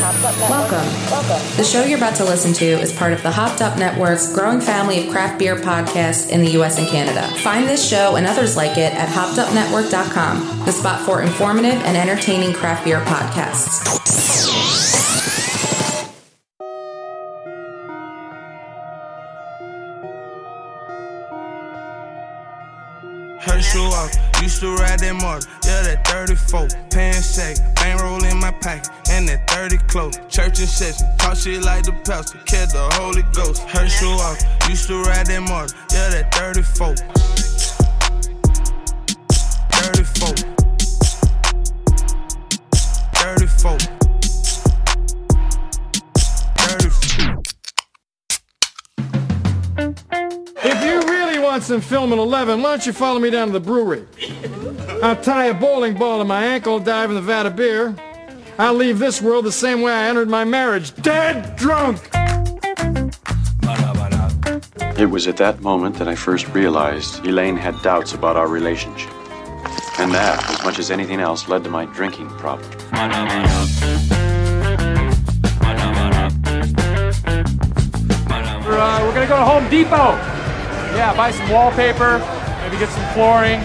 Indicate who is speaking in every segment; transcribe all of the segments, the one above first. Speaker 1: Welcome. The show you're about to listen to is part of the Hopped Up Network's growing family of craft beer podcasts in the US and Canada. Find this show and others like it at hoppedupnetwork.com, the spot for informative and entertaining craft beer podcasts.
Speaker 2: Herschel walk, used to ride that motor, yeah, that 34. Pan sack, bang roll in my pack, and that 30 close. Church in session, talk shit like the pastor, catch the Holy Ghost. Herschel walk, used to ride that motor, yeah, that 34. 34. 34. 34.
Speaker 3: If you really want some film at 11, why don't you follow me down to the brewery? I'll tie a bowling ball to my ankle, dive in the vat of beer. I'll leave this world the same way I entered my marriage, dead drunk!
Speaker 4: It was at that moment that I first realized Elaine had doubts about our relationship. And that, as much as anything else, led to my drinking problem.
Speaker 5: We're, uh, we're gonna go to Home Depot. Yeah, buy some wallpaper, maybe get some flooring,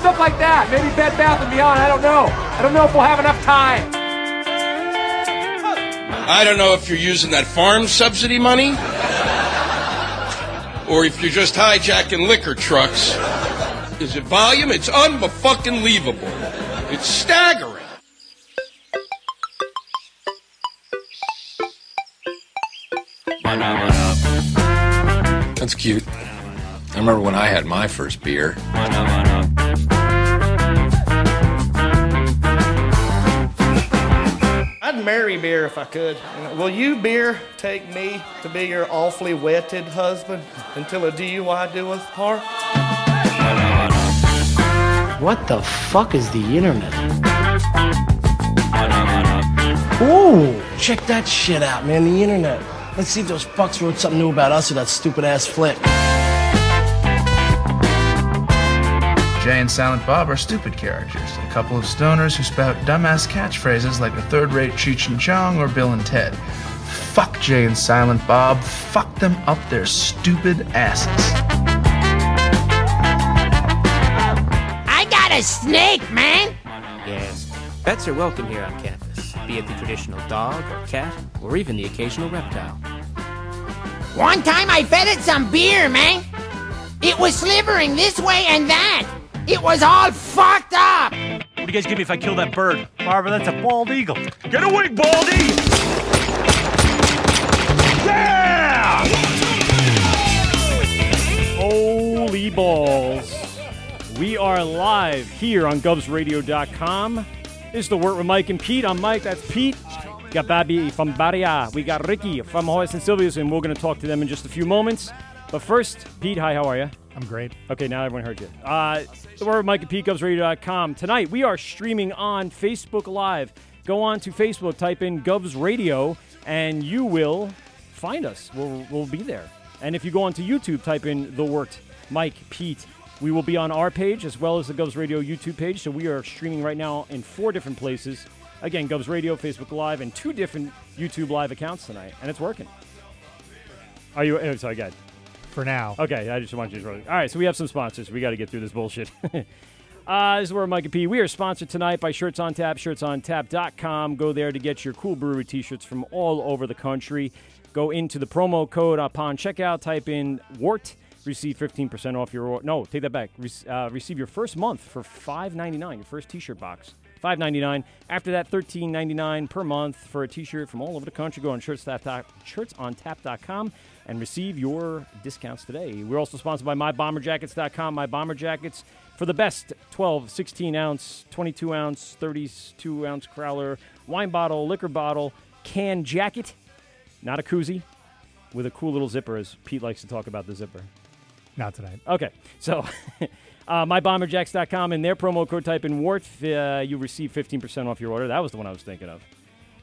Speaker 5: stuff like that. Maybe Bed Bath and Beyond. I don't know. I don't know if we'll have enough time.
Speaker 6: I don't know if you're using that farm subsidy money or if you're just hijacking liquor trucks. Is it volume? It's unfucking leavable. It's staggering.
Speaker 7: That's cute. I remember when I had my first beer.
Speaker 8: I'd marry beer if I could. You know, Will you, beer, take me to be your awfully wetted husband until a DUI do us part?
Speaker 9: What the fuck is the internet? Ooh, check that shit out, man, the internet. Let's see if those fucks wrote something new about us or that stupid ass flick.
Speaker 10: Jay and Silent Bob are stupid characters, a couple of stoners who spout dumbass catchphrases like the third rate Cheech and Chong or Bill and Ted. Fuck Jay and Silent Bob, fuck them up their stupid asses.
Speaker 11: I got a snake, man!
Speaker 5: Yes. Pets are welcome here on campus, be it the traditional dog or cat or even the occasional reptile.
Speaker 11: One time I fed it some beer, man! It was slivering this way and that! It was all fucked up!
Speaker 5: What do you guys give me if I kill that bird? Barbara, that's a bald eagle. Get away, Baldy! Yeah!
Speaker 12: Holy balls. We are live here on GubsRadio.com. This is the work with Mike and Pete. I'm Mike, that's Pete. We got Bobby from Baria. We got Ricky from Horace and Silvius, and we're going to talk to them in just a few moments. But first, Pete, hi, how are you?
Speaker 9: I'm great.
Speaker 12: Okay, now everyone heard you. Uh, the word Mike at PeteGubsRadio.com. Tonight we are streaming on Facebook Live. Go on to Facebook, type in Gubs Radio, and you will find us. We'll, we'll be there. And if you go onto YouTube, type in The Worked Mike Pete. We will be on our page as well as the Gubs Radio YouTube page. So we are streaming right now in four different places. Again, Gubs Radio, Facebook Live, and two different YouTube Live accounts tonight, and it's working. Are you? oh, Sorry, guys.
Speaker 9: For now.
Speaker 12: Okay, I just want you to run. All right, so we have some sponsors. We got to get through this bullshit. uh, this is where Mike and P. We are sponsored tonight by Shirts on Tap, shirtsontap.com. Go there to get your cool brewery t shirts from all over the country. Go into the promo code upon checkout, type in WART, receive 15% off your order. No, take that back. Re- uh, receive your first month for $5.99, your first t shirt box. $5.99. After that, $13.99 per month for a t-shirt from all over the country. Go on shirtstap- shirtsontap.com and receive your discounts today. We're also sponsored by MyBomberJackets.com. My Bomber Jackets for the best 12, 16 ounce, 22 ounce, 32 ounce crowler, wine bottle, liquor bottle, can jacket, not a koozie, with a cool little zipper, as Pete likes to talk about the zipper.
Speaker 9: Not tonight.
Speaker 12: Okay, so uh, mybomberjacks.com and their promo code type in WART, uh, you receive 15% off your order. That was the one I was thinking of.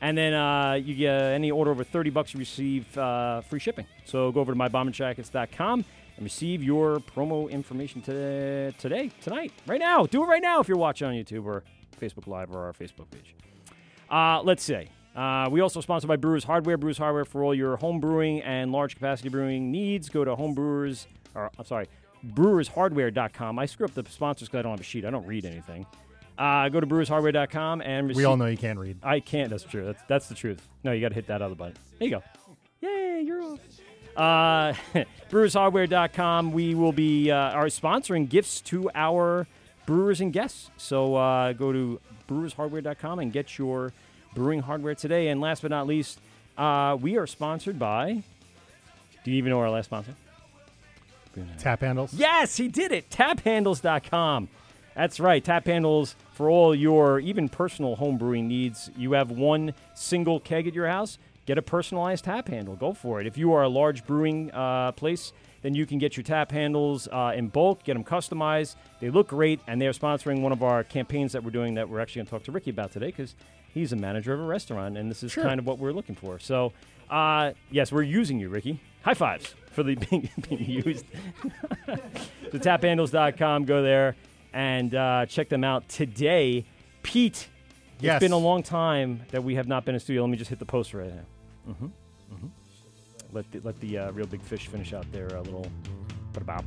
Speaker 12: And then uh, you get any order over 30 bucks, you receive uh, free shipping. So go over to mybomberjackets.com and receive your promo information today, today, tonight, right now. Do it right now if you're watching on YouTube or Facebook Live or our Facebook page. Uh, let's see. Uh, we also sponsored by Brewers Hardware. Brewers Hardware for all your home brewing and large capacity brewing needs. Go to homebrewers, or I'm sorry, brewershardware.com. I screw up the sponsors because I don't have a sheet. I don't read anything. Uh, go to brewershardware.com and receive,
Speaker 13: We all know you can't read.
Speaker 12: I can't. That's true. That's, that's the truth. No, you got to hit that other button. There you go. Yay, you're off. Uh, brewershardware.com. We will be uh, are sponsoring gifts to our brewers and guests. So uh, go to brewershardware.com and get your brewing hardware today. And last but not least, uh, we are sponsored by. Do you even know our last sponsor?
Speaker 13: Tap handles.
Speaker 12: Yes, he did it. Taphandles.com. That's right. Tap handles for all your even personal home brewing needs. You have one single keg at your house, get a personalized tap handle. Go for it. If you are a large brewing uh, place, then you can get your tap handles uh, in bulk, get them customized. They look great, and they're sponsoring one of our campaigns that we're doing that we're actually going to talk to Ricky about today because he's a manager of a restaurant, and this is
Speaker 13: Sure.
Speaker 12: kind of what we're looking for. So, uh, yes, we're using you, Ricky. High fives for the being, being used. so taphandles.com, go there and uh, check them out today. Pete,
Speaker 13: Yes.
Speaker 12: it's been a long time that we have not been in studio. Let me just hit the poster right now. Mm-hmm. Mm-hmm. Let the, let the uh, real big fish finish out their uh, little about.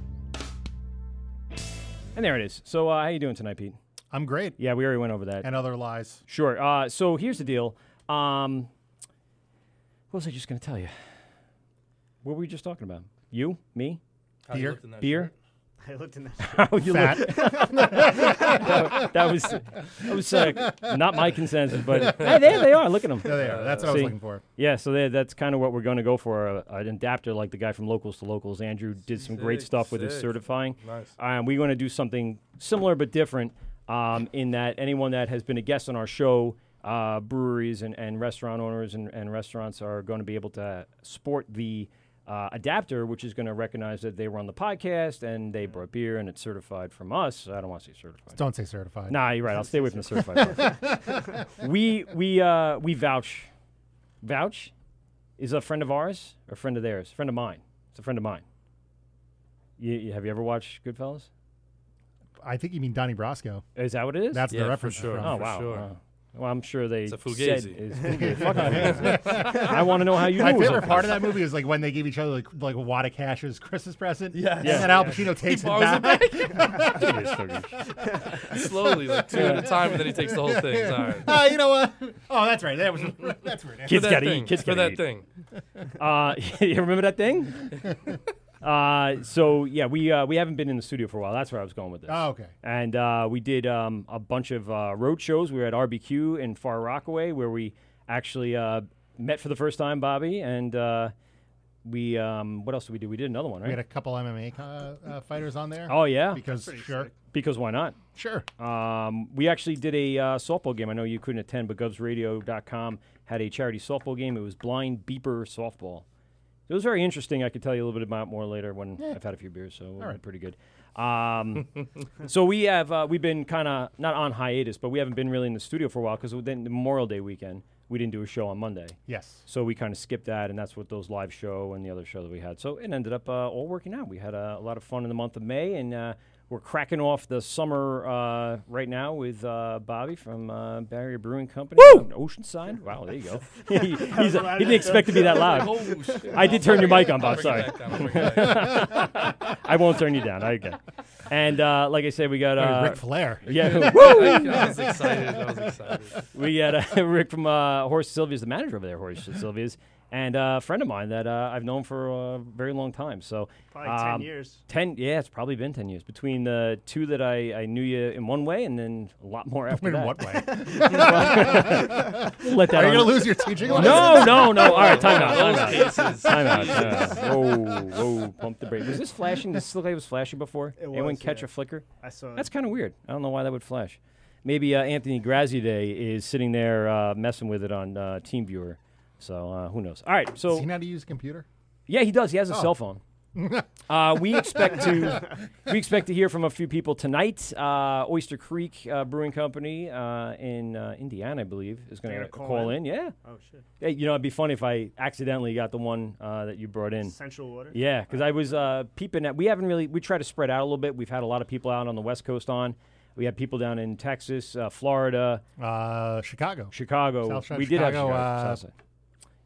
Speaker 12: And there it is. So uh, how you doing tonight, Pete?
Speaker 13: I'm great.
Speaker 12: Yeah, we already went over that.
Speaker 13: And other lies.
Speaker 12: Sure. Uh, so here's the deal. Um, what was I just going to tell you? What were we just talking about? You, me,
Speaker 14: How you looked in that
Speaker 12: beer.
Speaker 14: I looked in that.
Speaker 12: How Oh, you look? that, that was that was uh, not my consensus, but hey, there they are. Look at them.
Speaker 13: There they are. That's what I was looking for.
Speaker 12: Yeah, so they, that's kind of what we're going to go for uh, an adapter like the guy from Locals to Locals. Andrew did some great
Speaker 14: Sick,
Speaker 12: stuff with his
Speaker 14: sick.
Speaker 12: certifying.
Speaker 14: Nice.
Speaker 12: Um, we're going to do something similar but different um, in that anyone that has been a guest on our show, uh, breweries and, and restaurant owners and, and restaurants are going to be able to sport the uh, adapter, which is going to recognize that they were on the podcast and they brought beer and it's certified from us. I don't want to say certified.
Speaker 13: Don't say certified.
Speaker 12: Nah, you're right. I'll stay away from the certified.
Speaker 13: certified.
Speaker 12: part. we we uh, we vouch. Vouch is a friend of ours, or friend of theirs, friend of mine. It's a friend of mine. You, you- have you ever watched Goodfellas?
Speaker 13: I think you mean Donnie Brasco.
Speaker 12: Is that what it is?
Speaker 13: That's the reference. from.
Speaker 12: Oh wow. wow. Well, I'm sure they
Speaker 13: It's a
Speaker 12: said
Speaker 13: Fugazi.
Speaker 12: is Fugazi. Fuck Fugazi. I want to know how you.
Speaker 13: My
Speaker 12: knew it was
Speaker 13: favorite
Speaker 12: a
Speaker 13: part of
Speaker 12: Fugazi.
Speaker 13: that movie is like when they give each other like, like a wad of cash as Christmas present.
Speaker 14: Yes.
Speaker 13: And
Speaker 14: Yes.
Speaker 13: then Al
Speaker 14: Yes.
Speaker 13: Pacino
Speaker 14: He
Speaker 13: takes it
Speaker 14: borrows it
Speaker 13: back.
Speaker 14: back. Give me this fucking- Slowly, like, two at a time, and then he takes the whole thing. It's all right.
Speaker 13: Ah, you know what? Oh, that's right. That was that's right.
Speaker 12: Kids
Speaker 14: that
Speaker 12: gotta
Speaker 14: thing.
Speaker 12: eat. Kids
Speaker 14: For
Speaker 12: gotta
Speaker 14: that
Speaker 12: eat.
Speaker 14: thing.
Speaker 12: Uh, you remember that thing? uh, so yeah, we uh, we haven't been in the studio for a while. That's where I was going with this.
Speaker 13: Oh, okay.
Speaker 12: And uh, we did um, a bunch of uh, road shows. We were at RBQ in Far Rockaway, where we actually uh, met for the first time, Bobby. And uh, we um, what else did we do? We did another one, right?
Speaker 13: We had a couple MMA co- uh, uh, fighters on there.
Speaker 12: Oh yeah,
Speaker 13: because sure.
Speaker 12: Because why not?
Speaker 13: Sure.
Speaker 12: Um, we actually did a uh, softball game. I know you couldn't attend, but GovsRadio.com had a charity softball game. It was blind beeper softball. It was very interesting. I could tell you a little bit about more later when
Speaker 13: Yeah.
Speaker 12: I've had a few beers, so we're
Speaker 13: right.
Speaker 12: pretty good. Um, so we have uh, we've been kind of not on hiatus, but we haven't been really in the studio for a while because then Memorial Day weekend we didn't do a show on Monday.
Speaker 13: Yes.
Speaker 12: So we kind of skipped that, and that's what those live show and the other show that we had. So it ended up uh, all working out. We had uh, a lot of fun in the month of May, and uh, we're cracking off the summer uh, right now with uh, Bobby from uh, Barrier Brewing Company, out in Oceanside. Wow, there you go. He- he's, uh, he didn't expect to be that loud.
Speaker 14: Oh, shit.
Speaker 12: I did turn your mic on, Bob.
Speaker 14: I'll bring
Speaker 12: Sorry.
Speaker 14: it back down, I'll bring it back.
Speaker 12: I won't turn you down. Okay. And uh, like I said, we got uh,
Speaker 13: Hey, Ric Flair.
Speaker 12: Yeah.
Speaker 14: I was excited. I was excited.
Speaker 12: we got uh, Rick from uh, Horace Sylvia's, the manager over there, Horace Sylvia's, and uh, a friend of mine that uh, I've known for a very long time. So um,
Speaker 14: Probably 10 years.
Speaker 12: Ten, yeah, it's probably been ten years between the two that I, I knew you in one way, and then a lot more after
Speaker 13: In
Speaker 12: that.
Speaker 13: what way?
Speaker 12: Let that
Speaker 13: Are you
Speaker 12: on-
Speaker 13: gonna lose your teaching
Speaker 12: No,
Speaker 13: license?
Speaker 12: no, no. All right, time out. Time out.
Speaker 13: Those cases.
Speaker 12: Time out. time
Speaker 13: Jesus.
Speaker 12: out. Whoa, whoa. Pump the brake. Was this flashing? Does this look like it was flashing before?
Speaker 14: It
Speaker 12: Anyone
Speaker 14: was,
Speaker 12: catch
Speaker 14: yeah.
Speaker 12: a flicker?
Speaker 14: I saw
Speaker 12: That's
Speaker 14: it.
Speaker 12: kind of weird. I don't know why that would flash. Maybe uh, Anthony Graziaday is sitting there uh, messing with it on uh, TeamViewer. So uh, who knows? All right. So
Speaker 13: Does he know how to use a computer?
Speaker 12: yeah, he does. He has a
Speaker 13: Oh.
Speaker 12: cell phone. uh, we expect to we expect to hear from a few people tonight. Uh, Oyster Creek uh, Brewing Company uh, in uh, Indiana, I believe, is going
Speaker 14: They're
Speaker 12: to
Speaker 14: gonna call
Speaker 12: call,
Speaker 14: in?
Speaker 12: in. Yeah.
Speaker 14: Oh, shit.
Speaker 12: Hey, you know, it'd be funny if I accidentally got the one uh, that you brought in.
Speaker 14: Central Water?
Speaker 12: Yeah, because I was uh, peeping at. We haven't really. We try to spread out a little bit. We've had a lot of people out on the West Coast on. We had people down in Texas, uh, Florida, uh, Chicago, Chicago.
Speaker 13: South Side
Speaker 12: we did have
Speaker 13: Chicago,
Speaker 12: Chicago.
Speaker 13: uh,
Speaker 12: South Side.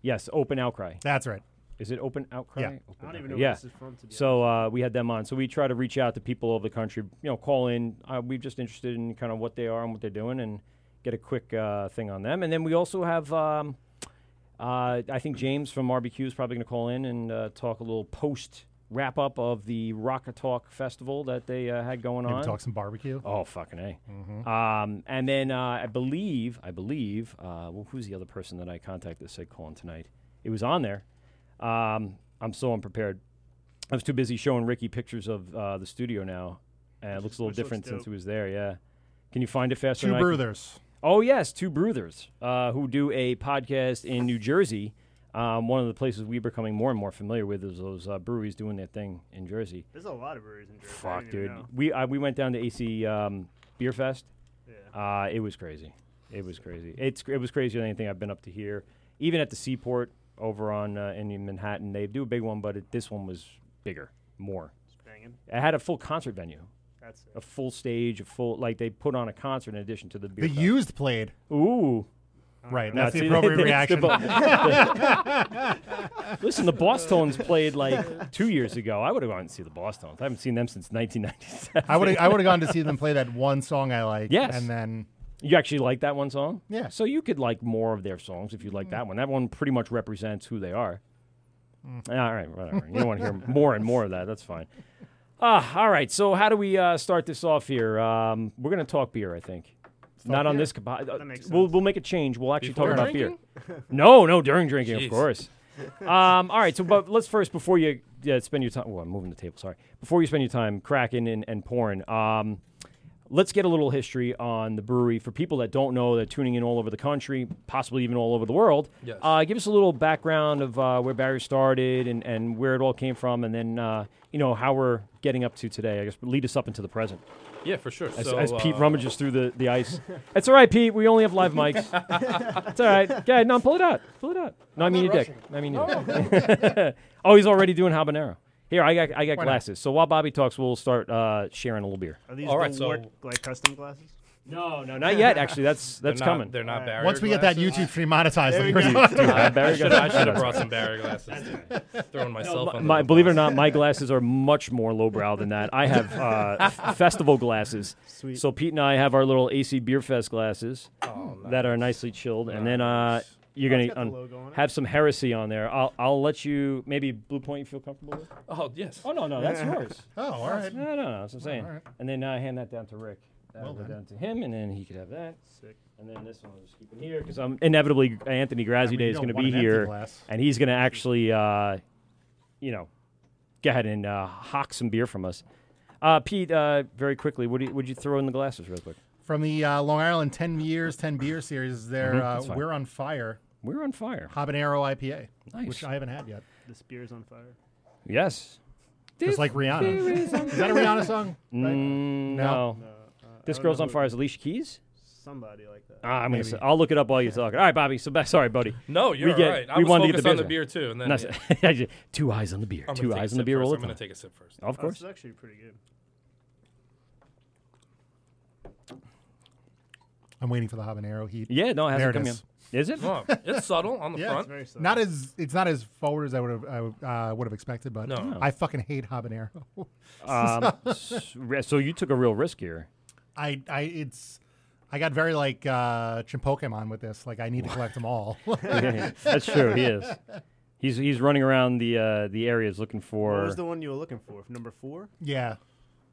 Speaker 12: Yes, Open Outcry.
Speaker 13: That's right.
Speaker 12: Is it Open Outcry?
Speaker 13: Yeah.
Speaker 12: Open
Speaker 13: I don't even
Speaker 12: Outcry.
Speaker 13: know where
Speaker 12: yeah.
Speaker 13: this is from, to be
Speaker 12: so uh, we had them on. So we try to reach out to people over the country. You know, call in. Uh, we're just interested in kind of what they are and what they're doing, and get a quick uh, thing on them. And then we also have. Um, uh, I think James from RBQ is probably going to call in and uh, talk a little post wrap up of the Rock Talk Festival that they uh, had going
Speaker 13: Maybe
Speaker 12: on.
Speaker 13: talk some barbecue.
Speaker 12: Oh fucking a.
Speaker 13: Mm-hmm.
Speaker 12: Um, and then uh, I believe, I believe, uh, well, who's the other person that I contacted that said calling tonight? It was on there. Um, I'm so unprepared. I was too busy showing Ricky pictures of uh, the studio now, and it looks a little
Speaker 13: which looks
Speaker 12: different since
Speaker 13: dope.
Speaker 12: he was there. Yeah, can you find it faster?
Speaker 13: Two
Speaker 12: than I can?
Speaker 13: Brothers.
Speaker 12: Oh yes, two Brothers, uh, who do a podcast in New Jersey. Um, one of the places we becoming more and more familiar with is those uh, breweries doing their thing in Jersey.
Speaker 15: There's a lot of breweries in Jersey. I
Speaker 12: Fuck,
Speaker 15: didn't even
Speaker 12: dude.
Speaker 15: know.
Speaker 12: We uh, we went down to AC um, Beer Fest. Uh, it was crazy. It was crazy. It's it was crazier than anything I've been up to here. Even at the Seaport over on uh, in Manhattan, they do a big one, but it, this one was bigger, more.
Speaker 15: banging.
Speaker 12: It had a full concert venue.
Speaker 15: That's it.
Speaker 12: A full stage, a full like they put on a concert in addition to the beer.
Speaker 13: The
Speaker 12: fest.
Speaker 13: used played.
Speaker 15: Oh,
Speaker 12: Ooh.
Speaker 13: Right,
Speaker 12: Now,
Speaker 13: that's the
Speaker 12: see,
Speaker 13: appropriate
Speaker 12: that's the
Speaker 13: reaction.
Speaker 12: bo- Listen, the Boston's played like two years ago. I would have gone and see the Boston's. I haven't seen them since 1997.
Speaker 13: I would I would have gone to see them play that one song I like.
Speaker 12: Yes.
Speaker 13: and then
Speaker 12: You actually like that one song?
Speaker 13: Yeah.
Speaker 12: So you could like more of their songs if you like that one. That one pretty much represents who they are. Ah,
Speaker 13: Mm.
Speaker 12: All right, whatever. You don't want to hear more and more of that. That's fine. Ah, all right. So how do we uh, start this off here? Um, we're going to talk beer, I think.
Speaker 13: talk
Speaker 12: Not on
Speaker 13: beer.
Speaker 12: this. Compo- uh,
Speaker 13: That makes
Speaker 12: We'll we'll make a change. We'll actually
Speaker 13: Before
Speaker 12: talk about beer.
Speaker 13: drinking?
Speaker 12: no, no, during drinking,
Speaker 13: Jeez.
Speaker 12: of course. Um, all right. So, but let's first before you yeah, spend your time. Well, I'm moving the table. Sorry. Before you spend your time cracking and, and pouring. Um, Let's get a little history on the brewery for people that don't know. They're tuning in all over the country, possibly even all over the world.
Speaker 14: Yes.
Speaker 12: Uh, give us a little background of uh, where Barry started and, and where it all came from, and then uh, you know how we're getting up to today. I guess lead us up into the present.
Speaker 14: Yeah, for sure.
Speaker 12: As,
Speaker 14: So,
Speaker 12: as Pete
Speaker 14: uh,
Speaker 12: rummages through the, the ice, it's all right, Pete. We only have live mics. it's all right. Yeah, no, pull it out. Pull it out. No, I
Speaker 14: I'm
Speaker 12: mean your
Speaker 14: not
Speaker 12: dick.
Speaker 14: rushing.
Speaker 12: I mean
Speaker 14: Oh,
Speaker 12: your dick. oh, he's already doing habanero. Here, I got I got
Speaker 15: Why not?
Speaker 12: glasses. So while Bobby talks, we'll start uh, sharing a little beer.
Speaker 15: Are these
Speaker 14: All
Speaker 15: the
Speaker 14: right, so-
Speaker 15: Lord- like custom glasses?
Speaker 12: No, no, Not yet, actually. That's that's coming.
Speaker 13: Once we get that YouTube stream monetized,
Speaker 12: There
Speaker 13: like
Speaker 12: we
Speaker 13: we're
Speaker 12: go.
Speaker 13: talking about.
Speaker 12: Uh, Barry I should- I should have
Speaker 14: brought some Barry glasses. Throwing myself on
Speaker 12: My, believe it or not, my glasses are much more lowbrow than that. I have uh, f- festival glasses.
Speaker 14: Sweet.
Speaker 12: So Pete and I have our little AC Beer Fest glasses that are nicely chilled, and then uh, you're
Speaker 14: Oh, it's
Speaker 12: gonna
Speaker 14: got the
Speaker 12: um,
Speaker 14: logo on it.
Speaker 12: have some heresy on there. I'll I'll let you maybe Blue Point. You feel comfortable with?
Speaker 14: Oh yes.
Speaker 12: Oh no, no, that's yours.
Speaker 13: Oh, all right.
Speaker 12: No, no, no. That's what I'm saying.
Speaker 13: All right.
Speaker 12: And then I hand that down to Rick. That'll
Speaker 13: Well
Speaker 12: go
Speaker 13: then.
Speaker 12: down to him, and then he could have that.
Speaker 15: Sick.
Speaker 12: And then this one I'll just keep in here because I'm inevitably Anthony Grazzi
Speaker 13: mean,
Speaker 12: Day
Speaker 13: you
Speaker 12: is
Speaker 13: don't
Speaker 12: going to
Speaker 13: want
Speaker 12: be
Speaker 13: an empty
Speaker 12: here,
Speaker 13: glass.
Speaker 12: and he's going to actually, uh, you know, go ahead and uh, hock some beer from us. Uh, Pete, uh, very quickly, what do you, would you throw in the glasses real quick?
Speaker 13: From the uh, Long Island 10 Years, 10 Beer Series, there,
Speaker 12: Mhm, that's
Speaker 13: uh,
Speaker 12: fine.
Speaker 13: We're on Fire.
Speaker 12: We're on Fire.
Speaker 13: Habanero IPA,
Speaker 15: Nice.
Speaker 13: which I haven't had yet.
Speaker 15: This beer's on fire.
Speaker 12: Yes.
Speaker 13: Just like Rihanna. is that a Rihanna song?
Speaker 12: Mm, no.
Speaker 13: No.
Speaker 12: this
Speaker 15: don't
Speaker 12: girl's
Speaker 15: know
Speaker 12: on
Speaker 15: who-
Speaker 12: fire is Alicia Keys.
Speaker 15: Somebody like that.
Speaker 12: Ah, I'm gonna
Speaker 15: Maybe.
Speaker 12: say, I'll look it up while you're talking. All right, Bobby. So back- sorry, buddy.
Speaker 14: No, you're
Speaker 12: we get,
Speaker 14: all right. I
Speaker 12: we
Speaker 14: was
Speaker 12: wanted to get
Speaker 14: focused
Speaker 12: the
Speaker 14: on the
Speaker 12: business.
Speaker 14: beer, too, and then-
Speaker 12: No, so- I ju- two eyes on the beer.
Speaker 14: I'm gonna
Speaker 12: Two
Speaker 14: take a
Speaker 12: eyes on
Speaker 14: sip
Speaker 12: the beer.
Speaker 14: first.
Speaker 12: all the
Speaker 14: I'm gonna
Speaker 12: time.
Speaker 14: take a sip first.
Speaker 12: Of
Speaker 15: Oh,
Speaker 12: course.
Speaker 15: This is actually pretty good.
Speaker 13: I'm waiting for the habanero heat.
Speaker 12: Yeah, no, it hasn't
Speaker 13: There
Speaker 12: come
Speaker 13: is.
Speaker 12: yet. Is it?
Speaker 14: No, it's subtle on the
Speaker 13: Yeah,
Speaker 14: front.
Speaker 13: it's Not as it's not as forward as I would have I would, uh, would have expected, but
Speaker 14: No. No.
Speaker 13: I fucking hate habanero.
Speaker 12: Um, s- re- so you took a real risk here.
Speaker 13: I, I it's I got very like uh Chim Pokemon with this. Like I need to collect them all.
Speaker 12: That's true. He is. He's he's running around the uh, the areas looking
Speaker 15: What
Speaker 12: for.
Speaker 15: was the one you were looking for? Number four?
Speaker 13: Yeah.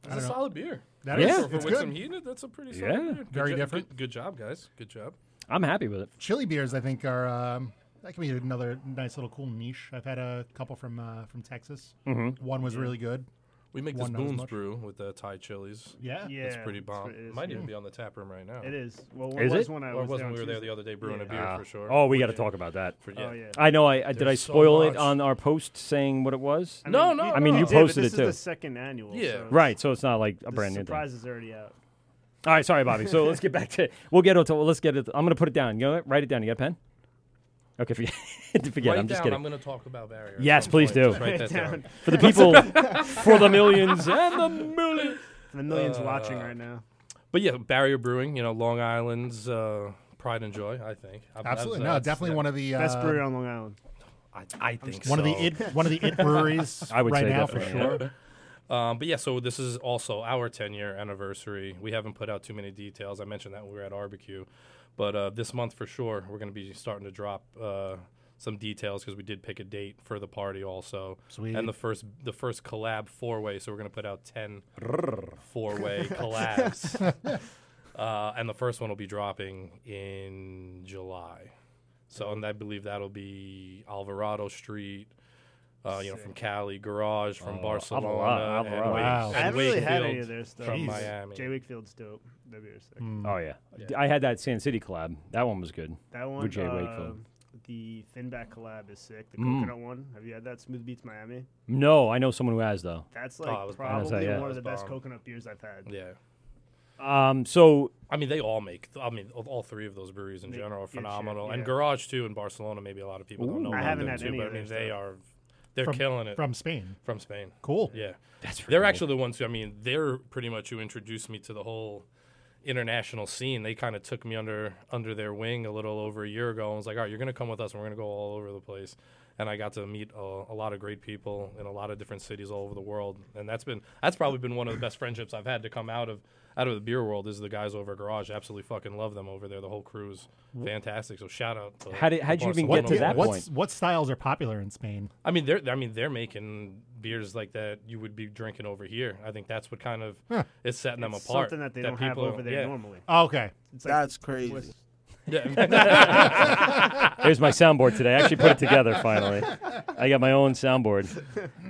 Speaker 14: It's a solid beer.
Speaker 12: That Yeah. is.
Speaker 14: For, for
Speaker 12: It's
Speaker 14: with
Speaker 12: good.
Speaker 14: some heat in it, that's a pretty solid
Speaker 12: Yeah.
Speaker 14: beer. Good
Speaker 13: Very
Speaker 14: jo-
Speaker 13: different.
Speaker 14: Good, good job, guys. Good job.
Speaker 12: I'm happy with it.
Speaker 13: Chili beers, I think, are um, that can be another nice little cool niche. I've had a couple from uh, from Texas.
Speaker 12: Mhm.
Speaker 13: One was
Speaker 14: Yeah.
Speaker 13: really good.
Speaker 14: We make
Speaker 13: One
Speaker 14: this
Speaker 13: not as
Speaker 14: Boone's
Speaker 13: much.
Speaker 14: brew with the Thai chilies.
Speaker 13: Yeah.
Speaker 14: It's
Speaker 15: Yeah,
Speaker 14: pretty
Speaker 15: it's
Speaker 14: bomb.
Speaker 15: pre- it is
Speaker 14: Might even
Speaker 15: good.
Speaker 14: be on the tap room right now.
Speaker 15: It is. Well,
Speaker 12: Is
Speaker 15: was
Speaker 12: it?
Speaker 15: when I
Speaker 14: Well, it
Speaker 15: was,
Speaker 14: wasn't
Speaker 15: down
Speaker 14: when we were there
Speaker 15: Tuesday.
Speaker 14: the other day brewing a
Speaker 15: Yeah. Oh,
Speaker 14: beer
Speaker 12: Ah.
Speaker 14: for sure.
Speaker 12: Oh, we
Speaker 14: For
Speaker 12: got to
Speaker 14: you.
Speaker 12: talk about that.
Speaker 14: For- yeah.
Speaker 15: yeah.
Speaker 12: I know. I, I did.
Speaker 14: There's
Speaker 12: I
Speaker 14: so
Speaker 12: spoil it
Speaker 14: much.
Speaker 12: on our post saying what it was.
Speaker 15: I mean,
Speaker 14: No,
Speaker 15: you-
Speaker 14: no,
Speaker 12: I mean,
Speaker 14: no. You
Speaker 12: you
Speaker 14: did, but
Speaker 12: posted
Speaker 15: this
Speaker 12: it
Speaker 15: is
Speaker 12: too.
Speaker 15: the second annual.
Speaker 14: Yeah.
Speaker 15: So
Speaker 12: Right. So it's not like a
Speaker 15: the
Speaker 12: brand new thing.
Speaker 15: surprise is already out.
Speaker 12: All right, sorry, Bobby. So let's get back to. We'll get it. To, let's get it. I'm gonna put it down. You know what? Write it down. You got a pen? Okay, forget. forget.
Speaker 14: Write
Speaker 12: I'm just
Speaker 14: down,
Speaker 12: kidding.
Speaker 14: I'm gonna talk about Barry at
Speaker 12: Yes,
Speaker 14: some
Speaker 12: please
Speaker 14: point.
Speaker 12: do.
Speaker 14: Just write that down.
Speaker 12: For the people, for the millions and the millions.
Speaker 14: Uh,
Speaker 15: For the millions watching right now.
Speaker 14: But yeah, Barrier Brewing, you know, Long Island's uh, pride and joy. I think I- I-
Speaker 13: Absolutely.
Speaker 14: I-
Speaker 13: No, definitely one of the,
Speaker 15: Best
Speaker 13: uh,
Speaker 15: brewery on Long Island.
Speaker 14: I, I think
Speaker 13: One of the
Speaker 14: so.
Speaker 13: it- one of the it breweries I would right say now for definitely, sure.
Speaker 14: Um, but yeah, so this is also our 10 year anniversary. We haven't put out too many details. I mentioned that we were at barbecue, but uh, this month for sure we're going to be starting to drop uh, some details because we did pick a date for the party also.
Speaker 13: Sweet.
Speaker 14: And the first the first collab four way, so we're going to put out 10 four way collabs. Uh, and the first one will be dropping in July. So, and I believe that'll be Alvarado Street, uh, you know, from Cali, Garage from
Speaker 15: Oh,
Speaker 14: Barcelona,
Speaker 15: Alvarado,
Speaker 14: and
Speaker 15: Alvarado.
Speaker 14: Wake-
Speaker 15: Wow. I
Speaker 14: and
Speaker 15: haven't really had
Speaker 14: Wakefield
Speaker 15: any of their stuff.
Speaker 14: from
Speaker 15: Jeez.
Speaker 14: Miami.
Speaker 15: Jay Wakefield's dope. That'd be your second.
Speaker 13: Hmm.
Speaker 14: Hmm.
Speaker 12: Oh yeah. I had that San City collab. That one was good.
Speaker 15: That one,
Speaker 12: with Jay
Speaker 15: uh,
Speaker 12: Wakefield.
Speaker 15: The Finback collab is sick. The
Speaker 12: Mm.
Speaker 15: coconut one. Have you had that? Smooth Beats Miami.
Speaker 12: No, I know someone who has though.
Speaker 15: That's like
Speaker 14: Oh, it was bomb.
Speaker 15: probably
Speaker 12: That's how- yeah.
Speaker 15: one of
Speaker 14: It
Speaker 15: the
Speaker 14: was
Speaker 15: best
Speaker 14: bomb.
Speaker 15: coconut beers I've had.
Speaker 14: Yeah.
Speaker 12: Um, so
Speaker 14: I mean, they all make. I mean, all- all three of those breweries in
Speaker 15: They-
Speaker 14: general are
Speaker 15: good shit,
Speaker 14: phenomenal, and
Speaker 15: yeah.
Speaker 14: Garage too in Barcelona. Maybe a lot of people
Speaker 15: Ooh.
Speaker 14: don't know.
Speaker 15: I
Speaker 14: about
Speaker 15: haven't
Speaker 14: them,
Speaker 15: had
Speaker 14: too,
Speaker 15: any
Speaker 14: but
Speaker 15: of
Speaker 14: I mean,
Speaker 15: their
Speaker 14: they
Speaker 15: stuff.
Speaker 14: are. They're
Speaker 13: From-
Speaker 14: killing it
Speaker 13: from Spain.
Speaker 14: From Spain.
Speaker 13: Cool.
Speaker 14: Yeah,
Speaker 12: that's.
Speaker 14: They're actually the ones who. I mean, they're pretty much who introduced me to the whole international scene. They kind of took me under under their wing a little over a year ago, and was like, "All right, you're going to come with us, and we're going to go all over the place." And I got to meet a, a lot of great people in a lot of different cities all over the world, and that's been that's probably been one of the best friendships I've had to come out of out of the beer world. Is the guys over at Garage? Absolutely fucking love them over there. The whole crew's fantastic. So shout out. To
Speaker 12: How did- how'd you even
Speaker 14: Barcelona
Speaker 12: get to that
Speaker 14: What's-
Speaker 12: point?
Speaker 13: What styles are popular in Spain?
Speaker 14: I mean, they're I mean they're making beers like that you would be drinking over here. I think that's what kind of
Speaker 13: Huh.
Speaker 14: is setting them
Speaker 15: It's
Speaker 14: apart.
Speaker 15: something that they don't have
Speaker 14: people-
Speaker 15: over there
Speaker 14: yeah.
Speaker 15: normally.
Speaker 13: Oh, okay.
Speaker 15: It's like
Speaker 16: That's crazy.
Speaker 14: Yeah.
Speaker 12: Here's my soundboard today. I actually put it together finally. I got my own soundboard.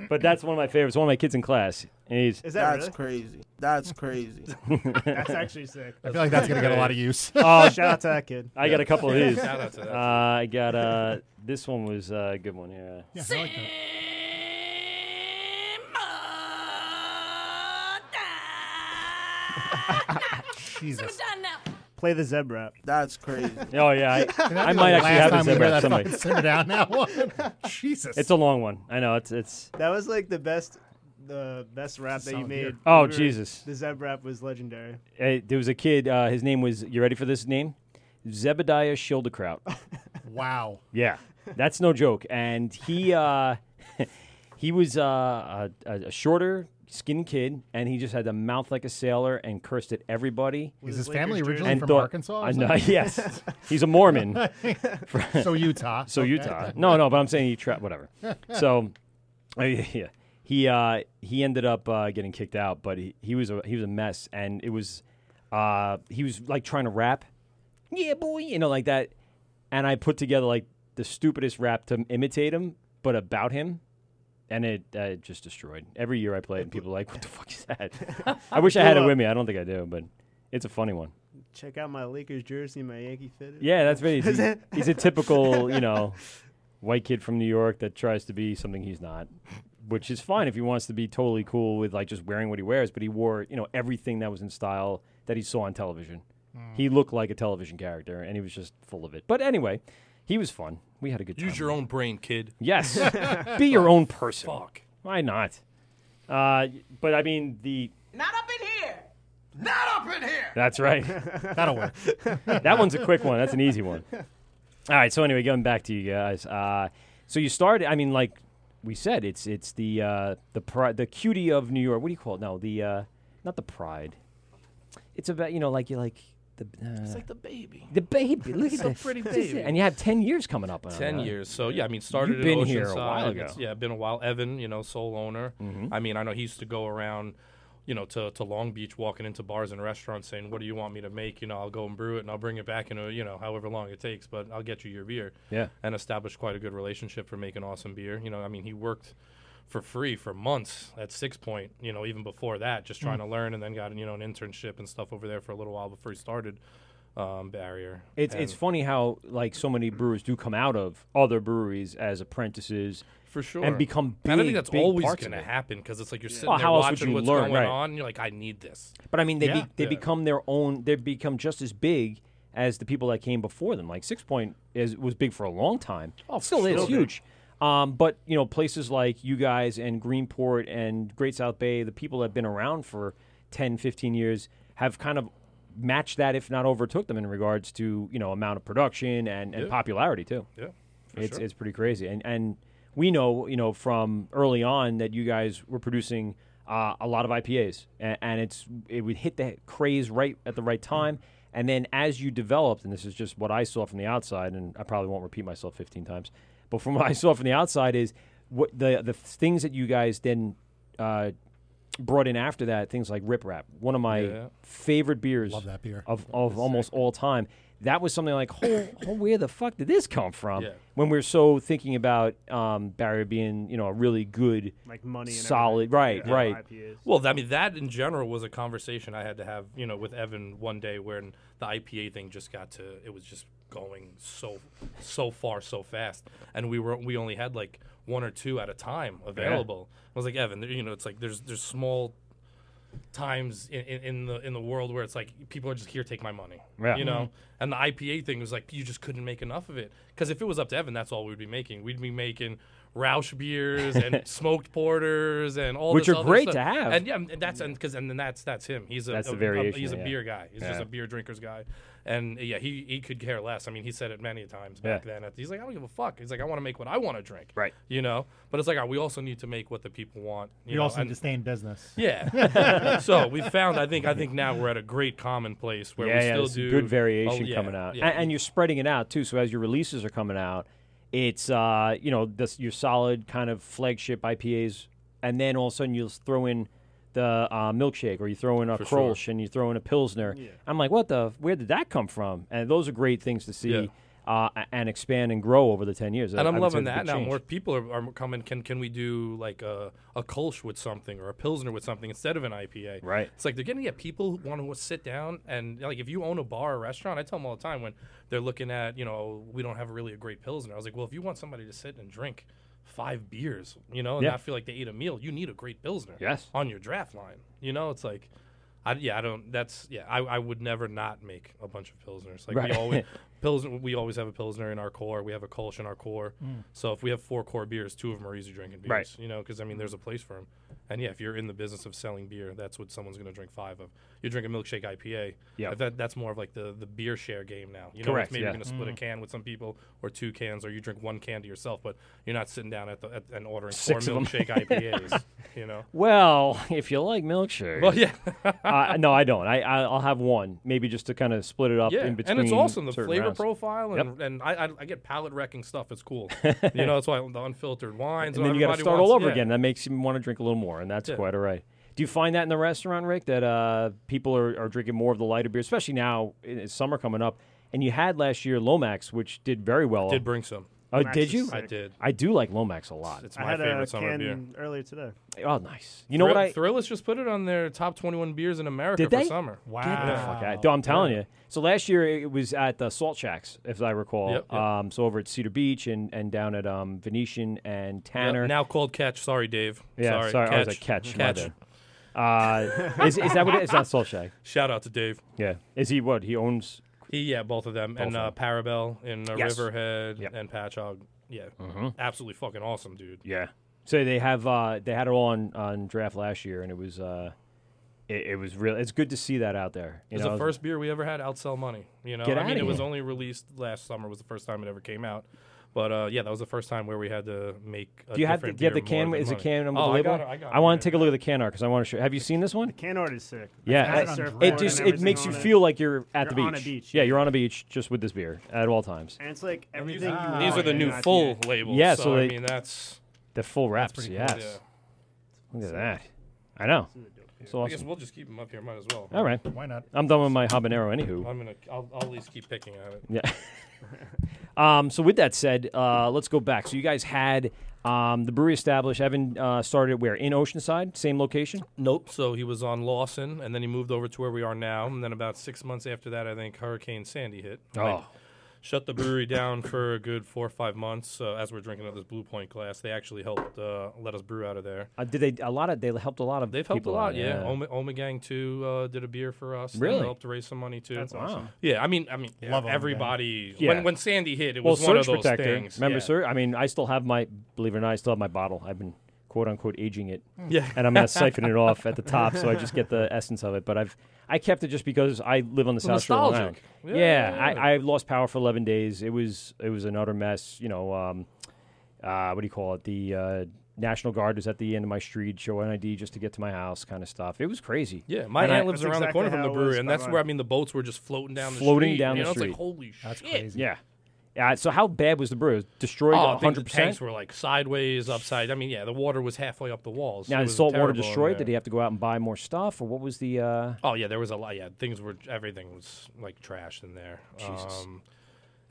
Speaker 12: But that's one of my favorites. One of my kids in class. And he's
Speaker 15: Is that
Speaker 16: That's crazy. That's crazy.
Speaker 15: That's actually sick.
Speaker 13: I feel like that's gonna get a lot of use.
Speaker 12: Oh,
Speaker 15: shout out to that kid.
Speaker 12: I got a couple of these.
Speaker 15: Shout out to that
Speaker 12: Uh, I got uh, this one was uh, a good one here.
Speaker 13: Yeah, I like that.
Speaker 15: Jesus. Play the Zeb rap.
Speaker 16: That's crazy.
Speaker 12: Oh yeah, I, I might actually have this over at somebody.
Speaker 13: Simmer down that one. Jesus.
Speaker 12: It's a long one. I know. It's it's.
Speaker 15: That was like the best, the best rap that you
Speaker 13: Solid
Speaker 15: made.
Speaker 13: beer.
Speaker 12: Oh,
Speaker 15: We were-
Speaker 12: Jesus.
Speaker 15: The Zeb rap was legendary.
Speaker 12: Uh, there was a kid. Uh, his name was. You ready for this name? Zebediah Schildekraut.
Speaker 13: Wow.
Speaker 12: yeah, that's no joke. And he uh, he was uh, a, a a shorter, skinned kid, and he just had a mouth like a sailor and cursed at everybody.
Speaker 13: Is his family originally
Speaker 12: And
Speaker 13: from
Speaker 12: thought-
Speaker 13: Arkansas or
Speaker 12: I know.
Speaker 13: something?
Speaker 12: Yes, he's a Mormon.
Speaker 13: So Utah.
Speaker 12: so
Speaker 13: Okay.
Speaker 12: Utah. No, no, but I'm saying he trapped whatever. so uh, yeah, yeah. he uh, he ended up uh, getting kicked out, but he, he was a he was a mess, and it was uh, he was like trying to rap, yeah, boy, you know, like that. And I put together like the stupidest rap to imitate him, but about him. And it uh, it just destroyed. Every year I play it, and people are like, "What the fuck is that?" I wish I had it with me. I don't think I do, but it's a funny one.
Speaker 15: Check out my Lakers jersey, and my Yankee fitted.
Speaker 12: Yeah, that's very. He's, a- he's a typical, you know, white kid from New York that tries to be something he's not, which is fine if he wants to be totally cool with like just wearing what he wears. But he wore, you know, everything that was in style that he saw on television.
Speaker 14: Mm.
Speaker 12: He looked like a television character, and he was just full of it. But anyway, he was fun. We had a good time.
Speaker 14: Use your own brain, kid.
Speaker 12: Yes. Be your own person.
Speaker 14: Fuck.
Speaker 12: Why not? Uh, but I mean, the
Speaker 11: Not up in here. Not up in here.
Speaker 12: That's right.
Speaker 13: That'll work.
Speaker 12: that one's a quick one. That's an easy one. All right. So anyway, going back to you guys. Uh, so you started. I mean, like we said, it's it's the uh, the pri- the cutie of New York. What do you call it? No, the uh, not the pride. It's about you know like you like the. Uh,
Speaker 14: It's like the baby.
Speaker 12: The baby. Look
Speaker 14: It's
Speaker 12: at
Speaker 14: a
Speaker 12: that.
Speaker 14: pretty
Speaker 12: This is it.
Speaker 14: baby.
Speaker 12: And you have ten years coming up. on
Speaker 14: Ten
Speaker 12: that.
Speaker 14: years. So yeah, I mean, started.
Speaker 12: You've been
Speaker 14: in
Speaker 12: here a
Speaker 14: Oceanside.
Speaker 12: while
Speaker 14: It's-
Speaker 12: ago. Mm-hmm.
Speaker 14: yeah, been a while. Evan, you know, sole owner. I mean, I know he used to go around, you know, to, to Long Beach, walking into bars and restaurants, saying, "What do you want me to make? You know, I'll go and brew it, and I'll bring it back in, a, you know, however long it takes, but I'll get you your beer."
Speaker 12: Yeah.
Speaker 14: And established quite a good relationship for making awesome beer. You know, I mean, he worked for free for months at Six Point. You know, even before that, just trying
Speaker 12: Mm.
Speaker 14: to learn, and then got you know an internship and stuff over there for a little while before he started um, Barrier.
Speaker 12: It's
Speaker 14: And-
Speaker 12: it's funny how like so many brewers do come out of other breweries as apprentices
Speaker 14: For sure.
Speaker 12: and become big.
Speaker 14: And I think that's
Speaker 12: big
Speaker 14: always
Speaker 12: parts of
Speaker 14: gonna
Speaker 12: it.
Speaker 14: happen because it's like you're sitting
Speaker 12: Well,
Speaker 14: there
Speaker 12: how else would
Speaker 14: watching
Speaker 12: you
Speaker 14: what's
Speaker 12: learn,
Speaker 14: going
Speaker 12: right.
Speaker 14: on. You're like, I need this.
Speaker 12: But I mean, they
Speaker 14: Yeah.
Speaker 12: be, they
Speaker 14: Yeah.
Speaker 12: become their own. They become just as big as the people that came before them. Like Six Point is was big for a long time. Oh, still is
Speaker 14: still big.
Speaker 12: huge. Um, but you know, places like you guys and Greenport and Great South Bay, the people that have been around for 10, 15 years have kind of matched that, if not overtook them, in regards to you know amount of production and, and
Speaker 14: Yeah.
Speaker 12: popularity too.
Speaker 14: Yeah, for
Speaker 12: it's
Speaker 14: sure.
Speaker 12: it's pretty crazy, and and we know you know from early on that you guys were producing uh, a lot of IPAs, and, and it's it would hit the craze right at the right time. And then as you developed, and this is just what I saw from the outside, and I probably won't repeat myself 15 times, but from what I saw from the outside is what the the things that you guys then uh, brought in after that, things like Rip Rap, one of my
Speaker 13: Yeah.
Speaker 12: favorite beers
Speaker 13: Love that beer.
Speaker 12: of, of almost all time. That was something like, oh, oh, where the fuck did this come from?
Speaker 15: Yeah.
Speaker 12: When we're so thinking about um, Barry being, you know, a really good,
Speaker 15: Like money and everything.
Speaker 12: solid, right,
Speaker 15: Yeah,
Speaker 12: right.
Speaker 15: IPAs.
Speaker 14: Well, th- I mean, that in general was a conversation I had to have, you know, with Evan one day when the IPA thing just got to, it was just going so, so far, so fast, and we were we only had like one or two at a time available. I was like, Evan, there- you know, it's like there's there's small times in, in, in the in the world where it's like people are just here take my money
Speaker 12: Yeah.
Speaker 14: you know
Speaker 12: Mhm.
Speaker 13: Mm-hmm.
Speaker 14: and the ipa thing was like you just couldn't make enough of it because if it was up to evan that's all we'd be making we'd be making roush beers and smoked porters and all
Speaker 12: Which
Speaker 14: this
Speaker 12: are
Speaker 14: other
Speaker 12: great
Speaker 14: stuff.
Speaker 12: to have.
Speaker 14: and yeah and that's and because and then that's that's him he's a,
Speaker 12: That's the
Speaker 14: a- a-
Speaker 12: variation,
Speaker 14: he's a
Speaker 12: yeah.
Speaker 14: beer guy he's
Speaker 12: Yeah.
Speaker 14: just a beer drinkers guy and yeah he he could care less i mean he said it many times back
Speaker 12: Yeah.
Speaker 14: then he's like i don't give a fuck he's like i want to make what i want to drink
Speaker 12: Right.
Speaker 14: you know but it's like ah, we also need to make what the people want you
Speaker 13: You
Speaker 14: know,
Speaker 13: also need
Speaker 14: and-
Speaker 13: to stay in business.
Speaker 14: yeah. so we found. I think. I think now we're at a great common place where
Speaker 12: yeah,
Speaker 14: we
Speaker 12: yeah,
Speaker 14: still
Speaker 12: there's
Speaker 14: do
Speaker 12: good variation
Speaker 14: oh, yeah,
Speaker 12: coming out,
Speaker 14: yeah.
Speaker 12: and, and you're spreading it out too. So as your releases are coming out, it's uh, you know this, your solid kind of flagship IPAs, and then all of a sudden you'll throw in the uh, milkshake, or you throw in a
Speaker 14: For
Speaker 12: Krolsch, and you throw in a pilsner. I'm like, what the? Where did that come from? And those are great things to see. Uh, a- and expand and grow over the ten years,
Speaker 14: And I'm
Speaker 12: I would say
Speaker 14: loving
Speaker 12: it's a
Speaker 14: that
Speaker 12: big
Speaker 14: now.
Speaker 12: change.
Speaker 14: More people are, are coming. Can can we do like a a Kolsch with something or a Pilsner with something instead of an IPA?
Speaker 12: Right.
Speaker 14: It's like they're getting at people who want to sit down and like if you own a bar or restaurant, I tell them all the time when they're looking at you know we don't have really a great Pilsner. I was like, well, if you want somebody to sit and drink five beers, you know, and
Speaker 12: Yeah.
Speaker 14: not feel like they ate a meal, you need a great Pilsner.
Speaker 12: Yes.
Speaker 14: On your draft line, you know, it's like. I, yeah, I don't. That's yeah. I, I would never not make a bunch of pilsners. Like
Speaker 12: Right.
Speaker 14: we always, Pilsner, we always have a Pilsner in our core. We have a Kolsch in our core.
Speaker 12: Mm.
Speaker 14: So if we have four core beers, two of them are easy drinking beers.
Speaker 12: Right.
Speaker 14: You know, because I mean, there's a place for them. And yeah, if you're in the business of selling beer, that's what someone's going to drink five of. You drink a milkshake IPA.
Speaker 12: Yeah.
Speaker 14: If That, that's more of like the, the beer share game now. You
Speaker 12: Correct,
Speaker 14: know, it's maybe
Speaker 12: yeah.
Speaker 14: you're going to split a
Speaker 12: Mm.
Speaker 14: can with some people or two cans, or you drink one can to yourself, but you're not sitting down at the at, and ordering
Speaker 12: Six
Speaker 14: four
Speaker 12: of 'em.
Speaker 14: milkshake IPAs. You know.
Speaker 12: Well, if you like milkshake.
Speaker 14: Well, yeah.
Speaker 12: uh, no, I don't. I I- I'll have one, maybe just to kind of split it up
Speaker 14: yeah,
Speaker 12: in between.
Speaker 14: and it's awesome the
Speaker 12: certain
Speaker 14: flavor
Speaker 12: rounds.
Speaker 14: profile
Speaker 12: Yep.
Speaker 14: and, and I, I I get palate wrecking stuff. It's cool, you know. That's why the unfiltered wines.
Speaker 12: and then you got
Speaker 14: got
Speaker 12: to start all over again. That makes you want to drink a little more, and that's
Speaker 14: Yeah.
Speaker 12: quite all right. Do you find that in the restaurant, Rick, that uh, people are, are drinking more of the lighter beer, especially now i- it's summer coming up? And you had last year Lomax, which did very well.
Speaker 14: did bring some.
Speaker 12: Oh,
Speaker 15: Lomax
Speaker 12: did
Speaker 15: is
Speaker 12: you?
Speaker 15: sick. I did.
Speaker 12: I do like Lomax a lot.
Speaker 14: It's
Speaker 15: I had a can earlier today.
Speaker 12: Oh, nice. You know what I?
Speaker 14: Thrillist just put it on their top 21 beers in America
Speaker 12: Did
Speaker 14: for
Speaker 12: they?
Speaker 14: summer.
Speaker 12: Get the fuck out. I'm telling you. So last year it was at the Salt Shacks, if I recall.
Speaker 14: Yep, yep.
Speaker 12: Um, so over at Cedar Beach and, and down at um, Venetian and Tanner.
Speaker 14: now called Catch. Sorry, Dave.
Speaker 12: Yeah,
Speaker 14: sorry.
Speaker 12: sorry,
Speaker 14: catch.
Speaker 12: I was like, catch. my
Speaker 14: Catch.
Speaker 12: bad. Uh, is, is that what it is? Not Soul Shack.
Speaker 14: Shout out to Dave.
Speaker 12: Yeah. Is he what? He owns.
Speaker 14: He, yeah, both of them.
Speaker 12: Both
Speaker 14: and uh,
Speaker 12: of
Speaker 14: Parabel in uh,
Speaker 12: Yes.
Speaker 14: Riverhead and Patchogue. Yeah.
Speaker 12: Mhm.
Speaker 14: Absolutely fucking awesome, dude.
Speaker 12: Yeah. So they have uh, they had it all on, on draft last year, and it was uh, it, it was real. It's good to see that out there. You
Speaker 14: It was
Speaker 12: know,
Speaker 14: the first beer we ever had outsell money. You know,
Speaker 12: Get
Speaker 14: I mean,
Speaker 12: outta
Speaker 14: it was
Speaker 12: here.
Speaker 14: only released last summer. Was the first time it ever came out. But uh, yeah, that was the first time where we had to make. A
Speaker 12: Do you have the,
Speaker 14: different
Speaker 12: do you have the
Speaker 14: beer more
Speaker 12: can?
Speaker 14: than
Speaker 12: Is the
Speaker 14: money.
Speaker 12: can with
Speaker 14: oh,
Speaker 12: the label?
Speaker 14: I got it. I got it.
Speaker 12: want to take a look at the can art because I want to show. Have you seen this one?
Speaker 15: Can art is sick.
Speaker 12: Yeah,
Speaker 15: It's got
Speaker 12: I-
Speaker 15: surfboard
Speaker 12: it
Speaker 15: and
Speaker 12: just it
Speaker 15: everything
Speaker 12: makes you
Speaker 15: on it.
Speaker 12: feel like you're at the
Speaker 15: You're on
Speaker 12: beach.
Speaker 15: a beach,
Speaker 12: Yeah, you're on a beach just with this beer at all times.
Speaker 15: And it's like everything. you
Speaker 14: Ah.
Speaker 15: want
Speaker 14: These are the
Speaker 15: in
Speaker 14: new
Speaker 15: an
Speaker 14: full
Speaker 15: IPA.
Speaker 14: labels.
Speaker 12: Yeah,
Speaker 14: so,
Speaker 12: so
Speaker 14: I
Speaker 12: they-
Speaker 14: mean that's
Speaker 12: They're full wraps.
Speaker 14: pretty
Speaker 12: Yes.
Speaker 14: cool.
Speaker 12: Look at that. I know. It's
Speaker 14: I guess
Speaker 12: awesome.
Speaker 14: we'll just keep them up here. Might as well.
Speaker 12: All right.
Speaker 13: Why not?
Speaker 12: I'm done with my habanero. Anywho.
Speaker 14: I'm gonna. I'll, I'll at least keep picking at it.
Speaker 12: Yeah. um, so with that said, uh, let's go back. So you guys had um, the brewery established. Evan uh, started where in Oceanside, same location.
Speaker 14: Nope. So he was on Lawson, and then he moved over to where we are now. And then about six months after that, I think Hurricane Sandy hit. Like,
Speaker 12: Oh.
Speaker 14: Shut the brewery down for a good four or five months. Uh, as we're drinking out of this Blue Point glass, they actually helped uh, let us brew out of there.
Speaker 12: Uh, did they a lot of? They helped a lot of.
Speaker 14: They've helped a
Speaker 12: people
Speaker 14: lot,
Speaker 12: out,
Speaker 14: yeah. Oma, Oma Gang too uh, did a beer for us. and
Speaker 12: Really?
Speaker 14: helped raise some money too.
Speaker 12: That's Wow. awesome.
Speaker 14: Yeah, I mean, I mean,
Speaker 12: Love Oma
Speaker 14: everybody.
Speaker 12: Yeah.
Speaker 14: When when Sandy hit, it was
Speaker 12: well,
Speaker 14: one
Speaker 12: surge
Speaker 14: of those
Speaker 12: protector.
Speaker 14: things.
Speaker 12: Remember,
Speaker 14: yeah.
Speaker 12: Surge? I mean, I still have my. Believe it or not, I still have my bottle. I've been quote unquote aging it.
Speaker 14: Hmm. Yeah.
Speaker 12: And I'm gonna siphon it off at the top, so I just get the essence of it. But I've I kept it just because I live on the
Speaker 14: Well,
Speaker 12: South Shore. of Long
Speaker 14: nostalgic.
Speaker 12: Island.
Speaker 14: Yeah,
Speaker 12: Yeah, I, I lost power for 11 days. It was it was an utter mess. You know, um, uh, what do you call it? The uh, National Guard was at the end of my street, showing ID just to get to my house, kind of stuff. It was crazy.
Speaker 14: Yeah, my
Speaker 12: And I-
Speaker 14: aunt lives around the corner from the brewery, and that's where I mean the boats were just floating down the
Speaker 12: floating
Speaker 14: street.
Speaker 12: down
Speaker 14: you
Speaker 12: the
Speaker 14: know,
Speaker 12: street.
Speaker 14: It's like holy shit.
Speaker 12: Yeah. Uh, so how bad was the brew? It was destroyed
Speaker 14: Oh, I think the
Speaker 12: 100%.
Speaker 14: tanks were like sideways, upside. I mean, yeah, the water was halfway up the walls.
Speaker 12: now,
Speaker 14: It
Speaker 12: did
Speaker 14: was
Speaker 12: salt water
Speaker 14: terrible in
Speaker 12: destroyed?
Speaker 14: there.
Speaker 12: Did he have to go out and buy more stuff, or what was the? Uh...
Speaker 14: Oh yeah, there was a lot. Yeah, things were everything was like trashed in there.
Speaker 12: Jesus.
Speaker 14: Um,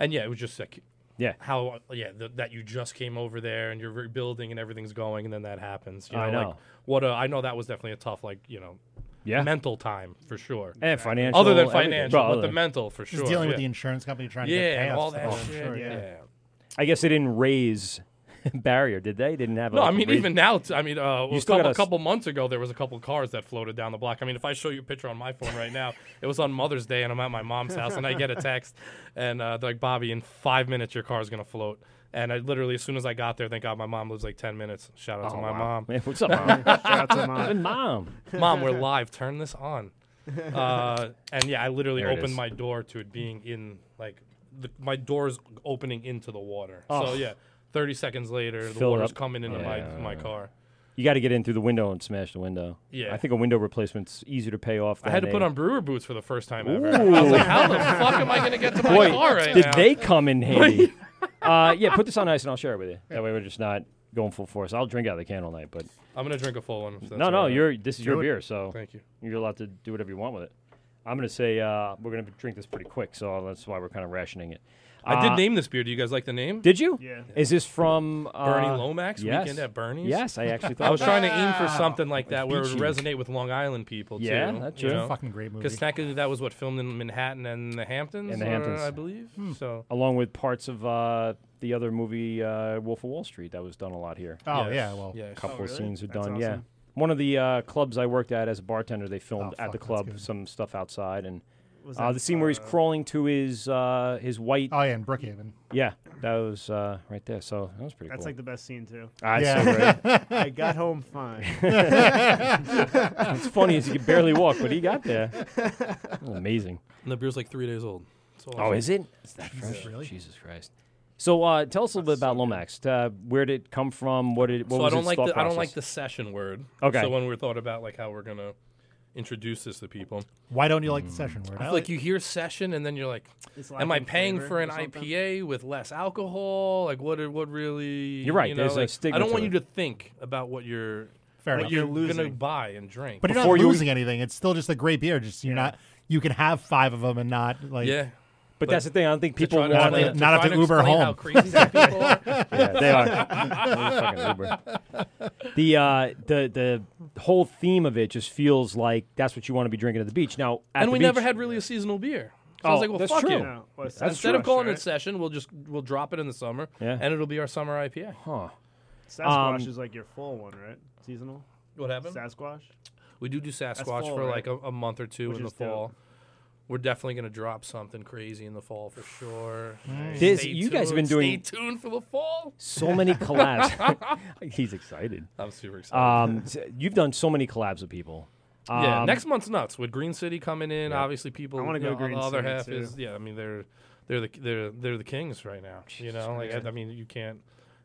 Speaker 14: and yeah, it was just like
Speaker 12: Yeah.
Speaker 14: how yeah the, that you just came over there and you're rebuilding and everything's going and then that happens. You know,
Speaker 12: I
Speaker 14: Like,
Speaker 12: know.
Speaker 14: what a, I know that was definitely a tough like you know.
Speaker 12: Yeah.
Speaker 14: mental time for sure.
Speaker 12: And financial,
Speaker 14: other than
Speaker 12: everything.
Speaker 14: financial,
Speaker 12: Bro,
Speaker 14: but
Speaker 12: other-
Speaker 14: the mental for
Speaker 13: Just
Speaker 14: sure.
Speaker 13: dealing with
Speaker 14: yeah.
Speaker 13: the insurance company trying to
Speaker 14: yeah,
Speaker 13: get
Speaker 14: and all that
Speaker 13: payouts. Oh,
Speaker 14: shit.
Speaker 13: sure,
Speaker 14: yeah.
Speaker 13: yeah.
Speaker 12: I guess they didn't raise barrier, did they? Didn't have.
Speaker 14: No, I
Speaker 12: I
Speaker 14: mean even now. T- I mean, uh,
Speaker 12: You
Speaker 14: a
Speaker 12: still
Speaker 14: couple,
Speaker 12: gotta s-
Speaker 14: couple months ago, there was a couple cars that floated down the block. I mean, if I show you a picture on my phone right now, it was on Mother's Day, and I'm at my mom's house, and I get a text, and uh, they're like, "Bobby, in five minutes, your car's gonna float." And I literally, as soon as I got there, thank God my mom lives like ten minutes. Shout out to
Speaker 12: Oh,
Speaker 14: my
Speaker 12: wow.
Speaker 14: mom.
Speaker 12: Man, what's up, Mom? Shout out to Mom. Mom.
Speaker 14: Mom, we're live. Turn this on. Uh, and yeah, I literally
Speaker 12: There it
Speaker 14: opened
Speaker 12: is.
Speaker 14: my door to it being in like the, my door's opening into the water.
Speaker 12: Oh.
Speaker 14: So yeah, thirty seconds later, the
Speaker 12: Fill it
Speaker 14: water's
Speaker 12: up.
Speaker 14: coming into
Speaker 12: Yeah.
Speaker 14: my my car.
Speaker 12: You got to get in through the window and smash the window.
Speaker 14: Yeah.
Speaker 12: I think a window replacement's easier to pay off.
Speaker 14: I had to
Speaker 12: than
Speaker 14: put
Speaker 12: a-
Speaker 14: on brewer boots for the first time ever.
Speaker 12: Ooh.
Speaker 14: I was like, how the fuck am I going to get to my
Speaker 12: Boy,
Speaker 14: car right
Speaker 12: did
Speaker 14: now?
Speaker 12: they come in handy? uh, yeah, put this on ice and I'll share it with you. That way we're just not going full force. I'll drink out of the can all night, but
Speaker 14: I'm going to drink a full one. if that's
Speaker 12: no,
Speaker 14: all
Speaker 12: no,
Speaker 14: right.
Speaker 12: you're this is your
Speaker 14: Do it.
Speaker 12: beer, so
Speaker 14: Thank you.
Speaker 12: You're allowed to do whatever you want with it. I'm gonna say uh, we're gonna drink this pretty quick, so that's why we're kind of rationing it.
Speaker 14: I did
Speaker 12: Uh,
Speaker 14: name this beer. Do you guys like the name?
Speaker 12: Did you? Yeah. Is this from uh,
Speaker 14: Bernie Lomax
Speaker 12: yes.
Speaker 14: weekend at Bernie's?
Speaker 12: Yes, I actually thought
Speaker 14: I was
Speaker 12: that.
Speaker 14: trying to aim for something like
Speaker 12: I
Speaker 14: that where it
Speaker 12: beat
Speaker 14: would
Speaker 12: you.
Speaker 14: resonate with Long Island people
Speaker 12: Yeah,
Speaker 14: too.
Speaker 12: that's
Speaker 14: you
Speaker 12: true.
Speaker 14: know?
Speaker 12: Fucking great movie.
Speaker 14: Because technically that was what filmed in Manhattan and the Hamptons.
Speaker 12: in the
Speaker 14: or
Speaker 12: Hamptons,
Speaker 14: I believe.
Speaker 12: Hmm.
Speaker 14: So
Speaker 12: along with parts of uh, the other movie uh, Wolf of Wall Street that was done a lot here.
Speaker 13: Oh, Yes. yeah, well-
Speaker 12: a
Speaker 13: Yes.
Speaker 12: couple
Speaker 13: Oh,
Speaker 12: of
Speaker 13: really?
Speaker 12: scenes are
Speaker 13: That's
Speaker 12: done. Yeah,
Speaker 13: awesome.
Speaker 12: one of the uh, clubs I worked at as a bartender, they filmed
Speaker 13: Oh, fuck,
Speaker 12: at the
Speaker 13: that's
Speaker 12: club
Speaker 13: good.
Speaker 12: some stuff outside and.
Speaker 13: Was
Speaker 12: Uh,
Speaker 13: that,
Speaker 12: the scene where he's crawling to his uh, his white.
Speaker 13: Oh, yeah, in Brookhaven.
Speaker 12: Yeah, that was uh, right there. So that was pretty.
Speaker 15: That's
Speaker 12: cool.
Speaker 15: like the best scene, too.
Speaker 12: Ah, it's
Speaker 15: Yeah.
Speaker 12: so great.
Speaker 15: I got home fine.
Speaker 12: What's funny is he could barely walk, but he got there. That was amazing.
Speaker 14: And the beer's like three days old. That's all I
Speaker 12: Oh,
Speaker 14: know.
Speaker 12: is it? Is that fresh? Jesus Christ. So uh, tell us a little bit about Lomax. Uh, where did it come from? What did? What
Speaker 14: so I
Speaker 12: was
Speaker 14: don't
Speaker 12: its
Speaker 14: like
Speaker 12: thought
Speaker 14: the, I don't
Speaker 12: process?
Speaker 14: like the session word.
Speaker 12: Okay.
Speaker 14: So when we thought about like how we're gonna introduce this to people,
Speaker 13: Why don't you like the session word?
Speaker 14: I feel like you hear session and then you're like,
Speaker 15: It's
Speaker 14: am I
Speaker 15: lacking
Speaker 14: paying
Speaker 15: flavor
Speaker 14: for an
Speaker 15: or something?
Speaker 14: IPA with less alcohol? Like what? What really?
Speaker 12: You're right,
Speaker 14: You know,
Speaker 12: there's a
Speaker 14: like,
Speaker 12: stigma
Speaker 14: I don't
Speaker 12: to
Speaker 14: want
Speaker 12: it.
Speaker 14: you to think about what you're
Speaker 13: Fair
Speaker 14: what
Speaker 13: enough.
Speaker 14: you're,
Speaker 13: You're
Speaker 14: gonna
Speaker 13: losing.
Speaker 14: buy and drink.
Speaker 13: But you're not losing anything. It's still just a great beer. Just you're not. You can have five of them and not like.
Speaker 14: Yeah.
Speaker 12: But that's the thing. I don't think
Speaker 13: To
Speaker 12: people
Speaker 13: try to-
Speaker 12: want
Speaker 13: not
Speaker 12: to,
Speaker 13: to- not have to Uber
Speaker 12: explain
Speaker 13: home.
Speaker 12: how crazy these people are. yeah, they are. Motherfucking Uber. The uh, the the whole theme of it just feels like that's what you want to be drinking at the beach. Now, at
Speaker 14: and
Speaker 12: the
Speaker 14: we
Speaker 12: beach,
Speaker 14: never had really a seasonal beer. So I
Speaker 12: Oh,
Speaker 14: was like, well,
Speaker 12: that's
Speaker 14: fuck
Speaker 12: true.
Speaker 14: it.
Speaker 12: Yeah, well, it's
Speaker 14: Instead
Speaker 12: Sasquatch,
Speaker 14: of calling
Speaker 12: right?
Speaker 14: it session, we'll just we'll drop it in the summer.
Speaker 12: Yeah.
Speaker 14: And it'll be our summer IPA.
Speaker 12: Huh. Um,
Speaker 15: Sasquatch is like your full one, right? Seasonal?
Speaker 14: What happened?
Speaker 15: Sasquatch?
Speaker 14: We do do Sasquatch
Speaker 15: fall,
Speaker 14: for
Speaker 15: right?
Speaker 14: like a, a month or two
Speaker 15: Which
Speaker 14: in the
Speaker 15: is dope.
Speaker 14: fall. We're definitely going to drop something crazy in the fall for sure.
Speaker 12: Nice. This-
Speaker 14: Stay
Speaker 12: you guys have been
Speaker 14: tuned-
Speaker 12: doing-
Speaker 14: Stay tuned for the fall.
Speaker 12: so many collabs. He's excited.
Speaker 14: I'm super
Speaker 12: excited. Um, so you've done so many collabs with people.
Speaker 14: yeah,
Speaker 12: Um,
Speaker 14: next month's nuts with Green City coming in.
Speaker 12: Yeah.
Speaker 14: Obviously, people.
Speaker 15: I wanna
Speaker 14: you know,
Speaker 15: go Green
Speaker 14: The other
Speaker 15: City,
Speaker 14: half
Speaker 15: too.
Speaker 14: is yeah. I mean, they're they're the they're they're the kings right now. you know, like
Speaker 15: Christ.
Speaker 14: I, I mean, you can't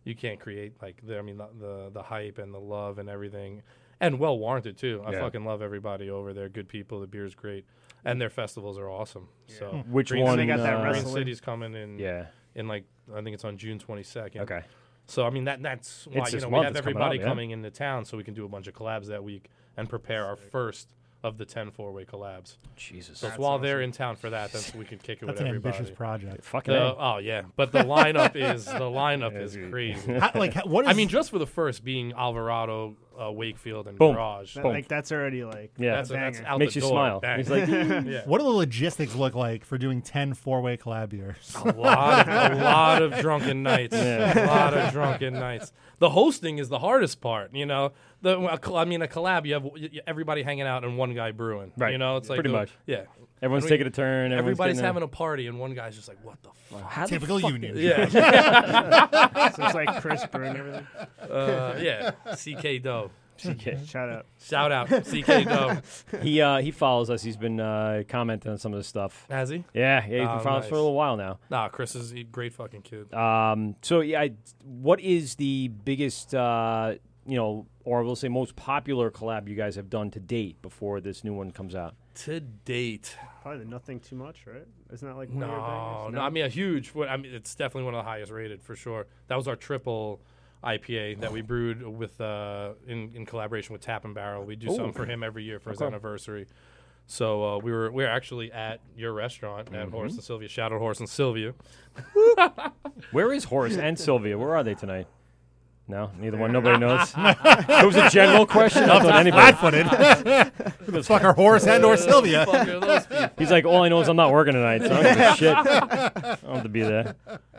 Speaker 14: you can't create like the, I mean the, the the hype and the love and everything, and well warranted too. I
Speaker 12: Yeah.
Speaker 14: fucking love everybody over there. Good people. The beer's great, and their festivals are awesome. So
Speaker 12: Hmm. Which
Speaker 14: Green
Speaker 12: one,
Speaker 14: City-
Speaker 12: They got that
Speaker 14: Green
Speaker 12: wrestling?
Speaker 14: City's coming in.
Speaker 12: Yeah.
Speaker 14: In like I think it's on June 22nd.
Speaker 12: Okay.
Speaker 14: So I mean that that's why
Speaker 12: It's
Speaker 14: you
Speaker 12: this
Speaker 14: know
Speaker 12: month,
Speaker 14: we have
Speaker 12: it's coming up,
Speaker 14: everybody
Speaker 12: yeah.
Speaker 14: coming into town so we can do a bunch of collabs that week and prepare our first of the 10 four-way collabs.
Speaker 12: Jesus.
Speaker 14: So it's
Speaker 12: That's
Speaker 14: while they're in town for that, that's we can kick it
Speaker 13: That's
Speaker 14: with
Speaker 13: an
Speaker 14: everybody.
Speaker 13: ambitious project.
Speaker 12: Fucking
Speaker 14: The-
Speaker 12: A.
Speaker 14: oh yeah, but the lineup is the lineup
Speaker 12: Yeah,
Speaker 14: is
Speaker 12: dude.
Speaker 14: crazy.
Speaker 12: How- like,
Speaker 13: how- what
Speaker 14: I
Speaker 13: is-
Speaker 14: mean, just for the first being Alvarado, uh, Wakefield, and
Speaker 12: Boom.
Speaker 14: Garage.
Speaker 15: That- Like, that's already like.
Speaker 12: Yeah.
Speaker 14: That's a- that's
Speaker 15: banger.
Speaker 14: out
Speaker 12: Makes
Speaker 14: the
Speaker 12: you
Speaker 14: door.
Speaker 12: smile.
Speaker 14: Bang.
Speaker 12: He's like,
Speaker 14: yeah.
Speaker 13: What do the logistics look like for doing 10 four way collab years?
Speaker 14: A lot, of, a lot of drunken nights. A lot of drunken nights. The hosting is the hardest part, you know. The a col- I mean, a collab, you have y- y- everybody hanging out and one guy brewing.
Speaker 12: Right.
Speaker 14: You know, it's like
Speaker 12: Pretty
Speaker 14: the-
Speaker 12: much.
Speaker 14: Yeah.
Speaker 12: Everyone's
Speaker 14: Every-
Speaker 12: taking a turn. Everyone's
Speaker 14: Everybody's
Speaker 12: getting a-
Speaker 14: having a party, and one guy's just like, "What the fuck?"
Speaker 12: how the Typical fuck union. did-
Speaker 14: Yeah.
Speaker 15: So it's like crisper and everything.
Speaker 14: Uh, yeah. CK Doe.
Speaker 15: CK. Shout out.
Speaker 14: Shout out. CK Doe.
Speaker 12: he uh, he follows us. He's been uh, commenting on some of this stuff.
Speaker 14: Has he?
Speaker 12: Yeah, yeah. He's
Speaker 14: Oh,
Speaker 12: been following us for
Speaker 14: nice.
Speaker 12: a little while now.
Speaker 14: Nah, Chris is a great fucking kid.
Speaker 12: Um, so yeah, I, what is the biggest, uh, you know, or we'll say most popular collab you guys have done to date before this new one comes out?
Speaker 14: To date.
Speaker 15: Probably the nothing too much, right? Isn't that like one of your
Speaker 14: No,
Speaker 15: bangers?
Speaker 14: no. I mean, a huge. one- I mean, it's definitely one of the highest rated for sure. That was our triple IPA that we brewed with uh, in in collaboration with Tap and Barrel. We do
Speaker 12: Ooh.
Speaker 14: something for him every year for his
Speaker 12: Okay.
Speaker 14: anniversary. So uh, we were we were actually at your restaurant
Speaker 15: Mm-hmm.
Speaker 14: at Horace and Sylvia. Shout out Horace and Sylvia.
Speaker 12: Where is Horace and Sylvia? Where are they tonight? No, neither one. Nobody knows. it was a general question. I thought anybody.
Speaker 14: Flat-footed. Who the fuck are Horace and or Sylvia?
Speaker 12: He's like, all I know is I'm not working tonight, so I don't give a shit. I don't have to be there.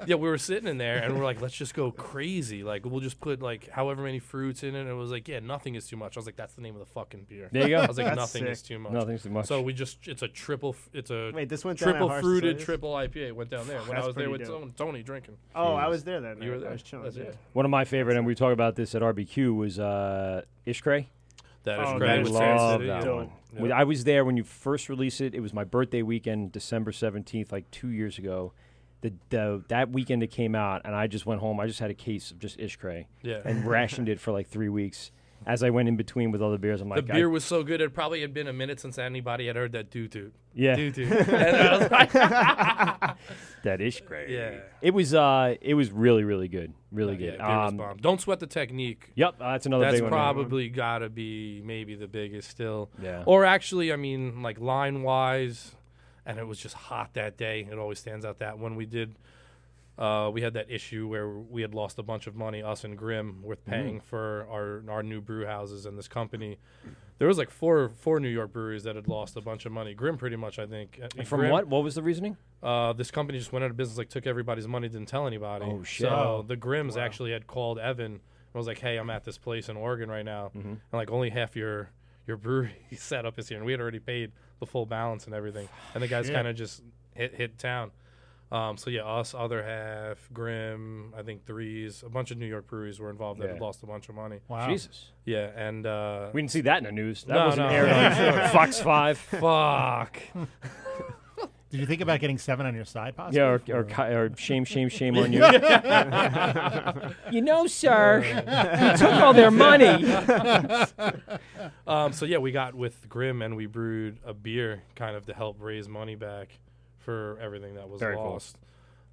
Speaker 14: yeah, we were sitting in there and we're like, let's just go crazy. Like, we'll just put like however many fruits in it. And it was like, yeah, nothing is too much. I was like, that's the name of the fucking beer.
Speaker 12: There you go.
Speaker 14: I was like,
Speaker 12: That's
Speaker 14: nothing
Speaker 12: sick.
Speaker 14: is too much.
Speaker 12: Nothing's too much.
Speaker 14: So we just, it's a triple, f- it's a
Speaker 15: Wait, this went down at
Speaker 14: triple
Speaker 15: Harsh
Speaker 14: fruited
Speaker 15: Sodas?
Speaker 14: triple IPA. Went down there when
Speaker 15: That's
Speaker 14: I was there
Speaker 15: pretty
Speaker 14: with
Speaker 15: dope.
Speaker 14: Tony, Tony drinking.
Speaker 15: Oh, I was there that night.
Speaker 14: You were there.
Speaker 15: I was chilling.
Speaker 14: That's
Speaker 15: yeah.
Speaker 14: it.
Speaker 12: One of my favorite, and we talk about this at RBQ, was uh, Ishkray.
Speaker 14: Oh, That
Speaker 12: I
Speaker 14: Ishkray with Sand
Speaker 12: love
Speaker 14: City,
Speaker 12: that
Speaker 14: yeah.
Speaker 12: one.
Speaker 14: Yeah.
Speaker 12: We- I was there when you first released it. It was my birthday weekend, December seventeenth, like two years ago. The, the that weekend it came out, and I just went home. I just had a case of just Ishkray,
Speaker 14: Yeah.
Speaker 12: and rationed it for like three weeks. As I went in between with other beers, I'm like,
Speaker 14: the
Speaker 12: I-
Speaker 14: beer was so good. It probably had been a minute since anybody had heard that doo doo.
Speaker 12: Yeah.
Speaker 14: Doo doo. And I was like,
Speaker 12: that is great.
Speaker 14: Yeah.
Speaker 12: It was uh it was really, really good. Really
Speaker 14: Yeah,
Speaker 12: good.
Speaker 14: beer was
Speaker 12: Um,
Speaker 14: bomb. Don't sweat the technique.
Speaker 12: Yep, uh, that's another
Speaker 14: That's
Speaker 12: big one.
Speaker 14: probably gotta be maybe the biggest still.
Speaker 12: Yeah.
Speaker 14: Or actually, I mean, like line wise, and it was just hot that day. It always stands out that when we did, uh, we had that issue where we had lost a bunch of money, us and Grim, with paying
Speaker 12: Mhm.
Speaker 14: for our our new brew houses and this company. There was like four four New York breweries that had lost a bunch of money. Grim, pretty much, I think. Uh,
Speaker 12: From
Speaker 14: Grimm-
Speaker 12: what? What was the reasoning?
Speaker 14: uh, this company just went out of business, like took everybody's money, didn't tell anybody.
Speaker 12: Oh, shit.
Speaker 14: So
Speaker 12: Oh.
Speaker 14: the Grims actually had called Evan and was like, "Hey, I'm at this place in Oregon right now,
Speaker 12: Mm-hmm.
Speaker 14: and like only half your your brewery setup is here, and we had already paid the full balance and everything, and the guys
Speaker 12: Shit.
Speaker 14: kind of just hit hit town." Um, so yeah, us, other half, Grim, I think threes, a bunch of New York breweries were involved that had
Speaker 12: Yeah.
Speaker 14: lost a bunch of money.
Speaker 12: Wow. Jesus.
Speaker 14: Yeah, and uh,
Speaker 12: We didn't see that in the news. That
Speaker 14: No,
Speaker 12: wasn't
Speaker 14: no.
Speaker 12: aired on Fox Five.
Speaker 14: Fuck.
Speaker 13: Did you think about getting seven on your side, possibly?
Speaker 12: Yeah, or, or, ki- or shame, shame, shame on you.
Speaker 15: You know, sir,
Speaker 12: you took all their money.
Speaker 14: um, so yeah, we got with Grim and we brewed a beer kind of to help raise money back for everything that was
Speaker 12: Very cool.
Speaker 14: lost.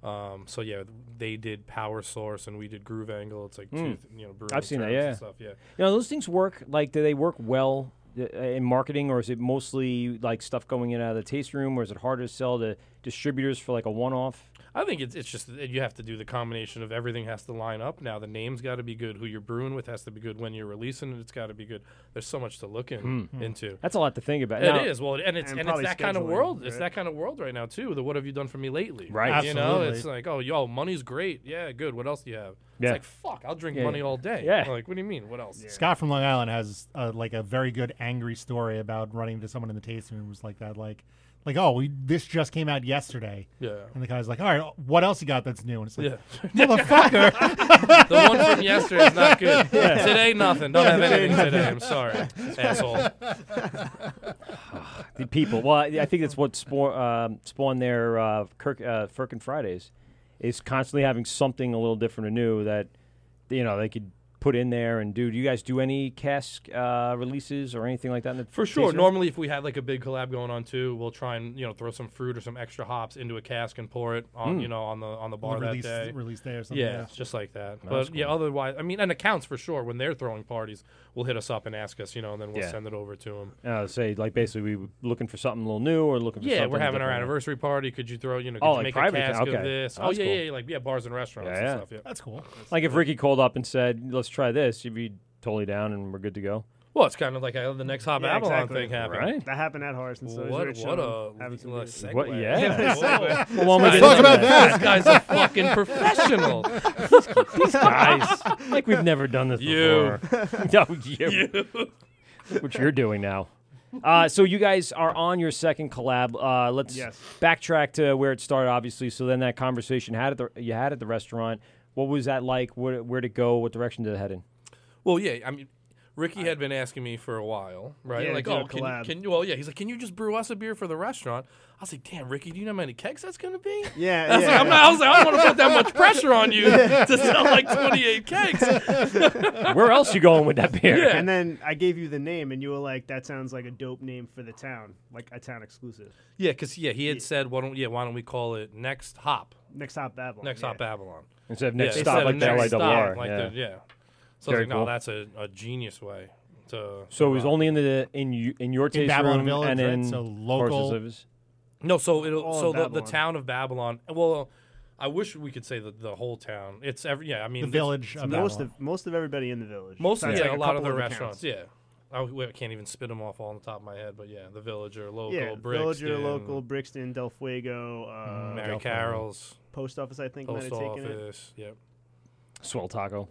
Speaker 14: Um, so yeah, they did Power Source and we did Groove Angle. It's like two,
Speaker 12: Mm.
Speaker 14: th- you know, brewing
Speaker 12: I've seen that.
Speaker 14: terms
Speaker 12: Yeah.
Speaker 14: and stuff. Yeah.
Speaker 12: You know, those things work. Like, do they work well uh, in marketing, or is it mostly like stuff going in and out of the taste room, or is it harder to sell to distributors for like a one-off?
Speaker 14: I think it's it's just that you have to do the combination of everything has to line up. Now the name's got to be good. Who you're brewing with has to be good. When you're releasing it, it's got to be good. There's so much to look in,
Speaker 12: Hmm.
Speaker 14: into.
Speaker 12: That's a lot to think about.
Speaker 14: It is
Speaker 12: Now-
Speaker 14: well, and it's and,
Speaker 12: And
Speaker 14: it's
Speaker 12: probably
Speaker 14: that kind of
Speaker 12: scheduling,
Speaker 14: world. It's
Speaker 12: right?
Speaker 14: that kind of world right now too. The what have you done for me lately?
Speaker 12: Right.
Speaker 14: You know,
Speaker 12: Absolutely.
Speaker 14: it's like oh, yo, money's great. Yeah, good. What else do you have?
Speaker 12: Yeah.
Speaker 14: It's like fuck, I'll drink
Speaker 12: Yeah.
Speaker 14: money all day.
Speaker 12: Yeah.
Speaker 14: Like what do you mean? What else?
Speaker 13: Scott from Long Island has uh, like a very good angry story about running into someone in the tasting room was like that, like, like oh, we this just came out yesterday.
Speaker 14: Yeah.
Speaker 13: And the guy's like, all right, what else you got that's new? And it's like,
Speaker 14: Yeah.
Speaker 13: motherfucker.
Speaker 14: The one from yesterday is not good. Today, nothing. Don't have anything today. I'm sorry, asshole.
Speaker 12: the people. Well, I, I think that's what spawn, um spawned their uh, Kirk, uh, Firkin Fridays, is constantly having something a little different and new that, you know, they could put in there and do. Do you guys do any cask uh, releases or anything like that? In the
Speaker 14: For sure.
Speaker 12: taste room?
Speaker 14: Normally, if we had like a big collab going on too, we'll try and you know throw some fruit or some extra hops into a cask and pour it on
Speaker 13: Mm.
Speaker 12: Hmm.
Speaker 14: you know on the on the
Speaker 13: On the
Speaker 14: bar that
Speaker 13: release-
Speaker 14: day,
Speaker 13: release day or something,
Speaker 14: Yeah,
Speaker 13: yeah.
Speaker 14: it's just like that.
Speaker 13: That's
Speaker 14: but yeah,
Speaker 13: cool.
Speaker 14: otherwise, I mean, and accounts for sure when they're throwing parties, will hit us up and ask us, you know, and then we'll
Speaker 12: Yeah.
Speaker 14: send it over to them.
Speaker 12: Uh, say like basically we were looking for something a little new or looking for
Speaker 14: Yeah,
Speaker 12: something
Speaker 14: we're having our
Speaker 12: different.
Speaker 14: anniversary party. Could you throw, you know, could
Speaker 12: Oh,
Speaker 14: you
Speaker 12: like
Speaker 14: make a
Speaker 12: private account,
Speaker 14: cask of
Speaker 12: okay.
Speaker 14: this?
Speaker 12: That's
Speaker 14: oh yeah,
Speaker 12: cool.
Speaker 14: yeah, yeah, like yeah, bars and restaurants
Speaker 12: Yeah,
Speaker 14: and
Speaker 12: yeah.
Speaker 14: stuff. Yeah,
Speaker 13: that's cool.
Speaker 12: Like if Ricky called up and said, "Let's try this," you'd be totally down and we're good to go.
Speaker 14: Well, it's kind of like uh, the next Hop
Speaker 15: Yeah,
Speaker 14: Avalon
Speaker 15: exactly.
Speaker 14: thing happened.
Speaker 12: Right.
Speaker 15: That happened at Horace and so
Speaker 14: What-
Speaker 15: we were
Speaker 14: what
Speaker 15: chilling,
Speaker 14: a-
Speaker 15: having some
Speaker 14: what a
Speaker 15: beers.
Speaker 14: segue.
Speaker 12: What- yeah.
Speaker 15: Yeah,
Speaker 12: Whoa.
Speaker 15: segue.
Speaker 12: Well, when we get
Speaker 14: Talk
Speaker 12: into
Speaker 14: about that.
Speaker 12: that-
Speaker 14: This guy's a fucking professional.
Speaker 12: These guys, like we've never done this
Speaker 14: You.
Speaker 12: before. no, you.
Speaker 14: You.
Speaker 12: Which you're doing now. Uh, so you guys are on your second collab. Uh, let's
Speaker 13: Yes.
Speaker 12: backtrack to where it started, obviously. So then that conversation had at the, you had at the restaurant. What was that like? Where where'd it go? What direction did it head in?
Speaker 14: Well, yeah, I mean, Ricky had been asking me for a while, right?
Speaker 15: Yeah,
Speaker 14: like,
Speaker 15: do a
Speaker 14: oh, can you,
Speaker 15: collab."
Speaker 14: can you? Well, yeah, he's like, can you just brew us a beer for the restaurant? I was like, damn, Ricky, do you know how many kegs that's gonna be?
Speaker 15: Yeah,
Speaker 14: I was
Speaker 15: yeah,
Speaker 14: like, I'm
Speaker 15: yeah.
Speaker 14: not, I was like, I don't want to put that much pressure on you
Speaker 15: Yeah.
Speaker 14: to sell like 28 kegs.
Speaker 12: Where else you going with that beer?
Speaker 15: And then I gave you the name, and you were like, "That sounds like a dope name for the town, like a town exclusive."
Speaker 14: Yeah, because yeah, he had said, why don't yeah, why don't we call it Next Hop?
Speaker 15: Next Hop Babylon.
Speaker 14: Next Hop Babylon.
Speaker 12: Instead of Next
Speaker 14: Yeah,
Speaker 12: Stop,
Speaker 14: instead of
Speaker 12: like the
Speaker 14: Next
Speaker 12: LIRR,
Speaker 14: Stop, like
Speaker 12: yeah.
Speaker 14: the- yeah. So I
Speaker 12: Very
Speaker 14: was like, no,
Speaker 12: cool.
Speaker 14: that's a, a genius way to. uh,
Speaker 12: So it was only in the in you, in your taste
Speaker 13: Uh, Babylon
Speaker 12: room
Speaker 13: Village,
Speaker 12: and
Speaker 13: right?
Speaker 12: in
Speaker 13: So
Speaker 12: Horses
Speaker 13: local-
Speaker 12: of His-
Speaker 14: No, so it'll
Speaker 13: All
Speaker 14: so
Speaker 13: in
Speaker 14: the, the
Speaker 13: Babylon.
Speaker 14: town of Babylon. Well, I wish we could say the, the whole town. It's every yeah. I mean
Speaker 13: The
Speaker 14: that's-
Speaker 13: village of
Speaker 15: most of most of everybody in the village.
Speaker 14: most
Speaker 15: Besides,
Speaker 14: yeah,
Speaker 15: like,
Speaker 14: a, lot of the
Speaker 15: couple other
Speaker 14: restaurants.
Speaker 15: towns.
Speaker 14: Yeah, I, I can't even spit them off all on the top of my head, but yeah, the village or local,
Speaker 15: yeah,
Speaker 14: Brixton,
Speaker 15: Villager, local, Brixton, Del Fuego, uh,
Speaker 14: Mary Carroll's,
Speaker 15: post office. I think
Speaker 14: post
Speaker 15: might have taken it.
Speaker 14: office. Yep.
Speaker 12: Swell Taco.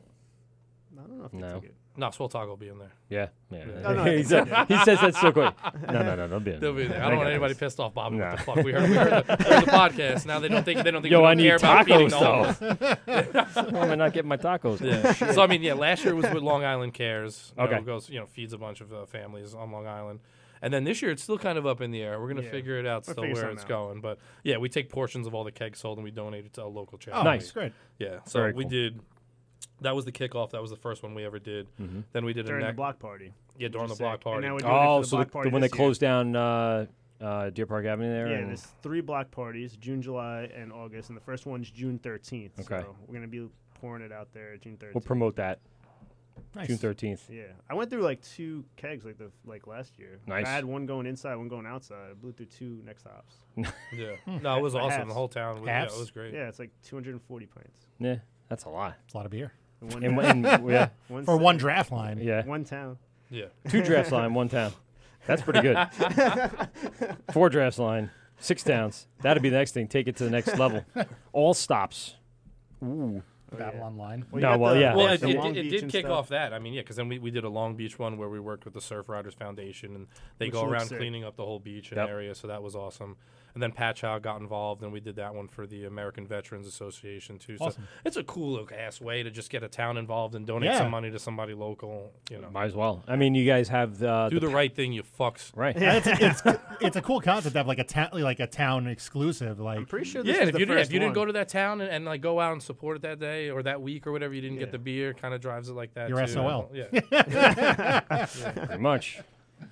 Speaker 15: I don't know if they
Speaker 12: No.
Speaker 15: took it.
Speaker 14: No, Swell Tago will be in there.
Speaker 12: Yeah, yeah.
Speaker 15: No, no,
Speaker 12: he,
Speaker 15: it's
Speaker 12: said,
Speaker 15: okay.
Speaker 12: he says that so quick. No, no, no, don't be. in
Speaker 14: They'll be there. I
Speaker 12: They
Speaker 14: don't want
Speaker 12: got
Speaker 14: anybody
Speaker 12: this.
Speaker 14: pissed off, Bob.
Speaker 12: No.
Speaker 14: What the fuck? We heard, we heard the, there was a podcast. Now they don't think they don't think
Speaker 12: Yo,
Speaker 14: we don't
Speaker 12: I need
Speaker 14: care about feeding the whole
Speaker 12: tacos though. Why am I not getting my tacos?
Speaker 14: Yeah. so I mean, yeah, last year was with Long Island Cares. You
Speaker 12: Okay.
Speaker 14: know, goes you know feeds a bunch of uh, families on Long Island, and then this year it's still kind of up in the air. We're gonna
Speaker 12: Yeah.
Speaker 14: figure it out
Speaker 12: We'll
Speaker 14: still
Speaker 12: figure
Speaker 14: where
Speaker 12: something
Speaker 14: it's
Speaker 12: out.
Speaker 14: going, but yeah, we take portions of all the kegs sold and we donate it to a local charity.
Speaker 12: Oh, Nice. great.
Speaker 14: Yeah, so
Speaker 12: Very
Speaker 14: we
Speaker 12: cool.
Speaker 14: did. That was the kickoff. That was the first one we ever did.
Speaker 12: Mhm.
Speaker 14: Then we did
Speaker 15: During
Speaker 14: a
Speaker 15: the
Speaker 14: neck-
Speaker 15: block party,
Speaker 14: Yeah,
Speaker 15: which
Speaker 14: during the
Speaker 15: is
Speaker 14: block
Speaker 15: sick. And
Speaker 14: party.
Speaker 15: now we're doing it
Speaker 12: Oh,
Speaker 15: for the
Speaker 12: so
Speaker 15: block
Speaker 12: the,
Speaker 15: party
Speaker 12: when they
Speaker 15: this year.
Speaker 12: closed down uh, uh, Deer Park Avenue there.
Speaker 15: Yeah,
Speaker 12: and-
Speaker 15: there's three block parties: June, July, and August, and the first one's June 13th.
Speaker 12: Okay.
Speaker 15: So we're gonna be pouring it out there June 13th.
Speaker 12: we'll promote that.
Speaker 15: Nice.
Speaker 12: June thirteenth.
Speaker 15: Yeah, I went through like two kegs like the like last year.
Speaker 12: Nice.
Speaker 15: I had one going inside, one going outside. I blew through two next hops.
Speaker 14: Yeah. No, it was
Speaker 15: By
Speaker 14: awesome.
Speaker 15: halves.
Speaker 14: The whole town was- yeah, it Halves? was great.
Speaker 15: Yeah, it's like 240 pints.
Speaker 12: Yeah, that's a lot.
Speaker 13: It's a lot of beer.
Speaker 15: In one
Speaker 12: In
Speaker 15: town.
Speaker 12: one- yeah.
Speaker 13: For
Speaker 15: city.
Speaker 13: one draft line.
Speaker 12: Yeah.
Speaker 15: One town.
Speaker 14: Yeah.
Speaker 12: Two drafts line, one town. That's pretty good. Four drafts line, six towns. That'd be the next thing. Take it to the next level. All stops. Ooh.
Speaker 13: Babylon line.
Speaker 12: No, well, yeah.
Speaker 14: Well,
Speaker 12: Yeah,
Speaker 14: it,
Speaker 12: the
Speaker 14: it,
Speaker 12: Long
Speaker 14: did- it
Speaker 12: Beach
Speaker 14: did
Speaker 12: and
Speaker 14: kick
Speaker 12: stuff.
Speaker 14: off that. I mean, yeah, because then we, we did a Long Beach one where we worked with the Surf Riders Foundation and they
Speaker 12: Which
Speaker 14: go
Speaker 12: looks
Speaker 14: around
Speaker 12: sick.
Speaker 14: cleaning up the whole beach and
Speaker 12: Yep.
Speaker 14: area. So that was awesome. And then Patch Howe got involved and we did that one for the American Veterans Association too. So
Speaker 12: Awesome.
Speaker 14: it's a cool ass way to just get a town involved and donate
Speaker 12: Yeah.
Speaker 14: some money to somebody local. You know,
Speaker 12: Might as well. I mean, you guys have uh, the.
Speaker 14: do the, right thing, you fucks.
Speaker 12: Right.
Speaker 13: Yeah, it's, it's, it's a cool concept to have like a town like a town exclusive. Like I'm
Speaker 15: pretty sure
Speaker 14: yeah, if you, did, if you didn't go to that town and, and like go out and support it that day or that week or whatever, you didn't get the beer. Kind of drives it like that.
Speaker 13: You're
Speaker 14: too.
Speaker 13: SOL.
Speaker 14: Yeah.
Speaker 12: Pretty much.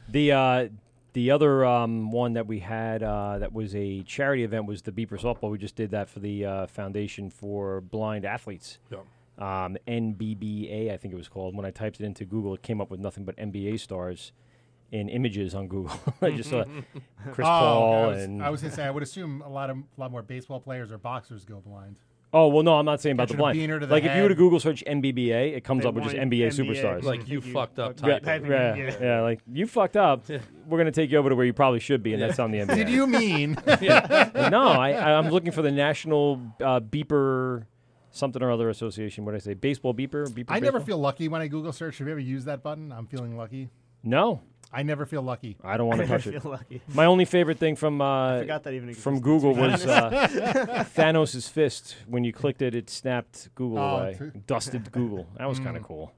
Speaker 12: The uh, the other um, one that we had uh, that was a charity event was the Beeper softball. We just did that for the uh, Foundation for Blind Athletes.
Speaker 14: Yeah.
Speaker 12: Um, NBBA, I think it was called. When I typed it into Google, it came up with nothing but NBA stars in images on Google. I just saw
Speaker 13: Oh,
Speaker 14: Mm-hmm.
Speaker 12: Chris Paul
Speaker 13: I was,
Speaker 12: and
Speaker 13: I was gonna say I would assume a lot of a lot more baseball players or boxers go blind.
Speaker 12: Oh well, no, I'm not saying about the
Speaker 13: Catching a
Speaker 12: blind.
Speaker 13: beaner to the
Speaker 12: like if you were to
Speaker 13: head.
Speaker 12: Google search NBBA, it comes
Speaker 13: They
Speaker 12: up with just
Speaker 13: want NBA.
Speaker 12: NBA, superstars.
Speaker 14: Like, you You fucked up fucked
Speaker 12: Yeah,
Speaker 14: up. typing.
Speaker 12: yeah,
Speaker 14: Yeah.
Speaker 12: yeah, Like you fucked up. We're gonna take you over to where you probably should be, and
Speaker 13: Yeah.
Speaker 12: that's on the NBA.
Speaker 13: Did you mean-
Speaker 12: Yeah. no, I, I'm looking for the National uh, Beeper something or other association. What did I say? Baseball beeper. beeper
Speaker 13: I never
Speaker 12: baseball?
Speaker 13: feel lucky when I Google search. Have you ever used that button? I'm feeling lucky.
Speaker 12: No.
Speaker 13: I never feel lucky.
Speaker 12: I don't want to touch it.
Speaker 15: feel lucky.
Speaker 12: My only favorite thing from uh,
Speaker 15: forgot that even
Speaker 12: from
Speaker 15: existed,
Speaker 12: Google
Speaker 15: to be
Speaker 12: was
Speaker 15: honest.
Speaker 12: uh, Thanos' fist. When you clicked it, it snapped Google
Speaker 15: Oh,
Speaker 12: away,
Speaker 15: too-
Speaker 12: dusted Google. That was kind of
Speaker 15: Mm.
Speaker 12: cool.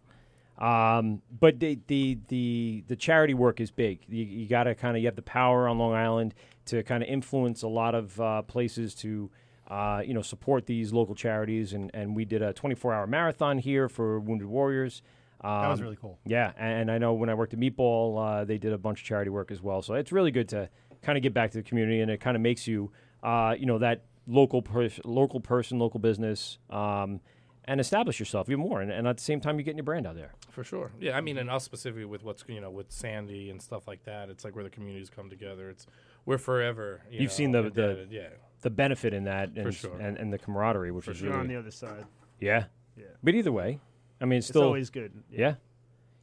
Speaker 12: Um, but the, the the the charity work is big. You, you got to kind of you have the power on Long Island to kind of influence a lot of uh, places to. Uh, you know, support these local charities, and, and we did a 24-hour marathon here for Wounded Warriors. Um,
Speaker 13: That was really cool.
Speaker 12: yeah, and I know when I worked at Meatball, uh, they did a bunch of charity work as well. So it's really good to kind of get back to the community, and it kind of makes you, uh, you know, that local pers- local person, local business, um, and establish yourself even more. And, and at the same time, you're getting your brand out there.
Speaker 14: For sure. Yeah, I mean, and us specifically with what's you know with Sandy and stuff like that. It's like where the communities come together. It's we're forever. You
Speaker 12: You have seen the the
Speaker 14: indebted, yeah.
Speaker 12: the benefit in that, and,
Speaker 14: sure.
Speaker 12: and, and the camaraderie, which is
Speaker 15: sure.
Speaker 12: really
Speaker 15: You're on the other side.
Speaker 12: Yeah,
Speaker 15: Yeah.
Speaker 12: But either way, I mean, it's,
Speaker 15: It's
Speaker 12: still
Speaker 15: always good,
Speaker 12: Yeah.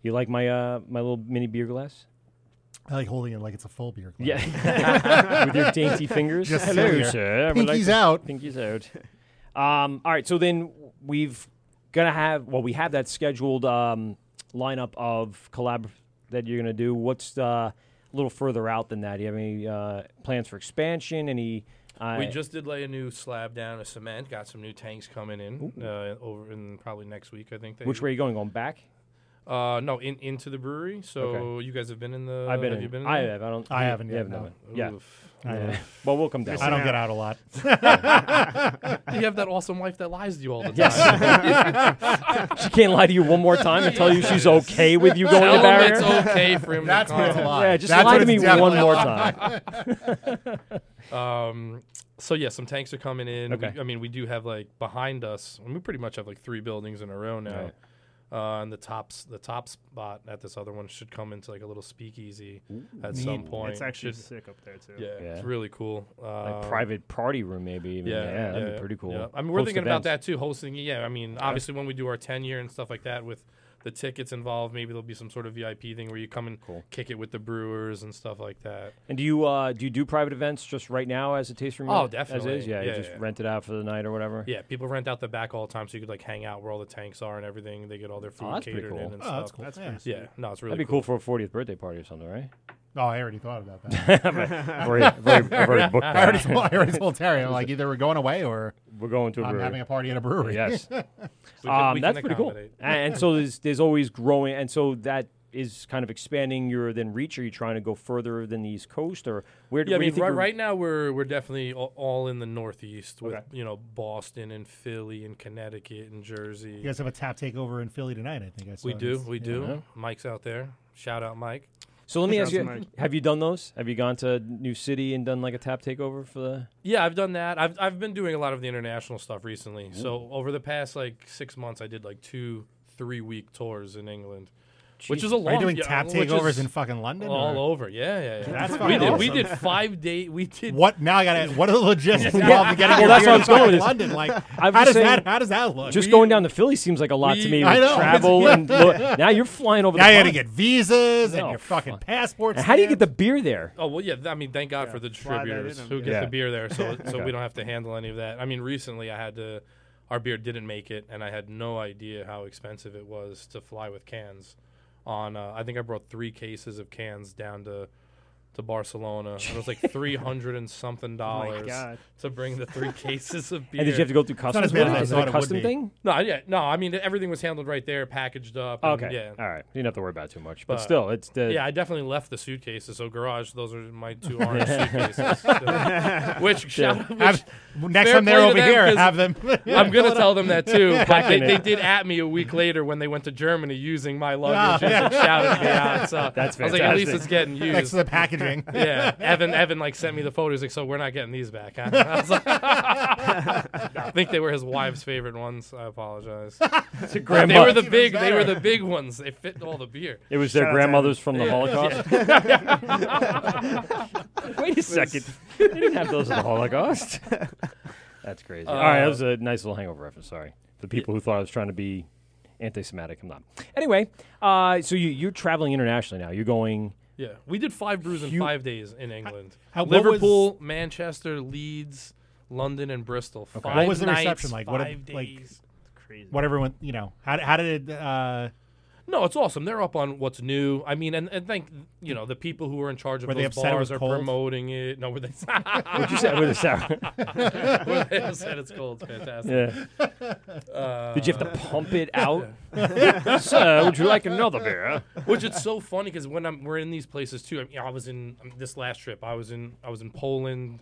Speaker 12: you like my uh, my little mini beer glass?
Speaker 13: I like holding it like it's a full beer. glass.
Speaker 12: Yeah, with your dainty fingers.
Speaker 13: Just
Speaker 12: Hello,
Speaker 13: sitting there.
Speaker 12: sir. I would like
Speaker 13: Pinky's
Speaker 12: to-
Speaker 13: out.
Speaker 12: Pinky's out. Um, all right, so then we've gonna have well, we have that scheduled um, lineup of collab that you're gonna do. What's uh, a little further out than that? Do you have any uh, plans for expansion? Any? Uh,
Speaker 14: we just did lay a new slab down of cement. Got some new tanks coming in
Speaker 12: Ooh.
Speaker 14: uh, over in probably next week. I think. They,
Speaker 12: which way are you going? Going back?
Speaker 14: Uh, no, in into the brewery. So
Speaker 12: Okay.
Speaker 14: you guys have been in the.
Speaker 12: I've been
Speaker 14: Uh, Have
Speaker 12: in-
Speaker 14: you been? In
Speaker 12: I
Speaker 14: there?
Speaker 12: have. I don't- I you- haven't you yet, haven't no. done it. Yeah.
Speaker 14: Oof.
Speaker 12: I
Speaker 14: Oof.
Speaker 12: have. Well, we'll come down. I don't get out a lot.
Speaker 14: you have that awesome wife that lies to you all the time.
Speaker 12: Yes. she can't lie to you one more time and tell you she's okay with you going
Speaker 14: Tell
Speaker 12: to
Speaker 14: him
Speaker 12: barrier.
Speaker 14: It's okay for him
Speaker 12: That's
Speaker 14: to
Speaker 12: when
Speaker 14: come.
Speaker 12: it's a lie. Yeah, just That's lie when to me it's definitely one more a
Speaker 14: time. um, so yeah, some tanks are coming in.
Speaker 12: Okay.
Speaker 14: We, I mean, we do have like behind us. We pretty much have like three buildings in a row now.
Speaker 12: Right.
Speaker 14: Uh, and the tops, the top spot at this other one should come into like a little speakeasy at some
Speaker 12: Neat.
Speaker 14: point.
Speaker 15: It's actually
Speaker 14: Should-
Speaker 15: sick up there, too.
Speaker 14: Yeah, it's
Speaker 12: Yeah.
Speaker 14: really cool.
Speaker 12: like
Speaker 14: Um,
Speaker 12: private party room, maybe. Even. Yeah, that'd be pretty cool.
Speaker 14: yeah. I mean, we're
Speaker 12: Host
Speaker 14: thinking
Speaker 12: events.
Speaker 14: about that too, hosting. Yeah, I mean, obviously when we do our ten year and stuff like that with the tickets involved, maybe there'll be some sort of VIP thing where you come and kick it with the brewers and stuff like that.
Speaker 12: And do you uh, do you do private events just right now as a tasting room?
Speaker 14: Oh, definitely.
Speaker 12: As is, yeah.
Speaker 14: Yeah,
Speaker 12: you just
Speaker 14: yeah.
Speaker 12: rent it out for the night or whatever.
Speaker 14: Yeah, people rent out the back all the time, so you could like hang out where all the tanks are and everything. They get all their food
Speaker 12: Oh, that's pretty
Speaker 14: catered
Speaker 12: cool.
Speaker 14: in and
Speaker 13: Oh,
Speaker 14: stuff.
Speaker 13: that's cool. That's pretty
Speaker 14: yeah, no, it's really
Speaker 12: That'd be cool. for a 40th birthday party or something, right?
Speaker 13: Oh, I already thought about that.
Speaker 12: I've already- I've already- I've already booked
Speaker 13: I already
Speaker 12: that.
Speaker 13: told, I already told Terry, I'm like, either we're going away or
Speaker 12: we're going to. a
Speaker 13: I'm
Speaker 12: brewery.
Speaker 13: having a party at a brewery.
Speaker 12: Yes,
Speaker 13: We can-
Speaker 12: um,
Speaker 13: we
Speaker 12: that's
Speaker 13: can
Speaker 12: pretty cool.
Speaker 13: accommodate.
Speaker 12: And, and so there's there's always growing, and so that is kind of expanding your then reach. Are you trying to go further than the East Coast, or
Speaker 14: yeah, I
Speaker 12: where? where do you
Speaker 14: mean,
Speaker 12: think
Speaker 14: right,
Speaker 12: you're-
Speaker 14: right now we're we're definitely all, all in the Northeast with
Speaker 12: Okay.
Speaker 14: you know Boston and Philly and Connecticut and Jersey.
Speaker 13: You guys have a tap takeover in Philly tonight, I think. I saw
Speaker 14: we
Speaker 13: on
Speaker 14: do,
Speaker 13: this.
Speaker 14: we
Speaker 13: Yeah.
Speaker 14: do. Mike's out there. Shout out, Mike.
Speaker 12: So let me ask you: Have you done those? Have you gone to New City and done like a tap takeover for the?
Speaker 14: Yeah, I've done that. I've I've been doing a lot of the international stuff recently.
Speaker 12: Oh.
Speaker 14: So over the past like six months, I did like two three week tours in England, which is
Speaker 13: Jesus.
Speaker 14: a
Speaker 13: Are you
Speaker 14: long.
Speaker 13: doing
Speaker 14: yeah,
Speaker 13: tap
Speaker 14: which
Speaker 13: takeovers
Speaker 14: is
Speaker 13: in fucking London,
Speaker 14: All
Speaker 13: or-
Speaker 14: over, yeah, yeah. yeah.
Speaker 13: That's
Speaker 14: we
Speaker 13: fucking
Speaker 14: did. We
Speaker 13: awesome.
Speaker 14: did five day. We did.
Speaker 13: What now? I got to. What are the logistics
Speaker 14: Yeah.
Speaker 13: involved in getting
Speaker 14: Well,
Speaker 13: your
Speaker 14: that's
Speaker 13: beer
Speaker 14: where I
Speaker 13: to
Speaker 14: was going
Speaker 13: fucking
Speaker 14: with this.
Speaker 13: London? Like,
Speaker 12: I'm
Speaker 13: how
Speaker 12: just
Speaker 13: does
Speaker 12: saying-
Speaker 13: that? How does that look?
Speaker 12: Just going down to Philly seems like a lot to
Speaker 13: We-
Speaker 12: me.
Speaker 13: I
Speaker 12: with
Speaker 13: know.
Speaker 12: Travel and lo- now you're flying over.
Speaker 13: Now
Speaker 12: the
Speaker 13: you gotta
Speaker 12: pond.
Speaker 13: get visas and
Speaker 12: No,
Speaker 13: your fucking
Speaker 12: fuck.
Speaker 13: passports.
Speaker 12: And how do you get the beer there?
Speaker 14: Oh well, yeah. th- I mean, thank God for the
Speaker 13: fly that in
Speaker 14: distributors
Speaker 13: and
Speaker 14: who
Speaker 13: get
Speaker 14: get
Speaker 13: it.
Speaker 14: the beer there, so so
Speaker 13: Okay.
Speaker 14: we don't have to handle any of that. I mean, recently I had to, our beer didn't make it, and I had no idea how expensive it was to fly with cans. On uh, I think I brought three cases of cans down to to Barcelona. and It was like three hundred and something
Speaker 13: Oh
Speaker 14: dollars
Speaker 12: God.
Speaker 14: to bring the three cases of beer.
Speaker 12: And did you have to go through
Speaker 13: It's not as
Speaker 12: customs?
Speaker 13: bad as I
Speaker 12: Is it
Speaker 13: thought
Speaker 12: a
Speaker 13: it would
Speaker 12: custom
Speaker 13: be.
Speaker 12: thing?
Speaker 14: No, yeah, no. I mean, everything was handled right there, packaged up. and,
Speaker 12: Okay.
Speaker 14: yeah.
Speaker 12: All right. You didn't have to worry about it too much, but, still, it's the
Speaker 14: yeah. I definitely left the suitcases. So garage, those are my two orange suitcases. which
Speaker 13: Yeah.
Speaker 14: shout, which
Speaker 13: Have- next
Speaker 14: fair
Speaker 13: time they're
Speaker 14: play
Speaker 13: over
Speaker 14: to
Speaker 13: here,
Speaker 14: 'cause
Speaker 13: have them- Yeah,
Speaker 14: I'm
Speaker 13: fill
Speaker 14: gonna
Speaker 13: it
Speaker 14: tell
Speaker 13: up.
Speaker 14: them that too. But they,
Speaker 13: Packing
Speaker 14: they
Speaker 13: it.
Speaker 14: did at me a week later when they went to Germany using my
Speaker 13: Ah,
Speaker 14: luggage and shouted me out. So
Speaker 13: That's
Speaker 14: I was like, at least
Speaker 13: fantastic.
Speaker 14: it's getting used.
Speaker 13: Thanks to the packaging.
Speaker 14: yeah. Evan, Evan like sent
Speaker 12: Mm-hmm.
Speaker 14: me the photos. Like, so we're not getting these back. Huh? I was like, I think they were his wife's favorite ones. I apologize.
Speaker 12: It's a
Speaker 14: But They
Speaker 12: grandma-
Speaker 14: were the
Speaker 12: Even
Speaker 14: big. They were
Speaker 12: better.
Speaker 14: the big ones. They fit all the beer.
Speaker 12: It was their grandmothers from the Holocaust. Wait a second. They didn't have those in the Holocaust. That's crazy. All right, that
Speaker 14: Uh,
Speaker 12: was a nice little hangover reference. Sorry. For the people who thought I was trying to be anti Semitic, I'm not. Anyway, uh, so you, you're traveling internationally now. You're going.
Speaker 14: Yeah, we did five brews in
Speaker 12: Hu-
Speaker 14: five days in England.
Speaker 12: how- what
Speaker 14: Liverpool, Manchester, Leeds, London, and Bristol. Five
Speaker 13: what was the
Speaker 14: nights,
Speaker 13: reception like?
Speaker 14: Five
Speaker 13: What,
Speaker 14: days.
Speaker 13: like, what everyone, you know, how, how did it? Uh,
Speaker 14: No, it's awesome. They're up on what's new. I mean, and, and thank you know the people who are in charge of
Speaker 13: Were they
Speaker 14: those
Speaker 13: upset it
Speaker 14: bars
Speaker 13: was
Speaker 14: are
Speaker 13: cold?
Speaker 14: promoting it. No, were they?
Speaker 12: What'd you say? Were they sour?
Speaker 14: Were they upset it's cold. It's fantastic.
Speaker 12: Yeah. Did you have to
Speaker 14: Uh,
Speaker 12: pump it out? Sir, would you like another beer?
Speaker 14: Which it's so funny because when I'm we're in these places too. I, mean, I was in um, this last trip. I was in I was in Poland.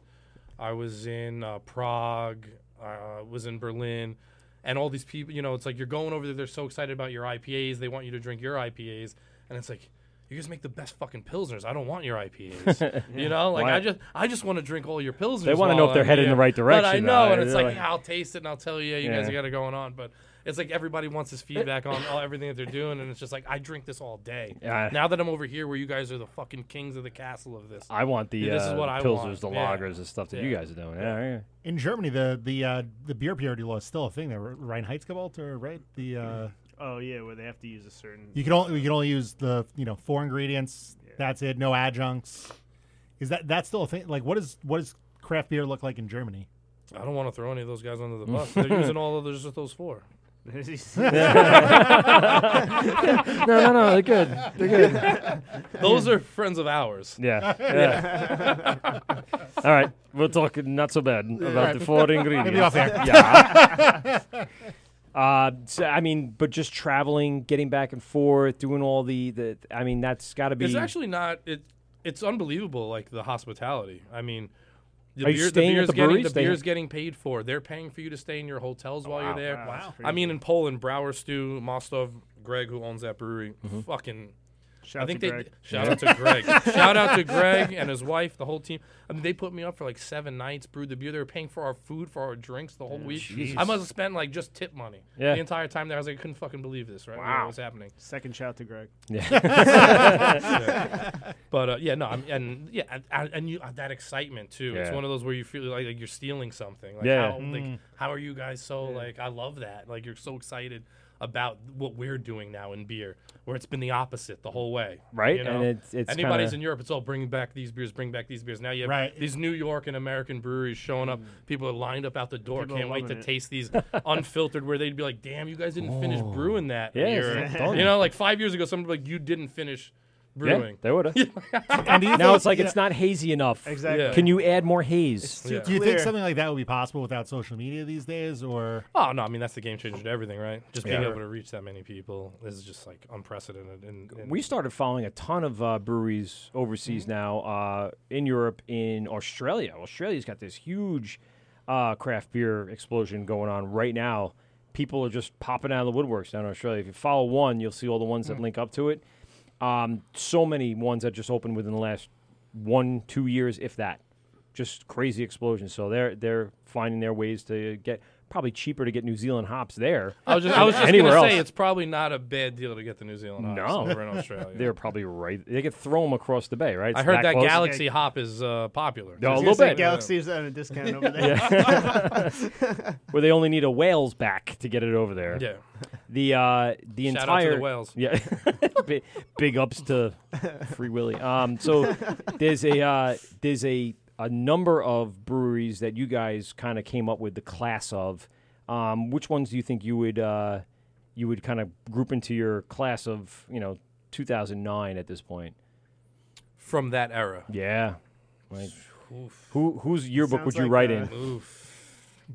Speaker 14: I was in uh, Prague. I uh, was in Berlin. And all these people, you know, it's like you're going over there. They're so excited about your IPAs. They want you to drink your IPAs, and it's like. You guys make the best fucking pilsners. I don't want your IPAs. you know, like
Speaker 12: Why?
Speaker 14: I just, I just want to drink all your pilsners.
Speaker 12: They wanna
Speaker 14: while
Speaker 12: know if they're
Speaker 14: I'm
Speaker 12: headed
Speaker 14: here.
Speaker 12: in the right
Speaker 14: But I
Speaker 12: direction,
Speaker 14: know,
Speaker 12: though.
Speaker 14: and it's
Speaker 12: They're
Speaker 14: like,
Speaker 12: like-
Speaker 14: I'll taste it and I'll tell you. You guys
Speaker 12: Yeah.
Speaker 14: got it going on, but it's like everybody wants his feedback on all, everything that they're doing, and it's just like I drink this all day.
Speaker 12: Yeah.
Speaker 14: Now that I'm over here, where you guys are the fucking kings of the castle of this,
Speaker 12: I want the
Speaker 14: Yeah, this is
Speaker 12: uh,
Speaker 14: what I
Speaker 12: pilsners,
Speaker 14: want.
Speaker 12: the
Speaker 14: Yeah.
Speaker 12: lagers, the stuff that you
Speaker 14: Yeah.
Speaker 12: guys are doing. Yeah, yeah.
Speaker 13: in Germany, the the uh, the beer purity law is still a thing. There, Reinheitsgebot, or right? The uh,
Speaker 15: Oh, yeah, where they have to use a certain.
Speaker 13: you can only you can only use the you know four ingredients. That's it. No adjuncts. Is that that's still a thing? Like, what is what does craft beer look like in Germany?
Speaker 14: I don't want to throw any of those guys under the bus. They're using all of those, just those four.
Speaker 12: no, no, no. They're good. They're good.
Speaker 14: Those are friends of ours.
Speaker 12: Yeah. yeah. All right. We're talking not so bad about
Speaker 14: Right.
Speaker 12: the four
Speaker 14: Maybe
Speaker 12: ingredients.
Speaker 14: off air.
Speaker 12: Yeah. Uh, so, I mean, but just traveling, getting back and forth, doing all the, the I mean, that's got to be.
Speaker 14: It's actually not. It it's unbelievable. Like the hospitality. I mean, the,
Speaker 12: Are you
Speaker 14: beer, the
Speaker 12: staying at
Speaker 14: beer's
Speaker 12: the
Speaker 14: getting
Speaker 12: breweries?
Speaker 14: the
Speaker 12: Staying-
Speaker 14: beer's getting paid for. They're paying for you to stay in your hotels while
Speaker 12: wow.
Speaker 14: you're there.
Speaker 12: Wow, that's
Speaker 14: I mean, in Poland, Brower Stu Mostov, Greg, who owns that brewery,
Speaker 12: Mhm.
Speaker 14: fucking.
Speaker 15: Shout
Speaker 14: I
Speaker 15: out
Speaker 14: think
Speaker 15: to
Speaker 14: they
Speaker 15: Greg.
Speaker 14: shout out to Greg. shout out to Greg and his wife, the whole team. I mean, they put me up for like seven nights, brewed the beer. They were paying for our food, for our drinks the whole
Speaker 15: Oh,
Speaker 14: week.
Speaker 15: Jesus.
Speaker 14: I must have spent like just tip money
Speaker 12: Yeah.
Speaker 14: the entire time there. I was like, I couldn't fucking believe this, right?
Speaker 15: Wow.
Speaker 14: What was happening?
Speaker 15: Second shout to Greg.
Speaker 14: Yeah. but uh, yeah, no, I'm, and yeah, and- and, and you uh, that excitement too. It's
Speaker 12: Yeah.
Speaker 14: one of those where you feel like, like you're stealing something. Like,
Speaker 12: Yeah.
Speaker 14: How,
Speaker 12: Mm.
Speaker 14: like, how are you guys so like? I love that. Like you're so excited about what we're doing now in beer, where it's been the opposite the whole way.
Speaker 12: Right,
Speaker 14: You know?
Speaker 12: and it's- it's
Speaker 14: anybody's
Speaker 12: kinda-
Speaker 14: in Europe. It's all bring back these beers, bring back these beers. Now you have
Speaker 13: Right.
Speaker 14: these New York and American breweries showing up. People are lined up out the door.
Speaker 13: People are
Speaker 14: Can't wait to
Speaker 13: loving it.
Speaker 14: taste these unfiltered. Where they'd be like, "Damn, you guys didn't finish
Speaker 12: Oh.
Speaker 14: brewing that."
Speaker 12: Yes,
Speaker 14: year."
Speaker 12: I'm telling
Speaker 14: you
Speaker 12: you.
Speaker 14: know, like five years ago, somebody like you didn't finish brewing.
Speaker 12: Yeah, they would have.
Speaker 13: And do you
Speaker 12: now
Speaker 13: think-
Speaker 12: it's like
Speaker 13: yeah.
Speaker 12: it's not hazy enough.
Speaker 13: Exactly. Yeah.
Speaker 12: Can you add more haze?
Speaker 13: Do you think something like that would be possible without social media these days, or
Speaker 14: Oh no! I mean, that's the game changer to everything, right? Just being
Speaker 13: Yeah.
Speaker 14: able to reach that many people is just like unprecedented. And, and
Speaker 12: we started following a ton of uh, breweries overseas now uh, in Europe, in Australia. Australia's got this huge uh, craft beer explosion going on right now. People are just popping out of the woodworks down in Australia. If you follow one, you'll see all the ones that
Speaker 13: Mm.
Speaker 12: link up to it. Um, so many ones that just opened within the last one, two years, if that. Just crazy explosion. So they're they're finding their ways to get probably cheaper to get New Zealand hops there.
Speaker 14: I was just, I
Speaker 12: than
Speaker 14: was just
Speaker 12: anywhere
Speaker 14: gonna
Speaker 12: else.
Speaker 14: say it's probably not a bad deal to get the New Zealand hops
Speaker 12: No,
Speaker 14: over in Australia.
Speaker 12: They're probably right. They could throw them across the bay, right?
Speaker 14: I
Speaker 12: It's
Speaker 14: heard that
Speaker 12: close.
Speaker 14: Galaxy hop is uh, popular.
Speaker 12: No, a little bit.
Speaker 15: Galaxy's on a discount over there.
Speaker 12: Yeah. Where they only need a whale's back to get it over there.
Speaker 14: Yeah.
Speaker 12: The uh, the
Speaker 14: Shout out to the
Speaker 12: entire
Speaker 14: whales.
Speaker 12: Yeah. big, big ups to Free Willy. Um, so there's a uh, there's a a number of breweries that you guys kind of came up with the class of. Um, which ones do you think you would uh, you would kind of group into your class of you know 2009 at this point?
Speaker 14: from that era.
Speaker 12: Yeah. Like,
Speaker 14: Oof.
Speaker 12: who whose yearbook
Speaker 15: Sounds
Speaker 12: would you
Speaker 15: like,
Speaker 12: write
Speaker 15: uh,
Speaker 12: in?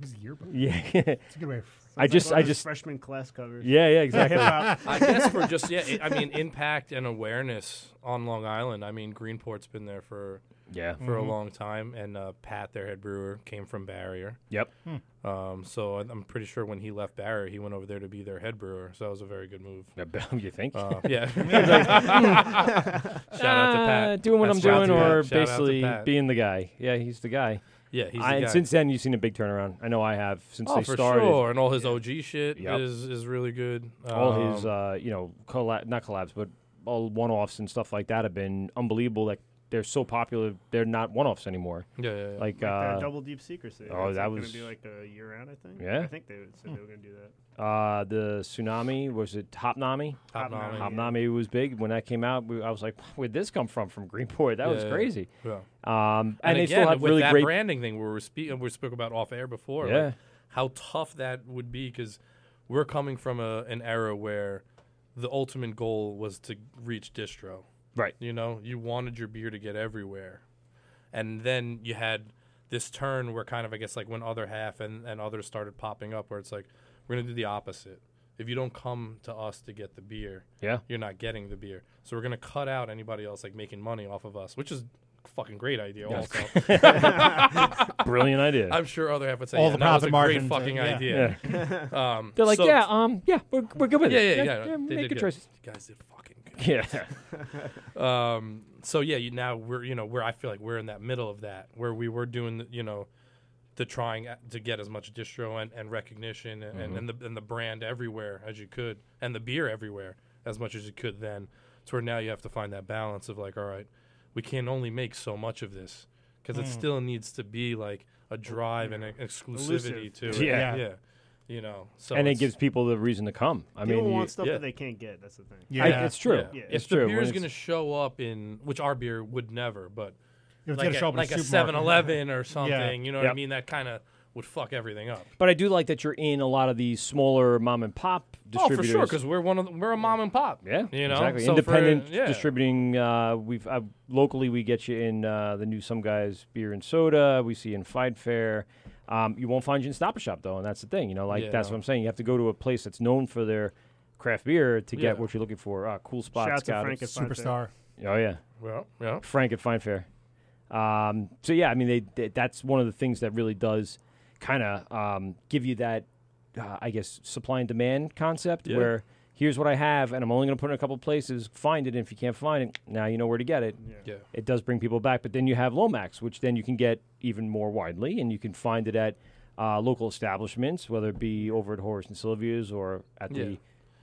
Speaker 13: His yearbook.
Speaker 12: Yeah.
Speaker 13: It's a good way. of-
Speaker 12: I
Speaker 15: Sounds
Speaker 12: just-
Speaker 15: like one
Speaker 12: I
Speaker 15: of those
Speaker 12: just-
Speaker 15: freshman class covers.
Speaker 12: Yeah, yeah, exactly.
Speaker 14: I guess for just yeah, I I mean impact and awareness on Long Island. I mean Greenport's been there for
Speaker 12: Yeah.
Speaker 14: for
Speaker 15: Mm-hmm.
Speaker 12: Mhm.
Speaker 14: a long time, and uh, Pat, their head brewer, came from Barrier.
Speaker 12: Yep.
Speaker 15: Hmm.
Speaker 14: Um, so I- I'm pretty sure when he left Barrier, he went over there to be their head brewer. So that was a very good move.
Speaker 12: you think?
Speaker 14: Uh, yeah. Shout out to
Speaker 12: Uh,
Speaker 14: Pat.
Speaker 12: doing what
Speaker 14: That's
Speaker 12: I'm
Speaker 14: shout out
Speaker 12: doing,
Speaker 14: to Pat. Shout out
Speaker 12: or
Speaker 14: to
Speaker 12: basically
Speaker 14: Pat.
Speaker 12: being the guy. Yeah, he's the guy.
Speaker 14: Yeah, he's the
Speaker 12: I, and
Speaker 14: guy.
Speaker 12: Since then, you've seen a big turnaround. I know I have since
Speaker 14: oh,
Speaker 12: they
Speaker 14: for
Speaker 12: started.
Speaker 14: sure, and all his OG shit
Speaker 12: Yep.
Speaker 14: is is really good.
Speaker 12: all
Speaker 14: Um,
Speaker 12: his uh, you know colla- not collabs but all one-offs and stuff like that have been unbelievable like they're so popular they're not one-offs anymore
Speaker 14: Yeah, yeah, yeah.
Speaker 12: like
Speaker 15: Like
Speaker 12: uh,
Speaker 15: their double deep secrecy.
Speaker 12: oh
Speaker 15: It's
Speaker 12: that
Speaker 15: gonna
Speaker 12: was
Speaker 15: be like a year round. I think.
Speaker 12: Yeah?
Speaker 15: I think they said they were gonna do that.
Speaker 12: uh, the tsunami was it Hopnami?
Speaker 15: Hopnami,
Speaker 12: Hopnami was big when that came out. We, I was like, "Where'd this come from?" From Greenport, that was
Speaker 14: Yeah, yeah,
Speaker 12: crazy.
Speaker 14: yeah.
Speaker 12: Um,
Speaker 14: and,
Speaker 12: and, they
Speaker 14: again,
Speaker 12: still have
Speaker 14: with
Speaker 12: really
Speaker 14: that
Speaker 12: great
Speaker 14: branding thing where we speak we spoke about off air before.
Speaker 12: Yeah.
Speaker 14: Like how tough that would be because we're coming from a, an era where the ultimate goal was to reach distro.
Speaker 12: Right.
Speaker 14: You know, you wanted your beer to get everywhere, and then you had this turn where kind of I guess like when other half and and others started popping up where it's like we're gonna do the opposite. If you don't come to us to get the beer,
Speaker 12: Yeah.
Speaker 14: you're not getting the beer. So we're gonna cut out anybody else like making money off of us, which is a fucking great idea.
Speaker 12: Yeah.
Speaker 14: Also,
Speaker 12: Brilliant idea.
Speaker 14: I'm sure other half would say
Speaker 12: All
Speaker 14: yeah,
Speaker 12: the
Speaker 14: that was a
Speaker 12: profit
Speaker 14: great
Speaker 12: margins, uh,
Speaker 14: fucking
Speaker 12: yeah.
Speaker 14: idea. Um,
Speaker 12: They're like,
Speaker 14: so-
Speaker 12: yeah, um, yeah, we're, we're good with
Speaker 14: yeah,
Speaker 12: it.
Speaker 14: Yeah, yeah,
Speaker 12: yeah,
Speaker 14: they
Speaker 12: make
Speaker 14: did
Speaker 12: good
Speaker 14: good.
Speaker 12: choices.
Speaker 14: You guys did fucking good.
Speaker 12: Yeah.
Speaker 14: um. So yeah, you, now we're you know where I feel like we're in that middle of that where we were doing the, you know the trying a- to get as much distro and, and recognition and,
Speaker 12: Mhm.
Speaker 14: and, and the and the brand everywhere as you could and the beer everywhere as much as you could then. To where now you have to find that balance of like, all right, we can only make so much of this because it
Speaker 12: Mm.
Speaker 14: still needs to be like a drive and an exclusivity
Speaker 15: Elusive.
Speaker 14: to it.
Speaker 12: Yeah.
Speaker 14: yeah. You know, so
Speaker 12: and it
Speaker 14: it's-
Speaker 12: gives people the reason to come. I
Speaker 15: People
Speaker 12: mean, you-
Speaker 15: want stuff
Speaker 12: yeah.
Speaker 15: that they can't get. That's the thing.
Speaker 12: I- it's true.
Speaker 14: Yeah.
Speaker 12: It's
Speaker 14: if
Speaker 12: true.
Speaker 14: the beer
Speaker 12: When
Speaker 14: is
Speaker 12: it's-
Speaker 14: going to show up in, which our beer would never, but
Speaker 13: If it's
Speaker 14: like
Speaker 13: gonna
Speaker 14: a,
Speaker 13: show up in a
Speaker 14: like a
Speaker 13: supermarket.
Speaker 14: 7-Eleven or
Speaker 13: Yeah.
Speaker 14: something, you know what I
Speaker 13: Yep.
Speaker 14: mean? That kind of would fuck everything up.
Speaker 12: But I do like that you're in a lot of these smaller mom and pop
Speaker 14: Oh, for
Speaker 12: distributors.
Speaker 14: sure, because we're one of the, we're a mom and pop.
Speaker 12: Yeah,
Speaker 14: you know,
Speaker 12: exactly.
Speaker 14: So for-
Speaker 12: Independent
Speaker 14: yeah.
Speaker 12: distributing. Uh, we've uh, locally we get you in uh, the new some guys beer and soda. We see you in Fight Fair. Um, you won't find you in Stop and Shop though, and that's the thing. You know, like
Speaker 14: Yeah.
Speaker 12: that's what I'm saying. You have to go to a place that's known for their craft beer to get
Speaker 14: Yeah.
Speaker 12: what you're looking for. Uh, cool spot,
Speaker 15: Shout out to
Speaker 12: Scout,
Speaker 15: Frank at Fine Fair.
Speaker 12: Oh yeah,
Speaker 14: Yeah, yeah.
Speaker 12: Frank at Fine Fair. Um, so yeah, I mean, they, they, that's one of the things that really does kind of um, give you that, uh, I guess, supply and demand concept
Speaker 14: Yeah.
Speaker 12: where here's what I have, and I'm only going to put it in a couple places. Find it, and if you can't find it, now you know where to get it.
Speaker 14: Yeah.
Speaker 12: It does bring people back, but then you have Lomax, which then you can get even more widely, and you can find it at uh, local establishments, whether it be over at Horace and Sylvia's or at
Speaker 14: Yeah.
Speaker 12: the.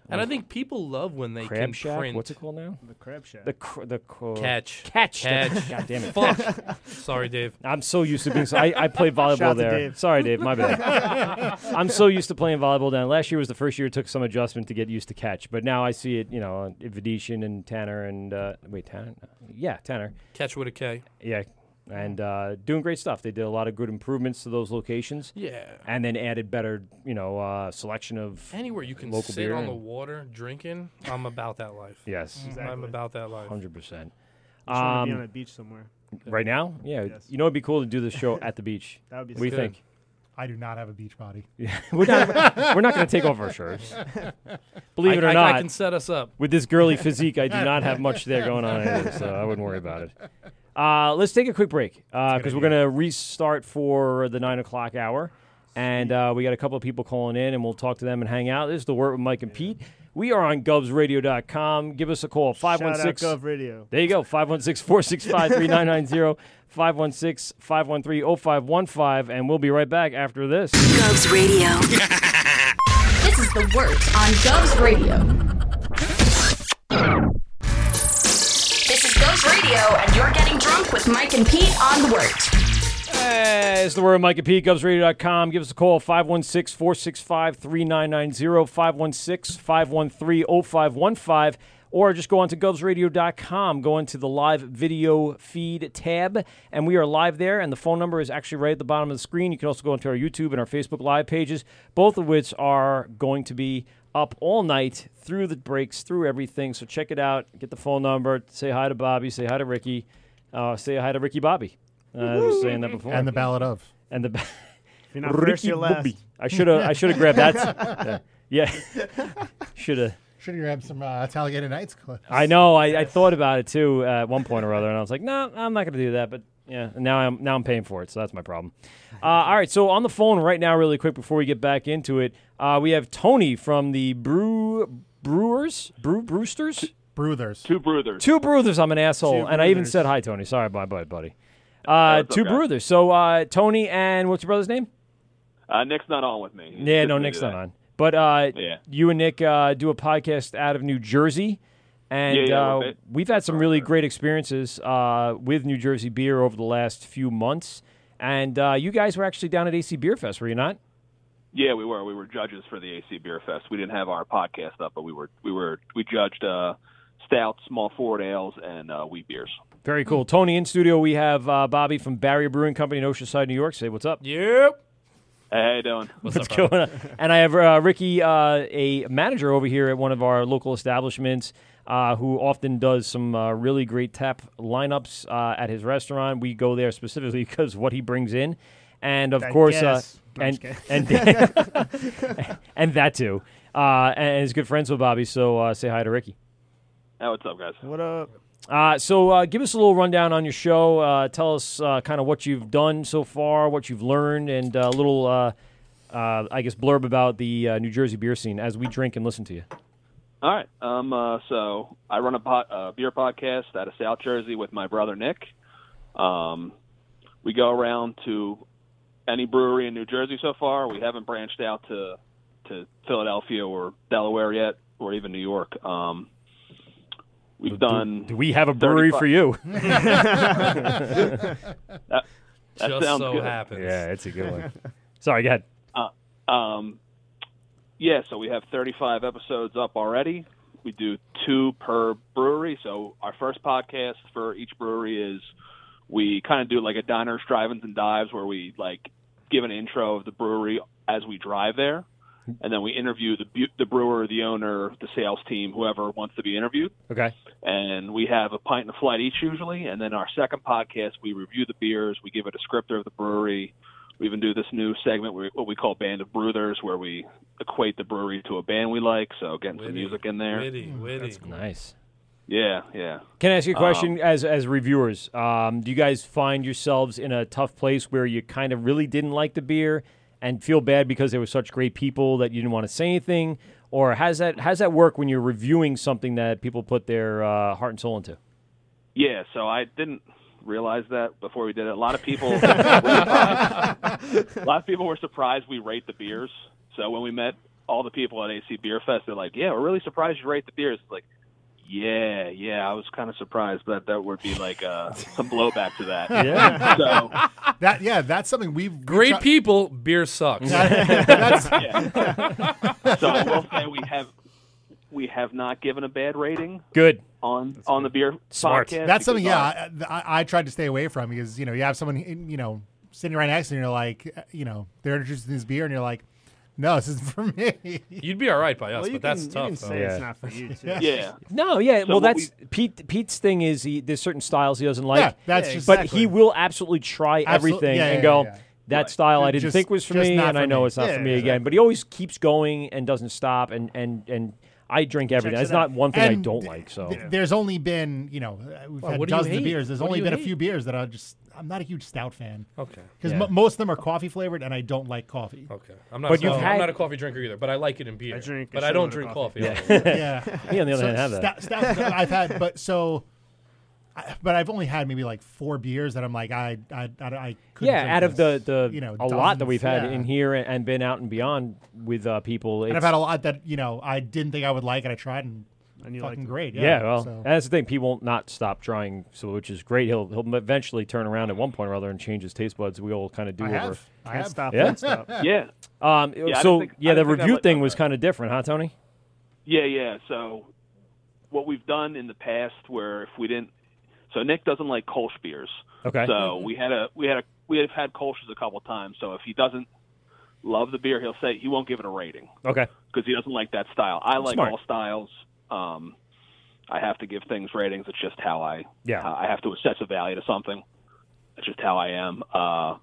Speaker 14: And I think people love when they
Speaker 12: Crab
Speaker 14: can
Speaker 12: Shack?
Speaker 14: print.
Speaker 12: What's it called now? The
Speaker 15: Crab Shack.
Speaker 12: The cr- the cr-
Speaker 14: Catch.
Speaker 12: catch that-
Speaker 14: Catch.
Speaker 12: God damn it!
Speaker 14: Fuck. Sorry, Dave.
Speaker 12: I'm so used to being. So, I I played
Speaker 14: Shout
Speaker 12: volleyball
Speaker 14: out to
Speaker 12: there.
Speaker 14: Dave.
Speaker 12: Sorry, Dave. My bad. I'm so used to playing volleyball down. Last year was the first year it took some adjustment to get used to catch, but now I see it. You know, on Venetian and Tanner and uh, wait Tanner. No. Yeah, Tanner.
Speaker 14: Catch with a K.
Speaker 12: Yeah. And uh, doing great stuff. They did a lot of good improvements to those locations.
Speaker 14: Yeah.
Speaker 12: And then added better, you know, uh, selection of
Speaker 14: Anywhere you can
Speaker 12: local
Speaker 14: sit
Speaker 12: beer
Speaker 14: on the
Speaker 12: and-
Speaker 14: water drinking, I'm about that life.
Speaker 12: Yes.
Speaker 14: Mm, I'm
Speaker 15: Exactly.
Speaker 14: about that life.
Speaker 12: Hundred percent. Um,
Speaker 15: Just wanna be on a beach somewhere.
Speaker 12: Right now, yeah.
Speaker 15: Yes.
Speaker 12: You know, it'd be cool to do this show at the beach.
Speaker 15: That would be
Speaker 12: What do you
Speaker 15: sick.
Speaker 12: think?
Speaker 13: I do not have a beach body.
Speaker 12: Yeah, we're not. we're not going to take off our shirts. Believe it
Speaker 14: I-
Speaker 12: or
Speaker 14: I- I
Speaker 12: not,
Speaker 14: can set us up.
Speaker 12: with this girly physique. I do not have much there going on, either, so I wouldn't worry about it. Uh, let's take a quick break because we're going to restart for the nine o'clock hour, and uh, we got a couple of people calling in, and we'll talk to them and hang out. This is the work with Mike and Pete. We are on GubsRadio.com. Give us a call five
Speaker 15: Shout out
Speaker 12: one six
Speaker 15: Gov Radio.
Speaker 12: There you go 516 465 3990 516 513 0515 and we'll be right back after this.
Speaker 17: Govs Radio. this is the work on Govs Radio. This is Govs Radio, and you're getting drunk with Mike and Pete on the work.
Speaker 12: Hey, it's the word Mike at E PeteGubsRadio.com. Give us a call, 516 465 3990, 516 513 0515, or just go on to GubsRadio.com. Go into the live video feed tab, and we are live there. And the phone number is actually right at the bottom of the screen. You can also go into our YouTube and our Facebook live pages, both of which are going to be up all night through the breaks, through everything. So check it out. Get the phone number. Say hi to Bobby. Say hi to Ricky. Uh, say hi to Ricky Bobby. Uh, I was saying that before.
Speaker 13: And the ballad of.
Speaker 12: And the. Ba-
Speaker 13: you're not first, you're last.
Speaker 12: Bobby. I should have. I should have grabbed that. Yeah. should have.
Speaker 13: Should have grabbed some uh, Talladega Nights clip.
Speaker 12: I know. I, I thought about it too uh, at one point or other, and I was like, "No, I'm not going to do that." But yeah, and now I'm now I'm paying for it, so that's my problem. Uh, all right, so on the phone right now, really quick before we get back into it, uh, we have Tony from the Brew Brewers, Brew Brewsters,
Speaker 13: Brewthers,
Speaker 18: two Brewthers,
Speaker 12: two Brewthers. I'm an asshole,
Speaker 18: Two
Speaker 12: and I even
Speaker 18: Brewthers.
Speaker 12: said hi, Tony. Sorry, bye, bye, buddy. Uh,
Speaker 18: it's
Speaker 12: two
Speaker 18: okay.
Speaker 12: Brewthers. So uh, Tony and what's your brother's name?
Speaker 18: Uh, Nick's not on with me. He's
Speaker 12: Yeah, no,
Speaker 18: listening
Speaker 12: Nick's
Speaker 18: to
Speaker 12: not
Speaker 18: that.
Speaker 12: on. But uh,
Speaker 18: Yeah.
Speaker 12: you and Nick uh, do a podcast out of New Jersey, and
Speaker 18: Yeah, yeah,
Speaker 12: uh,
Speaker 18: we're ba-
Speaker 12: we've had some really great experiences uh, with New Jersey beer over the last few months. And uh, you guys were actually down at AC Beer Fest, were you not?
Speaker 18: Yeah, we were. We were judges for the AC Beer Fest. We didn't have our podcast up, but we were we were we judged uh, stouts, small forward ales, and uh, wheat beers.
Speaker 12: Very cool. Tony in studio. We have uh, Bobby from Barrier Brewing Company in Oceanside, New York. Say what's up.
Speaker 14: Yep.
Speaker 18: Hey, how you doing?
Speaker 12: What's, going on? And I have uh, Ricky, uh, a manager over here at one of our local establishments, uh, who often does some uh, really great tap lineups uh, at his restaurant. We go there specifically because what he brings in, and of
Speaker 15: That
Speaker 12: course, uh,
Speaker 15: gas. No, I'm
Speaker 12: and
Speaker 15: just
Speaker 12: and and that too, uh, and is good friends with Bobby. So uh, say hi to Ricky.
Speaker 18: Hey, what's up, guys?
Speaker 15: What up?
Speaker 12: Uh, so, uh, give us a little rundown on your show. Uh, tell us uh, kind of what you've done so far, what you've learned, and uh, a little, uh, uh, I guess, blurb about the uh, New Jersey beer scene as we drink and listen to you.
Speaker 18: All right. Um. Uh, so I run a pot, uh, beer podcast out of South Jersey with my brother Nick. Um, we go around to any brewery in New Jersey so far. We haven't branched out to to Philadelphia or Delaware yet, or even New York. Um, we've done.
Speaker 12: Do we have a brewery
Speaker 18: 35
Speaker 12: for you?
Speaker 18: that that
Speaker 12: Just
Speaker 18: sounds
Speaker 12: so
Speaker 18: good.
Speaker 12: happens. Yeah, it's a good one. Sorry, go ahead.
Speaker 18: Uh, um, yeah, so we have 35 episodes up already. We do two per brewery. So our first podcast for each brewery is we kind of do like a diners, drive-ins, and dives where we like give an intro of the brewery as we drive there, and then we interview the bu- the brewer, the owner, the sales team, whoever wants to be interviewed.
Speaker 12: Okay.
Speaker 18: And we have a pint and a flight each usually, and then our second podcast we review the beers, we give a descriptor of the brewery. We even do this new segment, we- what we call Band of Brewers, where we equate the brewery to a band we like. So getting some music in there.
Speaker 14: Witty, witty. That's
Speaker 12: nice.
Speaker 18: Yeah, yeah.
Speaker 12: Can I ask you a
Speaker 18: Um,
Speaker 12: question as as reviewers? Um, do you guys find yourselves in a tough place where you kind of really didn't like the beer and feel bad because they were such great people that you didn't want to say anything, or how's that how's that work when you're reviewing something that people put their uh, heart and soul into?
Speaker 18: Yeah, so I didn't realize that before we did it. A lot of people, were surprised- a lot of people were surprised we rate the beers. So when we met all the people at AC Beer Fest, they're like, "Yeah, we're really surprised you rate the beers." It's like, yeah, yeah, I was kind of surprised that that would be like uh, some blowback to that.
Speaker 13: Yeah.
Speaker 18: So
Speaker 13: That yeah, that's something we've
Speaker 14: Great people, beer sucks.
Speaker 13: That's-
Speaker 18: yeah. So I will say we have we have not given a bad rating
Speaker 12: Good.
Speaker 18: on on the beer podcast.
Speaker 13: That's something.
Speaker 18: because
Speaker 13: Yeah,
Speaker 18: I-
Speaker 13: I, I, I tried to stay away from because you know you have someone you know sitting right next to you, and you're like, uh, you know, they're interested in this beer, and you're like, no, this isn't for me.
Speaker 14: You'd be all right by us,
Speaker 13: Well, you
Speaker 14: but that's
Speaker 13: can- you
Speaker 14: tough.
Speaker 13: can
Speaker 14: though.
Speaker 13: say it's Yeah. not for you, too.
Speaker 18: Yeah.
Speaker 12: No, yeah.
Speaker 14: So
Speaker 12: well,
Speaker 14: what
Speaker 12: that's Pete. Pete's thing is he, there's certain styles he doesn't like.
Speaker 13: Yeah, that's Yeah, just-
Speaker 12: but
Speaker 13: exactly.
Speaker 12: he will absolutely try
Speaker 13: Absolute-
Speaker 12: everything
Speaker 13: yeah, yeah,
Speaker 12: and go.
Speaker 13: yeah, yeah.
Speaker 12: That style I
Speaker 13: Just-
Speaker 12: didn't think was for
Speaker 13: just
Speaker 12: me,
Speaker 13: not
Speaker 12: and
Speaker 13: for
Speaker 12: I know
Speaker 13: me."
Speaker 12: it's not
Speaker 13: Yeah,
Speaker 12: for me
Speaker 13: yeah,
Speaker 12: again. But he always keeps going and doesn't stop. And and and I drink everything.
Speaker 13: Checks
Speaker 12: That's
Speaker 13: it out.
Speaker 12: not one thing I
Speaker 13: And
Speaker 12: don't
Speaker 13: th-
Speaker 12: like. So
Speaker 13: th- there's only been you know uh, we've
Speaker 12: Well,
Speaker 13: had
Speaker 12: what do you
Speaker 13: dozens of
Speaker 12: hate?
Speaker 13: beers. There's
Speaker 12: What do
Speaker 13: only
Speaker 12: you
Speaker 13: been a
Speaker 12: hate?
Speaker 13: few beers that I just I'm not a huge stout fan.
Speaker 14: Okay.
Speaker 13: because
Speaker 14: Yeah.
Speaker 13: most of them are coffee flavored, and I don't like coffee.
Speaker 14: Okay, I'm not. a, I'm not a coffee drinker either, but I like it in beer. I drink, but I don't drink coffee.
Speaker 13: yeah. So stout- stouts that I've had, but so, I, but I've only had maybe like four beers that I'm like I I I, I couldn't
Speaker 12: yeah,
Speaker 13: drink
Speaker 12: out of
Speaker 13: this.
Speaker 12: the, the
Speaker 13: you know
Speaker 12: a lot that
Speaker 13: dozens,
Speaker 12: we've had
Speaker 13: yeah.
Speaker 12: in here and, and been out and beyond with uh, people.
Speaker 13: and I've
Speaker 12: it's-
Speaker 13: had a lot that you know I didn't think I would like, and I tried and, fucking great. Yeah,
Speaker 12: well,
Speaker 13: so.
Speaker 12: and that's the thing. People won't not stop trying, so which is great. He'll he'll eventually turn around at one point or other and change his taste buds. We all kind of do
Speaker 13: I
Speaker 12: over.
Speaker 13: have. I Can't have. stop,
Speaker 12: Yeah.
Speaker 13: won't stop.
Speaker 18: Yeah.
Speaker 12: Um, so
Speaker 18: Yeah, I didn't think-
Speaker 12: yeah,
Speaker 18: I
Speaker 12: the
Speaker 18: didn't think I
Speaker 12: review
Speaker 18: liked
Speaker 12: thing was kind of different, huh, Tony?
Speaker 18: Yeah, yeah. So what we've done in the past where if we didn't so Nick doesn't like Kolsch beers.
Speaker 12: Okay.
Speaker 18: So we had a we had a we have had Kolsch's a couple times, so if he doesn't love the beer, he'll say he won't give it a rating
Speaker 12: Okay.
Speaker 18: because he doesn't like that style. I like
Speaker 12: Smart.
Speaker 18: all styles. Um I have to give things ratings. It's just how I
Speaker 12: Yeah.
Speaker 18: I have to assess a value to something. That's just how I am. Uh,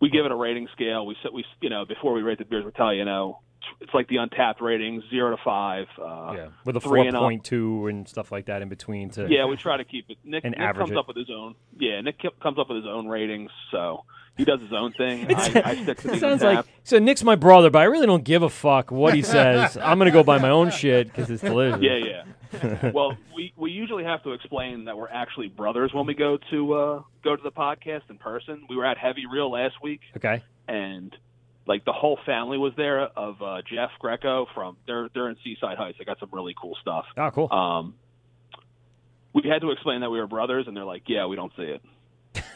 Speaker 18: we give it a rating scale. We sit, we you know before we rate the beers, we tell you, you know it's like the untapped ratings zero to five. Uh,
Speaker 12: yeah, with a
Speaker 18: three
Speaker 12: four
Speaker 18: and up.
Speaker 12: point two and stuff like that in between. To
Speaker 18: Yeah, we try to keep it. Nick,
Speaker 12: and
Speaker 18: Nick
Speaker 12: average
Speaker 18: comes
Speaker 12: it.
Speaker 18: up with his own. Yeah, Nick ki- comes up with his own ratings, so he does his own thing. I, I stick to the
Speaker 12: It sounds like
Speaker 18: untapped.
Speaker 12: so. Nick's my brother, but I really don't give a fuck what he says. I'm gonna go buy my own shit because it's delicious.
Speaker 18: Yeah, yeah. well, we we usually have to explain that we're actually brothers when we go to uh, go to the podcast in person. We were at Heavy Real last week,
Speaker 12: okay.
Speaker 18: and like the whole family was there of uh, Jeff Greco from they're they're in Seaside Heights. They got some really cool stuff.
Speaker 12: Oh, cool.
Speaker 18: Um, we had to explain that we were brothers, and they're like, "Yeah, we don't see it."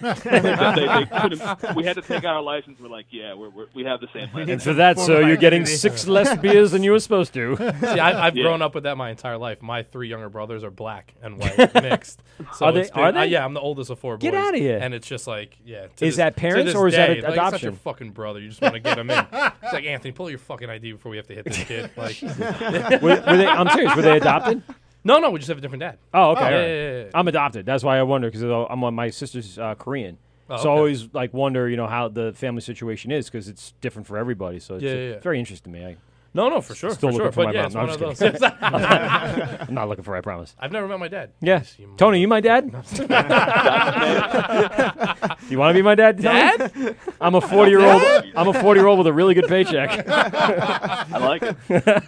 Speaker 18: They- they couldn't- we had to take out our license. We're like, "Yeah, we're, we're, we have the same license."
Speaker 12: And for that, sir, you're getting six less beers than you were supposed to.
Speaker 14: See, I, I've
Speaker 12: Yeah.
Speaker 14: grown up with that my entire life. My three younger brothers are black and white mixed. So
Speaker 12: Are they-
Speaker 14: it's been-
Speaker 12: are they?
Speaker 14: uh, yeah, I'm the oldest of four
Speaker 12: Get
Speaker 14: boys.
Speaker 12: outta here.
Speaker 14: And it's just like, yeah.
Speaker 12: Is that parents or is
Speaker 14: ad-
Speaker 12: that ad-
Speaker 14: Like, it's such
Speaker 12: adoption?
Speaker 14: a fucking brother. You just want to get him in. It's like Anthony, pull your fucking ID before we have to hit this kid. Like,
Speaker 12: Were- were they- I'm serious, were they adopted?
Speaker 14: No, no, we just have a different dad.
Speaker 12: Oh, okay.
Speaker 14: Yeah,
Speaker 12: all right.
Speaker 14: yeah, yeah, yeah.
Speaker 12: I'm adopted. That's why I wonder because I'm on my sister's uh, Korean.
Speaker 14: Oh,
Speaker 12: So I
Speaker 14: okay.
Speaker 12: always like wonder, you know, how the family situation is because it's different for everybody. So it's
Speaker 14: Yeah,
Speaker 12: uh,
Speaker 14: yeah, yeah.
Speaker 12: very interesting to me. I
Speaker 14: No, no, for sure,
Speaker 12: Still
Speaker 14: for
Speaker 12: looking
Speaker 14: sure.
Speaker 12: for
Speaker 14: But
Speaker 12: my
Speaker 14: yeah,
Speaker 12: mom.
Speaker 14: it's
Speaker 12: No, I'm
Speaker 14: one
Speaker 12: just
Speaker 14: of
Speaker 12: kidding.
Speaker 14: those.
Speaker 12: I'm not looking for. her, I promise.
Speaker 14: I've never met my dad.
Speaker 12: Yeah, Tony, you my dad? Do you want to be my dad? Tony?
Speaker 14: Dad?
Speaker 12: I'm a 40 year old.
Speaker 14: Dad?
Speaker 12: I'm a 40 year old with a really good paycheck.
Speaker 14: I
Speaker 18: like
Speaker 14: it.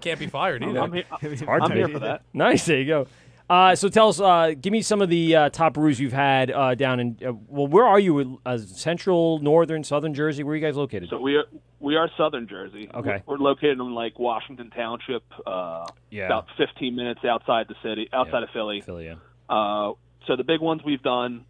Speaker 14: Can't be fired either.
Speaker 18: I'm here-
Speaker 12: It's hard
Speaker 14: I'm
Speaker 12: to
Speaker 14: here
Speaker 12: be.
Speaker 14: for that.
Speaker 12: Nice. There you go. Uh, so tell us, uh, give me some of the uh, top brews you've had uh, down in. Uh, well, where are you? Uh, central, northern, southern Jersey? Where are you guys located?
Speaker 18: So we are we are Southern Jersey.
Speaker 12: Okay.
Speaker 18: we're, we're located in like Washington Township, uh,
Speaker 12: Yeah.
Speaker 18: about 15 minutes outside the city, outside of Philly.
Speaker 12: Philly, yeah.
Speaker 18: Uh, so the big ones we've done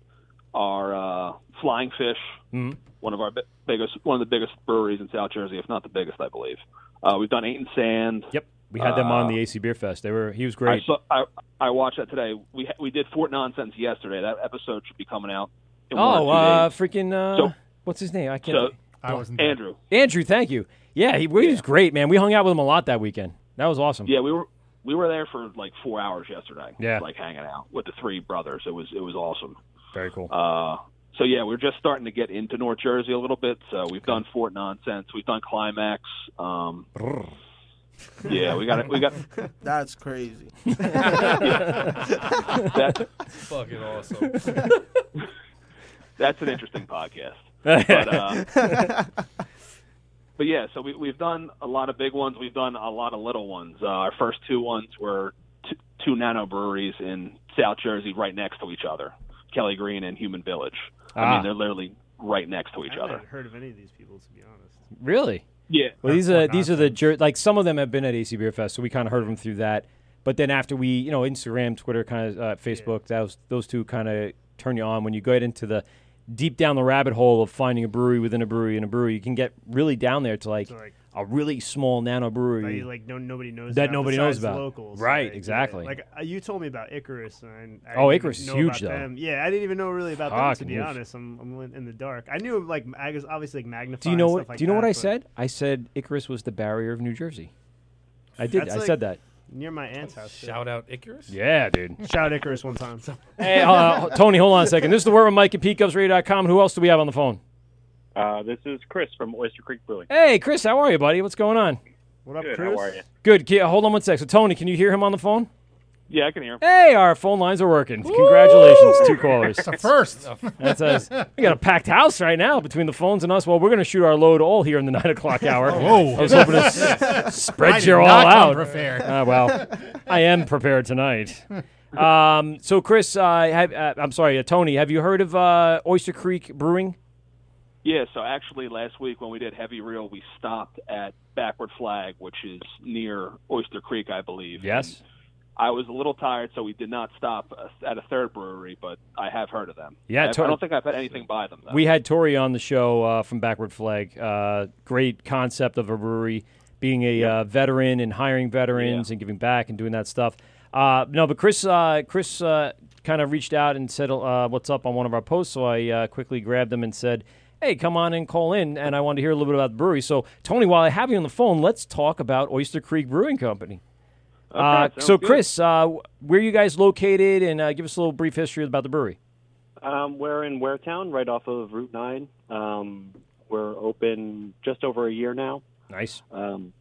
Speaker 18: are uh, Flying Fish,
Speaker 12: Mhm.
Speaker 18: one of our bi- biggest, one of the biggest breweries in South Jersey, if not the biggest, I believe. Uh, we've done Eight and Sand.
Speaker 12: Yep, we had them
Speaker 18: uh,
Speaker 12: on the AC Beer Fest. They were. He was great.
Speaker 18: I, saw, I I watched that today. We ha- we did Fort Nonsense yesterday. That episode should be coming out. In one or
Speaker 12: oh,
Speaker 18: two
Speaker 12: uh,
Speaker 18: days.
Speaker 12: freaking. Uh,
Speaker 18: So-
Speaker 12: what's his name? I can't.
Speaker 18: So
Speaker 13: I wasn't. there.
Speaker 18: Andrew.
Speaker 12: Andrew, thank you. Yeah, he, he was great, man. We hung out with him a lot that weekend. That was awesome.
Speaker 18: Yeah, we were we were there for like four hours yesterday.
Speaker 12: Yeah.
Speaker 18: like hanging out with the three brothers. It was it was awesome.
Speaker 12: Very cool.
Speaker 18: Uh, so yeah, we're just starting to get into North Jersey a little bit. So we've done Fort Nonsense, we've done Climax. Um, yeah, we got it. We got
Speaker 16: That's crazy.
Speaker 18: that,
Speaker 14: Fucking awesome.
Speaker 18: That's an interesting podcast. But, uh, but yeah, so we, we've done a lot of big ones. We've done a lot of little ones. Uh, our first two ones were t- two nano breweries in South Jersey, right next to each other, Kelly Green and Human Village. I
Speaker 12: Ah.
Speaker 18: mean, they're literally right next to each
Speaker 15: I
Speaker 18: other.
Speaker 15: haven't heard of any of these people, to be honest.
Speaker 12: Really?
Speaker 18: Yeah.
Speaker 12: Well, these are these are the jer- like some of them have been at AC Beer Fest, so we kind of heard of them through that. But then after we, you know, Instagram, Twitter, kind of uh, Facebook, that was, those two kind of turn you on when you get into the deep down the rabbit hole of finding a brewery within a brewery and a brewery. You can get really down there to like, a really small nano
Speaker 15: That
Speaker 12: brewery
Speaker 15: you, like no nobody knows
Speaker 12: that
Speaker 15: about
Speaker 12: nobody knows
Speaker 15: besides
Speaker 12: about.
Speaker 15: locals,
Speaker 12: right?
Speaker 15: Yeah.
Speaker 12: Exactly.
Speaker 15: Like uh, you told me about Icarus, and I
Speaker 12: Oh,
Speaker 15: didn't
Speaker 12: Icarus is
Speaker 15: know
Speaker 12: huge,
Speaker 15: about
Speaker 12: though.
Speaker 15: Them. Yeah, I didn't even know really about them to
Speaker 12: Fucking
Speaker 15: be
Speaker 12: huge.
Speaker 15: honest. I'm, I'm in the dark. I knew like I guess obviously like Magnify.
Speaker 12: do you know
Speaker 15: and
Speaker 12: what?
Speaker 15: stuff like
Speaker 12: do you know
Speaker 15: that,
Speaker 12: what I
Speaker 15: but
Speaker 12: said? I said Icarus was the barrier of New Jersey. I did.
Speaker 15: that's,
Speaker 12: I
Speaker 15: like,
Speaker 12: said that.
Speaker 15: near my aunt's house.
Speaker 14: Shout out Icarus.
Speaker 12: Yeah, dude.
Speaker 15: Shout Icarus one time.
Speaker 12: Hey, uh, Tony, hold on a second. This is the word with Mike at PeakUpsRadio.com. Who else do we have on the phone?
Speaker 19: Uh, this is Chris from Oyster Creek Brewing.
Speaker 12: Hey, Chris, how are you, buddy? What's going on?
Speaker 15: What up,
Speaker 19: Good,
Speaker 15: Chris?
Speaker 19: How are you?
Speaker 12: Good. Ki- Hold on one sec. So, Tony, can you hear him on the phone?
Speaker 19: Yeah, I can hear him.
Speaker 12: Hey, our phone lines are working. Congratulations, two callers.
Speaker 13: That's a first.
Speaker 12: That's us. We got a packed house right now between the phones and us. Well, we're going to shoot our load all here in the nine o'clock hour.
Speaker 13: Oh, Whoa.
Speaker 12: I was hoping to
Speaker 13: I
Speaker 12: s- spread
Speaker 13: did
Speaker 12: you all
Speaker 13: not come
Speaker 12: out.
Speaker 13: prepared.
Speaker 12: Ah, well, I am prepared tonight. Um, so, Chris, uh, have, uh, I'm sorry, uh, Tony, have you heard of uh, Oyster Creek Brewing?
Speaker 18: Yeah, so actually last week when we did Heavy Reel, we stopped at Backward Flag, which is near Oyster Creek, I believe.
Speaker 12: Yes.
Speaker 18: I was a little tired, so we did not stop uh, at a third brewery, but I have heard of them.
Speaker 12: Yeah,
Speaker 18: I,
Speaker 12: to-
Speaker 18: I don't think I've had anything by them. Though.
Speaker 12: We had Tori on the show uh, from Backward Flag. Uh, great concept of a brewery being a uh, veteran and hiring veterans and giving back and doing that stuff. Uh, no, but Chris, uh, Chris uh, kind of reached out and said, uh, "What's up?" on one of our posts. So I uh, quickly grabbed them and said, "Hey, come on and call in." And I wanted to hear a little bit about the brewery. So Tony, while I have you on the phone, let's talk about Oyster Creek Brewing Company. uh,
Speaker 19: sounds
Speaker 12: so,
Speaker 19: good.
Speaker 12: Chris, uh, where are you guys located? And uh, give us a little brief history about the brewery.
Speaker 19: Um, we're in Waretown, right off of Route 9. Um, we're open just over a year now.
Speaker 12: Nice.
Speaker 19: Um,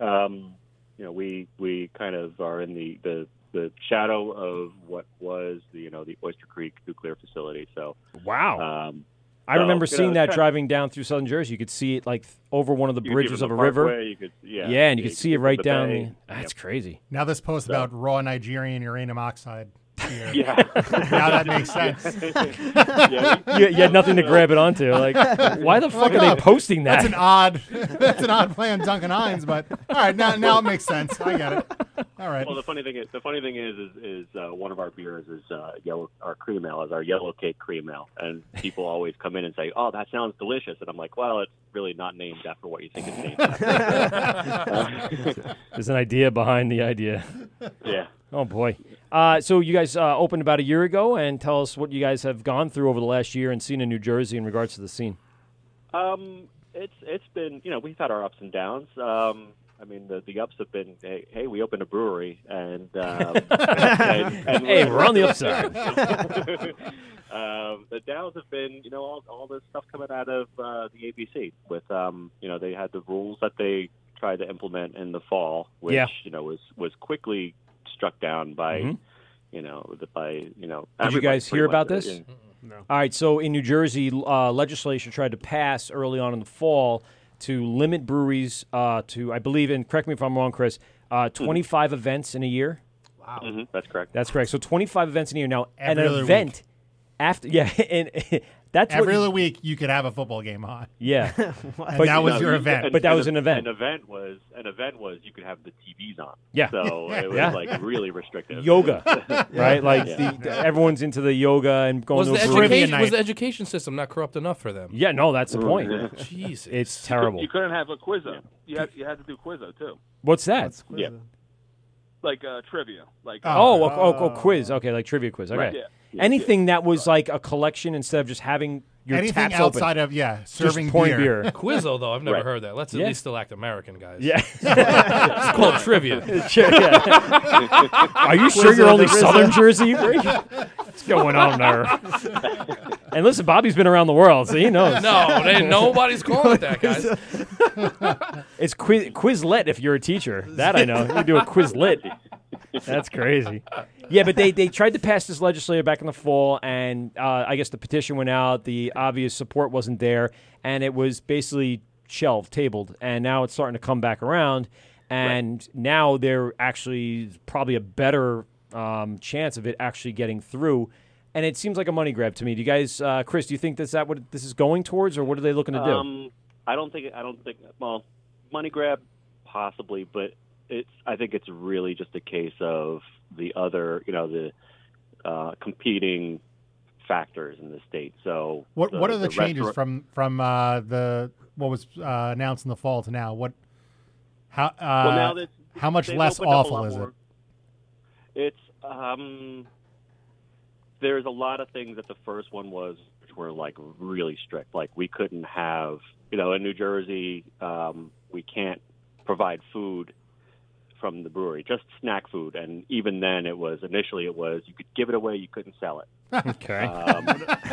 Speaker 19: um, you know, we we kind of are in the, the the shadow of what was the you know the Oyster Creek nuclear facility. So
Speaker 12: Wow.
Speaker 19: Um,
Speaker 12: I
Speaker 19: so,
Speaker 12: remember
Speaker 19: you know,
Speaker 12: seeing
Speaker 19: it's
Speaker 12: that
Speaker 19: kinda-
Speaker 12: driving down through southern Jersey. You could see it like th- over one of the
Speaker 19: You could see it
Speaker 12: bridges
Speaker 19: from
Speaker 12: of a
Speaker 19: the
Speaker 12: river.
Speaker 19: parkway, you could-
Speaker 12: yeah,
Speaker 19: yeah,
Speaker 12: and you
Speaker 19: yeah, you
Speaker 12: could
Speaker 19: could
Speaker 12: see it
Speaker 19: see
Speaker 12: right
Speaker 19: the
Speaker 12: down.
Speaker 19: bay.
Speaker 12: the- That's crazy.
Speaker 13: Now this post about raw Nigerian uranium oxide. Beer.
Speaker 19: Yeah.
Speaker 13: now that makes sense.
Speaker 19: Yeah,
Speaker 12: you, you had nothing to grab it onto. Like, why the fuck are
Speaker 13: no,
Speaker 12: they posting that?
Speaker 13: That's an odd. That's an odd play on Duncan Hines, but all right, now now it makes sense. I get it. All right.
Speaker 19: Well, the funny thing is, the funny thing is, is, is uh, one of our beers is uh, yellow. Our cream ale is our yellow cake cream ale, and people always come in and say, "Oh, that sounds delicious," and I'm like, "Well, it's really not named after what you think it's named." after.
Speaker 12: There's an idea behind the idea.
Speaker 19: Yeah.
Speaker 12: Oh boy. Uh, so you guys uh, opened about a year ago, and tell us what you guys have gone through over the last year and seen in New Jersey in regards to the scene.
Speaker 19: um, it's it's been you know we've had our ups and downs. Um, I mean the, the ups have been hey, hey we opened a brewery and, um, and, and
Speaker 12: Hey, we're on the upside.
Speaker 19: um, the downs have been you know all, all this stuff coming out of uh, the ABC with um, you know they had the rules that they tried to implement in the fall, which
Speaker 12: Yeah.
Speaker 19: you know was was quickly struck down by
Speaker 12: Mhm.
Speaker 19: you know the, by you know
Speaker 12: Did you
Speaker 19: everybody
Speaker 12: guys
Speaker 19: pretty
Speaker 12: hear
Speaker 19: much
Speaker 12: about this?
Speaker 19: in-
Speaker 12: All right. So in New Jersey, uh, legislation tried to pass early on in the fall to limit breweries uh, to, I believe, and correct me if I'm wrong, Chris, uh, 25 events in a year.
Speaker 19: Wow, Mm-hmm. that's correct.
Speaker 12: That's correct. So 25 events in a year. Now,
Speaker 13: Every
Speaker 12: an
Speaker 13: other
Speaker 12: event after, yeah, and that's
Speaker 13: Every
Speaker 12: what you-
Speaker 13: other week you could have a football game on.
Speaker 12: Yeah.
Speaker 13: and that was
Speaker 19: No,
Speaker 13: your
Speaker 19: you-
Speaker 13: event.
Speaker 19: and-
Speaker 12: But that
Speaker 19: and
Speaker 12: was
Speaker 19: a-
Speaker 12: an event.
Speaker 19: An event was an event was you could have the TVs on.
Speaker 12: Yeah.
Speaker 19: So it was
Speaker 12: Yeah.
Speaker 19: like really restrictive.
Speaker 12: yoga,
Speaker 19: Yeah.
Speaker 12: right? Like
Speaker 19: Yeah.
Speaker 12: the, everyone's into the yoga and going
Speaker 14: Was
Speaker 12: to
Speaker 14: the,
Speaker 12: a brewery.
Speaker 14: education, was the education system not corrupt enough for them?
Speaker 12: Yeah, no, that's the point.
Speaker 14: Mm. Jesus.
Speaker 12: It's terrible.
Speaker 18: You couldn't have a Quizzo. You, had, you had to do Quizzo, too.
Speaker 12: What's that?
Speaker 18: Yeah. Like uh, trivia. Like
Speaker 12: Oh, oh, oh, oh, quiz. Okay, like trivia quiz. Okay.
Speaker 18: Right, yeah. Yeah,
Speaker 12: Anything that was like a collection instead of just having your
Speaker 13: Anything
Speaker 12: taps
Speaker 13: outside
Speaker 12: open.
Speaker 13: of- yeah,
Speaker 12: Just
Speaker 13: serving
Speaker 12: pouring
Speaker 13: beer.
Speaker 14: Quizzo, though, I've never
Speaker 12: Right.
Speaker 14: heard that. Let's at
Speaker 12: Yeah.
Speaker 14: least elect American guys.
Speaker 12: Yeah.
Speaker 14: it's called trivia.
Speaker 12: Sure, yeah. Are you sure you're only Southern Jersey? What's going on there? And listen, Bobby's been around the world, so he knows.
Speaker 14: No, they- nobody's calling it that, guys.
Speaker 12: it's quiz, Quizlet if you're a teacher. That I know. You do a Quizlet. That's crazy. Yeah, but they, they tried to pass this legislature back in the fall, and uh, I guess the petition went out. The obvious support wasn't there, and it was basically shelved, tabled, and now it's starting to come back around. And now there actually is probably a better um, chance of it actually getting through. And it seems like a money grab to me. Do you guys, uh, Chris? Do you think that's that what this is going towards, or what are they looking to do?
Speaker 19: Um, I don't think. I don't think. Well, money grab, possibly, but it's. I think it's really just a case of the other, you know, the uh, competing factors in the state. So,
Speaker 13: What What are the, changes
Speaker 19: restaurant-
Speaker 13: from from uh, the what was uh, announced in the fall to now? What how uh,
Speaker 19: Well, now that-
Speaker 13: how much
Speaker 19: they've
Speaker 13: less
Speaker 19: opened up a
Speaker 13: awful
Speaker 19: lot
Speaker 13: is
Speaker 19: more. It's um, there's a lot of things that the first one was which were like really strict. Like we couldn't have, you know, in New Jersey, um, we can't provide food from the brewery, just snack food. And even then, it was initially it was you could give it away, you couldn't sell it.
Speaker 12: Okay.
Speaker 19: Um,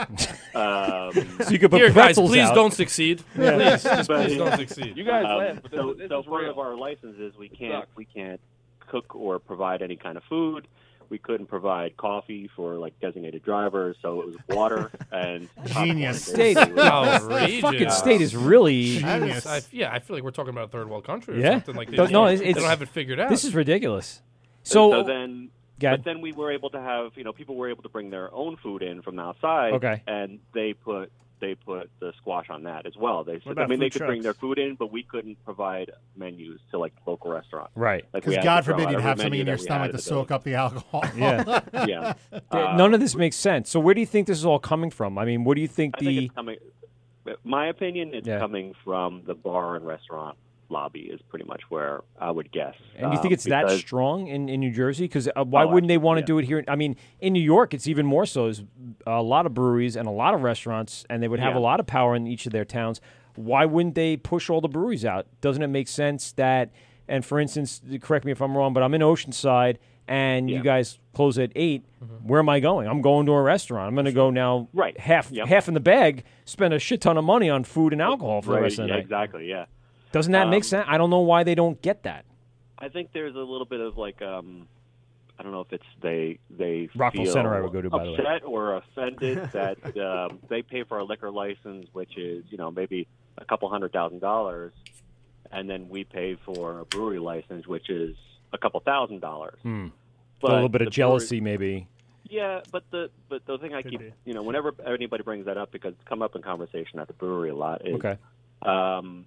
Speaker 19: um,
Speaker 12: So you could put
Speaker 14: Here, guys,
Speaker 12: pretzels
Speaker 14: please
Speaker 12: out.
Speaker 14: don't succeed.
Speaker 12: Yeah.
Speaker 14: Please, just
Speaker 19: But-
Speaker 14: please don't succeed.
Speaker 19: You guys laugh,
Speaker 14: but
Speaker 19: Um, so, so part of our licenses, we can't we can't cook or provide any kind of food. We couldn't provide coffee for like designated drivers, so it was water and popcorn,
Speaker 13: Genius.
Speaker 12: State-
Speaker 19: basically.
Speaker 12: The fucking state is really
Speaker 14: I just- I, yeah, I feel like we're talking about a third world country or
Speaker 12: yeah.
Speaker 14: something like they,
Speaker 12: Don't- no, it's,
Speaker 14: they
Speaker 12: it's-
Speaker 14: don't have it figured out.
Speaker 12: This is ridiculous.
Speaker 19: And
Speaker 12: So,
Speaker 19: then,
Speaker 12: Go ahead.
Speaker 19: but then we were able to have you know people were able to bring their own food in from outside,
Speaker 12: Okay.
Speaker 19: and they put they put the squash on that as well. They said, I
Speaker 13: about
Speaker 19: mean they
Speaker 13: food
Speaker 19: could bring
Speaker 13: trucks?
Speaker 19: their food in, but we couldn't provide menus to like local restaurants.
Speaker 12: Right.
Speaker 19: Like, we
Speaker 13: Because
Speaker 19: had
Speaker 13: God
Speaker 19: to throw
Speaker 13: forbid
Speaker 19: out
Speaker 13: you'd
Speaker 19: every
Speaker 13: have something
Speaker 19: menu
Speaker 13: in
Speaker 19: that
Speaker 13: your
Speaker 19: we
Speaker 13: stomach
Speaker 19: had
Speaker 13: to
Speaker 19: at those.
Speaker 13: soak up the alcohol.
Speaker 12: Yeah.
Speaker 19: yeah.
Speaker 12: Th-
Speaker 19: Uh,
Speaker 12: none of this makes sense. So, where do you think this is all coming from? I mean, what do you think
Speaker 19: I
Speaker 12: the
Speaker 19: think it's coming. My opinion, it's coming from the bar and restaurant lobby is pretty much where I would guess.
Speaker 12: And you think
Speaker 19: Um,
Speaker 12: it's that
Speaker 19: because- Oh,
Speaker 12: strong in, in New Jersey? Because uh, why wouldn't they want to do it here? I mean, in New York, it's even more so. Is a lot of breweries and a lot of restaurants, and they would have
Speaker 19: Yeah.
Speaker 12: a lot of power in each of their towns. Why wouldn't they push all the breweries out? Doesn't it make sense that? And for instance, correct me if I'm wrong, but I'm in Oceanside, and you guys close at 8
Speaker 19: Mm-hmm.
Speaker 12: Where am I going? I'm going to a restaurant. I'm going to go now. Right. Half
Speaker 19: Yep.
Speaker 12: half in the bag. Spend a shit ton of money on food and alcohol for
Speaker 19: Right,
Speaker 12: the rest of the
Speaker 19: yeah,
Speaker 12: night.
Speaker 19: Exactly. Yeah.
Speaker 12: Doesn't that
Speaker 19: Um,
Speaker 12: make sense? I don't know why they don't get that.
Speaker 19: I think there's a little bit of like um, I don't know if it's they they
Speaker 12: Rockville
Speaker 19: feel
Speaker 12: Center I would go to, by the way.
Speaker 19: upset or offended that um, they pay for a liquor license, which is you know maybe a couple hundred thousand dollars, and then we pay for a brewery license, which is a couple thousand dollars.
Speaker 12: Hmm.
Speaker 19: But
Speaker 12: a little bit
Speaker 19: the brewery-
Speaker 12: of jealousy, maybe.
Speaker 19: Yeah, but the but the thing I keep you know whenever anybody brings that up because it's come up in conversation at the brewery a lot is
Speaker 12: Okay.
Speaker 19: um,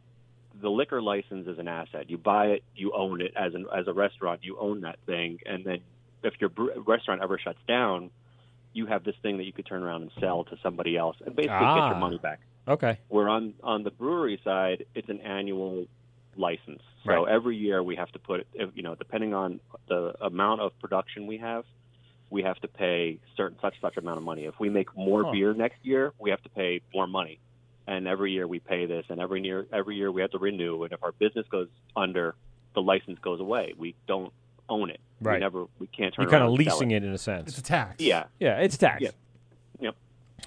Speaker 19: the liquor license is an asset. You buy it, you own it as an as a restaurant. You own that thing, and then if your bre- restaurant ever shuts down, you have this thing that you could turn around and sell to somebody else and basically get
Speaker 12: Ah.
Speaker 19: your money back.
Speaker 12: Okay.
Speaker 19: Where on on the brewery side, it's an annual license. So
Speaker 12: Right.
Speaker 19: every year we have to put, if- you know, depending on the amount of production we have, we have to pay certain such such amount of money. If we make more
Speaker 12: Huh.
Speaker 19: beer next year, we have to pay more money. And every year we pay this, and every year every year we have to renew. And if our business goes under, the license goes away. We don't own it.
Speaker 12: Right.
Speaker 19: We never. We can't turn.
Speaker 12: You're kind of
Speaker 19: around and sell
Speaker 12: leasing it. in a sense. It's
Speaker 13: a tax.
Speaker 19: Yeah.
Speaker 12: Yeah, it's a tax.
Speaker 19: Yeah. Yep.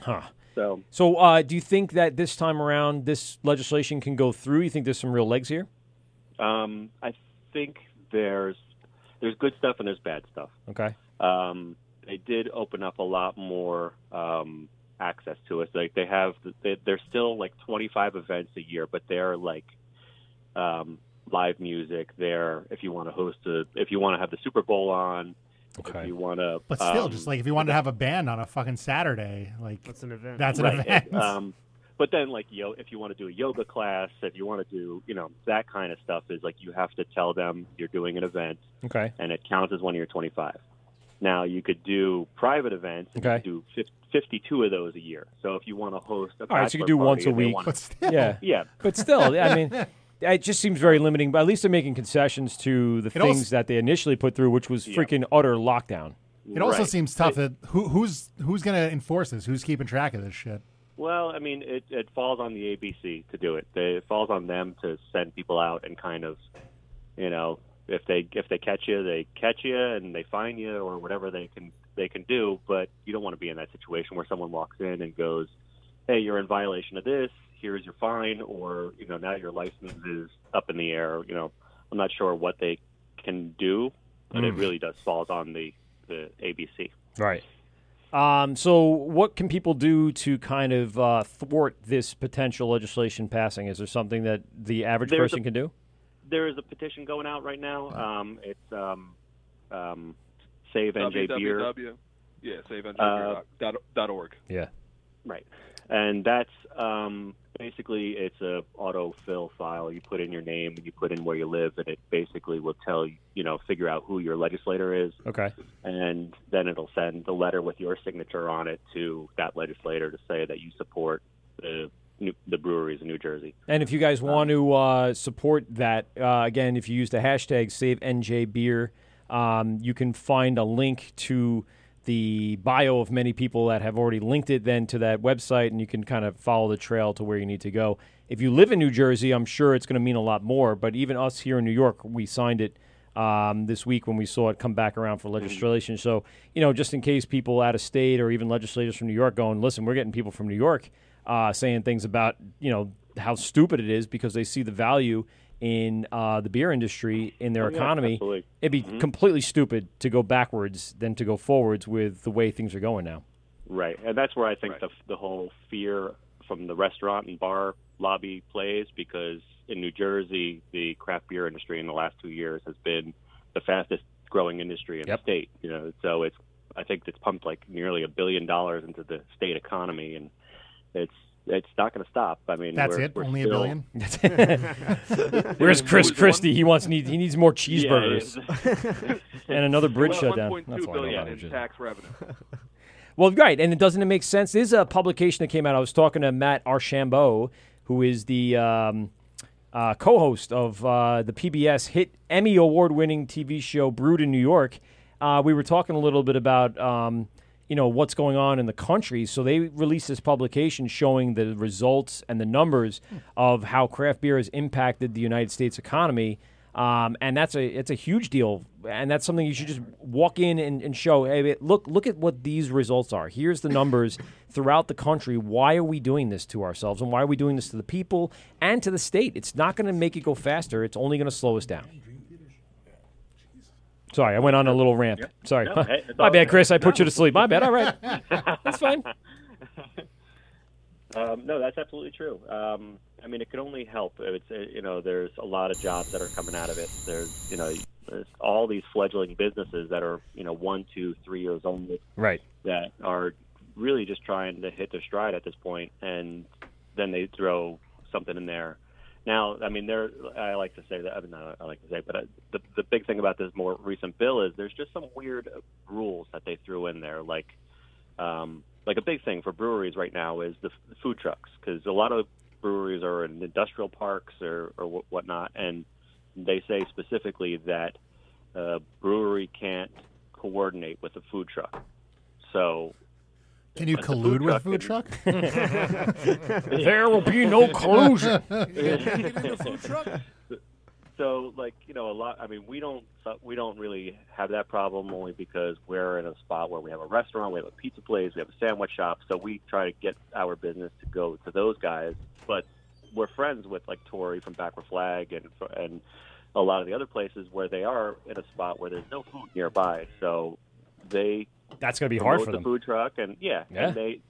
Speaker 12: Huh.
Speaker 19: So,
Speaker 12: So, uh, do you think that this time around, this legislation can go through? You think there's some real legs here?
Speaker 19: Um, I think there's there's good stuff and there's bad stuff.
Speaker 12: Okay.
Speaker 19: Um, they did open up a lot more um, access to us. Like they have, they, they're still like 25 events a year, but they're like um, live music. They're if you want to host a, if you want to have the Super Bowl on, if you want to,
Speaker 13: But still, just like if you wanted to have a band on a fucking Saturday, like that's
Speaker 15: an event.
Speaker 13: That's an
Speaker 19: Right.
Speaker 13: event.
Speaker 19: Um, but then, like, yo, if you want to do a yoga class, if you want to do, you know, that kind of stuff, is like you have to tell them you're doing an event,
Speaker 12: Okay.
Speaker 19: and it counts as one of your 25. Now you could do private events. and
Speaker 12: Okay.
Speaker 19: You could do fif- 52 of those a year. So if you want to host a
Speaker 12: All right, so you
Speaker 19: bachelor
Speaker 12: could do
Speaker 19: party
Speaker 12: once a
Speaker 19: and they
Speaker 12: week.
Speaker 19: wanna-
Speaker 12: Yeah.
Speaker 19: yeah.
Speaker 12: But still, I mean, it just seems very limiting. But at least they're making concessions to the
Speaker 13: It also-
Speaker 12: things that they initially put through, which was
Speaker 13: Yeah.
Speaker 12: freaking utter lockdown.
Speaker 13: It also seems tough that who, who's who's going to enforce this? Who's keeping track of this shit?
Speaker 19: Well, I mean, it, it falls on the ABC to do it. They, it falls on them to send people out and kind of, you know, if they if they catch you, they catch you and they fine you or whatever they can they can do. But you don't want to be in that situation where someone walks in and goes, "Hey, you're in violation of this. Here's your fine," or you know, now your license is up in the air. You know, I'm not sure what they can do, but it
Speaker 12: Mm.
Speaker 19: really does falls on the the ABC.
Speaker 12: Right. Um, so, what can people do to kind of uh, thwart this potential legislation passing? Is there something that the average
Speaker 19: There's
Speaker 12: person
Speaker 19: a-
Speaker 12: can do? Uh-huh.
Speaker 19: there is a petition going out right now. Um, it's um, um, Save NJ Beer.
Speaker 18: www. Yeah,
Speaker 19: Uh,
Speaker 18: savenjbeer.org.
Speaker 12: Yeah.
Speaker 19: Right. And that's um, basically it's a autofill file. You put in your name and you put in where you live, and it basically will tell you, you know, figure out who your legislator is,
Speaker 12: Okay.
Speaker 19: and then it'll send the letter with your signature on it to that legislator to say that you support the new, the breweries in New Jersey.
Speaker 12: And if you guys want to uh, support that, uh, again, if you use the hashtag SaveNJBeer, um, you can find a link to the bio of many people that have already linked it then to that website, and you can kind of follow the trail to where you need to go. If you live in New Jersey, I'm sure it's going to mean a lot more, but even us here in New York, we signed it um, this week when we saw it come back around for legislation. So, you know, just in case people out of state or even legislators from New York going, listen, we're getting people from New York uh, saying things about, you know, how stupid it is because they see the value in uh, the beer industry in their
Speaker 19: Oh, yeah,
Speaker 12: economy.
Speaker 19: absolutely.
Speaker 12: It'd be
Speaker 19: Mhm.
Speaker 12: completely stupid to go backwards than to go forwards with the way things are going now.
Speaker 19: Right, and that's where I think the the whole fear from the restaurant and bar lobby plays because in New Jersey, the craft beer industry in the last two years has been the fastest growing industry in the state. You know, so it's I think it's pumped like nearly a billion dollars into the state economy, and it's it's not going to stop. I mean,
Speaker 13: That's
Speaker 19: we're,
Speaker 13: it?
Speaker 19: we're
Speaker 13: Only a
Speaker 19: still-
Speaker 13: billion?
Speaker 12: Where's Chris
Speaker 19: Who's the one-
Speaker 12: Christie? He wants need he needs more
Speaker 19: Yeah,
Speaker 12: cheeseburgers
Speaker 19: yeah.
Speaker 12: and another bridge
Speaker 19: Well,
Speaker 12: shutdown.
Speaker 19: 1.2
Speaker 12: That's why I don't
Speaker 18: billion
Speaker 12: like
Speaker 18: in
Speaker 12: bridges.
Speaker 18: tax revenue.
Speaker 12: Well, right, and it doesn't it make sense? There's a publication that came out. I was talking to Matt Archambault, who is the um, uh, co-host of uh, the PBS hit Emmy award-winning TV show Brewed in New York. Uh, we were talking a little bit about um, you know what's going on in the country. So they released this publication showing the results and the numbers of how craft beer has impacted the United States economy. Um, and that's a it's a huge deal, and that's something you should just walk in and, and show. Hey, wait, look look at what these results are. Here's the numbers throughout the country. Why are we doing this to ourselves, and why are we doing this to the people and to the state? It's not going to make it go faster. It's only going to slow us down. Sorry, I went on a little rant. Sorry,
Speaker 19: No, hey, it's
Speaker 12: my
Speaker 19: all
Speaker 12: bad,
Speaker 19: right.
Speaker 12: Chris. I put
Speaker 19: No.
Speaker 12: you to sleep. My bad. All right.
Speaker 19: That's
Speaker 12: fine.
Speaker 19: Um, no, that's absolutely true. Um, I mean, it could only help. It's uh, you know, there's a lot of jobs that are coming out of it. There's you know, there's all these fledgling businesses that are you know one, two, three years old
Speaker 12: Right.
Speaker 19: that are really just trying to hit their stride at this point, and then they throw something in there. Now, I mean, there. I like to say that. I mean, not I like to say, but I, the the big thing about this more recent bill is there's just some weird rules that they threw in there, like um, like a big thing for breweries right now is the, f- the food trucks because a lot of breweries are in industrial parks or or wh- whatnot, and they say specifically that a brewery can't coordinate with a food truck. So
Speaker 13: Can you
Speaker 19: That's a food
Speaker 13: collude with a food
Speaker 19: truck
Speaker 13: truck?
Speaker 12: There will be no collusion.
Speaker 19: so, like you know, a lot. I mean, we don't so- we don't really have that problem only because we're in a spot where we have a restaurant, we have a pizza place, we have a sandwich shop, so we try to get our business to go to those guys. But we're friends with like Tori from Backward Flag and and a lot of the other places where they are in a spot where there's no food nearby, so they
Speaker 12: That's going to be hard
Speaker 19: promote
Speaker 12: for
Speaker 19: the
Speaker 12: them.
Speaker 19: food truck and yeah,
Speaker 12: Yeah.
Speaker 19: and they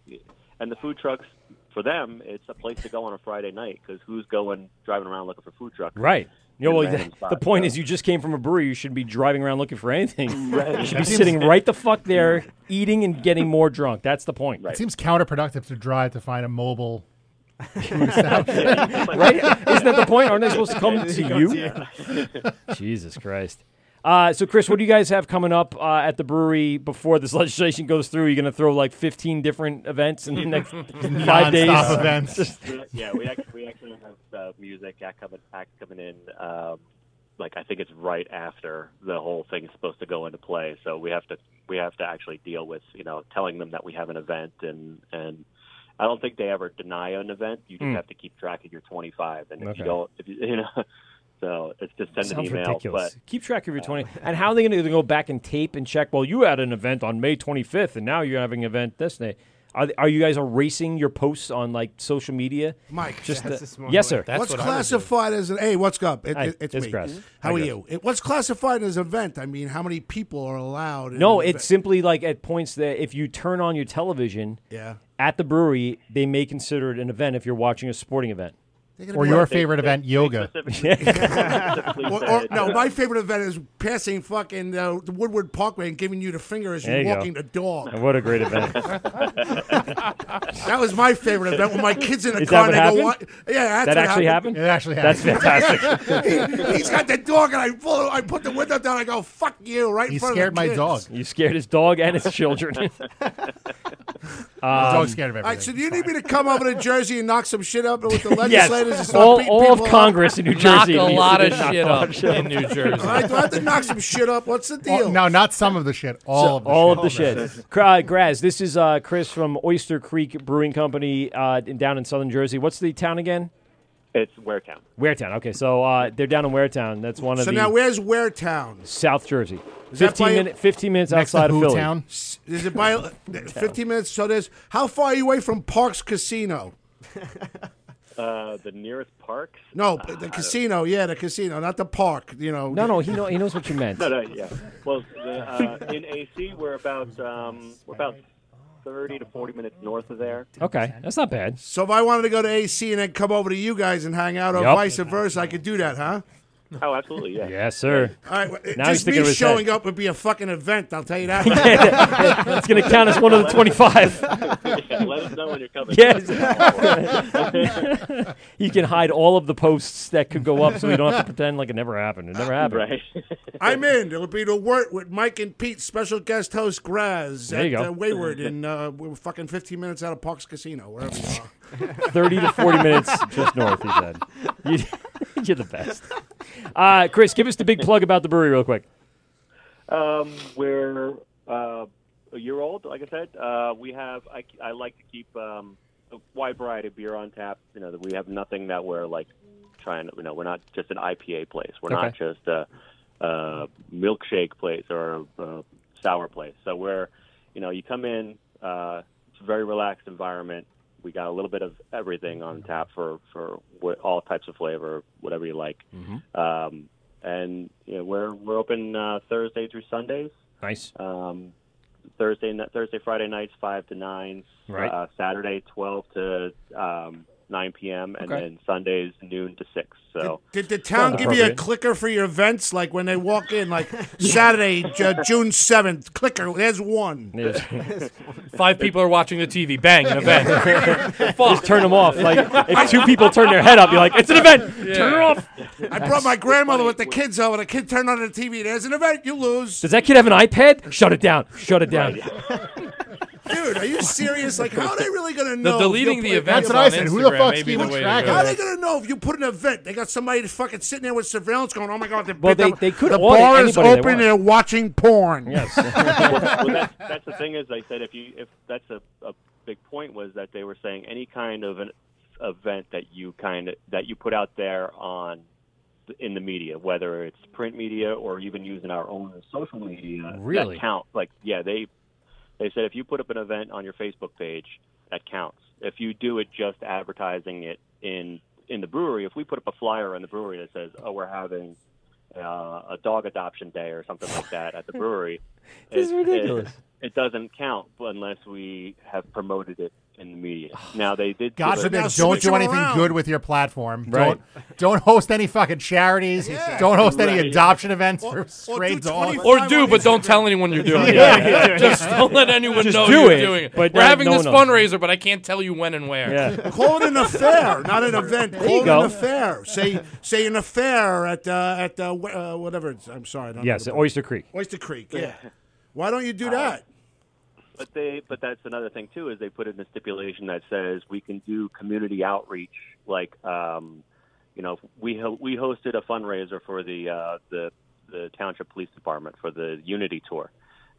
Speaker 19: and the food trucks for them it's a place to go on a Friday night because who's going driving around looking for food trucks?
Speaker 12: Right. You know,
Speaker 19: in
Speaker 12: well,
Speaker 19: random
Speaker 12: the- the
Speaker 19: spots,
Speaker 12: point
Speaker 19: so.
Speaker 12: is, you just came from a brewery. You shouldn't be driving around looking for anything.
Speaker 19: Right.
Speaker 12: You should be sitting right the fuck there, eating and getting more drunk. That's the point.
Speaker 13: It seems counterproductive to drive to find a mobile food
Speaker 12: right? Isn't that the point? Aren't they supposed to come to you? Jesus Christ. Uh, so, Chris, what do you guys have coming up uh, at the brewery before this legislation goes through? You're going to throw like 15 different events in the next five days.
Speaker 13: Non-stop events.
Speaker 12: Just-
Speaker 19: yeah, we actually, we actually have uh, music act coming act coming in. Um, like I think it's right after the whole thing's supposed to go into play, so we have to we have to actually deal with you know telling them that we have an event and and I don't think they ever deny an event. You just
Speaker 12: Hmm.
Speaker 19: have to keep track of your 25, and if
Speaker 12: Okay.
Speaker 19: you don't, if you, you know, so it's just send
Speaker 12: Sounds
Speaker 19: an email.
Speaker 12: ridiculous. Keep track of your 20.
Speaker 20: Oh.
Speaker 12: And how are they going to go back and tape and check? Well, you had an event on May 25th, and now you're having an event this day. Are, are you guys erasing your posts on like social media?
Speaker 20: Mike,
Speaker 12: the- yes, sir.
Speaker 20: what's classified as an? Hey, what's up? It,
Speaker 12: Hi,
Speaker 20: it- it's
Speaker 12: it's
Speaker 20: me.
Speaker 12: Chris.
Speaker 20: How are
Speaker 12: Hi, Chris.
Speaker 20: you? It, what's classified as an event? I mean, how many people are allowed? in
Speaker 12: No,
Speaker 20: an
Speaker 12: it's simply like at points that if you turn on your television
Speaker 20: Yeah.
Speaker 12: at the brewery, they may consider it an event if you're watching a sporting event.
Speaker 20: They're
Speaker 13: Or your favorite event, yoga.
Speaker 20: event? or, or- no, my favorite event is passing fucking uh, the Woodward Parkway and giving you the finger as you're
Speaker 12: There you go.
Speaker 20: walking the dog.
Speaker 12: And what a great event.
Speaker 20: that was my favorite event when my kids in the
Speaker 12: Is that
Speaker 20: car. and
Speaker 12: what
Speaker 20: they
Speaker 12: happened?
Speaker 20: go, "What?" Yeah, that's
Speaker 12: That
Speaker 20: what
Speaker 12: actually happened? It actually That's happened. fantastic.
Speaker 20: he, has got the dog, and I pull, I put the window down. I go, "Fuck you!" Right in front of the kids.
Speaker 12: You scared his dog and his children. Um,
Speaker 20: All right, so do you need me to come over to Jersey and knock some shit up with the legislators? and
Speaker 12: yes.
Speaker 20: start
Speaker 12: all,
Speaker 20: beating
Speaker 12: all of
Speaker 20: people up?
Speaker 12: Congress in New
Speaker 13: Knock
Speaker 12: Jersey.
Speaker 13: a
Speaker 12: needs
Speaker 13: lot
Speaker 12: to
Speaker 13: of
Speaker 12: get knocked
Speaker 13: shit
Speaker 12: off.
Speaker 13: up in New Jersey.
Speaker 20: All right, do I have to knock some shit up? What's the deal?
Speaker 13: Oh, no, not some of the shit. All
Speaker 12: So-
Speaker 13: of the shit.
Speaker 12: shit. Cra- Graz, this is uh, Chris from Oyster Creek Brewing Company uh, in- down in southern Jersey. What's the town again?
Speaker 19: It's Waretown.
Speaker 12: Waretown. Okay, so uh, they're down in Waretown. That's one of
Speaker 20: So
Speaker 12: the
Speaker 20: now, where's Ware Town?
Speaker 12: South Jersey.
Speaker 20: Is that
Speaker 12: Fifteen
Speaker 20: by-
Speaker 12: minute, fifteen minutes outside of Philly.
Speaker 20: S- Is it by fifteen minutes? So there's how far are you away from Parks Casino?
Speaker 19: Uh, the nearest parks.
Speaker 20: No, the casino. Yeah, the casino, not the park. You know.
Speaker 12: Uh, No, no, he know, he knows what you meant.
Speaker 19: No, no, yeah. Well, the, uh, in AC, we're about um, we're about 30 to 40 minutes north of there.
Speaker 12: Okay, that's not bad.
Speaker 20: So if I wanted to go to AC and then come over to you guys and hang out, or
Speaker 12: Yup.
Speaker 20: vice versa, I could do that, huh?
Speaker 19: Oh, absolutely, yeah.
Speaker 12: Yes, sir.
Speaker 20: All right, well, it-
Speaker 12: Now he's
Speaker 20: just me
Speaker 12: thinking of his head.
Speaker 20: showing up would be a fucking event. I'll tell you that.
Speaker 12: That's going to count as one of the 25.
Speaker 20: Yeah, let us know when you're coming.
Speaker 12: Yes. he can hide all of the posts that could go up so we don't have to pretend like it never happened. It never happened.
Speaker 20: I'm in. It'll be the wort with Mike and Pete, special guest host Graz
Speaker 12: There you
Speaker 20: at
Speaker 12: go.
Speaker 20: Uh, Wayward, and uh, we're fucking 15 minutes out of Parks Casino, wherever you are.
Speaker 12: 30 to 40 minutes just north, he said. You, you're the best. Uh, Chris, give us the big plug about the brewery real quick.
Speaker 19: Um, we're uh, a year old, like I said. Uh, we have I, I like to keep um, a wide variety of beer on tap. You know that we have nothing that we're like trying. to- You know, we're not just an IPA place. We're not
Speaker 21: Okay.
Speaker 19: just a, a milkshake place or a, a sour place. So we're you know you come in. Uh, it's a very relaxed environment. We got a little bit of everything on tap for for wh- all types of flavor, whatever you like.
Speaker 15: Mm-hmm.
Speaker 19: Um, and you know, we're we're open uh, Thursday through Sundays.
Speaker 12: Nice.
Speaker 19: Um, Thursday ni- Thursday Friday nights five to nine.
Speaker 12: Right.
Speaker 19: Uh, Saturday twelve to um, nine p.m. and
Speaker 20: Okay.
Speaker 19: then Sundays noon to six. So
Speaker 20: Did the town give you a clicker for your events? Like when they walk in, like Saturday, Ju- June 7th, clicker, there's one.
Speaker 14: Five people are watching the TV. Bang, an event. Fuck.
Speaker 12: Just turn them off. Like, if two people turn their head up, you're like, it's an event. Turn it off.
Speaker 20: I brought my grandmother with the kids over. The kid turned on the TV. There's an event. You lose.
Speaker 12: Does that kid have an iPad? Shut it down. Shut it down.
Speaker 20: Dude, are you serious? Like, how are they really going to
Speaker 12: The
Speaker 20: know? if
Speaker 12: deleting
Speaker 20: you
Speaker 12: the
Speaker 20: put-
Speaker 12: events That's what I on said. Who the Instagram fuck's may be keeping the way to track go. of
Speaker 20: How are they
Speaker 12: it?
Speaker 20: going to know if you put an event? They got somebody that's fucking sitting there with surveillance going, oh my God, they
Speaker 12: Well,
Speaker 20: picked
Speaker 12: they-
Speaker 20: up-
Speaker 12: they could
Speaker 20: The
Speaker 12: audit
Speaker 20: bar is
Speaker 12: anybody they
Speaker 20: open
Speaker 12: want.
Speaker 20: and they're watching porn.
Speaker 12: Yes.
Speaker 19: well, that, that's the thing is, they said if you if that's a, a big point was that they were saying any kind of an event that you kind of that you put out there on in the media, whether it's print media or even using our own social media,
Speaker 12: Really?
Speaker 19: that count. Like, yeah, they they said if you put up an event on your Facebook page, that counts. If you do it just advertising it in in the brewery, if we put up a flyer in the brewery that says, "Oh, we're having uh, a dog adoption day" or something like that at the brewery,
Speaker 12: This is
Speaker 19: it-
Speaker 12: ridiculous.
Speaker 19: It, it doesn't count unless we have promoted it in the media. Now they did.
Speaker 13: God
Speaker 19: give
Speaker 13: forbid,
Speaker 19: us-
Speaker 13: don't do anything good with your platform.
Speaker 19: Right.
Speaker 13: Don't, don't host any fucking charities. Don't host any
Speaker 14: Right.
Speaker 13: adoption events for stray dogs.
Speaker 14: Or do, but don't tell anyone you're doing it.
Speaker 13: Yeah, yeah.
Speaker 14: Just don't let anyone
Speaker 13: Just
Speaker 14: know
Speaker 13: do
Speaker 14: you're
Speaker 13: it,
Speaker 14: doing it.
Speaker 13: but
Speaker 14: We're
Speaker 13: not-
Speaker 14: having
Speaker 13: no
Speaker 14: this
Speaker 13: one
Speaker 14: fundraiser, but I can't tell you when and where.
Speaker 20: Call it an affair, not an event.
Speaker 14: you
Speaker 20: Call it
Speaker 14: go.
Speaker 20: an affair. Say say an affair at uh, at uh, wh- uh, whatever. It's, I'm sorry. I don't know
Speaker 12: Yes,
Speaker 20: the-
Speaker 12: Oyster Creek.
Speaker 20: Oyster Creek. Yeah. Why don't you do that?
Speaker 19: But they, but that's another thing too is they put in a stipulation that says we can do community outreach. Like, um, you know, we ho- we hosted a fundraiser for the uh, the the township police department for the Unity tour,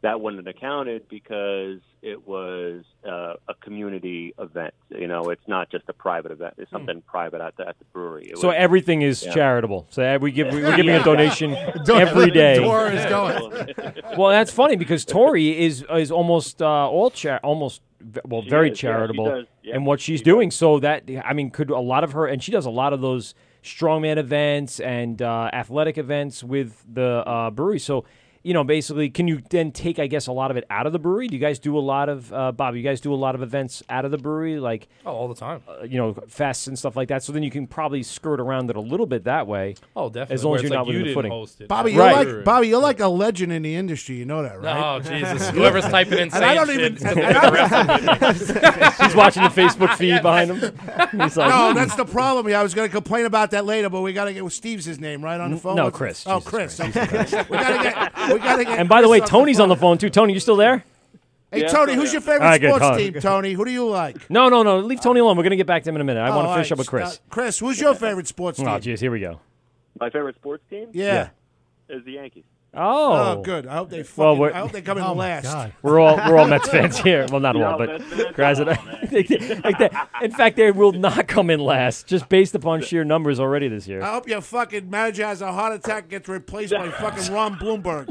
Speaker 19: that wouldn't have counted because it was uh, a community event. You know, it's not just a private event. It's something private at the, at the brewery. It
Speaker 12: Hmm. So
Speaker 19: was-
Speaker 12: everything is
Speaker 19: Yeah.
Speaker 12: charitable. So uh, we give we- we're giving
Speaker 19: Yeah.
Speaker 12: a donation
Speaker 19: Don't-
Speaker 12: every day.
Speaker 19: Tor is going.
Speaker 2: uh,
Speaker 12: well, that's funny because Tori is is almost uh, all char- almost v- well
Speaker 19: She
Speaker 12: very
Speaker 19: is, yeah, she
Speaker 12: charitable
Speaker 19: does, yeah,
Speaker 12: in what she's doing. So that I mean, could a lot of her and she does a lot of those strongman events and uh, athletic events with the uh, brewery. So. You know, basically, can you then take, I guess, a lot of it out of the brewery? Do you guys do a lot of, uh, Bob? You guys do a lot of events out of the brewery, like
Speaker 14: Oh, all the time.
Speaker 12: uh, you know, fests and stuff like that. So then you can probably skirt around it a little bit that way.
Speaker 14: Oh, definitely,
Speaker 12: As long
Speaker 14: where
Speaker 12: as
Speaker 14: it's
Speaker 12: you're
Speaker 14: like
Speaker 12: not
Speaker 14: you
Speaker 12: within the
Speaker 14: didn't
Speaker 12: footing.
Speaker 14: host it.
Speaker 20: Bobby, you're
Speaker 12: Right.
Speaker 20: like Bobby, you're like a legend in the industry. You know that, right?
Speaker 14: Oh, Jesus. Whoever's typing in
Speaker 20: And I
Speaker 14: same
Speaker 20: don't
Speaker 14: shit
Speaker 20: even.
Speaker 14: is the rest of it.
Speaker 12: He's watching the Facebook feed behind him. He's like,
Speaker 20: no,
Speaker 12: "Hmm."
Speaker 20: that's the problem. Yeah, I was going to complain about that later, but we got to get well, Steve's his name right on the
Speaker 12: N-
Speaker 20: phone.
Speaker 12: no,
Speaker 20: What's-
Speaker 12: Chris.
Speaker 20: Oh,
Speaker 12: Jesus
Speaker 20: Chris.
Speaker 12: Christ.
Speaker 20: okay. we got to get. We got to get.
Speaker 12: And by the way,
Speaker 20: Chris on
Speaker 12: Tony's on the phone too. Tony, you still there?
Speaker 20: Hey, Tony, who's your favorite
Speaker 12: All right, good,
Speaker 20: sports
Speaker 12: Tony.
Speaker 20: team? Tony, who do you like?
Speaker 12: No, no, no. Leave Tony alone. We're gonna get back to him in a minute. I
Speaker 20: Oh,
Speaker 12: want to
Speaker 20: all
Speaker 12: finish
Speaker 20: right,
Speaker 12: up with Chris.
Speaker 20: stop. Chris, who's your favorite sports
Speaker 12: Oh,
Speaker 20: team?
Speaker 12: jeez, here we go.
Speaker 19: My favorite sports team?
Speaker 20: Yeah.
Speaker 19: Is the Yankees.
Speaker 12: Oh,
Speaker 20: Oh, good. I hope they fucking-
Speaker 12: Well, we're-
Speaker 20: I hope they come in
Speaker 12: Oh, my
Speaker 20: last.
Speaker 12: God. We're all we're all Mets fans here. Well, not
Speaker 20: Yeah,
Speaker 12: all, but
Speaker 20: Mets fans,
Speaker 12: guys, that- like that. In fact, they will not come in last, just based upon sheer numbers already this year.
Speaker 20: I hope your fucking manager has a heart attack and gets replaced by fucking Ron Bloomberg.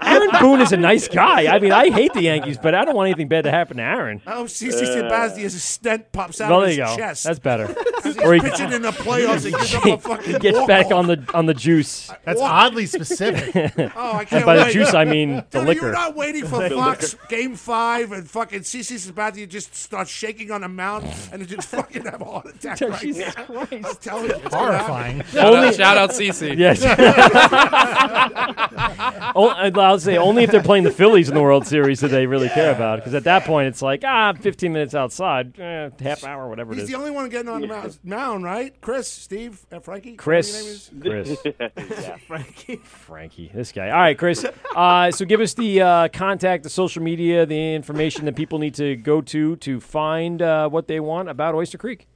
Speaker 12: Aaron Boone is a nice guy. I mean, I hate the Yankees, but I don't want anything bad to happen to Aaron.
Speaker 20: I hope CC Sabastian's stent pops out
Speaker 12: Uh, Well,
Speaker 20: of
Speaker 12: there
Speaker 20: his
Speaker 12: you go.
Speaker 20: chest.
Speaker 12: That's better.
Speaker 20: He's
Speaker 12: Or he-
Speaker 20: pitching in the playoffs and gives up a fucking
Speaker 12: he gets back on the on the juice.
Speaker 20: That's Walk. oddly specific. Oh, I can't
Speaker 12: and by the
Speaker 20: wait.
Speaker 12: juice, I mean the
Speaker 20: Dude,
Speaker 12: liquor.
Speaker 20: You're not waiting for
Speaker 12: The
Speaker 20: Fox Game Five and fucking CC Sabathia just starts shaking on a mountain and it just fucking have a heart attack right
Speaker 12: Jesus
Speaker 20: now. I'm telling you, it's gonna
Speaker 13: Horrifying.
Speaker 20: happen.
Speaker 14: Shout out- shout out CC.
Speaker 12: Yes. O- I'd- I'll say only if they're playing the Phillies in the World Series do they really care about. Because at that point, it's like ah, 15 minutes outside, eh, half hour, whatever it
Speaker 20: He's
Speaker 12: is.
Speaker 20: the only one getting on the mound, mound, right? Chris, Steve, uh, Frankie,
Speaker 12: Chris,
Speaker 20: Whatever your name
Speaker 12: Chris,
Speaker 20: is.
Speaker 12: Frankie, Frankie, this guy. All right, Chris. Uh, so give us the uh, contact, the social media, the information that people need to go to to find uh, what they want about Oyster Creek.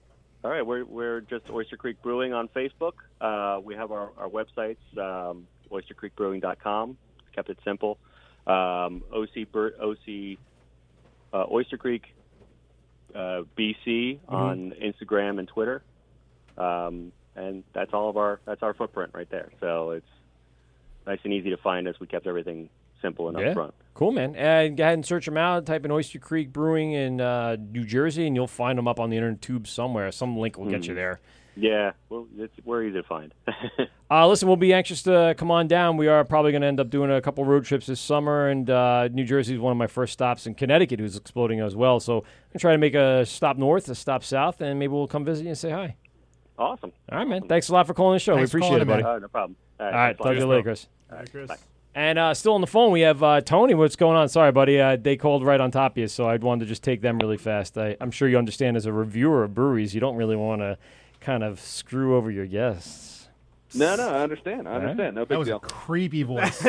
Speaker 19: All right, we're, we're just Oyster Creek Brewing on Facebook. Uh, we have our, our websites, um, oystercreekbrewing.com. Kept it simple. Um, OC, Bre- OC uh, Oyster Creek uh, BC
Speaker 12: Mm-hmm.
Speaker 19: on Instagram and Twitter. Um, and that's all of our that's our footprint right there. So it's nice and easy to find us. We kept everything simple and
Speaker 12: Yeah.
Speaker 19: upfront.
Speaker 12: Cool, man. And go ahead and search them out. Type in Oyster Creek Brewing in uh, New Jersey, and you'll find them up on the internet tube somewhere. Some link will get you
Speaker 19: Mhm.
Speaker 12: there.
Speaker 19: Yeah, well, it's, we're easy to find.
Speaker 12: Uh, listen, we'll be anxious to come on down. We are probably going to end up doing a couple road trips this summer, and uh, New Jersey is one of my first stops, and Connecticut is exploding as well. So I'm going to try to make a stop north, a stop south, and maybe we'll come visit you and say hi.
Speaker 19: awesome.
Speaker 12: All right, man. Thanks a lot for calling the show.
Speaker 19: Thanks for
Speaker 12: we appreciate it,
Speaker 19: calling
Speaker 12: buddy.
Speaker 19: in, man. All right, no problem.
Speaker 12: All
Speaker 19: All
Speaker 12: right,
Speaker 19: right, thanks a
Speaker 12: talk
Speaker 19: lot.
Speaker 12: to you
Speaker 19: Cheers,
Speaker 12: later,
Speaker 19: bro.
Speaker 12: Chris.
Speaker 19: All right, Chris.
Speaker 12: And uh, still on the phone, we have uh, Tony. What's going on? Sorry, buddy. Uh, they called right on top of you, so I'd wanted to just take them really fast. I, I'm sure you understand as a reviewer of breweries, you don't really want to kind of screw over your guests.
Speaker 18: No, no, I understand. I
Speaker 12: All right.
Speaker 18: understand. No
Speaker 13: that
Speaker 18: big
Speaker 13: was
Speaker 18: deal.
Speaker 13: a creepy voice.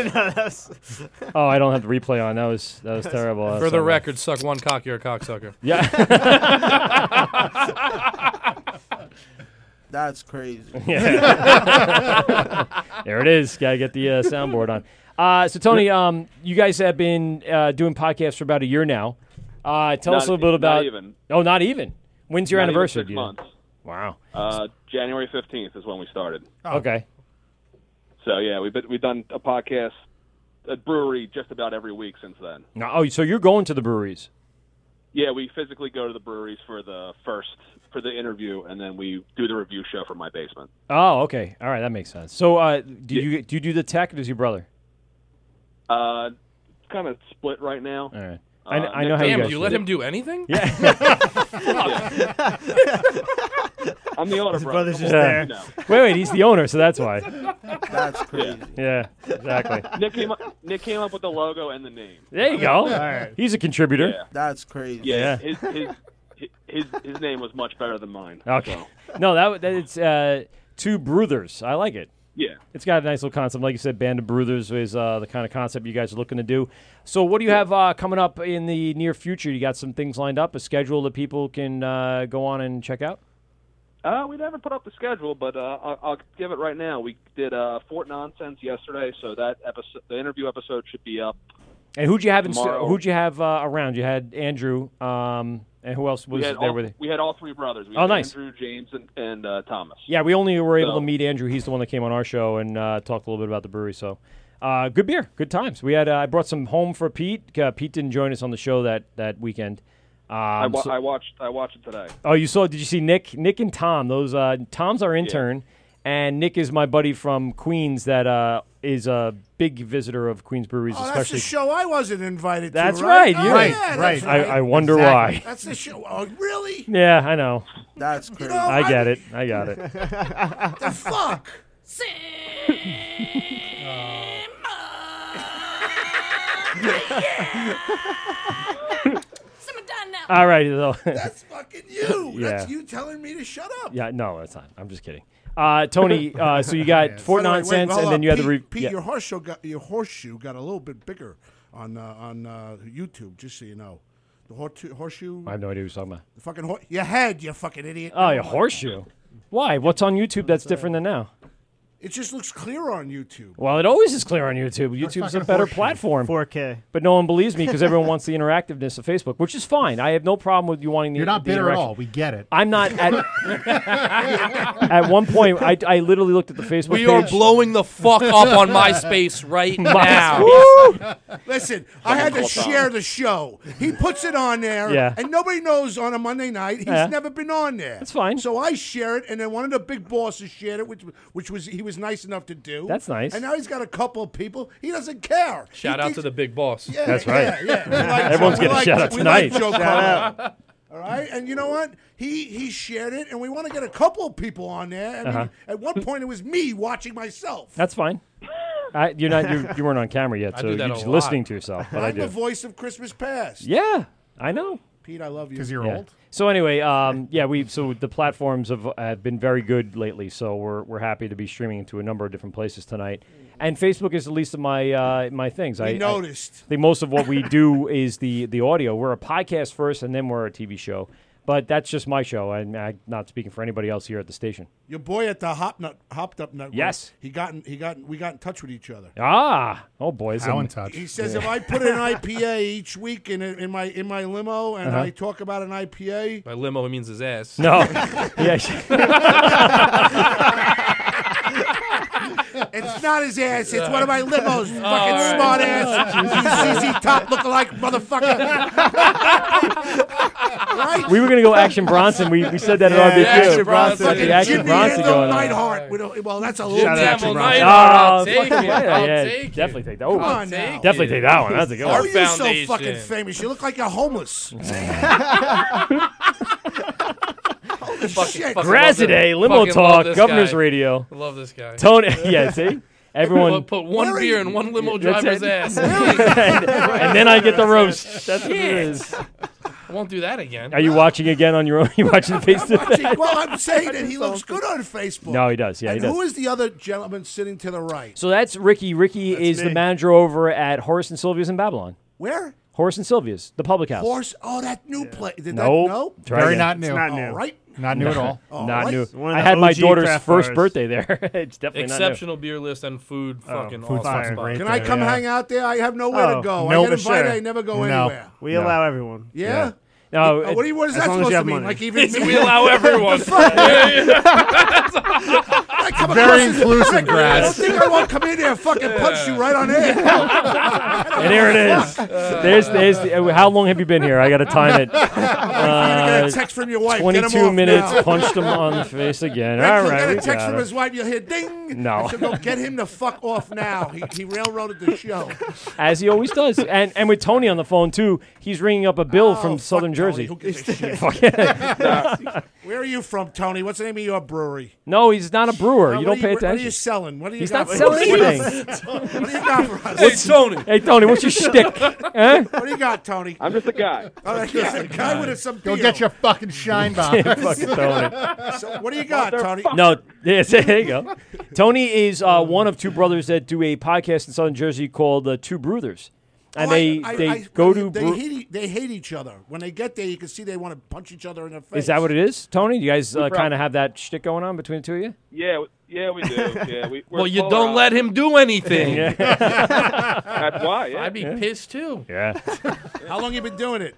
Speaker 12: Oh, I don't have the replay on. That was that was terrible. That's
Speaker 14: For the
Speaker 12: terrible.
Speaker 14: record, suck one cock, you're a cocksucker.
Speaker 12: Yeah.
Speaker 16: That's crazy.
Speaker 12: Yeah. there it is. Gotta get the uh, soundboard on. Uh, so Tony, um, you guys have been uh, doing podcasts for about a year now. Uh, tell us a
Speaker 18: Not-
Speaker 12: little bit
Speaker 18: not
Speaker 12: about.
Speaker 18: even.
Speaker 12: Oh, not even. When's your
Speaker 18: Not even
Speaker 12: anniversary?
Speaker 18: six
Speaker 12: do you-
Speaker 18: months.
Speaker 12: Wow.
Speaker 18: Uh, January fifteenth is when we started.
Speaker 14: Oh.
Speaker 12: Okay.
Speaker 18: So yeah, we've been, we've done a podcast, a brewery, just about every week since then.
Speaker 12: No, oh, so you're going to the breweries?
Speaker 18: Yeah, we physically go to the breweries for the first for the interview, and then we do the review show from my basement.
Speaker 12: Oh, okay. All right, that makes sense. So, uh, do you do you do the tech or does your brother?
Speaker 18: Uh, it's kind of split right now.
Speaker 12: All right.
Speaker 18: Uh,
Speaker 12: I, kn- I
Speaker 18: Nick-
Speaker 12: know how
Speaker 14: Damn,
Speaker 12: you guys.
Speaker 14: you let him do anything?
Speaker 12: Yeah.
Speaker 18: I'm the older
Speaker 12: His
Speaker 18: brother.
Speaker 12: brother's
Speaker 18: Come
Speaker 12: just
Speaker 18: on,
Speaker 12: there.
Speaker 18: you know.
Speaker 12: Wait, wait, he's the owner, so that's why.
Speaker 18: That's crazy.
Speaker 12: Yeah, exactly.
Speaker 18: Nick came up, Nick came up with the logo and the name.
Speaker 12: There you go.
Speaker 18: All right.
Speaker 12: He's a contributor.
Speaker 18: Yeah.
Speaker 16: That's crazy.
Speaker 18: Yeah, his, his his his name was much better than mine.
Speaker 12: Okay.
Speaker 18: so.
Speaker 12: No, that, wa- that it's uh, two brothers. I like it.
Speaker 18: Yeah.
Speaker 12: It's got a nice little concept. Like you said, Band of Brothers is uh, the kind of concept you guys are looking to do. So, what do you have uh, coming up in the near future? You got some things lined up, a schedule that people can uh, go on and check out?
Speaker 18: Uh, we never put up the schedule, but uh, I'll, I'll give it right now. We did uh, Fort Nonsense yesterday, so that episode, the interview episode, should be up.
Speaker 12: And who'd you have? In
Speaker 18: Tomorrow.
Speaker 12: who'd you have uh, around? You had Andrew, um, and who else was
Speaker 18: we had
Speaker 12: there
Speaker 18: all,
Speaker 12: with you?
Speaker 18: We had all three brothers. We
Speaker 12: Oh,
Speaker 18: had
Speaker 12: nice.
Speaker 18: Andrew, James, and, and uh, Thomas.
Speaker 12: Yeah, we only were able
Speaker 18: So-
Speaker 12: to meet Andrew. He's the one that came on our show and uh, talked a little bit about the brewery. So, uh, good beer, good times. We had uh, I brought some home for Pete. Uh, Pete didn't join us on the show that that weekend. Um,
Speaker 18: I, wa-
Speaker 12: so-
Speaker 18: I watched. I watched it today.
Speaker 12: Oh, you saw? Did you see Nick? Nick and Tom. Those uh, Tom's our intern, and Nick is my buddy from Queens that uh, is a big visitor of Queens breweries,
Speaker 20: Oh, that's
Speaker 12: especially.
Speaker 20: the show I wasn't invited
Speaker 12: That's
Speaker 20: to. Right,
Speaker 12: right,
Speaker 20: Oh,
Speaker 12: you're right.
Speaker 20: yeah, that's
Speaker 12: Right. I- I wonder why.
Speaker 20: That's the show. Oh, really?
Speaker 12: yeah, I know.
Speaker 16: That's crazy.
Speaker 12: I get it. I got it.
Speaker 20: the fuck?
Speaker 12: All right, though.
Speaker 20: That's fucking you.
Speaker 12: Yeah.
Speaker 20: That's you telling me to shut up.
Speaker 12: Yeah, no, it's not. I'm just kidding. Uh, Tony, uh, so you got Fort
Speaker 20: By the way, wait,
Speaker 12: Nonsense,
Speaker 20: hold
Speaker 12: and then
Speaker 20: on.
Speaker 12: you had
Speaker 20: Pete,
Speaker 12: the re-
Speaker 20: Pete,
Speaker 12: yeah.
Speaker 20: your horseshoe got your horseshoe got a little bit bigger on uh, on uh, YouTube. Just so you know, the hor- horseshoe,
Speaker 12: I have no idea what you're talking about.
Speaker 20: the fucking hor- your head, you fucking idiot.
Speaker 12: Oh, your horseshoe. Why? What's on YouTube that's different than now?
Speaker 20: It just looks clear on YouTube.
Speaker 12: Well, it always is clear on YouTube. YouTube's a
Speaker 20: fucking
Speaker 12: better
Speaker 20: horseshoe.
Speaker 12: platform.
Speaker 15: 4K.
Speaker 12: But no one believes me because everyone wants the interactiveness of Facebook, which is fine. I have no problem with you wanting the
Speaker 13: You're not
Speaker 12: the
Speaker 13: bitter at
Speaker 12: interaction.
Speaker 13: all. We get it.
Speaker 12: I'm not at at one point I, I literally looked at the Facebook
Speaker 21: We
Speaker 12: page.
Speaker 21: are blowing the fuck up on MySpace right now.
Speaker 20: Listen, I had
Speaker 21: Fucking
Speaker 20: to
Speaker 21: call
Speaker 20: share
Speaker 21: Tom.
Speaker 20: the show. He puts it on there,
Speaker 21: Yeah.
Speaker 20: and nobody knows on a Monday night. He's
Speaker 12: Yeah.
Speaker 20: never been on there. That's
Speaker 12: fine.
Speaker 20: So I share it, and then one of the big bosses shared it, which which was he was nice enough to do.
Speaker 12: That's nice.
Speaker 20: And now he's got a couple of people. He doesn't care.
Speaker 14: Shout out to the big boss.
Speaker 20: Yeah,
Speaker 12: That's
Speaker 20: yeah,
Speaker 12: right.
Speaker 20: yeah. We like
Speaker 12: Everyone's
Speaker 20: Joe-
Speaker 12: getting
Speaker 20: we
Speaker 12: shout
Speaker 20: like-
Speaker 12: out
Speaker 20: we like
Speaker 12: tonight.
Speaker 20: Joe
Speaker 12: Shout
Speaker 20: Carl. All right, and you know what? He he shared it, and we want to get a couple of people on there. I mean,
Speaker 12: Uh-huh.
Speaker 20: at one point it was me watching myself.
Speaker 12: That's fine. I, you're not you, you weren't on camera yet,
Speaker 20: I
Speaker 12: so
Speaker 20: do that
Speaker 12: you're
Speaker 20: a
Speaker 12: just
Speaker 20: lot.
Speaker 12: listening to yourself. But I
Speaker 20: I'm the
Speaker 12: do.
Speaker 20: voice of Christmas past.
Speaker 12: Yeah, I know.
Speaker 20: Pete, I love you.
Speaker 12: Yeah. So anyway, um, yeah, we so the platforms have uh, been very good lately. So we're we're happy to be streaming to a number of different places tonight. And Facebook is the least of my uh, my things.
Speaker 20: We
Speaker 12: I
Speaker 20: noticed.
Speaker 12: I think most of what we do is the the audio. We're a podcast first, and then we're a TV show. But that's just my show, and I'm not speaking for anybody else here at the station.
Speaker 20: Your boy at the Hop Nut, Hopped Up Network.
Speaker 12: Yes.
Speaker 20: He got in, he got in- we got in touch with each other.
Speaker 12: Ah, oh boy, is
Speaker 20: How
Speaker 12: it-
Speaker 20: in touch? He says if I put an IPA each week in in my in my limo and
Speaker 12: Uh-huh.
Speaker 20: I talk about an IPA,
Speaker 14: By limo, he means his ass.
Speaker 12: No. Yeah.
Speaker 20: it's not his ass. It's one of my limos. Fucking
Speaker 14: All right.
Speaker 20: smart ass, you ZZ top lookalike motherfucker. right?
Speaker 12: we were gonna go Action Bronson. We, we said that
Speaker 20: Yeah,
Speaker 12: at RBQ.
Speaker 20: Action Bronson.
Speaker 12: Fucking
Speaker 20: Fucking
Speaker 12: Action
Speaker 20: Jimmy
Speaker 12: Bronson
Speaker 20: Handel
Speaker 12: going on.
Speaker 20: Neidhart. We don't- well, that's a
Speaker 12: Jimmy
Speaker 20: little bit.
Speaker 12: Handel
Speaker 20: Action
Speaker 12: Neidhart.
Speaker 20: Bronson.
Speaker 12: I'll take it. I'll take it. Come
Speaker 20: Come
Speaker 12: on
Speaker 20: on
Speaker 12: now.
Speaker 20: now.
Speaker 12: Definitely take that one. That's a good
Speaker 20: How
Speaker 12: one.
Speaker 20: are you so
Speaker 12: Foundation.
Speaker 20: fucking famous? You look like you're homeless. Holy shit.
Speaker 12: Grazide, Limo
Speaker 14: fucking love
Speaker 12: Talk,
Speaker 14: this
Speaker 12: Governor's
Speaker 14: guy.
Speaker 12: Radio.
Speaker 14: Love this guy.
Speaker 12: Tony, yeah, see? Everyone.
Speaker 14: Put- put one Where are beer you- in one limo
Speaker 12: That's
Speaker 14: driver's
Speaker 12: it.
Speaker 14: ass.
Speaker 12: and, and then I get the roast. That's what it
Speaker 14: Shit.
Speaker 12: is.
Speaker 14: I won't do that again.
Speaker 12: Are you watching again on your own? You watching face to face?
Speaker 20: Watching- well, I'm saying that he looks good on Facebook.
Speaker 12: No, he does. Yeah, he
Speaker 20: and
Speaker 12: does.
Speaker 20: who is the other gentleman sitting to the right?
Speaker 12: So that's Ricky. Ricky is the
Speaker 20: me.
Speaker 12: manager over at Horace and Sylvia's in Babylon.
Speaker 20: Where?
Speaker 12: Horse and Sylvia's, the public house.
Speaker 20: Horse. Oh, that new place. Did
Speaker 12: Nope.
Speaker 20: that no?
Speaker 12: Try Very again. not new. It's
Speaker 15: not new.
Speaker 20: All right.
Speaker 13: Not new at all.
Speaker 12: not
Speaker 20: right.
Speaker 12: new.
Speaker 15: Oh, One of
Speaker 12: I
Speaker 15: the
Speaker 12: had my
Speaker 15: OG
Speaker 12: daughter's
Speaker 15: craft
Speaker 12: first
Speaker 15: bars.
Speaker 12: birthday there. it's definitely not new.
Speaker 14: Exceptional beer list and food. fucking
Speaker 12: food's
Speaker 14: awesome
Speaker 12: fucking
Speaker 14: spot.
Speaker 12: great
Speaker 20: Can I come hang out there? I have nowhere
Speaker 15: Oh,
Speaker 20: to go.
Speaker 15: no,
Speaker 20: I get
Speaker 15: for
Speaker 20: invited.
Speaker 15: sure.
Speaker 20: I never go
Speaker 15: No.
Speaker 20: anywhere.
Speaker 15: We allow everyone.
Speaker 20: Yeah.
Speaker 15: Yeah.
Speaker 12: No,
Speaker 20: Uh, what, do you, what is
Speaker 15: as
Speaker 20: that
Speaker 15: long
Speaker 20: supposed
Speaker 15: as you
Speaker 20: to
Speaker 15: have
Speaker 20: mean?
Speaker 15: money.
Speaker 20: Like even
Speaker 15: It's
Speaker 20: me?
Speaker 15: we allow
Speaker 20: everyone. I come across as-
Speaker 13: inclusive,
Speaker 20: I don't
Speaker 13: Grass.
Speaker 20: think I won't come in there and fucking punch you right on air.
Speaker 12: And there it is. There's, there's the, uh, how long have you been here? I got to time it. Uh,
Speaker 20: a text from your wife. Get him
Speaker 12: 22
Speaker 20: off
Speaker 12: minutes.
Speaker 20: now.
Speaker 12: Punched him on the face again.
Speaker 20: Next,
Speaker 12: All
Speaker 20: he'll
Speaker 12: right,
Speaker 20: get
Speaker 12: we
Speaker 20: a text
Speaker 12: got
Speaker 20: from
Speaker 12: it.
Speaker 20: his wife. You'll hear ding.
Speaker 12: No.
Speaker 20: I said, go get him the fuck off now. He, he railroaded the show.
Speaker 12: as he always does. And and with Tony on the phone too, he's ringing up a bill
Speaker 20: Oh,
Speaker 12: from Southern Jersey. Fuck it.
Speaker 20: Where are you from, Tony? What's the name of your brewery?
Speaker 12: no, he's not a brewer.
Speaker 20: Uh,
Speaker 12: you
Speaker 20: what
Speaker 12: don't
Speaker 20: are
Speaker 12: pay
Speaker 20: What are you
Speaker 12: attention.
Speaker 20: selling? What do you
Speaker 12: He's
Speaker 20: got for
Speaker 12: not selling
Speaker 20: us? what do you got for us?
Speaker 12: What's- Hey Tony, what's your shtick? Huh?
Speaker 20: What do you got, Tony?
Speaker 18: I'm just a guy.
Speaker 20: All right, yeah, a guy with some
Speaker 13: Go
Speaker 20: beer.
Speaker 13: get your fucking shine box.
Speaker 12: Fucking Tony.
Speaker 20: So what do you got, Tony?
Speaker 12: No, yes, there you go. Tony is uh, one of two brothers that do a podcast in Southern Jersey called uh, Two Brothers. and
Speaker 20: Well,
Speaker 12: they
Speaker 20: Oh, I- I-
Speaker 12: they
Speaker 20: I-
Speaker 12: go to.
Speaker 20: they
Speaker 12: brew-
Speaker 20: hate, e- they hate each other. When they get there, you can see they want to punch each other in the face.
Speaker 12: is that what it is, Tony? You guys
Speaker 20: We
Speaker 12: uh,
Speaker 20: prob-
Speaker 12: kind of have that shtick going on between the two of you.
Speaker 18: Yeah, we- yeah, we do. Yeah, we. we're
Speaker 21: well, you
Speaker 18: polar
Speaker 21: don't let
Speaker 18: opposites.
Speaker 21: him do anything.
Speaker 12: Yeah.
Speaker 18: That's why. Yeah.
Speaker 21: I'd be pissed too.
Speaker 12: Yeah.
Speaker 20: How long you been doing it?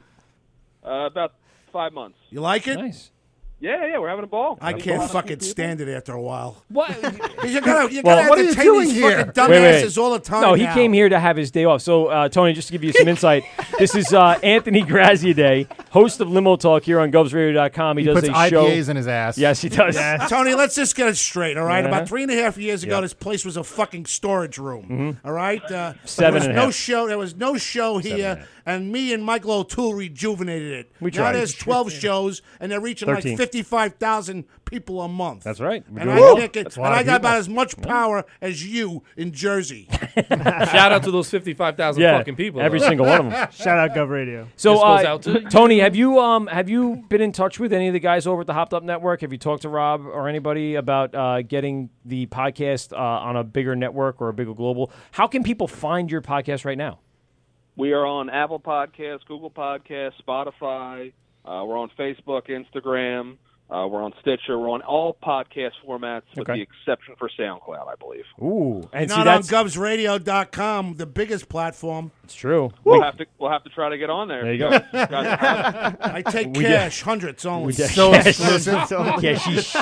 Speaker 18: Uh, about five months.
Speaker 20: You like it?
Speaker 12: Nice.
Speaker 18: Yeah, yeah, we're having a ball.
Speaker 20: I can't fucking stand it after a while.
Speaker 21: What?
Speaker 20: you gotta, you
Speaker 12: Well,
Speaker 20: gotta
Speaker 12: what are you
Speaker 20: entertain
Speaker 12: doing
Speaker 20: these
Speaker 12: here?
Speaker 20: fucking dumbasses
Speaker 12: Wait, wait.
Speaker 20: all the time.
Speaker 12: No, he
Speaker 20: now.
Speaker 12: came here to have his day off. So, uh, Tony, just to give you some insight, this is uh, Anthony Grazia Day, host of Limo Talk here on GovsRadio.com. He,
Speaker 13: He
Speaker 12: does
Speaker 13: puts
Speaker 12: a show.
Speaker 13: IPAs in his ass.
Speaker 12: Yes, he does.
Speaker 20: Tony, let's just get it straight, all right?
Speaker 12: Yeah.
Speaker 20: About three and a half years ago,
Speaker 12: Yeah.
Speaker 20: this place was a fucking storage room,
Speaker 12: Mhm.
Speaker 20: all right? Uh, there
Speaker 12: Seven
Speaker 20: was
Speaker 12: and a
Speaker 20: no
Speaker 12: half.
Speaker 20: show. There was no show here, and, me and Michael O'Toole rejuvenated it.
Speaker 12: We
Speaker 20: now
Speaker 12: tried.
Speaker 20: there's 12 shows, and they're reaching
Speaker 12: 13.
Speaker 20: like 55,000 people a month.
Speaker 12: That's right. We're
Speaker 20: and
Speaker 12: doing
Speaker 20: I,
Speaker 12: well.
Speaker 20: kick it,
Speaker 12: That's a
Speaker 20: and
Speaker 12: lot of
Speaker 20: I got
Speaker 12: people.
Speaker 20: about as much power as you in Jersey.
Speaker 21: Shout out to those fifty-five thousand
Speaker 12: Yeah,
Speaker 21: fucking people.
Speaker 12: every
Speaker 21: though.
Speaker 12: single one of them.
Speaker 15: Shout out Gov Radio.
Speaker 12: So,
Speaker 21: This goes
Speaker 12: uh,
Speaker 21: out to-
Speaker 12: Tony, have you um, have you been in touch with any of the guys over at the Hopped Up Network? Have you talked to Rob or anybody about uh, getting the podcast uh, on a bigger network or a bigger global? How can people find your podcast right now?
Speaker 18: We are on Apple Podcasts, Google Podcasts, Spotify. Uh, we're on Facebook, Instagram. Uh, we're on Stitcher. We're on all podcast formats with
Speaker 12: Okay.
Speaker 18: the exception for SoundCloud, I believe.
Speaker 12: Ooh, and see
Speaker 20: Not on
Speaker 12: that's
Speaker 20: GovsRadio.com, the biggest platform.
Speaker 12: it's true.
Speaker 18: We'll have to we'll have to try to get on there.
Speaker 12: There you go.
Speaker 18: Guys- guys are hot.
Speaker 20: I take
Speaker 12: We
Speaker 20: cash,
Speaker 12: get-
Speaker 20: hundreds only.
Speaker 12: we get So cash. exclusive. So- Yeah, sheesh.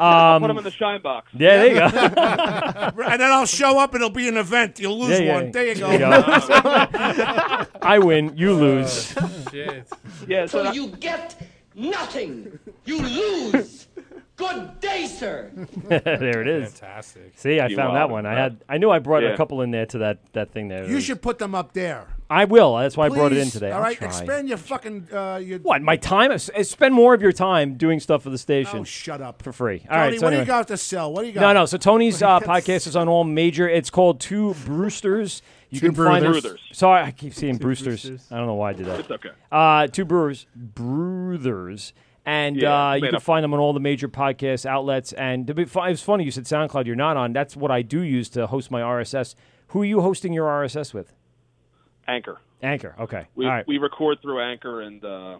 Speaker 18: I'll put
Speaker 12: Um,
Speaker 18: them in the shine box.
Speaker 12: Yeah, there you go.
Speaker 20: and then I'll show up and it'll be an event. You'll lose
Speaker 12: Yeah, yeah,
Speaker 20: one. There you go.
Speaker 12: there you go. I win, you lose.
Speaker 18: Yeah,
Speaker 1: so you get nothing. You lose. Good day, sir.
Speaker 12: there it is.
Speaker 14: Fantastic.
Speaker 12: See, I
Speaker 14: You
Speaker 12: found that
Speaker 14: wowed
Speaker 12: one.
Speaker 14: him,
Speaker 12: I
Speaker 14: huh?
Speaker 12: had. I knew I brought
Speaker 14: Yeah.
Speaker 12: a couple in there to that that thing there.
Speaker 20: You should put them up there.
Speaker 12: I will. That's why I brought it in
Speaker 20: Please.
Speaker 12: today.
Speaker 20: All
Speaker 12: I'll
Speaker 20: right,
Speaker 12: try.
Speaker 20: expand your fucking uh, your
Speaker 12: What? My time? I s- I spend more of your time doing stuff for the station.
Speaker 20: Oh, shut up.
Speaker 12: For free. All
Speaker 20: Tony,
Speaker 12: right. so
Speaker 20: what do
Speaker 12: anyway.
Speaker 20: you got to sell? What do you got?
Speaker 12: No, no. So Tony's uh, podcast is on all major. It's called Two Brewsters. You
Speaker 20: Two
Speaker 12: can find us-
Speaker 20: Brewthers.
Speaker 12: Sorry, I keep seeing Brewsters. I don't know why I did that.
Speaker 18: It's okay.
Speaker 12: Uh, two Brewers, Brewthers, and
Speaker 18: Yeah,
Speaker 12: uh, you
Speaker 18: made
Speaker 12: can
Speaker 18: up.
Speaker 12: find them on all the major podcast outlets. And to be, fu- it was funny you said SoundCloud. You're not on. That's what I do use to host my RSS. Who are you hosting your RSS with?
Speaker 18: Anchor.
Speaker 12: Anchor. Okay.
Speaker 18: We
Speaker 12: all right.
Speaker 18: we record through Anchor and uh,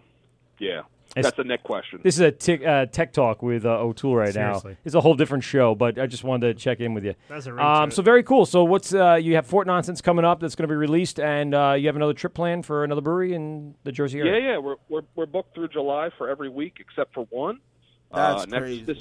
Speaker 18: yeah,
Speaker 12: It's-
Speaker 18: that's a neck question.
Speaker 12: This is a tic- uh, tech talk with uh, O'Toole right
Speaker 18: Seriously.
Speaker 12: now. It's a whole different show, but I just wanted to check in with you.
Speaker 15: That's a ring
Speaker 12: um,
Speaker 15: to
Speaker 12: so very cool. So what's uh, you have Fort Nonsense coming up that's going to be released, and uh, you have another trip planned for another brewery in the Jersey
Speaker 18: yeah,
Speaker 12: area.
Speaker 18: yeah, we're, we're we're booked through July for every week except for one.
Speaker 12: That's
Speaker 18: uh, next,
Speaker 12: crazy.
Speaker 18: This,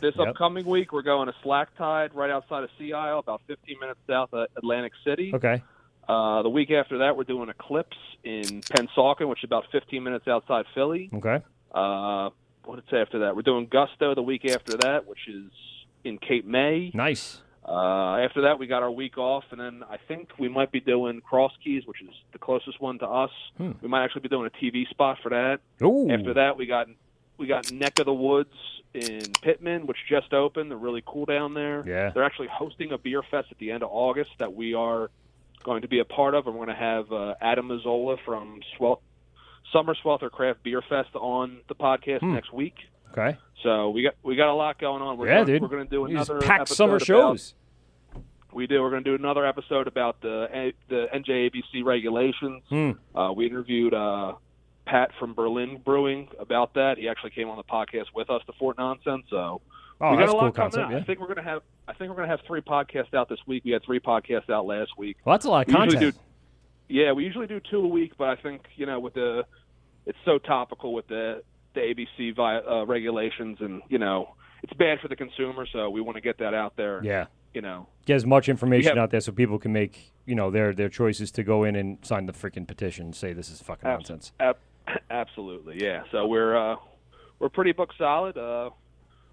Speaker 18: this
Speaker 12: Yep.
Speaker 18: upcoming week, we're going to Slack Tide right outside of Sea Isle, about 15 minutes south of Atlantic City.
Speaker 12: Okay.
Speaker 18: Uh, the week after that, we're doing Eclipse in Pensauken, which is about 15 minutes outside Philly.
Speaker 12: Okay.
Speaker 18: Uh, what it's after that, we're doing Gusto the week after that, which is in Cape May.
Speaker 12: Nice.
Speaker 18: Uh, after that, we got our week off, and then I think we might be doing Cross Keys, which is the closest one to us.
Speaker 12: Hmm.
Speaker 18: We might actually be doing a TV spot for that.
Speaker 12: Ooh.
Speaker 18: After that, we got we got Neck of the Woods in Pittman, which just opened. They're really cool down there.
Speaker 12: Yeah.
Speaker 18: They're actually hosting a beer fest at the end of August that we are going to be a part of, and we're going to have uh, Adam Mazzola from Swel- Summer Swelter Craft Beer Fest on the podcast
Speaker 12: Hmm.
Speaker 18: next week.
Speaker 12: Okay.
Speaker 18: So we got we got a lot going on. We're
Speaker 12: yeah,
Speaker 18: gonna,
Speaker 12: dude.
Speaker 18: We're going to do
Speaker 12: You just
Speaker 18: another
Speaker 12: pack
Speaker 18: episode
Speaker 12: summer
Speaker 18: about-
Speaker 12: shows.
Speaker 18: we do. We're going to do another episode about the A- the NJABC regulations.
Speaker 12: Hmm.
Speaker 18: Uh, we interviewed uh, Pat from Berlin Brewing about that. He actually came on the podcast with us, the Fort Nonsense. So
Speaker 12: Oh,
Speaker 18: we got
Speaker 12: that's
Speaker 18: a
Speaker 12: cool
Speaker 18: lot coming
Speaker 12: concept.
Speaker 18: out.
Speaker 12: Yeah.
Speaker 18: I think we're going to have I think we're going to have three podcasts out this week. We had three podcasts out last week.
Speaker 12: Well, that's a lot of
Speaker 18: We usually
Speaker 12: content.
Speaker 18: do- yeah, we usually do two a week, but I think you know with the it's so topical with the the ABC vi- uh, regulations, and you know it's bad for the consumer, so we want to get that out there.
Speaker 12: Yeah.
Speaker 18: you know.
Speaker 12: Get as much information
Speaker 18: Yeah.
Speaker 12: out there so people can make you know their their choices to go in and sign the freaking petition. and Say this is fucking
Speaker 18: Abs-
Speaker 12: nonsense.
Speaker 18: ab- absolutely, yeah. So we're uh, we're pretty book solid. Uh,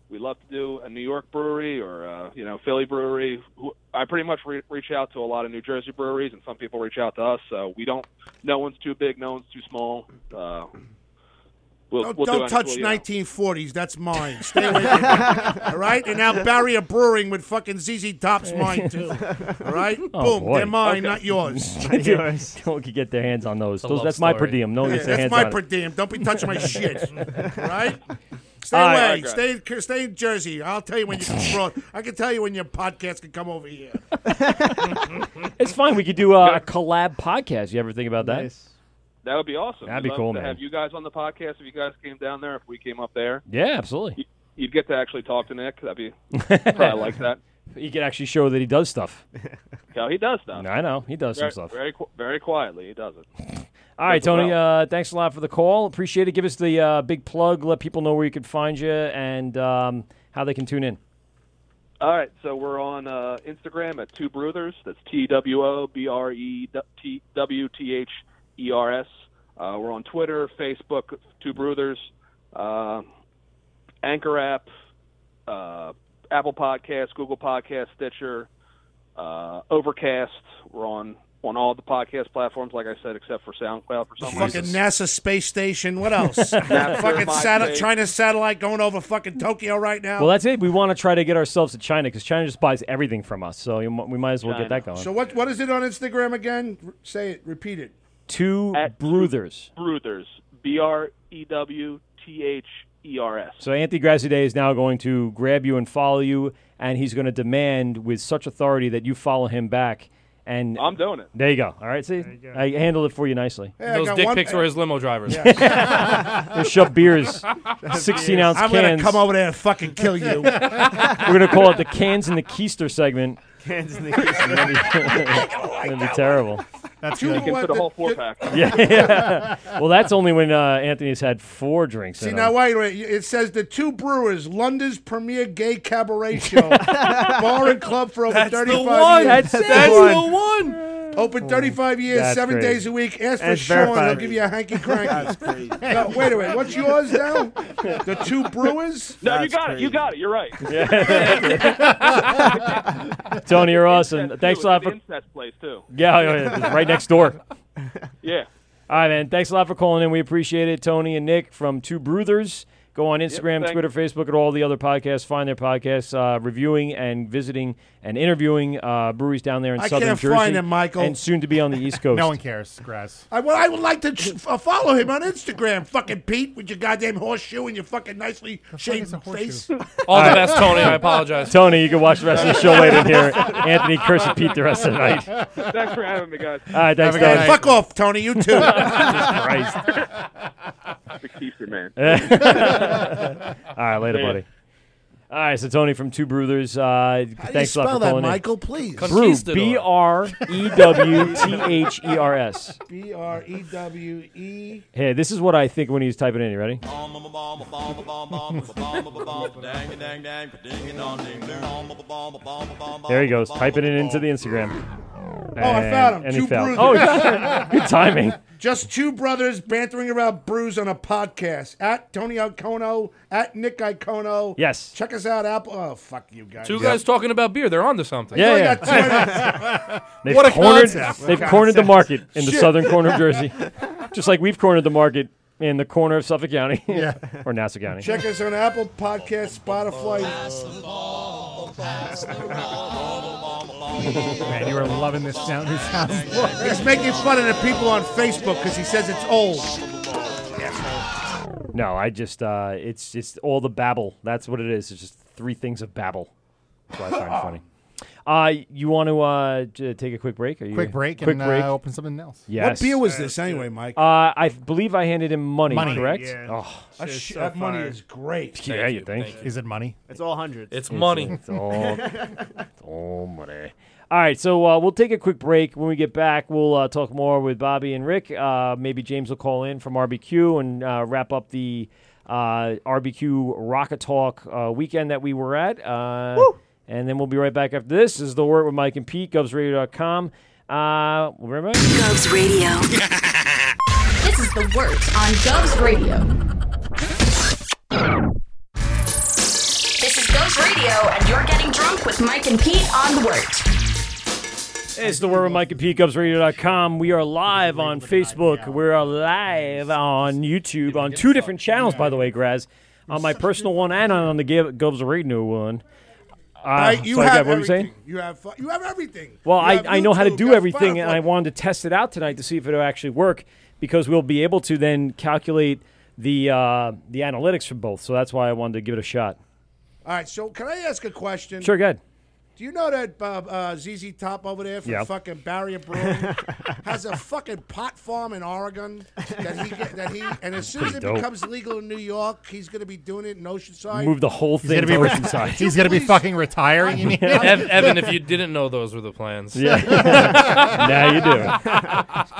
Speaker 18: we love to do a New York brewery or uh, you know Philly brewery. Who- I pretty much re- reach out to a lot of New Jersey breweries, and some people reach out to us. So we don't. No one's too big. No one's too small. Uh, we'll,
Speaker 20: Don't,
Speaker 18: we'll do
Speaker 20: don't
Speaker 18: it
Speaker 20: touch
Speaker 18: until, you know,
Speaker 20: 1940s. That's mine. Stay away from it. All right? And now Barrier Brewing with fucking ZZ Top's mine, too. All right?
Speaker 12: Oh,
Speaker 20: Boom.
Speaker 12: boy.
Speaker 20: They're mine, not yours.
Speaker 12: Dude, No one can get their hands on those.
Speaker 20: It's a
Speaker 12: Those-
Speaker 20: love
Speaker 12: that's my per
Speaker 20: story.
Speaker 12: diem. No one
Speaker 20: Yeah,
Speaker 12: gets their
Speaker 20: that's
Speaker 12: hands
Speaker 20: my
Speaker 12: on
Speaker 20: per
Speaker 12: it.
Speaker 20: diem. Don't be touching my shit. All right? Stay
Speaker 12: All
Speaker 20: away.
Speaker 12: right.
Speaker 20: Stay, stay in Jersey. I'll tell you when you can. I can tell you when your podcast can come over here.
Speaker 12: it's fine. We could do uh, a collab podcast. You ever think about that?
Speaker 18: That would be awesome.
Speaker 12: That'd be
Speaker 18: We'd love
Speaker 12: cool,
Speaker 18: to
Speaker 12: man.
Speaker 18: Have you guys on the podcast? If you guys came down there, if we came up there,
Speaker 12: Yeah, absolutely.
Speaker 18: you'd get to actually talk to Nick. That'd be probably like that.
Speaker 12: You could actually show that he does stuff.
Speaker 18: No, he does stuff.
Speaker 12: I know he does
Speaker 18: very,
Speaker 12: some stuff.
Speaker 18: very qu- very quietly. He does it.
Speaker 12: All right,
Speaker 18: That's about
Speaker 12: Tony. Uh, thanks a lot for the call. Appreciate it. Give us the uh, big plug. Let people know where you could find you and um, how they can tune in.
Speaker 18: All right, so we're on uh, Instagram at Two Brothers. That's T W O B R E T W T H E R S. Uh, we're on Twitter, Facebook, Two Brothers, uh, Anchor app, uh, Apple Podcasts, Google Podcasts, Stitcher, uh, Overcast. We're on on all the podcast platforms, like I said, except for SoundCloud for some
Speaker 20: Fucking
Speaker 18: reason.
Speaker 20: NASA space station. What else?
Speaker 18: Napster,
Speaker 20: fucking sat-
Speaker 18: MySpace.
Speaker 20: China satellite going over fucking Tokyo right now.
Speaker 12: Well, that's it. We want to try to get ourselves to China because China just buys everything from us. So you, m- we might as well get that going.
Speaker 20: So what? What is it on Instagram again? R- Say it. Repeat it.
Speaker 12: Two Brothers.
Speaker 18: Brothers, B R E W T H E R S.
Speaker 12: So Anthony Grassy Day is now going to grab you and follow you, and he's going to demand with such authority that you follow him back. And
Speaker 18: I'm doing it.
Speaker 12: There you go. All right, see, I handled it for you nicely.
Speaker 20: Hey, I Those got dick one- pics were his
Speaker 14: limo drivers.
Speaker 12: they shove beers, sixteen ounce
Speaker 20: I'm gonna
Speaker 12: cans.
Speaker 20: come over there and fucking kill you.
Speaker 12: We're gonna call it the cans and the keister segment.
Speaker 20: Cans and the
Speaker 12: Keister. That'd be terrible.
Speaker 13: That's
Speaker 18: You can fit a whole four pack.
Speaker 12: yeah, yeah. Well, that's only when uh, Anthony's had four drinks.
Speaker 20: See
Speaker 12: in
Speaker 20: now,
Speaker 12: him.
Speaker 20: wait, wait. It says the two brewers, London's premier gay cabaret show, bar and club for over
Speaker 21: That's the
Speaker 20: 35
Speaker 21: one.
Speaker 20: years.
Speaker 21: That's That's the the one.
Speaker 20: Open 35 years,
Speaker 21: That's
Speaker 20: seven
Speaker 21: crazy.
Speaker 20: days a week. Ask for
Speaker 21: That's
Speaker 20: Sean;
Speaker 21: verified.
Speaker 20: he'll give you a hanky cranky. No, wait a minute. What's yours now? The two brewers?
Speaker 18: No, you got it. You got it. You're right.
Speaker 12: Tony, you're awesome.
Speaker 18: Incest,
Speaker 12: Thanks
Speaker 18: too.
Speaker 12: a lot
Speaker 18: It's
Speaker 12: for
Speaker 18: an incest place too.
Speaker 12: Yeah, yeah, yeah, it's right next door.
Speaker 18: Yeah.
Speaker 12: All right, man. Thanks a lot for calling in. We appreciate it, Tony and Nick from Two Brothers. Go on Instagram,
Speaker 21: thanks.
Speaker 12: Twitter, Facebook, and all the other podcasts. Find their podcasts, uh, reviewing and visiting and interviewing uh, breweries down there in
Speaker 20: I
Speaker 12: Southern
Speaker 20: can't
Speaker 12: Jersey.
Speaker 20: find them, Michael.
Speaker 12: And soon to be on the East Coast.
Speaker 13: No one cares, Grass.
Speaker 20: I, well, I would like to ch- f- follow him on Instagram, fucking Pete, with your goddamn horseshoe and your fucking nicely shaved face.
Speaker 12: All right.
Speaker 14: apologize.
Speaker 12: Tony, you can watch the rest of the show later and hear Anthony curse at Pete the rest of the night.
Speaker 18: Thanks for having me, guys.
Speaker 12: All right, thanks, Tony.
Speaker 20: Yeah, fuck off, Tony. You too.
Speaker 12: Christ.
Speaker 18: The keister man.
Speaker 12: All right, later,
Speaker 18: Yeah.
Speaker 12: buddy. All right, so Tony from Two Brothers. Uh,
Speaker 20: How do
Speaker 12: thanks
Speaker 20: you
Speaker 12: a
Speaker 20: spell
Speaker 12: lot for
Speaker 20: that,
Speaker 12: calling in.
Speaker 20: Michael, please?
Speaker 12: Brew, B R E W T H E R S.
Speaker 20: B R E W E.
Speaker 12: Hey, this is what I think when he's typing in. You ready? there he goes, typing it into the Instagram.
Speaker 20: Oh, I found him.
Speaker 12: And
Speaker 20: two
Speaker 12: he failed.
Speaker 20: brothers.
Speaker 12: Oh, good timing.
Speaker 20: Just two brothers bantering about brews on a podcast. At Tony Icono, at Nick Icono.
Speaker 12: Yes.
Speaker 20: Check us out, Apple. Oh, fuck you guys.
Speaker 14: Two guys talking about beer. They're on to something.
Speaker 12: Yeah,
Speaker 20: Oh,
Speaker 12: yeah.
Speaker 20: yeah, two-
Speaker 12: They've
Speaker 14: What a
Speaker 12: cornered,
Speaker 14: concept.
Speaker 12: They've
Speaker 14: What a
Speaker 12: cornered the
Speaker 14: concept.
Speaker 12: market in the
Speaker 14: Shit.
Speaker 12: southern corner of Jersey, just like we've cornered the market in the corner of Suffolk County
Speaker 20: Yeah.
Speaker 12: or Nassau County.
Speaker 20: Check us on Apple Podcast, Spotify.
Speaker 13: Man, you were loving this sound. This sounds
Speaker 20: He's making fun of the people on Facebook because he says it's old.
Speaker 12: No, I just uh, it's it's all the babble. That's what it is. It's just three things of babble. That's what I find funny. Uh, you want to uh, j- take a quick break? Are you
Speaker 13: Quick break
Speaker 12: Quick
Speaker 13: and, uh,
Speaker 12: break.
Speaker 13: open something else. What
Speaker 12: Yes.
Speaker 20: beer was this anyway, Mike?
Speaker 12: Uh, I f- believe I handed him money. correct? Oh,
Speaker 20: That shit- that money is great.
Speaker 12: yeah, you think?
Speaker 13: Is it money?
Speaker 15: It's all hundreds.
Speaker 14: It's
Speaker 12: It's all, it's all money. All right, so uh, we'll take a quick break. When we get back, we'll uh, talk more with Bobby and Rick. Uh, maybe James will call in from RBQ and uh, wrap up the uh, RBQ Rocket Talk uh, weekend that we were at. Uh, And then we'll be right back after this. This is the word with Mike and Pete, GovsRadio.com. Uh, we'll be right back.
Speaker 17: Govs Radio. this is the word on Govs Radio. This is Govs Radio, and you're getting drunk with Mike and Pete on the word.
Speaker 12: Hey, it's the word with Mike at PeteGubsRadio.com. We are live on Facebook. We are live on YouTube on two different channels, by the way, Graz. On my personal one and on the Gub- Gubs Radio one. Uh,
Speaker 20: Mike, you
Speaker 12: sorry,
Speaker 20: have
Speaker 12: Gab, what were you saying?
Speaker 20: everything. You have fu- you have everything.
Speaker 12: Well,
Speaker 20: You
Speaker 12: I,
Speaker 20: have
Speaker 12: I know how to
Speaker 20: YouTube,
Speaker 12: do
Speaker 20: you have
Speaker 12: everything, and
Speaker 20: Spotify.
Speaker 12: I wanted to test it out tonight to see if it'll actually work because we'll be able to then calculate the uh, the analytics for both. So that's why I wanted to give it a shot.
Speaker 20: All right, so can I ask a question?
Speaker 12: Sure, good.
Speaker 20: Do you know that uh, uh, ZZ Top over there from
Speaker 12: Yep.
Speaker 20: fucking Barrier Brewing has a fucking pot farm in Oregon that he get- that he and as soon as it
Speaker 12: Pretty dope.
Speaker 20: becomes legal in New York, he's going to be doing it in Oceanside.
Speaker 12: Move the whole
Speaker 13: He's
Speaker 12: thing
Speaker 13: gonna be
Speaker 12: to
Speaker 13: re-
Speaker 12: Oceanside.
Speaker 13: he's gonna be fucking retiring. You mean?
Speaker 14: Ev- Evan, if you didn't know those were the plans.
Speaker 12: Yeah. now you do.
Speaker 13: Uh,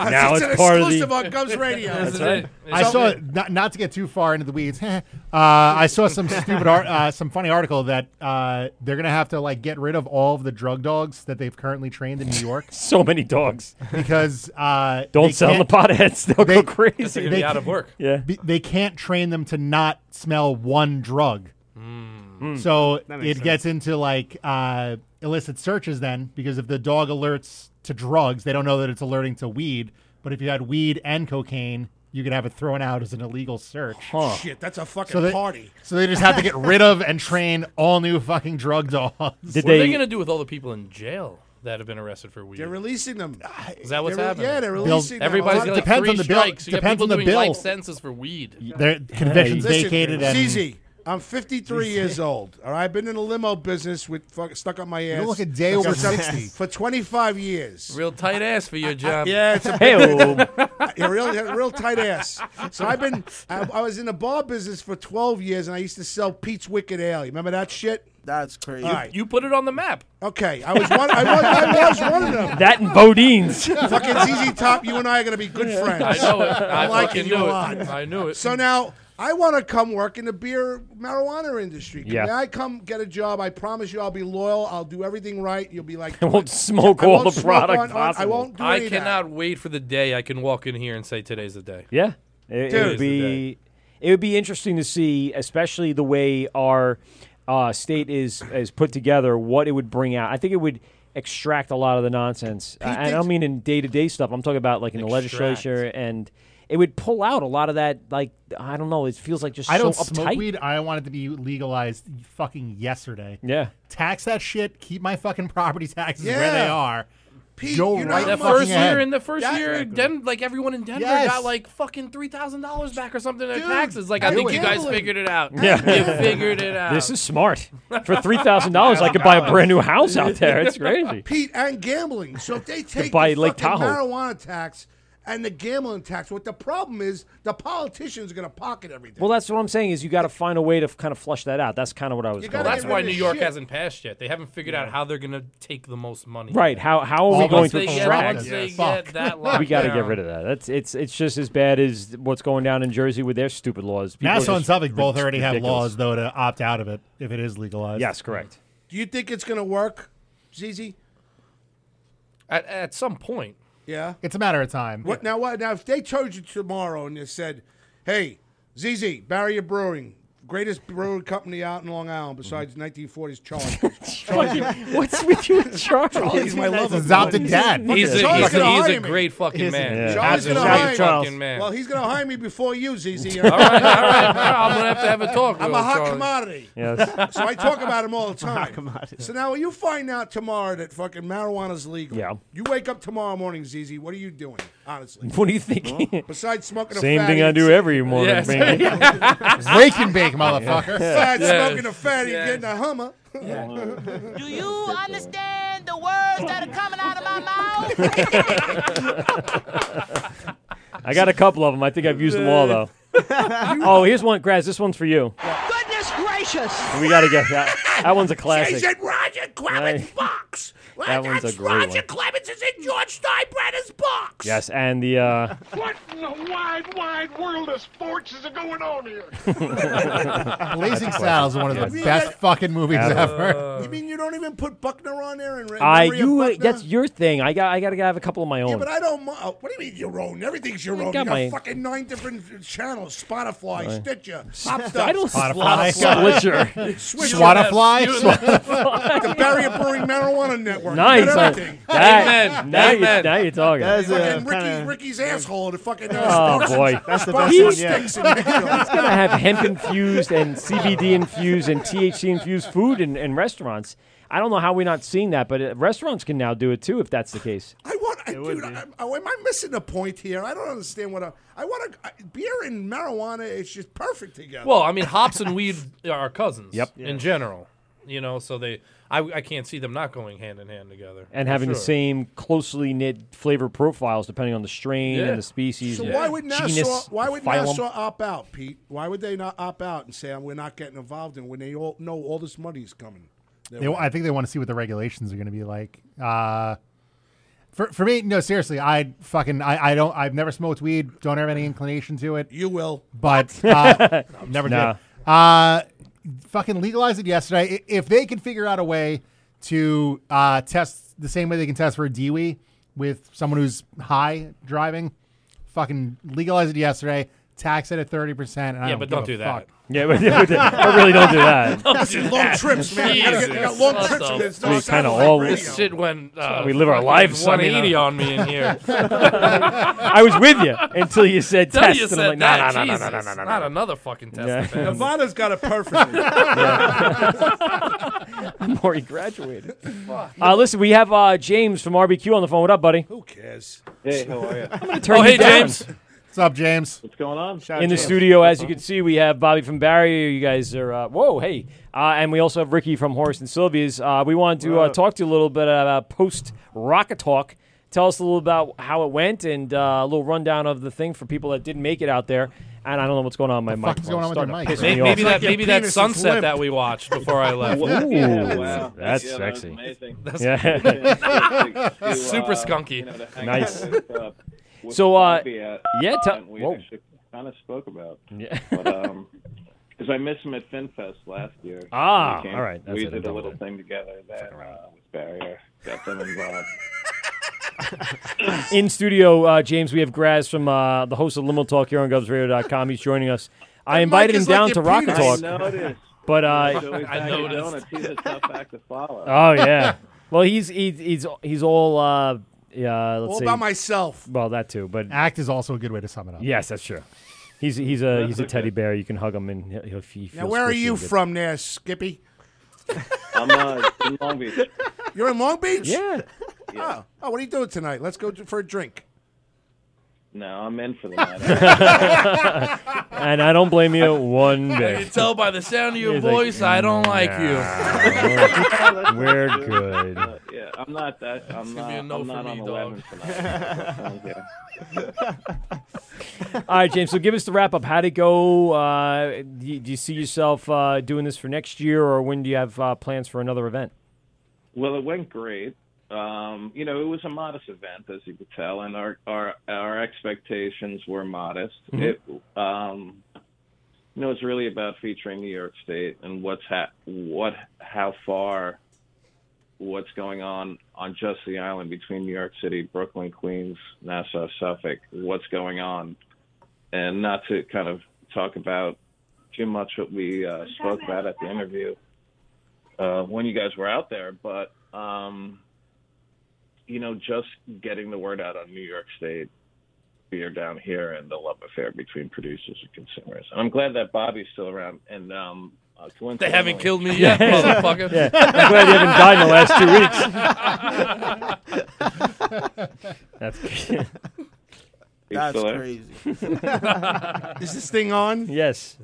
Speaker 12: Now
Speaker 13: it's
Speaker 12: it's,
Speaker 13: an
Speaker 12: part
Speaker 13: exclusive
Speaker 12: of
Speaker 13: on
Speaker 12: the.
Speaker 13: Gums
Speaker 20: Radio.
Speaker 12: That's right.
Speaker 13: I
Speaker 12: So-
Speaker 13: saw not, not to get too far into the weeds. uh, I saw some stupid, art, uh, some funny article that uh, they're gonna have to like get rid of all of the drug dogs that they've currently trained in New York.
Speaker 12: so many dogs
Speaker 13: because uh,
Speaker 12: Don't
Speaker 13: they
Speaker 12: sell
Speaker 13: can't-
Speaker 12: the potheads, they'll go crazy. They're gonna be out
Speaker 13: ca-
Speaker 12: of work. Yeah.
Speaker 13: be- they can't train them to not smell one drug.
Speaker 12: Hmm.
Speaker 13: So
Speaker 12: That
Speaker 13: it
Speaker 12: makes
Speaker 13: gets into like uh, illicit searches then, because if the dog alerts to drugs, they don't know that it's alerting to weed. But if you had weed and cocaine, you could have it thrown out as an illegal search.
Speaker 12: Oh,
Speaker 20: Shit, that's a fucking
Speaker 13: So they,
Speaker 20: party.
Speaker 13: So they just have to get rid of and train all new fucking drug dogs.
Speaker 14: what are they going to do with all the people in jail that have been arrested for weed?
Speaker 20: They're releasing them.
Speaker 14: Is that what's
Speaker 20: They're re-
Speaker 14: happening?
Speaker 20: yeah, they're
Speaker 14: Bill-
Speaker 20: releasing them.
Speaker 14: Everybody's
Speaker 20: A lot
Speaker 14: got
Speaker 20: of-
Speaker 14: like
Speaker 13: depends
Speaker 14: three
Speaker 13: on the bill-
Speaker 14: strikes. you got
Speaker 13: depends
Speaker 14: people
Speaker 13: on the
Speaker 14: doing
Speaker 13: bill.
Speaker 14: life sentences for weed.
Speaker 13: Their convictions
Speaker 20: Listen,
Speaker 13: vacated and
Speaker 20: ZZ, I'm 53 years old. All right, I've been in the limo business with fuck, stuck up my ass.
Speaker 13: You look a day
Speaker 20: for
Speaker 13: over
Speaker 20: some-
Speaker 13: 60.
Speaker 20: for 25 years.
Speaker 14: Real tight ass for your job. oh.
Speaker 20: Yeah, it's a
Speaker 12: oh.
Speaker 14: Hey-o.
Speaker 20: yeah, real, real tight ass. So I've been, I, I was in the bar business for 12 years, and I used to sell Pete's Wicked Ale. You remember that shit?
Speaker 16: That's crazy.
Speaker 20: All right.
Speaker 14: You put it on the map.
Speaker 20: Okay, I was one. I was, I was one of them.
Speaker 12: That and Bodine's.
Speaker 20: Fucking ZZ Top, you and I are gonna be good friends.
Speaker 14: I know it. I
Speaker 20: I'm liking
Speaker 14: fucking
Speaker 20: you
Speaker 14: knew
Speaker 20: a
Speaker 14: it.
Speaker 20: lot.
Speaker 14: I knew it.
Speaker 20: So now I want to come work in the beer marijuana industry. Can
Speaker 12: Yeah.
Speaker 20: I come get a job? I promise you, I'll be loyal. I'll do everything right. You'll be like,
Speaker 12: I won't smoke
Speaker 20: I
Speaker 12: all
Speaker 20: won't
Speaker 12: the
Speaker 20: smoke
Speaker 12: product
Speaker 20: on- on- I
Speaker 12: possible.
Speaker 20: won't do
Speaker 14: I
Speaker 20: any of that.
Speaker 14: cannot wait for the day I can walk in here and say today's the day.
Speaker 12: Yeah, it, it
Speaker 14: Today's
Speaker 12: would
Speaker 14: the day.
Speaker 12: be it would be interesting to see, especially the way our uh, state is is put together, what it would bring out. I think it would extract a lot of the nonsense. I- I, don't mean in day to day stuff. I'm talking about like in the
Speaker 13: Extract.
Speaker 12: legislature and. It would pull out a lot of that, like I don't know. It feels like just
Speaker 13: I don't
Speaker 12: so uptight.
Speaker 13: smoke weed. I want it to be legalized fucking yesterday.
Speaker 12: Yeah.
Speaker 13: Tax that shit. Keep my fucking property taxes where
Speaker 14: Yeah.
Speaker 13: they are.
Speaker 20: Pete,
Speaker 13: Go
Speaker 20: you know
Speaker 13: right
Speaker 20: how
Speaker 14: The
Speaker 13: fucking
Speaker 14: first
Speaker 13: ahead.
Speaker 14: year, in the first year, Den- like everyone in Denver
Speaker 20: Yes.
Speaker 14: got like fucking three thousand dollars back or something in
Speaker 20: Dude,
Speaker 14: taxes. Like I
Speaker 20: do
Speaker 14: think
Speaker 20: it.
Speaker 14: you guys
Speaker 20: Gambling.
Speaker 14: figured it out.
Speaker 12: Yeah,
Speaker 14: you figured it out.
Speaker 12: This is smart. For three thousand dollars, I could buy a brand new house out there. It's crazy.
Speaker 20: Pete and gambling. So if they take
Speaker 12: buy
Speaker 20: the
Speaker 12: Lake
Speaker 20: fucking
Speaker 12: Tahoe.
Speaker 20: marijuana tax and the gambling tax, what the problem is, the politicians are gonna pocket everything.
Speaker 12: Well, that's what I'm saying is you got to find a way to kind of flush that out. That's kind of what I was.
Speaker 20: You
Speaker 14: Well,
Speaker 12: going
Speaker 14: that's
Speaker 12: for.
Speaker 14: why New York hasn't passed yet. They haven't figured out how they're going to take the most money.
Speaker 12: Right. How how are we
Speaker 14: Once
Speaker 12: going to
Speaker 14: they get-
Speaker 12: extract?
Speaker 14: once they get that locked
Speaker 12: we got to
Speaker 14: down.
Speaker 12: get rid of that. That's it's it's just as bad as what's going down in Jersey with their stupid laws. People are
Speaker 13: Nassau and
Speaker 12: just
Speaker 13: Suffolk both
Speaker 12: rid-
Speaker 13: already have
Speaker 12: ridiculous.
Speaker 13: laws though to opt out of it if it is legalized.
Speaker 12: Yes, correct.
Speaker 20: Do you think it's gonna work, ZZ?
Speaker 14: At, at some point.
Speaker 20: Yeah.
Speaker 13: It's a matter of time.
Speaker 20: What now? What now? If they told you tomorrow and they said, "Hey, ZZ Barrier Brewing, greatest brewery company out in Long Island besides 1940s Charlie." Charlie-
Speaker 12: Mm-hmm. What's with you and Charlie?
Speaker 20: Charlie's my lover.
Speaker 13: adopted dad.
Speaker 14: He's a,
Speaker 20: Charlie's
Speaker 14: he's a,
Speaker 20: gonna
Speaker 14: he's
Speaker 20: hire
Speaker 14: a
Speaker 20: me.
Speaker 14: great fucking
Speaker 20: He's a-
Speaker 14: man.
Speaker 20: Charlie's
Speaker 14: Absolutely
Speaker 20: gonna hire me.
Speaker 14: fucking man.
Speaker 20: Well, he's gonna hire me before you, ZZ.
Speaker 14: all right, all right. I'm gonna have to have a talk.
Speaker 20: I'm
Speaker 14: with
Speaker 20: a
Speaker 14: old
Speaker 20: hot
Speaker 14: Charlie.
Speaker 20: commodity.
Speaker 12: Yes.
Speaker 20: so I talk about him all the time.
Speaker 14: commodity.
Speaker 20: So now when you find out tomorrow that fucking marijuana's legal.
Speaker 12: Yeah.
Speaker 20: You wake up tomorrow morning, ZZ. What are you doing, honestly?
Speaker 12: What are you thinking?
Speaker 20: Besides smoking a
Speaker 12: Same
Speaker 20: fatty
Speaker 12: thing I
Speaker 20: and-
Speaker 12: do every morning, Yes. man.
Speaker 13: Wake and bake, motherfucker.
Speaker 20: Besides
Speaker 13: Yeah.
Speaker 20: smoking a fatty,
Speaker 13: Yeah.
Speaker 20: getting a hummer.
Speaker 11: Do you understand the words that are coming out of my mouth?
Speaker 12: I got a couple of them. I think I've used them all though. oh, here's one, Graz. This one's for you.
Speaker 1: Goodness gracious!
Speaker 12: We got to get that. That one's a classic.
Speaker 1: Jason Roger Clemens' box.
Speaker 12: That one's a great
Speaker 1: Roger
Speaker 12: one.
Speaker 1: Clemens is in George Steinbrenner's box.
Speaker 12: Yes, and the uh,
Speaker 1: What in the wide, wide world of sports is going on here?
Speaker 13: Blazing Saddles is one of
Speaker 12: Yes.
Speaker 13: the best fucking movies
Speaker 12: Absolutely.
Speaker 13: ever.
Speaker 20: You mean you don't even put Buckner on there and
Speaker 12: I
Speaker 20: Maria
Speaker 12: you
Speaker 20: Buckner?
Speaker 12: that's your thing. I got I got to have a couple of my own.
Speaker 20: Yeah, but I don't. mi- uh, What do you mean your own? Everything's your own.
Speaker 12: got
Speaker 20: you got
Speaker 12: my-
Speaker 20: fucking nine different channels: Spotify,
Speaker 12: Right.
Speaker 20: Stitcher, Popstars.
Speaker 12: I don't
Speaker 13: Spotify.
Speaker 12: Switcher.
Speaker 20: Switcher.
Speaker 13: Swatafly?
Speaker 12: Swatafly.
Speaker 20: the Barrier Brewing Marijuana Network.
Speaker 12: Nice.
Speaker 20: You got
Speaker 12: uh,
Speaker 20: everything.
Speaker 12: that- now, you, now you're talking.
Speaker 20: fucking Ricky, Ricky's asshole to fucking. Uh,
Speaker 12: Oh
Speaker 20: Sparks and-
Speaker 12: boy,
Speaker 20: Sparks and Sticks in Midfield.
Speaker 12: He's gonna have hemp infused and CBD infused and THC infused food in, in restaurants. I don't know how we're not seeing that, but uh, restaurants can now do it too if that's the case.
Speaker 20: I want, I, dude. I, I, am I missing the point here? I don't understand what I, I want. To, I, beer and marijuana is just perfect together.
Speaker 14: Well, I mean, hops and weed are cousins.
Speaker 12: Yep.
Speaker 14: In general, you know, so they I, I can't see them not going hand in hand together.
Speaker 12: and
Speaker 14: for
Speaker 12: having the
Speaker 14: sure.
Speaker 12: same closely knit flavor profiles depending on the strain
Speaker 14: Yeah.
Speaker 12: and the species.
Speaker 20: So
Speaker 12: and
Speaker 20: why would Nassau?
Speaker 12: genus,
Speaker 20: Why would
Speaker 12: phylum.
Speaker 20: Nassau opt out, Pete? Why would they not opt out and say "Oh, we're not getting involved in when they all know all this money is coming? their
Speaker 13: They,
Speaker 20: way"?
Speaker 13: I think they want to see what the regulations are going to be like. Uh, for for me, no, seriously, I fucking I, I don't I've never smoked weed. Don't have any inclination to it.
Speaker 20: You will,
Speaker 13: but uh, never
Speaker 12: Nah.
Speaker 13: did. Uh, fucking legalize it yesterday. I- If they can figure out a way to uh, test the same way they can test for a DWI with someone who's high driving, fucking legalize it yesterday. Tax it at thirty percent.
Speaker 14: Yeah, but don't do that.
Speaker 12: Yeah, but- yeah, but I really don't do that.
Speaker 14: Don't do
Speaker 20: Long
Speaker 14: that.
Speaker 20: trips, man. You gotta get- you got
Speaker 14: Jesus.
Speaker 20: long
Speaker 14: What
Speaker 20: trips
Speaker 14: the
Speaker 20: and it's
Speaker 12: We
Speaker 14: fuck?
Speaker 12: kind of all
Speaker 14: This shit went.
Speaker 12: That's
Speaker 14: Uh,
Speaker 12: why we live our lives. I mean,
Speaker 14: 180
Speaker 12: uh,
Speaker 14: on me in here.
Speaker 12: I was with you until you said
Speaker 14: Until
Speaker 12: test,
Speaker 14: you
Speaker 12: and
Speaker 14: said
Speaker 12: I'm like,
Speaker 14: that,
Speaker 12: nah, nah, nah, nah,
Speaker 14: Jesus.
Speaker 12: nah, nah, nah,
Speaker 14: Not another fucking test
Speaker 12: Yeah.
Speaker 14: event.
Speaker 20: Nevada's got it perfectly.
Speaker 12: I'm already graduated. Uh, listen, we have uh, James from RBQ on the phone. What up, buddy?
Speaker 20: Who cares?
Speaker 18: Hey, how are you? I'm
Speaker 12: gonna turn Oh, you hey, down. James.
Speaker 13: What's up, James?
Speaker 18: What's going on?
Speaker 12: In the studio, as you can see, we have Bobby from Barrier. You guys are uh, whoa, hey, uh, and we also have Ricky from Horace and Sylvia's. Uh, we wanted to uh, talk to you a little bit about post Rocket Talk. Tell us a little about how it went and uh, a little rundown of the thing for people that didn't make it out there. And I don't know what's going on with my mic.
Speaker 13: going on with your mic?
Speaker 14: Maybe, maybe that maybe that sunset that we watched before I left.
Speaker 12: Ooh,
Speaker 14: Yeah,
Speaker 12: wow. that's Yeah, that was sexy. amazing. Yeah.
Speaker 14: That's-
Speaker 12: To,
Speaker 14: super
Speaker 12: uh,
Speaker 14: skunky.
Speaker 12: you know, to hang out Nice. with, uh, with So, uh, Bobby at yeah, tell-
Speaker 2: we
Speaker 12: whoa.
Speaker 2: actually kind of spoke about.
Speaker 12: Yeah.
Speaker 2: But, um, because I missed him at FinFest last year.
Speaker 12: Ah,
Speaker 2: We
Speaker 12: all right, that's
Speaker 2: we
Speaker 12: it, I
Speaker 2: did a
Speaker 12: don't
Speaker 2: little
Speaker 12: do it.
Speaker 2: thing together that uh, with Barrier got them involved.
Speaker 12: In studio, uh, James, we have Graz from uh, the host of Limo Talk here on GubsRadio.com. He's joining us. I invited him
Speaker 2: is like
Speaker 12: down
Speaker 2: your
Speaker 12: to Rocket
Speaker 2: penis.
Speaker 12: Talk,
Speaker 2: I noticed.
Speaker 12: but uh,
Speaker 2: I noticed. He's a tough act to follow.
Speaker 12: oh yeah, well he's he's he's, he's all uh, yeah. Let's
Speaker 20: All
Speaker 12: see.
Speaker 20: by myself.
Speaker 12: Well, that too, but
Speaker 13: Act is also a good way to sum it up.
Speaker 12: yes, that's true. He's he's a he's a teddy bear. You can hug him and he'll, he'll he
Speaker 20: Now,
Speaker 12: feels
Speaker 20: where are
Speaker 12: squishy
Speaker 20: you
Speaker 12: and good.
Speaker 20: from, there, Skippy?
Speaker 2: I'm uh, in Long Beach.
Speaker 20: You're in Long Beach.
Speaker 12: Yeah.
Speaker 20: Oh, oh, what are you doing tonight? Let's go for a drink.
Speaker 2: No, I'm in for the night.
Speaker 12: and I don't blame you one bit.
Speaker 14: I can tell by the sound of your
Speaker 12: He's like,
Speaker 14: voice, I don't like
Speaker 12: "Nah,
Speaker 14: you.
Speaker 12: we're good.
Speaker 2: Uh, yeah, I'm not that. I'm
Speaker 14: gonna
Speaker 2: not.
Speaker 14: be a no
Speaker 2: I'm
Speaker 14: for
Speaker 2: not
Speaker 14: me,
Speaker 2: on eleven
Speaker 14: dog.
Speaker 2: tonight.
Speaker 12: All right, James. So give us the wrap up. How'd it go? Uh, do, you, do you see yourself uh, doing this for next year, or when do you have uh, plans for another event?
Speaker 2: Well, it went great. Um, you know, it was a modest event, as you could tell, and our our our expectations were modest.
Speaker 22: Mhm.
Speaker 2: It, um, you know, it's really about featuring New York State and what's ha- what how far what's going on on just the island between New York City, Brooklyn, Queens, Nassau, Suffolk. What's going on, and not to kind of talk about too much what we uh, spoke about at the interview uh, when you guys were out there, but um, you know, just getting the word out on New York State beer down here and the love affair between producers and consumers. And I'm glad that Bobby's still around. And um, uh,
Speaker 14: They haven't
Speaker 2: coincidentally-
Speaker 14: killed me yet, motherfucker.
Speaker 12: Yeah. I'm glad you haven't died in the last two weeks. That's
Speaker 2: You
Speaker 20: That's
Speaker 2: still there?
Speaker 20: crazy. Is this thing on?
Speaker 12: Yes.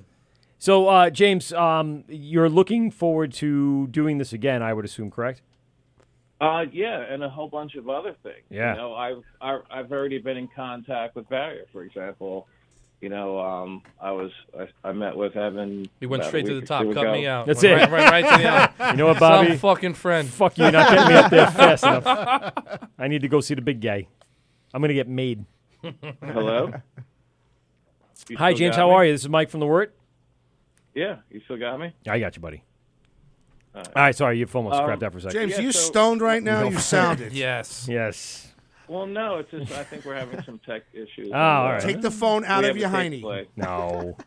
Speaker 12: So, uh, James, um, you're looking forward to doing this again, I would assume, correct?
Speaker 2: Uh, yeah, and a whole bunch of other things.
Speaker 12: Yeah.
Speaker 2: You know, I've I've I've already been in contact with Barrier, for example. You know, um, I was I, I met with Evan.
Speaker 14: He went
Speaker 2: about a
Speaker 14: straight to
Speaker 2: week
Speaker 14: the
Speaker 2: or
Speaker 14: top,
Speaker 2: two
Speaker 14: cut
Speaker 2: ago.
Speaker 14: me out. That's Went it. right- right- right to the out.
Speaker 12: You know
Speaker 14: Some
Speaker 12: what, Bobby?
Speaker 14: fucking friend.
Speaker 12: Fuck you, you're not getting me up there fast enough. I need to go see the big guy. I'm going to get made.
Speaker 2: Hello. You
Speaker 12: Hi,
Speaker 2: still
Speaker 12: James.
Speaker 2: got
Speaker 12: How
Speaker 2: me?
Speaker 12: are you? This is Mike from The Word.
Speaker 2: Yeah, you still got me.
Speaker 12: I got you, buddy.
Speaker 2: All right.
Speaker 12: All right, sorry, your phone was
Speaker 2: Um,
Speaker 12: scrapped out for a second.
Speaker 20: James,
Speaker 2: Yeah,
Speaker 20: you
Speaker 2: so-
Speaker 20: stoned right now?
Speaker 12: No.
Speaker 20: You sounded.
Speaker 14: yes.
Speaker 12: Yes.
Speaker 2: Well, no, it's just I think we're having some tech issues.
Speaker 12: Oh, all right.
Speaker 20: Take the phone out
Speaker 2: We
Speaker 20: of
Speaker 2: have
Speaker 20: your
Speaker 2: a tape
Speaker 20: hiney.
Speaker 2: play.
Speaker 12: No.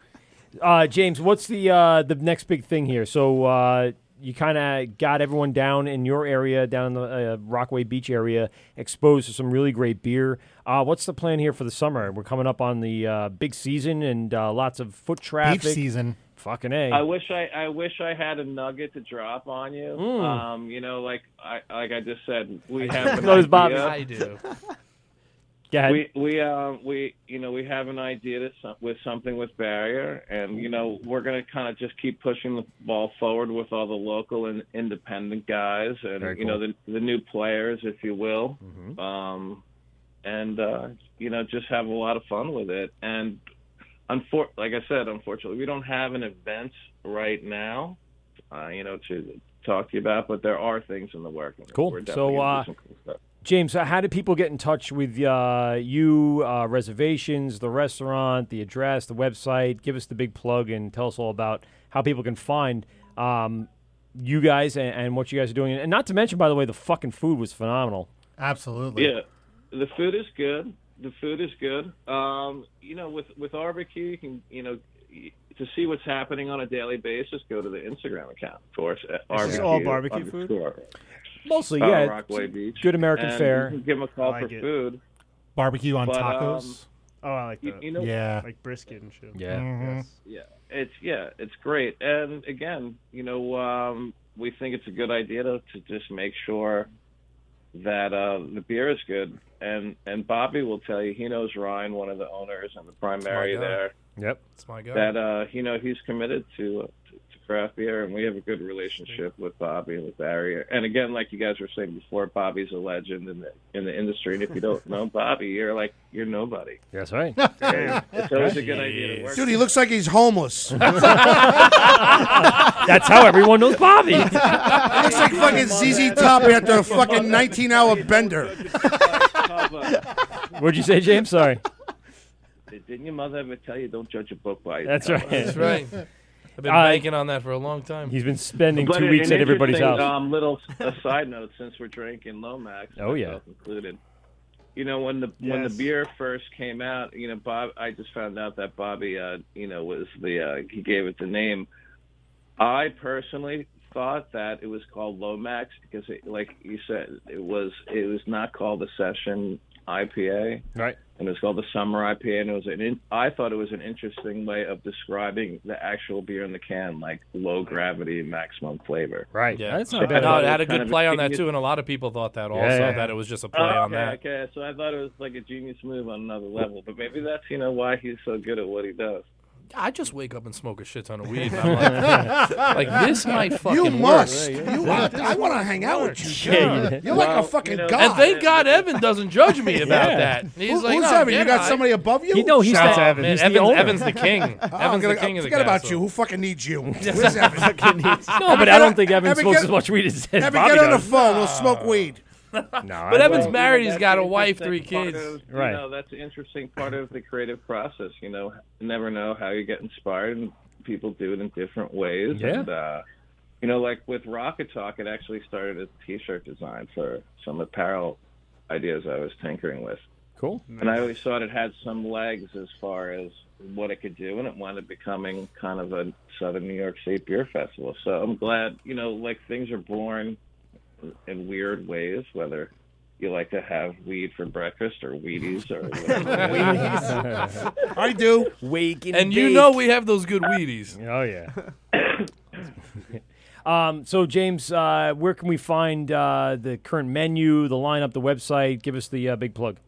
Speaker 12: uh, James, what's the uh, the next big thing here? So uh, you kind of got everyone down in your area, down in the uh, Rockaway Beach area, exposed to some really great beer. Uh, what's the plan here for the summer? We're coming up on the uh, big season and uh, lots of foot traffic.
Speaker 13: season.
Speaker 12: Fucking a.
Speaker 2: I wish I, I wish I had a nugget to drop on you.
Speaker 12: Mm.
Speaker 2: Um, you know, like I like I just said, we have an
Speaker 12: Those
Speaker 2: idea.
Speaker 12: Bobby. I do. Go ahead.
Speaker 2: We we um we you know we have an idea to some, with something with barrier, and you know we're gonna kind of just keep pushing the ball forward with all the local and independent guys, and
Speaker 3: Very
Speaker 2: you know
Speaker 3: cool.
Speaker 2: the the new players, if you will.
Speaker 12: Mm-hmm.
Speaker 2: Um, and uh, you know just have a lot of fun with it. And unfor- like I said, unfortunately, we don't have an event right now. Uh, you know to talk to you about, but there are things in the work.
Speaker 12: Cool.
Speaker 2: We're definitely gonna
Speaker 12: So,
Speaker 2: do
Speaker 12: uh,
Speaker 2: some cool stuff.
Speaker 12: James, uh, how do people get in touch with uh, you? Uh, reservations, the restaurant, the address, the website. Give us the big plug and tell us all about how people can find um, you guys and, and what you guys are doing. And not to mention, by the way, the fucking food was phenomenal.
Speaker 13: Absolutely.
Speaker 2: Yeah, the food is good. The food is good. Um, you know, with with barbecue, you can you know y- to see what's happening on a daily basis. Go to the Instagram account, of course. At
Speaker 15: Is this
Speaker 2: barbecue
Speaker 15: all barbecue food?
Speaker 2: underscore,
Speaker 12: Mostly,
Speaker 2: uh,
Speaker 12: yeah.
Speaker 2: Rockaway
Speaker 12: it's
Speaker 2: Beach.
Speaker 12: Good American
Speaker 2: And
Speaker 12: fare.
Speaker 2: You can give them a call
Speaker 15: I
Speaker 2: for
Speaker 15: like it.
Speaker 2: food.
Speaker 13: Barbecue on
Speaker 2: But,
Speaker 13: tacos.
Speaker 2: um,
Speaker 15: Oh, I like
Speaker 2: You-
Speaker 15: that.
Speaker 2: you know- Yeah.
Speaker 15: like brisket and shit.
Speaker 12: Yeah.
Speaker 2: Yeah, it's yeah, it's great. And again, you know, um, we think it's a good idea to, to just make sure that uh, the beer is good. And and Bobby will tell you he knows Ryan, one of the owners and the primary
Speaker 14: guy.
Speaker 2: there.
Speaker 12: Yep.
Speaker 14: It's my guy.
Speaker 2: That uh, you know he's committed to, uh, to to craft beer, and we have a good relationship with Bobby and with Barry. And again, like you guys were saying before, Bobby's a legend in the in the industry. And if you don't know Bobby, you're like you're nobody.
Speaker 12: That's right.
Speaker 2: it's always a good idea to work.
Speaker 20: Dude, he looks like he's homeless.
Speaker 12: That's how everyone knows Bobby.
Speaker 20: He looks like fucking ZZ Top after a fucking 19 hour bender.
Speaker 12: What'd you say, James? Sorry.
Speaker 2: Didn't your mother ever tell you don't judge a book by its
Speaker 12: That's
Speaker 2: cover?
Speaker 12: right.
Speaker 14: That's right. I've been
Speaker 12: Uh,
Speaker 14: banking on that for a long time.
Speaker 12: He's been spending
Speaker 2: But
Speaker 12: two
Speaker 2: an
Speaker 12: weeks at everybody's
Speaker 2: interesting,
Speaker 12: house.
Speaker 2: Um, little s- a side note, since we're drinking Lomax,
Speaker 12: Oh, yeah.
Speaker 2: myself included. You know when the when the
Speaker 12: Yes.
Speaker 2: beer first came out, you know Bob. I just found out that Bobby, uh, you know, was the uh, he gave it the name. I personally thought that it was called Lomax because, it, like you said, it was it was not called the Session IPA
Speaker 12: Right.
Speaker 2: and it's called the Summer IPA. And it was an in, I thought it was an interesting way of describing the actual beer in the can, like low gravity, maximum flavor.
Speaker 12: Right.
Speaker 14: Yeah,
Speaker 2: that's not bad.
Speaker 14: No, it had a
Speaker 2: Kind
Speaker 14: good
Speaker 2: of
Speaker 14: play on that
Speaker 2: ingenious-
Speaker 14: too, and a lot of people thought that
Speaker 2: Yeah,
Speaker 14: also
Speaker 2: yeah.
Speaker 14: that it was just a play on
Speaker 2: Oh, okay,
Speaker 14: that.
Speaker 2: Okay, so I thought it was like a genius move on another level, but maybe that's you know why he's so good at what he does.
Speaker 14: I just wake up and smoke a shit ton of weed. And I'm like, like this might fucking
Speaker 20: You must.
Speaker 14: work.
Speaker 20: You want, I want to hang out with you.
Speaker 14: Yeah,
Speaker 20: dude.
Speaker 14: yeah.
Speaker 20: You're
Speaker 14: Well,
Speaker 20: like a fucking
Speaker 14: you know-
Speaker 20: god.
Speaker 14: And thank God Evan doesn't judge me about
Speaker 20: Yeah.
Speaker 14: that. He's
Speaker 20: Who-
Speaker 14: like,
Speaker 20: who's
Speaker 14: no,
Speaker 20: Evan? You
Speaker 14: yeah,
Speaker 20: got
Speaker 14: I-
Speaker 20: somebody above you?
Speaker 14: You know he's Shouts the- to Evan. man, He's the Evan- owner. Evan's the king. Evan's
Speaker 20: Oh, I'm
Speaker 14: the
Speaker 20: gonna-
Speaker 14: king of the
Speaker 20: Forget about
Speaker 14: castle.
Speaker 20: you. Who fucking needs you? Where's Evan?
Speaker 12: No, but I don't think Evan smokes
Speaker 20: get-
Speaker 12: as much weed as- as
Speaker 20: Evan,
Speaker 12: Bobby
Speaker 20: get on the
Speaker 12: does.
Speaker 20: phone. We'll smoke weed.
Speaker 12: No,
Speaker 14: But
Speaker 12: I-
Speaker 14: Evan's
Speaker 12: well,
Speaker 14: married.
Speaker 2: you know,
Speaker 14: He's got a
Speaker 2: that's
Speaker 14: wife,
Speaker 2: the
Speaker 14: three
Speaker 2: interesting
Speaker 14: kids.
Speaker 2: part of-
Speaker 12: Right.
Speaker 2: You know, that's the interesting part of the creative process. You know, never know how you get inspired, and people do it in different ways.
Speaker 12: Yeah.
Speaker 2: And, uh, you know, like with Rocket Talk, it actually started as a T-shirt design for some apparel ideas I was tinkering with.
Speaker 12: Cool.
Speaker 2: And I always thought it had some legs as far as what it could do, and it wound up becoming kind of a Southern New York State Beer Festival. So I'm glad, you know, like things are born in weird ways, whether you like to have weed for breakfast or Wheaties or whatever.
Speaker 20: I do.
Speaker 12: Wake
Speaker 14: And you know we have those good Wheaties.
Speaker 12: Oh yeah. um, so James, uh, where can we find uh, the current menu, the lineup, the website? Give us the uh, big plug.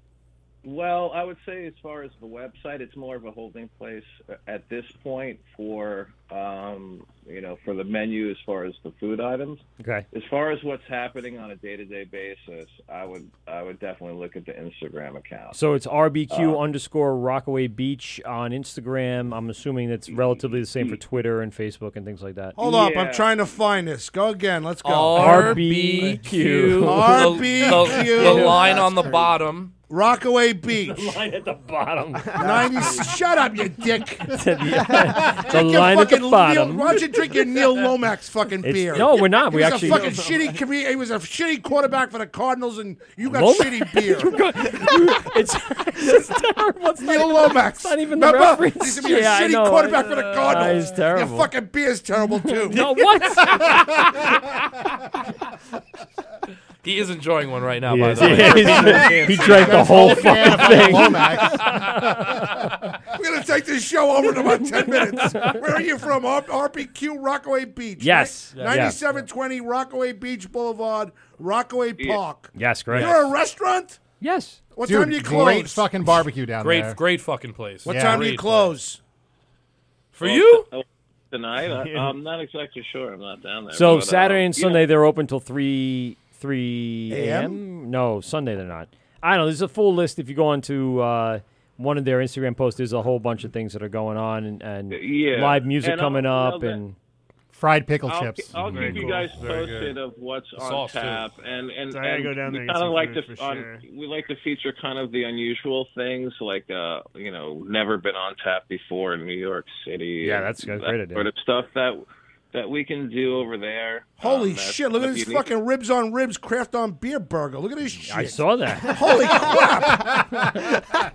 Speaker 2: Well, I would say as far as the website, it's more of a holding place at this point for um, you know for the menu as far as the food items.
Speaker 12: Okay.
Speaker 2: As far as what's happening on a day-to-day basis, I would I would definitely look at the Instagram account.
Speaker 12: So it's RBQ
Speaker 2: Uh,
Speaker 12: underscore Rockaway Beach on Instagram. I'm assuming that's relatively the same for Twitter and Facebook and things like that.
Speaker 20: Hold up. I'm trying to find this. Go again. Let's go.
Speaker 12: RBQ.
Speaker 20: RBQ.
Speaker 14: The, the line on the bottom.
Speaker 20: Rockaway Beach.
Speaker 12: line at the bottom.
Speaker 20: 90, shut up, you dick.
Speaker 12: the
Speaker 20: Drink your
Speaker 12: line at the
Speaker 20: fucking Neil-
Speaker 12: bottom.
Speaker 20: why don't you drink your Neil Lomax fucking
Speaker 12: It's-
Speaker 20: beer?
Speaker 12: no, we're not.
Speaker 20: He
Speaker 12: We
Speaker 20: was
Speaker 12: actually-
Speaker 20: a fucking shitty. career- He was a shitty quarterback for the Cardinals, and you got
Speaker 12: Loma-
Speaker 20: shitty beer.
Speaker 12: it's, terrible.
Speaker 20: Neil Lomax.
Speaker 12: not even the
Speaker 20: Remember?
Speaker 12: reference.
Speaker 20: He's gonna be a
Speaker 12: Yeah, I
Speaker 20: shitty
Speaker 12: know.
Speaker 20: quarterback for the
Speaker 12: Uh,
Speaker 20: Cardinals.
Speaker 12: it's terrible.
Speaker 20: Your fucking beer's terrible too.
Speaker 12: No, what?
Speaker 14: He is enjoying one right now,
Speaker 12: He
Speaker 14: by
Speaker 12: is.
Speaker 14: the
Speaker 12: He
Speaker 14: way.
Speaker 12: is. He drank the whole fucking thing.
Speaker 20: We're gonna take this show over in about ten minutes. Where are you from? R- RBQ Rockaway Beach.
Speaker 12: Yes.
Speaker 20: right?
Speaker 12: Yeah.
Speaker 20: Ninety-seven twenty Rockaway Beach Boulevard, Rockaway Park.
Speaker 12: Yes, great.
Speaker 20: You're a restaurant.
Speaker 12: Yes.
Speaker 20: What
Speaker 13: Dude,
Speaker 20: time do you close?
Speaker 13: Great fucking barbecue down
Speaker 14: great,
Speaker 13: there.
Speaker 14: great fucking place.
Speaker 20: What time do you
Speaker 14: Great
Speaker 20: close?
Speaker 14: For you?
Speaker 2: Oh, Tonight, I, I'm not exactly sure. I'm not down there.
Speaker 12: So
Speaker 2: but, uh,
Speaker 12: Saturday and
Speaker 2: yeah.
Speaker 12: Sunday they're open till three three
Speaker 2: A.M.?
Speaker 12: a.m. No, Sunday they're not. I don't know. There's a full list if you go on to uh, one of their Instagram posts. There's a whole bunch of things that are going on and, and
Speaker 2: Yeah,
Speaker 12: live music
Speaker 2: and uh, I'll-
Speaker 12: coming up
Speaker 2: I'll-
Speaker 12: and
Speaker 13: fried pickle
Speaker 2: I'll,
Speaker 13: chips.
Speaker 2: I'll keep you
Speaker 13: cool.
Speaker 2: guys
Speaker 13: Very
Speaker 2: posted
Speaker 13: good.
Speaker 2: of what's
Speaker 13: The
Speaker 2: on
Speaker 13: sauce, too.
Speaker 2: tap, and and,
Speaker 13: So I gotta
Speaker 2: and
Speaker 13: go down
Speaker 2: we
Speaker 13: there
Speaker 2: kind
Speaker 13: and get
Speaker 2: of
Speaker 13: some
Speaker 2: like to
Speaker 13: food for
Speaker 2: on,
Speaker 13: sure.
Speaker 2: we like to feature kind of the unusual things, like uh, you know, never been on tap before in New York City.
Speaker 12: Yeah,
Speaker 2: and
Speaker 12: that's- that's
Speaker 2: that
Speaker 12: great idea.
Speaker 2: Sort of stuff that that we can do over there.
Speaker 13: Oh,
Speaker 20: Holy
Speaker 2: Um, that's
Speaker 20: shit! Look at
Speaker 2: stuff
Speaker 20: this
Speaker 2: you need-
Speaker 20: fucking ribs on ribs, craft on beer burger. Look at this shit.
Speaker 12: I saw that.
Speaker 20: Holy crap!
Speaker 2: I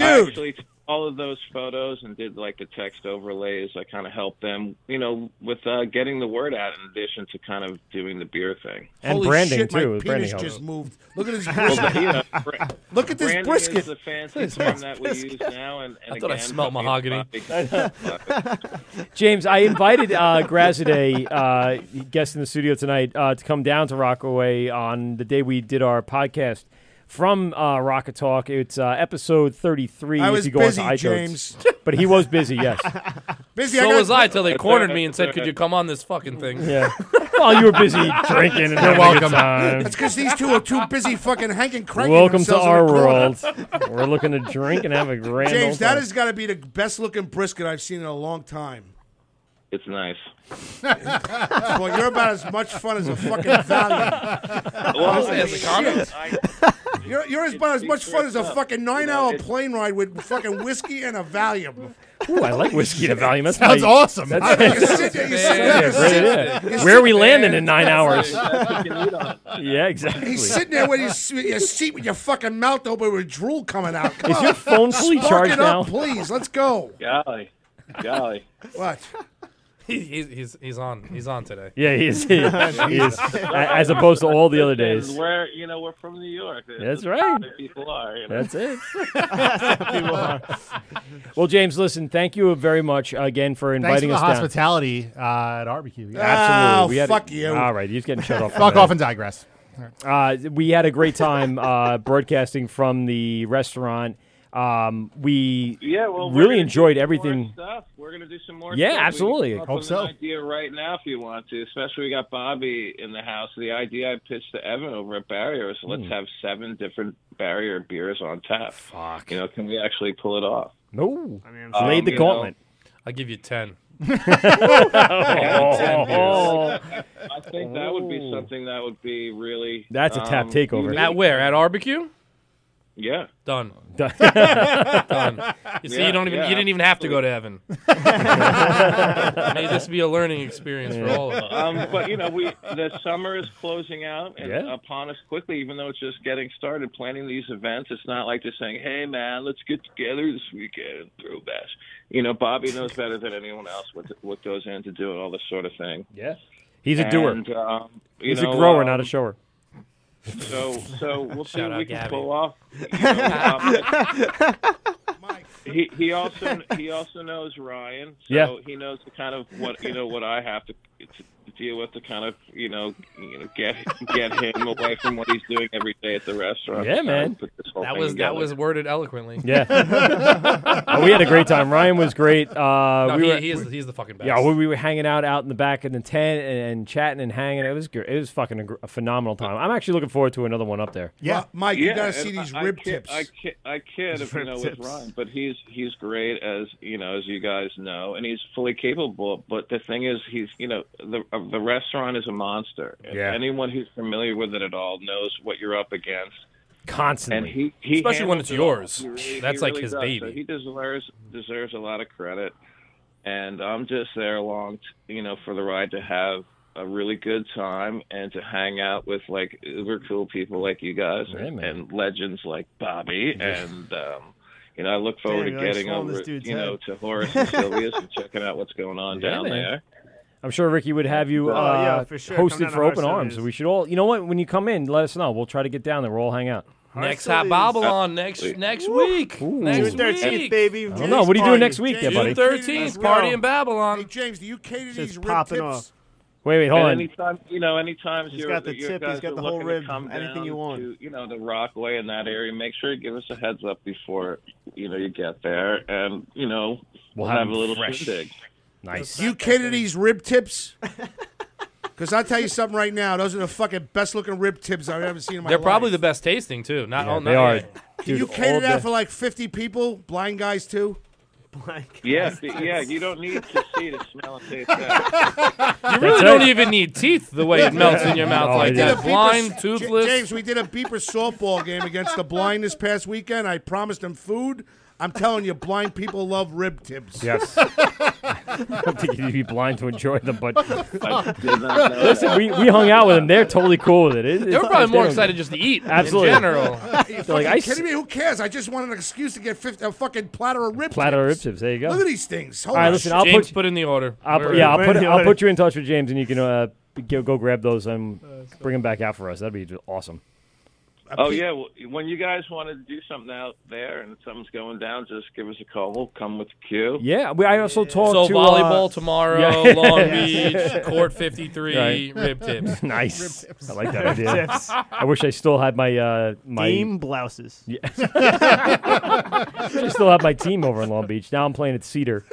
Speaker 2: actually took all of those photos and did like the text overlays. I kind of helped them, you know, with uh, getting the word out in addition to kind of doing the beer thing.
Speaker 20: Holy shit, My penis just moved. Look at this
Speaker 2: Well, but, you know,
Speaker 20: brisket.
Speaker 2: bra-
Speaker 20: Look at this
Speaker 2: branding
Speaker 20: brisket.
Speaker 2: Is the fancy term that we use now, and, and
Speaker 20: I thought I
Speaker 2: again,
Speaker 20: smelled
Speaker 2: fucking
Speaker 20: mahogany.
Speaker 2: Bobby-
Speaker 12: James, I invited uh, Graziadei, uh guest in the studio tonight, uh, to come down to Rockaway on the day we did our podcast from uh, Rocket Talk. It's uh, episode 33
Speaker 14: I
Speaker 12: if
Speaker 14: was
Speaker 12: you go
Speaker 14: busy,
Speaker 12: onto
Speaker 14: James.
Speaker 12: iTunes. But he was busy, yes.
Speaker 14: so was I till they cornered me and said, "Could you come on this fucking thing?"
Speaker 12: Yeah. Well, you were busy drinking and having a good time.
Speaker 20: That's because these two are too busy fucking hanging cranking
Speaker 12: Welcome to
Speaker 20: themselves in
Speaker 12: our
Speaker 20: the corner.
Speaker 12: world. We're looking to drink and have a grand
Speaker 20: James,
Speaker 12: old
Speaker 20: that
Speaker 12: time.
Speaker 20: has got to be the best looking brisket I've seen in a long time.
Speaker 2: It's nice.
Speaker 20: Boy, you're about as much fun as a fucking valiant.
Speaker 2: Well,
Speaker 20: Holy
Speaker 2: as a
Speaker 20: shit.
Speaker 2: comment,
Speaker 20: You're, you're as, about as much fun as a
Speaker 2: up.
Speaker 20: fucking nine hour plane ride with fucking whiskey and a Valium.
Speaker 12: Ooh, I like whiskey to Valium. That's
Speaker 13: Sounds
Speaker 12: my-
Speaker 13: awesome.
Speaker 12: That's,
Speaker 13: Sounds
Speaker 12: that's,
Speaker 13: fantastic.
Speaker 12: a great idea.
Speaker 20: It's
Speaker 12: Where are we
Speaker 20: just-
Speaker 12: landing in nine
Speaker 20: That's
Speaker 12: hours?
Speaker 20: right.
Speaker 12: yeah, exactly.
Speaker 20: He's sitting there with his, with your seat with your fucking mouth open with drool coming out. Come
Speaker 12: Is
Speaker 20: on.
Speaker 12: your phone fully
Speaker 20: Spark
Speaker 12: charged
Speaker 20: it up,
Speaker 12: now?
Speaker 20: please. Let's go.
Speaker 2: Golly, golly.
Speaker 20: What?
Speaker 14: He- He's, he's, he's on he's on today.
Speaker 12: Yeah, he is. He is. He is. A- As opposed to all the other days.
Speaker 2: We're you know we're from New York.
Speaker 12: That's right.
Speaker 2: People are. You know?
Speaker 12: That's it. Well, James, listen, thank you very much again for
Speaker 13: Thanks for
Speaker 12: inviting
Speaker 13: the
Speaker 12: us down.
Speaker 13: hospitality uh, at barbecue. Yeah.
Speaker 12: Absolutely. We had-
Speaker 13: Oh, fuck you.
Speaker 12: All right, he's getting shut off.
Speaker 13: Fuck off and
Speaker 12: die.
Speaker 13: digress.
Speaker 12: Uh, we had a great time uh, broadcasting from the restaurant. Um, we
Speaker 2: Yeah, well, we're
Speaker 12: really
Speaker 2: gonna
Speaker 12: enjoyed
Speaker 2: do some
Speaker 12: everything.
Speaker 2: More stuff. We're gonna do some more.
Speaker 12: Yeah,
Speaker 2: stuff. We can
Speaker 12: absolutely.
Speaker 2: come up
Speaker 12: Hope
Speaker 2: with
Speaker 12: so.
Speaker 2: An idea right now, if you want to. Especially, we got Bobby in the house. The idea I pitched to Evan over at Barrier is let's
Speaker 12: Hmm.
Speaker 2: have seven different Barrier beers on tap. Fuck. You know, can we actually pull it off?
Speaker 12: No,
Speaker 14: I
Speaker 2: Um,
Speaker 12: laid the
Speaker 2: you know,
Speaker 12: gauntlet.
Speaker 14: I give you ten.
Speaker 12: Oh.
Speaker 2: I think that would be something that would be really. um,
Speaker 12: That's a tap takeover.
Speaker 2: unique.
Speaker 14: At where? At barbecue?
Speaker 2: Yeah.
Speaker 14: Done.
Speaker 12: Done.
Speaker 14: Done. You see,
Speaker 2: Yeah,
Speaker 14: you don't even
Speaker 2: yeah,
Speaker 14: you didn't even have to go to Evan. May this be a learning experience for all of us.
Speaker 2: Um, but you know, we the summer is closing out and
Speaker 14: Yeah.
Speaker 2: upon us quickly. Even though it's just getting started, planning these events, it's not like just saying, "Hey, man, let's get together this weekend and throw bash." You know, Bobby knows better than anyone else what what goes into doing all this sort of thing.
Speaker 12: Yeah, He's a doer.
Speaker 2: And, um, you
Speaker 12: he's
Speaker 2: know,
Speaker 12: a grower,
Speaker 2: um,
Speaker 12: not a shower.
Speaker 2: So, so we'll see
Speaker 12: Shout
Speaker 2: what
Speaker 12: out
Speaker 2: we can
Speaker 12: Gabby.
Speaker 2: pull off. You know, um, he he also he also knows Ryan, so
Speaker 12: Yeah.
Speaker 2: he knows the kind of what you know what I have to, to deal with to kind of you know you know get get him away from what he's doing every day at the restaurant.
Speaker 12: Yeah, man.
Speaker 2: Put this whole
Speaker 14: That
Speaker 2: thing
Speaker 14: was that
Speaker 2: together.
Speaker 14: was worded eloquently.
Speaker 12: Yeah. Oh, we had a great time. Ryan was great. Uh,
Speaker 14: No,
Speaker 12: we
Speaker 14: he-
Speaker 12: were,
Speaker 14: he is- he's the fucking best.
Speaker 12: Yeah, we, we were hanging out out in the back of the tent and, and chatting and hanging. It was good. It was fucking a, gr- a phenomenal time. I'm actually looking forward to another one up there.
Speaker 20: Ma- Mike, you
Speaker 2: Yeah,
Speaker 20: gotta
Speaker 2: and
Speaker 20: see these
Speaker 2: I- I
Speaker 20: rib
Speaker 2: kid-
Speaker 20: tips.
Speaker 2: I kid, I kid if you
Speaker 20: Rib
Speaker 2: know
Speaker 20: tips.
Speaker 2: with Ryan, but he's he's great as you know as you guys know, and he's fully capable. But the thing is, he's you know the uh, the restaurant is a monster. And
Speaker 12: Yeah.
Speaker 2: Anyone who's familiar with it at all knows what you're up against.
Speaker 12: Constantly.
Speaker 2: And he, he
Speaker 14: Especially when
Speaker 2: handles
Speaker 14: it's
Speaker 2: it all.
Speaker 14: yours.
Speaker 2: He really- he
Speaker 14: That's like
Speaker 2: really
Speaker 14: his
Speaker 2: does.
Speaker 14: baby.
Speaker 2: So he deserves deserves a lot of credit, and I'm just there along, t- you know, for the ride to have a really good time and to hang out with like uber cool people like you guys
Speaker 12: Yeah,
Speaker 2: and,
Speaker 12: man.
Speaker 2: and legends like Bobby and. um you know, I look forward
Speaker 12: Damn,
Speaker 2: to
Speaker 12: you're, like,
Speaker 2: getting
Speaker 12: swallowing
Speaker 2: over,
Speaker 12: this dude's
Speaker 2: you know,
Speaker 12: head.
Speaker 2: to Horace and Sylvia's and checking out what's going on
Speaker 12: Yeah,
Speaker 2: down
Speaker 12: man.
Speaker 2: there.
Speaker 12: I'm sure Ricky would have you
Speaker 2: Oh,
Speaker 12: uh,
Speaker 2: yeah, for sure. Come down
Speaker 12: hosted
Speaker 2: to
Speaker 12: for
Speaker 2: Hearthstone
Speaker 12: open arms.
Speaker 2: is-
Speaker 12: So we should all, you know what? When you come in, let us know. We'll try to get down there. We'll all hang out.
Speaker 14: Next hot Babylon next next week. Next
Speaker 12: June 13th,
Speaker 14: week.
Speaker 12: baby. I don't know. What are you doing next week there, buddy?
Speaker 14: June thirteenth, party in Babylon.
Speaker 20: Hey, James, do you cater to
Speaker 14: Just
Speaker 20: these rib
Speaker 14: popping
Speaker 20: tips
Speaker 14: off.
Speaker 12: Wait, wait, hold
Speaker 2: And
Speaker 12: on.
Speaker 2: Anytime, you know, anytime
Speaker 12: He's
Speaker 2: you're,
Speaker 12: got the
Speaker 2: you
Speaker 12: tip,
Speaker 2: guys
Speaker 12: he's got
Speaker 2: are
Speaker 12: the whole
Speaker 2: looking
Speaker 12: rib,
Speaker 2: to come
Speaker 12: anything
Speaker 2: down
Speaker 12: you want.
Speaker 2: To, you know, the Rockaway in that area. Make sure you give us a heads up before you know you get there, and you know
Speaker 12: We'll
Speaker 2: we'll,
Speaker 12: have
Speaker 2: have,
Speaker 12: them
Speaker 2: a little
Speaker 12: fresh.
Speaker 2: shindig.
Speaker 12: Nice.
Speaker 20: You kidding these rib tips? Because I'll tell you something right now. Those are the fucking best looking rib tips I've ever seen in my
Speaker 14: They're
Speaker 20: life.
Speaker 14: probably the best tasting too. Not
Speaker 12: Yeah,
Speaker 14: all
Speaker 12: they
Speaker 14: not
Speaker 12: are.
Speaker 14: yet.
Speaker 12: Dude,
Speaker 20: you
Speaker 12: all
Speaker 20: catered out
Speaker 12: the-
Speaker 20: for like 50 people, blind guys too. Blind
Speaker 2: Yeah, b- yeah. You don't need to see to smell and taste that.
Speaker 14: You really don't even need teeth the way it melts
Speaker 12: Oh,
Speaker 14: in your mouth like that. Blind, toothless.
Speaker 20: James, we did a beeper softball game against the blind this past weekend. I promised them food. I'm telling you, blind people love rib tips.
Speaker 12: Yes. I don't think you'd be blind to enjoy them, but
Speaker 20: I
Speaker 14: did not know
Speaker 12: listen,
Speaker 14: that.
Speaker 12: we, we hung out with them. They're totally cool with it. It-
Speaker 14: They were
Speaker 12: it's-
Speaker 14: probably more
Speaker 12: don't-
Speaker 14: excited just to eat in
Speaker 12: Absolutely.
Speaker 14: general.
Speaker 20: You
Speaker 12: They're like,
Speaker 20: fucking
Speaker 12: I
Speaker 20: kidding me? Who cares? I just want an excuse to get 50, a fucking platter of rib
Speaker 12: platter
Speaker 20: tips.
Speaker 12: rib tips. There you go.
Speaker 20: Look at these things.
Speaker 12: All right, listen. I'll
Speaker 14: James,
Speaker 12: put,
Speaker 14: put in the order.
Speaker 12: I'll,
Speaker 14: We're
Speaker 12: put-
Speaker 14: in.
Speaker 12: yeah, I'll
Speaker 14: We're
Speaker 12: put
Speaker 14: in the
Speaker 12: I'll
Speaker 14: order.
Speaker 12: put you in touch with James, and you can uh, go, go grab those and bring them back out for us. That'd be just awesome.
Speaker 2: Oh yeah, well, when you guys want to do something out there and something's going down, just give us a call. We'll come with the queue.
Speaker 12: Yeah, we, I also talked
Speaker 14: So
Speaker 12: to
Speaker 14: volleyball
Speaker 12: uh,
Speaker 14: tomorrow,
Speaker 12: yeah.
Speaker 14: Long Beach, Court 53,
Speaker 12: Right.
Speaker 14: rib tips.
Speaker 12: nice.
Speaker 14: Rib tips.
Speaker 12: I like that
Speaker 14: Rib
Speaker 12: idea.
Speaker 14: tips.
Speaker 12: I wish I still had my uh, my
Speaker 15: Team blouses.
Speaker 12: Yeah. I still have my team over in Long Beach. Now I'm playing at Cedar,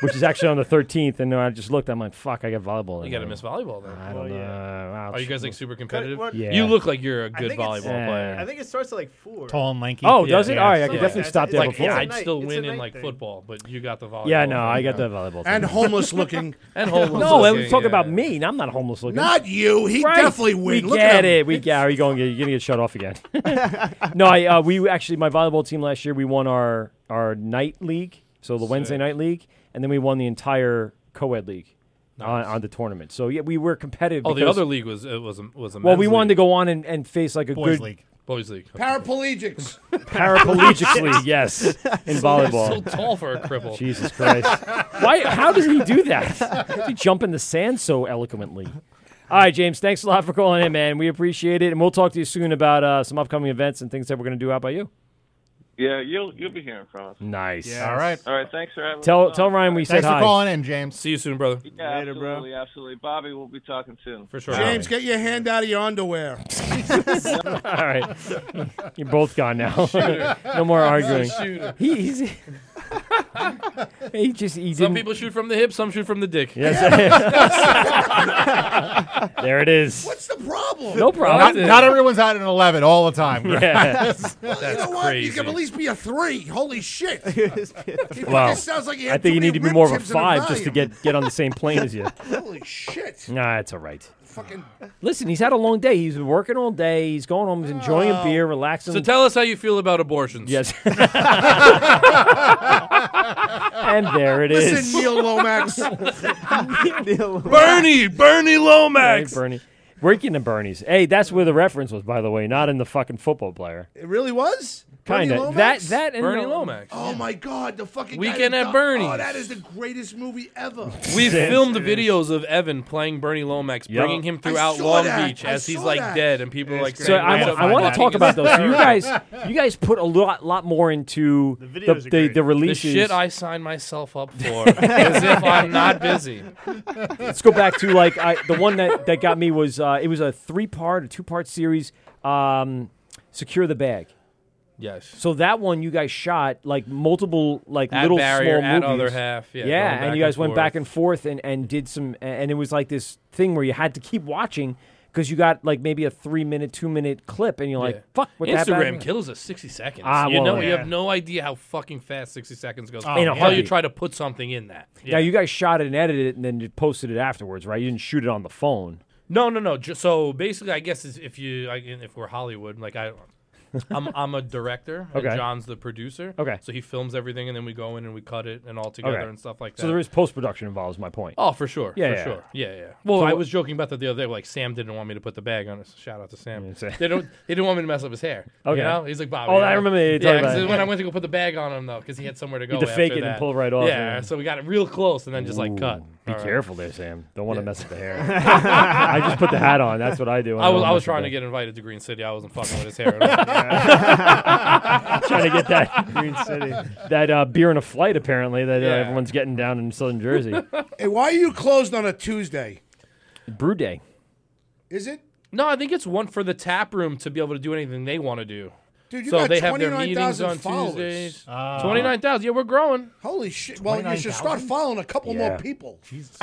Speaker 12: which is actually on the 13th. And then I just looked. I'm like, fuck, I got volleyball.
Speaker 14: You
Speaker 12: that
Speaker 14: got to
Speaker 12: night.
Speaker 14: miss volleyball then.
Speaker 12: I don't know.
Speaker 14: Are you guys like super competitive?
Speaker 12: what- Yeah.
Speaker 14: You look like you're a
Speaker 12: I
Speaker 14: good
Speaker 12: think it's-
Speaker 14: volleyball player.
Speaker 15: I think it starts at like four.
Speaker 13: Tall and lanky.
Speaker 12: Oh, does it? All right, I
Speaker 14: can
Speaker 12: could definitely stop there
Speaker 14: like,
Speaker 12: before.
Speaker 14: Yeah, I'd still
Speaker 15: It's a
Speaker 14: win in
Speaker 15: night
Speaker 14: like
Speaker 15: thing.
Speaker 14: football, but you got the volleyball.
Speaker 12: Yeah, no, I
Speaker 14: thing,
Speaker 12: got
Speaker 14: Oh, yeah.
Speaker 12: the volleyball.
Speaker 20: And homeless looking.
Speaker 14: And homeless
Speaker 12: No,
Speaker 14: looking,
Speaker 12: let's talk
Speaker 14: yeah.
Speaker 12: about me. I'm not homeless looking.
Speaker 20: Not you. He
Speaker 12: Right.
Speaker 20: definitely win.
Speaker 12: We
Speaker 20: Look
Speaker 12: get
Speaker 20: at him.
Speaker 12: it. We get. Are you going? You're going to get shut off again. no, I. Uh, we actually my volleyball team last year. We won our our night league, so the Wednesday night league, and then we won the entire co-ed league on, on the tournament. So yeah, we were competitive.
Speaker 14: Oh, the
Speaker 12: because-
Speaker 14: other league was it was a, was a
Speaker 12: Well, we
Speaker 14: men's
Speaker 12: wanted to
Speaker 14: league.
Speaker 12: go on and, and face like a good
Speaker 14: Boys league.
Speaker 20: Paraplegics.
Speaker 12: Paraplegics league, yes, in volleyball.
Speaker 14: So tall for a cripple.
Speaker 12: Jesus Christ! Why? How does he do that? How does he jump in the sand so eloquently? All right, James. Thanks a lot for calling in, man. We appreciate it, and we'll talk to you soon about uh, some upcoming events and things that we're going to do out by you.
Speaker 2: Yeah, you'll you'll be hearing from us.
Speaker 12: Nice. Yes.
Speaker 2: All right. All right. Thanks for having
Speaker 12: Tell
Speaker 2: us.
Speaker 12: tell Ryan we said hi.
Speaker 13: James.
Speaker 14: See you soon, brother.
Speaker 2: Yeah, absolutely, absolutely. Bobby, we'll be talking soon. For
Speaker 14: sure.
Speaker 20: James, get your hand out of your underwear.
Speaker 12: All right, you're both gone now. no more arguing. He, he's, he just he
Speaker 14: Some
Speaker 12: didn't-
Speaker 14: people shoot from the hip, some shoot from the dick.
Speaker 12: Yes. there it is. What's
Speaker 20: the problem?
Speaker 12: No
Speaker 13: Not,
Speaker 12: problem.
Speaker 13: not everyone's out at an 11 all the time.
Speaker 12: Yes.
Speaker 20: Well, you know what? You can at least be a three. Holy shit! he fucking
Speaker 12: Wow.
Speaker 20: sounds like he
Speaker 12: I
Speaker 20: had
Speaker 12: think
Speaker 20: too
Speaker 12: you
Speaker 20: many
Speaker 12: need to be
Speaker 20: rib
Speaker 12: more of a
Speaker 20: tips and
Speaker 12: five just to
Speaker 20: volume.
Speaker 12: get get on the same plane as you.
Speaker 20: Holy shit!
Speaker 12: Nah, it's all right.
Speaker 20: Fucking
Speaker 12: Listen, he's had a long day. He's been working all day. He's going home. He's enjoying a beer, relaxing.
Speaker 14: So tell us how you feel about abortions.
Speaker 12: Yes. and there it is.
Speaker 14: Listen,
Speaker 20: Neil Lomax.
Speaker 14: Bernie, Bernie Lomax.
Speaker 12: Hey, Bernie. Breaking the Bernies. Hey, that's where the reference was, by the way, not in the fucking football player.
Speaker 20: It really was.
Speaker 12: Kinda.
Speaker 20: Bernie Lomax?
Speaker 12: That- that and Bernie the-
Speaker 14: Lomax,
Speaker 20: Oh my God! The fucking guy
Speaker 14: Weekend
Speaker 20: that
Speaker 14: at
Speaker 20: di-
Speaker 14: Bernie's.
Speaker 20: Oh, that is the greatest movie ever.
Speaker 14: We
Speaker 12: Yes,
Speaker 14: filmed
Speaker 12: it
Speaker 14: videos of Evan playing Bernie Lomax,
Speaker 12: Yep.
Speaker 14: bringing him
Speaker 12: I
Speaker 14: throughout
Speaker 12: saw
Speaker 14: Long
Speaker 12: that.
Speaker 14: Beach
Speaker 12: I
Speaker 14: as he's
Speaker 12: saw
Speaker 14: like
Speaker 12: that.
Speaker 14: dead, and people are like.
Speaker 12: So
Speaker 14: saying,
Speaker 12: I,
Speaker 14: "What the
Speaker 12: want
Speaker 14: fuck
Speaker 12: to talk
Speaker 14: is
Speaker 12: about those. So you
Speaker 14: this?"
Speaker 12: guys, you guys put a lot, lot more into the the,
Speaker 14: videos are
Speaker 12: the,
Speaker 14: great. The
Speaker 12: releases.
Speaker 14: shit I sign myself up for, as if I'm not busy.
Speaker 12: Let's go back to like I, the one that that got me was uh, it was a three part, a two part series. Um, Secure the bag.
Speaker 14: Yes.
Speaker 12: So that one you guys shot like multiple like
Speaker 14: At
Speaker 12: little
Speaker 14: Barrier,
Speaker 12: small
Speaker 14: at
Speaker 12: movies.
Speaker 14: Other Half, yeah, going
Speaker 12: yeah,
Speaker 14: back
Speaker 12: and you guys
Speaker 14: and
Speaker 12: went
Speaker 14: forth.
Speaker 12: back and forth and and did some and it was like this thing where you had to keep watching because you got like maybe a three minute, two minute clip and you're like,
Speaker 14: Yeah.
Speaker 12: fuck, what the
Speaker 14: Instagram kills us 60 seconds.
Speaker 12: Ah,
Speaker 14: you
Speaker 12: well,
Speaker 14: know, you
Speaker 12: yeah.
Speaker 14: have no idea how fucking fast 60 seconds goes.
Speaker 12: Oh, In a
Speaker 14: how you
Speaker 12: heartbeat.
Speaker 14: try to put something in that.
Speaker 12: Now you guys shot it and edited it and then you posted it afterwards, right? You didn't shoot it on the phone.
Speaker 14: No, no, no. Ju- So basically, I guess is if you like, and if we're Hollywood, like I, I'm I'm a director.
Speaker 12: Okay.
Speaker 14: And John's the producer.
Speaker 12: Okay.
Speaker 14: So he films everything, and then we go in and we cut it and all together
Speaker 12: Okay.
Speaker 14: and stuff like that.
Speaker 12: So there is post production involved. Is my point.
Speaker 14: Oh, for sure.
Speaker 12: Yeah,
Speaker 14: for
Speaker 12: yeah.
Speaker 14: sure. Yeah, yeah. Well,
Speaker 12: So
Speaker 14: I
Speaker 12: what-
Speaker 14: was joking about that the other day. Like Sam didn't want me to put the bag on. Us. Shout out to Sam.
Speaker 12: Sam.
Speaker 14: they don't. They didn't want me to mess up his hair.
Speaker 12: Okay.
Speaker 14: You know? He's like Bob.
Speaker 12: Oh,
Speaker 14: you know?
Speaker 12: I remember you
Speaker 14: Yeah,
Speaker 12: talking about
Speaker 14: 'cause
Speaker 12: it.
Speaker 14: when I went to go put the bag on him though, because he had somewhere to go.
Speaker 12: had to fake
Speaker 14: after
Speaker 12: it and
Speaker 14: that.
Speaker 12: pull right off,
Speaker 14: Yeah.
Speaker 12: yeah.
Speaker 14: So we got it real close and then just like cut.
Speaker 12: Be
Speaker 14: All right.
Speaker 12: careful there, Sam. Don't want to
Speaker 14: Yeah.
Speaker 12: mess with the hair. I just put the hat on. That's what I do.
Speaker 14: I was,
Speaker 12: don't wanna
Speaker 14: I was
Speaker 12: mess with
Speaker 14: trying to
Speaker 12: the-
Speaker 14: get invited to Green City. I wasn't fucking with his hair. At all.
Speaker 12: trying to get that
Speaker 14: Green City.
Speaker 12: that uh, beer in a flight. Apparently, that uh,
Speaker 20: Yeah.
Speaker 12: everyone's getting down in Southern Jersey.
Speaker 20: hey, why are you closed on a Tuesday?
Speaker 12: Brew Day.
Speaker 20: Is it?
Speaker 14: No, I think it's one for the tap room to be able to do anything they want to do.
Speaker 20: Dude, you
Speaker 14: so
Speaker 20: got
Speaker 14: they have their meetings
Speaker 20: 29,000
Speaker 14: on
Speaker 20: followers.
Speaker 14: Tuesdays.
Speaker 20: Ah.
Speaker 14: Twenty nine thousand. Yeah, we're growing.
Speaker 20: Holy shit! Well, you should start
Speaker 14: 29,000?
Speaker 20: following a couple
Speaker 14: Yeah.
Speaker 20: more people. Jesus.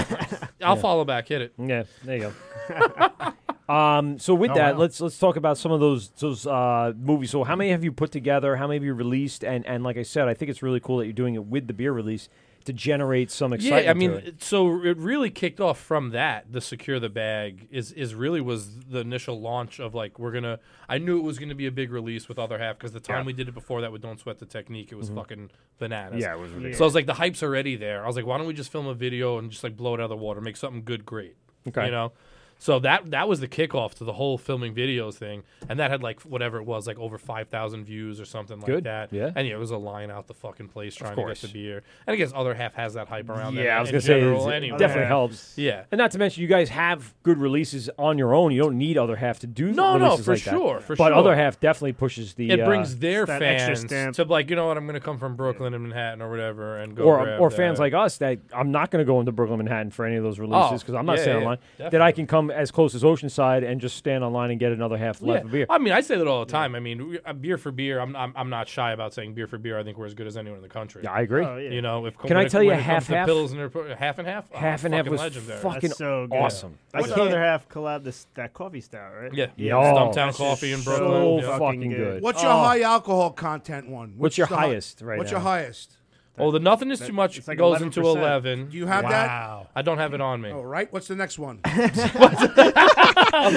Speaker 14: I'll
Speaker 12: Yeah.
Speaker 14: follow back. Hit it.
Speaker 12: Yeah, there you go. um, so with
Speaker 14: Oh,
Speaker 12: that,
Speaker 14: wow.
Speaker 12: let's let's talk about some of those those uh, movies. So how many have you put together? How many have you released? And and like I said, I think it's really cool that you're doing it with the beer release to generate some excitement.
Speaker 14: Yeah, I mean,
Speaker 12: to it.
Speaker 14: it- so it really kicked off from that. The secure the bag is is really was the initial launch of like we're gonna. I knew it was gonna be a big release with other half because the time
Speaker 21: Yeah.
Speaker 14: we did it before that with don't sweat the technique, it was
Speaker 21: Mhm.
Speaker 14: fucking bananas.
Speaker 21: Yeah, it was ridiculous.
Speaker 14: So I was like, the hype's already there. I was like, why don't we just film a video and just like blow it out of the water, make something good, great.
Speaker 21: Okay.
Speaker 14: you know. So that that was the kickoff to the whole filming videos thing, and that had like whatever it was, like over five thousand views or something like
Speaker 21: Good.
Speaker 14: that.
Speaker 21: Yeah.
Speaker 14: and yeah, it was a line out the fucking place trying to get
Speaker 12: course.
Speaker 14: the beer. And I guess other half has that hype around.
Speaker 12: yeah,
Speaker 14: them
Speaker 12: I was
Speaker 14: in
Speaker 12: gonna say
Speaker 14: general
Speaker 12: it's-
Speaker 14: anyway.
Speaker 12: it definitely helps.
Speaker 14: Yeah.
Speaker 12: and not to mention you guys have good releases on your own. You don't need other half to do
Speaker 14: No, no,
Speaker 12: releases
Speaker 14: for
Speaker 12: like that.
Speaker 14: sure, for
Speaker 12: but
Speaker 14: sure.
Speaker 12: other half definitely pushes the
Speaker 14: it brings
Speaker 12: uh,
Speaker 14: their
Speaker 12: that extra
Speaker 14: fans to like, you know what, I'm going to come from Brooklyn and Manhattan or whatever, and go
Speaker 12: or
Speaker 14: grab
Speaker 12: or
Speaker 14: that.
Speaker 12: fans like us that I'm not going to go into Brooklyn, Manhattan for any of those releases
Speaker 14: Oh,
Speaker 12: because I'm not
Speaker 14: yeah,
Speaker 12: staying
Speaker 14: yeah,
Speaker 12: online. That
Speaker 14: definitely.
Speaker 12: I can come as close as Oceanside and just stand online and get another half left of beer.
Speaker 14: I mean, I say that all the time. I mean, we- uh, beer for beer. I'm, I'm I'm not shy about saying beer for beer. I think we're as good as anyone in the country.
Speaker 12: Yeah, I agree. Oh, yeah.
Speaker 14: You know, if
Speaker 12: Can
Speaker 14: when
Speaker 12: I
Speaker 14: it-
Speaker 12: tell you
Speaker 14: when it comes
Speaker 12: half
Speaker 14: to
Speaker 12: half?
Speaker 14: pills and their pro- half and half.
Speaker 12: Half
Speaker 14: oh,
Speaker 12: and half
Speaker 14: fucking
Speaker 12: was
Speaker 14: legendary.
Speaker 12: fucking
Speaker 15: That's so good.
Speaker 12: awesome.
Speaker 15: That's
Speaker 12: What-
Speaker 15: the other half collab this that coffee stout, right?
Speaker 14: Yeah.
Speaker 12: Yeah. Oh,
Speaker 14: Stumptown
Speaker 12: that's
Speaker 14: Coffee in
Speaker 12: so
Speaker 14: Brooklyn. yeah.
Speaker 12: fucking good.
Speaker 20: What's your
Speaker 14: Oh.
Speaker 20: high alcohol content one?
Speaker 14: What's your
Speaker 20: the hi-
Speaker 14: highest right
Speaker 20: What's
Speaker 14: now?
Speaker 20: your highest?
Speaker 14: Oh, the nothing is
Speaker 20: That-
Speaker 14: too much
Speaker 20: it's like
Speaker 14: goes into
Speaker 20: 11%.
Speaker 14: eleven.
Speaker 20: Do you have that?
Speaker 14: Wow. I don't have it on me.
Speaker 20: All right. What's the next one?
Speaker 14: of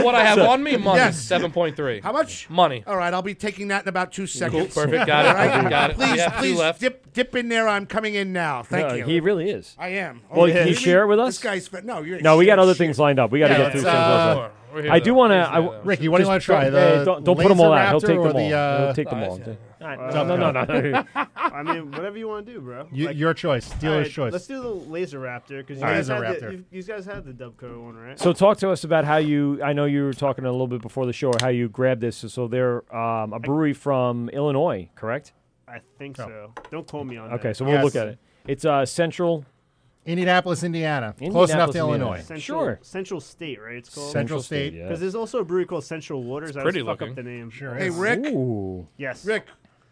Speaker 14: what I have on me, money
Speaker 20: Yes.
Speaker 14: seven point three.
Speaker 20: How much?
Speaker 14: Money.
Speaker 20: All right, I'll be taking that in about two seconds.
Speaker 14: perfect, got it,
Speaker 20: All right?
Speaker 14: got it. We
Speaker 20: Please,
Speaker 14: have two
Speaker 20: please
Speaker 14: left.
Speaker 20: dip dip in there. I'm coming in now. Thank
Speaker 12: No,
Speaker 20: you.
Speaker 12: He really is.
Speaker 20: I am.
Speaker 12: Well,
Speaker 20: Oh,
Speaker 12: can you
Speaker 20: really?
Speaker 12: share it with us?
Speaker 20: This guy's fa- no. You're
Speaker 12: No, we got other things lined up. We got to
Speaker 13: Yeah,
Speaker 12: get through
Speaker 13: let's,
Speaker 12: some
Speaker 13: uh,
Speaker 12: of
Speaker 13: we're
Speaker 12: those.
Speaker 13: here,
Speaker 12: I do
Speaker 13: though.
Speaker 12: want
Speaker 13: We're here,
Speaker 12: to.
Speaker 13: though. Ricky, what do you wanna try? The
Speaker 12: don't don't put them
Speaker 13: laser
Speaker 12: all out. He'll
Speaker 13: raptor
Speaker 12: take
Speaker 13: or
Speaker 12: them all.
Speaker 13: the, uh,
Speaker 12: He'll take them all.
Speaker 15: Uh,
Speaker 12: no, no, no, no.
Speaker 15: I mean, whatever you want to do, bro.
Speaker 13: You- your choice.
Speaker 15: all
Speaker 13: Dealer's choice.
Speaker 15: Let's do the Laser Raptor because you,
Speaker 13: All right.
Speaker 15: guys
Speaker 13: Laser
Speaker 15: had the-
Speaker 13: Raptor.
Speaker 15: you, you guys had the Dubco one, right?
Speaker 12: So talk to us about how you. I know you were talking a little bit before the show how you grabbed this. So they're um, a brewery from Illinois, correct?
Speaker 15: I think so. Don't call me on that.
Speaker 12: Oh. Okay, so we'll look at it. It's uh, Central
Speaker 13: Indianapolis, Indiana. Close enough to
Speaker 12: Indianapolis,
Speaker 13: Illinois.
Speaker 15: Central,
Speaker 12: Sure.
Speaker 15: Central State, right? It's called
Speaker 13: Central State, yeah.
Speaker 15: Because there's also a brewery called Central Waters. I
Speaker 13: pretty
Speaker 15: always fuck
Speaker 13: looking.
Speaker 15: up the name. Sure.
Speaker 20: Hey, Rick.
Speaker 15: Yes.
Speaker 20: Rick,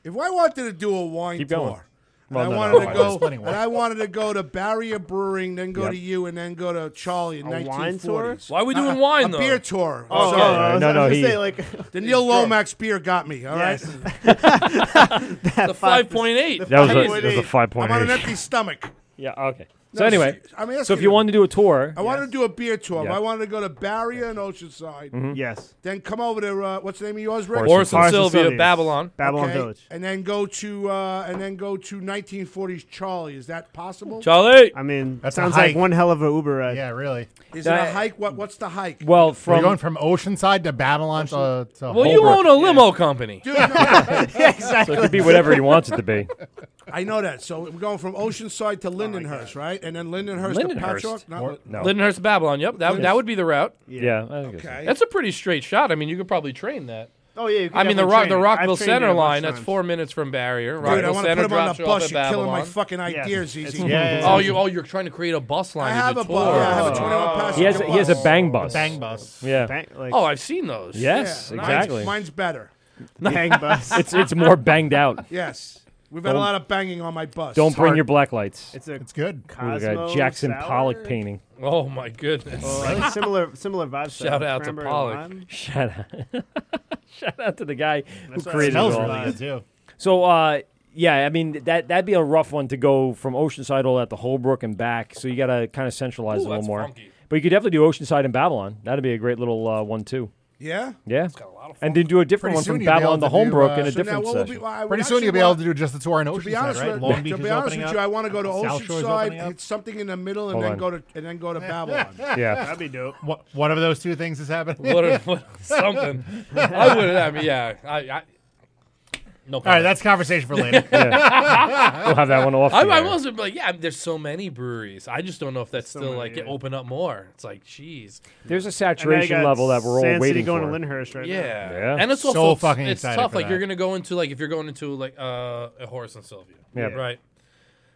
Speaker 20: if I wanted to do a wine
Speaker 15: Keep
Speaker 20: tour,
Speaker 15: going.
Speaker 20: and I
Speaker 15: Well, no, no,
Speaker 20: wanted
Speaker 15: no,
Speaker 20: to
Speaker 15: there's
Speaker 20: go,
Speaker 15: plenty
Speaker 20: and
Speaker 15: more.
Speaker 20: I wanted to go to Barrier Brewing, then go
Speaker 12: Yep.
Speaker 20: to you, and then go to Charlie in
Speaker 15: A wine
Speaker 20: 1940s.
Speaker 15: tour? Why are we
Speaker 20: Uh,
Speaker 15: doing wine,
Speaker 20: A
Speaker 15: though?
Speaker 20: beer tour.
Speaker 15: Oh,
Speaker 20: Sorry.
Speaker 15: okay. I was- No, I was no, gonna he- say, like-
Speaker 20: the Neil Lomax beer got me. All right,
Speaker 15: Yes. That
Speaker 14: The five point eight.
Speaker 12: That was a- that was a five point
Speaker 20: I'm on an
Speaker 12: eight.
Speaker 20: empty stomach.
Speaker 12: Yeah. Okay.
Speaker 20: No,
Speaker 12: so anyway,
Speaker 20: s- I'm asking
Speaker 12: so if you wanted to do a tour,
Speaker 20: I wanted to do a beer tour.
Speaker 12: Yeah.
Speaker 20: But I wanted to go to Barrier and Oceanside.
Speaker 12: Mhm.
Speaker 15: Yes.
Speaker 20: Then come over to uh, what's the name of yours, Rick?
Speaker 14: Orson Orson Sylvia, Sylvia's. Babylon.
Speaker 15: Babylon
Speaker 20: Okay,
Speaker 15: Village.
Speaker 20: And then go to uh, and then go to 1940s Charlie. Is that possible?
Speaker 15: I mean,
Speaker 20: That's a
Speaker 15: sounds like
Speaker 20: hike.
Speaker 15: one hell of a Uber ride.
Speaker 13: Yeah, really.
Speaker 20: Is it a hike? What what's the hike?
Speaker 12: Well,
Speaker 13: We're going from Oceanside to Babylon to, to
Speaker 14: Well, you
Speaker 13: Holbrook.
Speaker 14: own a limo company.
Speaker 20: Dude, no. Yeah, exactly.
Speaker 12: So it could be whatever he wants it to be.
Speaker 20: I know that. So we're going from Oceanside to Lindenhurst, right? And then Lindenhurst,
Speaker 14: Lindenhurst.
Speaker 20: to Patchogue. Not
Speaker 14: Or-
Speaker 20: Lin-
Speaker 14: no. Lindenhurst, Babylon. Yep, that, that would be the route.
Speaker 12: Yeah, I think it's-
Speaker 20: Okay.
Speaker 14: That's a pretty straight shot. I mean, you could probably train that.
Speaker 15: Oh yeah. You could
Speaker 14: I mean, the
Speaker 15: definitely
Speaker 14: rock, the
Speaker 15: train it. I've
Speaker 14: Rockville
Speaker 15: trained it a
Speaker 14: Center
Speaker 15: bunch
Speaker 14: line.
Speaker 15: of
Speaker 14: That's
Speaker 15: times.
Speaker 14: four minutes from Barrier.
Speaker 20: Dude, I
Speaker 14: Rockville
Speaker 20: want to
Speaker 14: Center
Speaker 20: put him on
Speaker 14: drops
Speaker 20: the
Speaker 14: you off
Speaker 20: bus.
Speaker 14: at
Speaker 20: You're killing my
Speaker 14: Babylon.
Speaker 20: fucking ideas,
Speaker 14: It's-
Speaker 20: Easy.
Speaker 14: Oh, you oh you're trying to create a bus line.
Speaker 20: I
Speaker 14: to
Speaker 20: have
Speaker 14: do
Speaker 20: a bus. Yeah, I have a
Speaker 14: tours.
Speaker 20: 21 passenger
Speaker 12: He has a, he has a
Speaker 20: bus.
Speaker 12: bang bus.
Speaker 13: bang bus.
Speaker 12: Yeah.
Speaker 15: Bang- like-
Speaker 14: oh, I've seen those.
Speaker 12: Yes,
Speaker 20: Yeah, mine's-
Speaker 12: exactly.
Speaker 20: Mine's better.
Speaker 15: Bang bus.
Speaker 12: it's it's more banged out.
Speaker 20: Yes. We've had a
Speaker 12: Don't-
Speaker 20: lot of banging on my bus.
Speaker 12: Don't bring your black lights.
Speaker 15: It's a it's
Speaker 13: good.
Speaker 12: Like a Jackson Pollock painting.
Speaker 14: Oh my goodness.
Speaker 15: Oh, similar similar vibes.
Speaker 14: Shout out to Pollock.
Speaker 12: Shout out. Shout out to the guy
Speaker 15: That's what
Speaker 12: who
Speaker 15: I
Speaker 12: created
Speaker 15: smells
Speaker 12: it all.
Speaker 15: really good, too.
Speaker 12: So, uh, yeah, I mean that that'd be a rough one to go from Oceanside all out to Holbrook and back. So you got to kind of centralize
Speaker 20: Ooh,
Speaker 12: it a little
Speaker 20: that's
Speaker 12: more.
Speaker 20: funky.
Speaker 12: But you could definitely do Oceanside and Babylon. That'd be a great little uh, one too.
Speaker 20: Yeah?
Speaker 12: yeah. and then do a
Speaker 13: Pretty
Speaker 12: different one
Speaker 13: soon
Speaker 12: from
Speaker 13: you'll be
Speaker 12: Babylon
Speaker 13: able to
Speaker 12: to
Speaker 13: do,
Speaker 12: Holbrook
Speaker 13: uh,
Speaker 12: in
Speaker 13: so
Speaker 12: a
Speaker 13: now
Speaker 12: different
Speaker 13: what will
Speaker 12: session.
Speaker 13: be- I would Pretty soon actually you'll be able want- to do just the tour in
Speaker 20: To be
Speaker 13: Oceanside,
Speaker 20: honest
Speaker 13: right?
Speaker 20: with,
Speaker 13: Long Beach
Speaker 20: to
Speaker 13: is
Speaker 20: be honest
Speaker 13: opening
Speaker 20: with
Speaker 13: up.
Speaker 20: you, I want to go to
Speaker 13: South Shore's
Speaker 20: Oceanside,
Speaker 13: opening up.
Speaker 20: hit something in the middle, and
Speaker 13: Hold
Speaker 20: then
Speaker 13: on.
Speaker 20: go to and then go to Babylon.
Speaker 13: Yeah. That'd
Speaker 15: be dope.
Speaker 13: What, one of those two things has happened.
Speaker 14: What a- what a- something. I would. I mean, yeah. I. I no.
Speaker 13: All right, that's conversation for later.
Speaker 12: Yeah. We'll have that one off
Speaker 14: I,
Speaker 12: the
Speaker 14: I
Speaker 12: air.
Speaker 14: wasn't like, yeah. There's so many breweries. I just don't know if that's still
Speaker 15: many,
Speaker 14: like
Speaker 15: yeah.
Speaker 14: open up more. It's like, jeez.
Speaker 12: There's a
Speaker 15: And
Speaker 12: saturation
Speaker 15: they got
Speaker 12: level that we're all
Speaker 15: Sand City
Speaker 12: waiting
Speaker 15: going
Speaker 12: for.
Speaker 15: to Lyndhurst right now.
Speaker 14: yeah.
Speaker 12: Yeah.
Speaker 14: and it's
Speaker 12: So
Speaker 14: also
Speaker 12: fucking
Speaker 14: it's
Speaker 12: excited
Speaker 14: tough.
Speaker 12: for
Speaker 14: Like
Speaker 12: that.
Speaker 14: you're gonna go into like if you're going into like uh, a Horace and Sylvia,
Speaker 12: Yeah.
Speaker 14: right?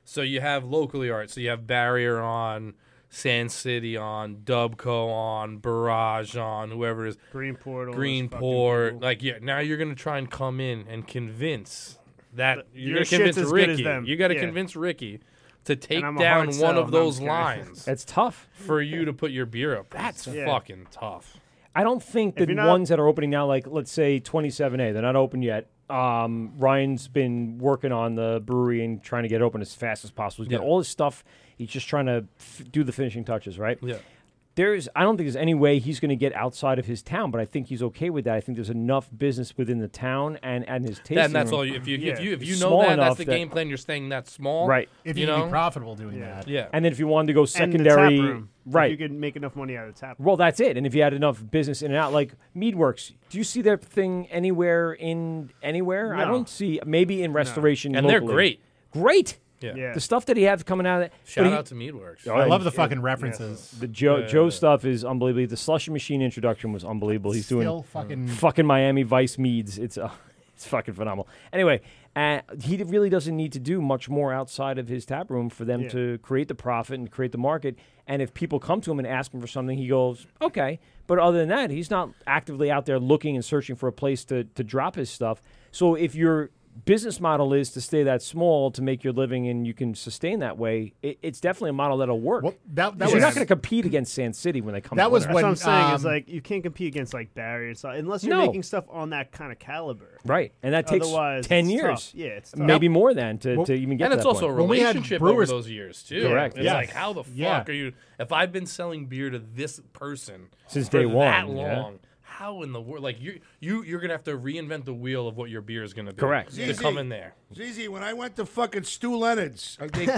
Speaker 14: So you have locally art. So you have Barrier on San City on, Dubco on, Barrage on, whoever it is
Speaker 15: Greenport. all those
Speaker 14: Greenport. Like yeah, now you're gonna try and come in and convince that you're
Speaker 15: your
Speaker 14: gonna
Speaker 15: shit's
Speaker 14: convince
Speaker 15: as good
Speaker 14: Ricky.
Speaker 15: as them.
Speaker 14: You got to
Speaker 15: Yeah.
Speaker 14: convince Ricky to take
Speaker 15: I'm a hard
Speaker 14: down
Speaker 15: sell,
Speaker 14: one
Speaker 15: and
Speaker 14: of
Speaker 15: I'm
Speaker 14: those
Speaker 15: scared.
Speaker 14: lines.
Speaker 12: It's tough
Speaker 14: for you to put your beer up. That's
Speaker 12: Yeah.
Speaker 14: fucking tough.
Speaker 12: I don't think
Speaker 14: If
Speaker 12: the
Speaker 14: you're not-
Speaker 12: ones that are opening now, like let's say 27A, they're not open yet. Um, Ryan's been working on the brewery and trying to get it open as fast as possible. He's got
Speaker 14: Yeah.
Speaker 12: all his stuff. He's just trying to f- do the finishing touches, right?
Speaker 14: Yeah.
Speaker 12: There's, I don't think there's any way he's going to get outside of his town, but I think he's okay with that. I think there's enough business within the town and and his tasting.
Speaker 14: Then that's
Speaker 12: room
Speaker 14: all. You, if you if you if
Speaker 12: is
Speaker 14: you
Speaker 12: small
Speaker 14: know that
Speaker 12: enough
Speaker 14: that's the game plan, you're staying that small.
Speaker 12: Right.
Speaker 13: If you
Speaker 14: you
Speaker 13: can be
Speaker 14: know?
Speaker 13: profitable doing Yeah. that.
Speaker 14: Yeah.
Speaker 12: And then if you wanted to go
Speaker 15: And the tap
Speaker 12: secondary,
Speaker 15: room. If
Speaker 12: right?
Speaker 15: you could make enough money out of the tap.
Speaker 12: Well, that's it. And if you had enough business in and out, like Meadworks, do you see their thing anywhere in anywhere? I
Speaker 14: No.
Speaker 12: don't see. Maybe in restoration,
Speaker 14: And they're
Speaker 12: locally.
Speaker 14: great.
Speaker 12: great.
Speaker 14: Yeah. Yeah.
Speaker 12: the stuff that he has coming out of that.
Speaker 14: Shout
Speaker 12: but he-
Speaker 14: out to Meadworks.
Speaker 13: I love
Speaker 12: and-
Speaker 13: the fucking
Speaker 12: yeah.
Speaker 13: references.
Speaker 12: The Joe
Speaker 13: Yeah.
Speaker 12: Joe stuff is unbelievable. The slushy machine introduction was unbelievable. He's doing
Speaker 13: Still fucking-
Speaker 12: fucking Miami Vice meads. It's uh, it's fucking phenomenal. Anyway, uh, he really doesn't need to do much more outside of his tap room for them
Speaker 15: Yeah.
Speaker 12: to create the profit and create the market. And if people come to him and ask him for something, he goes okay. But other than that, he's not actively out there looking and searching for a place to to drop his stuff. So if your business model is to stay that small to make your living and you can sustain that way it, it's definitely a model that'll work
Speaker 13: that,
Speaker 12: you're not going to compete against San City when um, they come. to
Speaker 15: That's
Speaker 12: Winter.
Speaker 15: what I'm saying
Speaker 20: um,
Speaker 15: is like you can't compete against like Barry and stuff unless you're
Speaker 12: No.
Speaker 15: making stuff on that kind of caliber.
Speaker 12: right, and that takes
Speaker 15: Otherwise,
Speaker 12: ten
Speaker 15: it's
Speaker 12: years.
Speaker 15: tough. Yeah, it's tough.
Speaker 12: maybe more than to, to even
Speaker 14: and
Speaker 12: get. to
Speaker 14: it's
Speaker 12: that
Speaker 14: also
Speaker 12: point.
Speaker 14: a relationship over those years too.
Speaker 12: Correct.
Speaker 14: It's
Speaker 12: yeah.
Speaker 14: like how the fuck
Speaker 12: Yeah.
Speaker 14: are you? If I've been selling beer to this person
Speaker 12: Since
Speaker 14: for
Speaker 12: day one,
Speaker 14: that
Speaker 12: yeah.
Speaker 14: long, how in the world? Like you, you, you're gonna have to reinvent the wheel of what your beer is gonna be. To
Speaker 20: ZZ,
Speaker 14: come in there.
Speaker 20: ZZ, when I went to fucking Stu Leonard's, I think,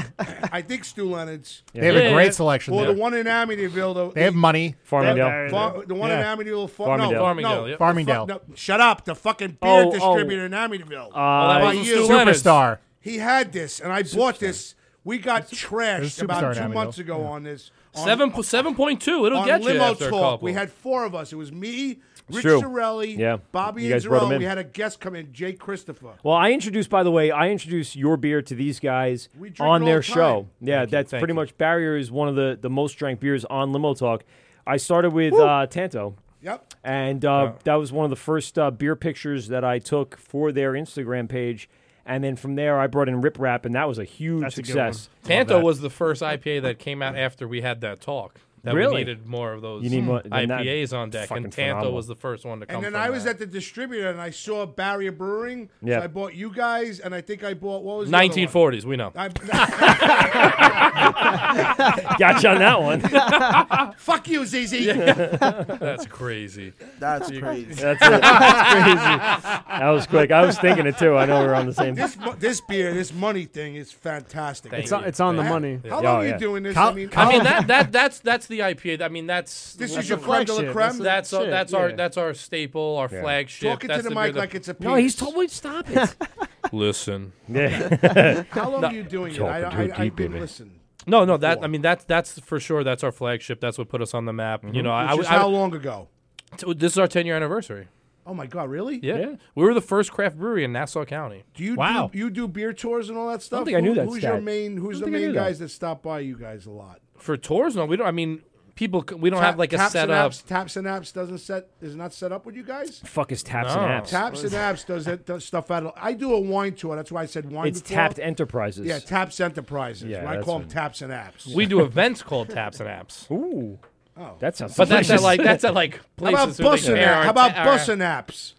Speaker 20: I think Stu Leonard's.
Speaker 13: They have a Yeah. great selection
Speaker 20: Well,
Speaker 13: there.
Speaker 20: the one in Amityville. The,
Speaker 13: They have money. Farmingdale.
Speaker 20: Far- the one
Speaker 13: Yeah.
Speaker 20: in Amityville. Far- no,
Speaker 13: Farmingdale.
Speaker 20: No,
Speaker 13: Farmingdale,
Speaker 20: the
Speaker 13: yeah.
Speaker 20: fuck-
Speaker 13: Farmingdale.
Speaker 20: no, shut up. The fucking beer
Speaker 13: Oh, oh.
Speaker 20: distributor in Amityville.
Speaker 13: Uh, that
Speaker 20: By
Speaker 13: wasn't
Speaker 20: you.
Speaker 13: Stu Leonard's. Superstar.
Speaker 20: He had this, and I bought this. We got
Speaker 13: There's
Speaker 20: trashed
Speaker 13: a superstar
Speaker 20: about
Speaker 13: in
Speaker 20: two
Speaker 13: Amityville.
Speaker 20: months ago on this. On,
Speaker 14: Seven po- 7.2, it'll
Speaker 20: on
Speaker 14: get you
Speaker 20: limo
Speaker 14: after a
Speaker 20: talk.
Speaker 14: couple.
Speaker 20: We had four of us. It was me,
Speaker 12: It's
Speaker 20: Rich
Speaker 12: true.
Speaker 20: Sorelli,
Speaker 12: Yeah.
Speaker 20: Bobby,
Speaker 12: You
Speaker 20: and
Speaker 12: guys brought 'em
Speaker 20: Jarrell.
Speaker 12: in.
Speaker 20: We had a guest come in, Jake Christopher.
Speaker 12: Well, I introduced, by the way, I introduced your beer to these guys
Speaker 20: We drink it
Speaker 12: on
Speaker 20: all
Speaker 12: their
Speaker 20: the
Speaker 12: show.
Speaker 20: time.
Speaker 12: Yeah,
Speaker 20: Thank you,
Speaker 12: that's
Speaker 20: thank
Speaker 12: pretty
Speaker 20: you.
Speaker 12: much Barrier is one of the, the most drank beers on Limo Talk. I started with uh, Tanto.
Speaker 20: Yep.
Speaker 12: And uh, that was one of the first uh, beer pictures that I took for their Instagram page. And then from there, I brought in Rip Rap, and that was a huge
Speaker 14: That's a good one.
Speaker 12: success.
Speaker 14: Tanto was the first IPA that came out after we had that talk. That
Speaker 12: Really?
Speaker 14: we needed more of those
Speaker 12: You need more- then that-
Speaker 14: IPAs on deck,
Speaker 12: fucking
Speaker 14: and Tanto
Speaker 12: phenomenal.
Speaker 14: was the first one to come.
Speaker 20: And then
Speaker 14: from
Speaker 20: I was
Speaker 14: that.
Speaker 20: at the distributor and I saw Barrier Brewing.
Speaker 14: Yeah.
Speaker 20: So I bought you guys and I think I bought what was the other one?
Speaker 14: 1940s. We know.
Speaker 20: I-
Speaker 12: Gotcha on that one.
Speaker 20: Fuck you, ZZ.
Speaker 14: That's crazy.
Speaker 16: That's
Speaker 14: You-
Speaker 16: crazy.
Speaker 12: That's it. That's crazy. That was quick. I was thinking it too. I know we were on the same.
Speaker 20: This mo- this beer, this money thing is fantastic.
Speaker 15: It's on- it's on the
Speaker 20: How-
Speaker 15: money.
Speaker 20: How
Speaker 15: Yeah.
Speaker 20: long
Speaker 15: Oh,
Speaker 20: are you
Speaker 15: yeah.
Speaker 20: doing this?
Speaker 15: Col-
Speaker 20: I mean,
Speaker 14: I mean that that that's that's the IPA. I mean that's
Speaker 20: This is your creme de la creme?
Speaker 14: That's that's, our,
Speaker 20: Shit,
Speaker 14: that's our
Speaker 20: yeah.
Speaker 14: that's our staple, our
Speaker 20: Yeah.
Speaker 14: flagship.
Speaker 20: Talk into
Speaker 14: that's
Speaker 20: the
Speaker 14: beer
Speaker 20: mic
Speaker 14: that-
Speaker 20: like it's a
Speaker 12: No,
Speaker 20: penis.
Speaker 12: he's totally stop it.
Speaker 14: Listen.
Speaker 12: Yeah.
Speaker 20: How long
Speaker 14: No-
Speaker 20: are you doing it? I, I, I didn't listen.
Speaker 14: No, no, that I mean that's that's for sure. That's our flagship. That's what put us on the map. You know, I,
Speaker 20: Which is
Speaker 14: I, I-
Speaker 20: how long ago?
Speaker 14: t- this is our ten year anniversary.
Speaker 20: Oh my god, really?
Speaker 14: Yeah. we were the first craft brewery in Nassau County.
Speaker 20: Do you do, you do beer tours and all that stuff?
Speaker 14: think I knew
Speaker 20: Who-
Speaker 14: that
Speaker 20: Who's your
Speaker 14: stat.
Speaker 20: main? Who's
Speaker 14: I don't
Speaker 20: the
Speaker 14: think I knew
Speaker 20: main
Speaker 14: that.
Speaker 20: guys that stop by you guys a lot?
Speaker 14: for tours? No, we don't. I mean, people c- we don't have like a
Speaker 20: Tap
Speaker 14: setup.
Speaker 20: Synapse, Tap Synapse doesn't set is not set up with you guys.
Speaker 12: Fuck is taps
Speaker 14: No.
Speaker 12: and apps.
Speaker 20: Taps and apps does that does stuff out. Of, I do a wine tour. That's why I said wine.
Speaker 12: It's
Speaker 20: before.
Speaker 12: Tapped Enterprises.
Speaker 20: Yeah, Taps Enterprises.
Speaker 12: Yeah,
Speaker 20: I
Speaker 12: that's
Speaker 20: call them
Speaker 12: what-
Speaker 20: Taps and Apps.
Speaker 14: We do events called Taps and Apps.
Speaker 12: Ooh.
Speaker 20: Oh.
Speaker 12: That sounds
Speaker 14: But that's at
Speaker 12: delicious.
Speaker 14: like that's at like
Speaker 20: How
Speaker 14: places.
Speaker 20: about
Speaker 14: where they
Speaker 20: bussing?
Speaker 14: pair
Speaker 20: app-
Speaker 14: our
Speaker 20: How about
Speaker 14: ta- our-
Speaker 20: bussing apps?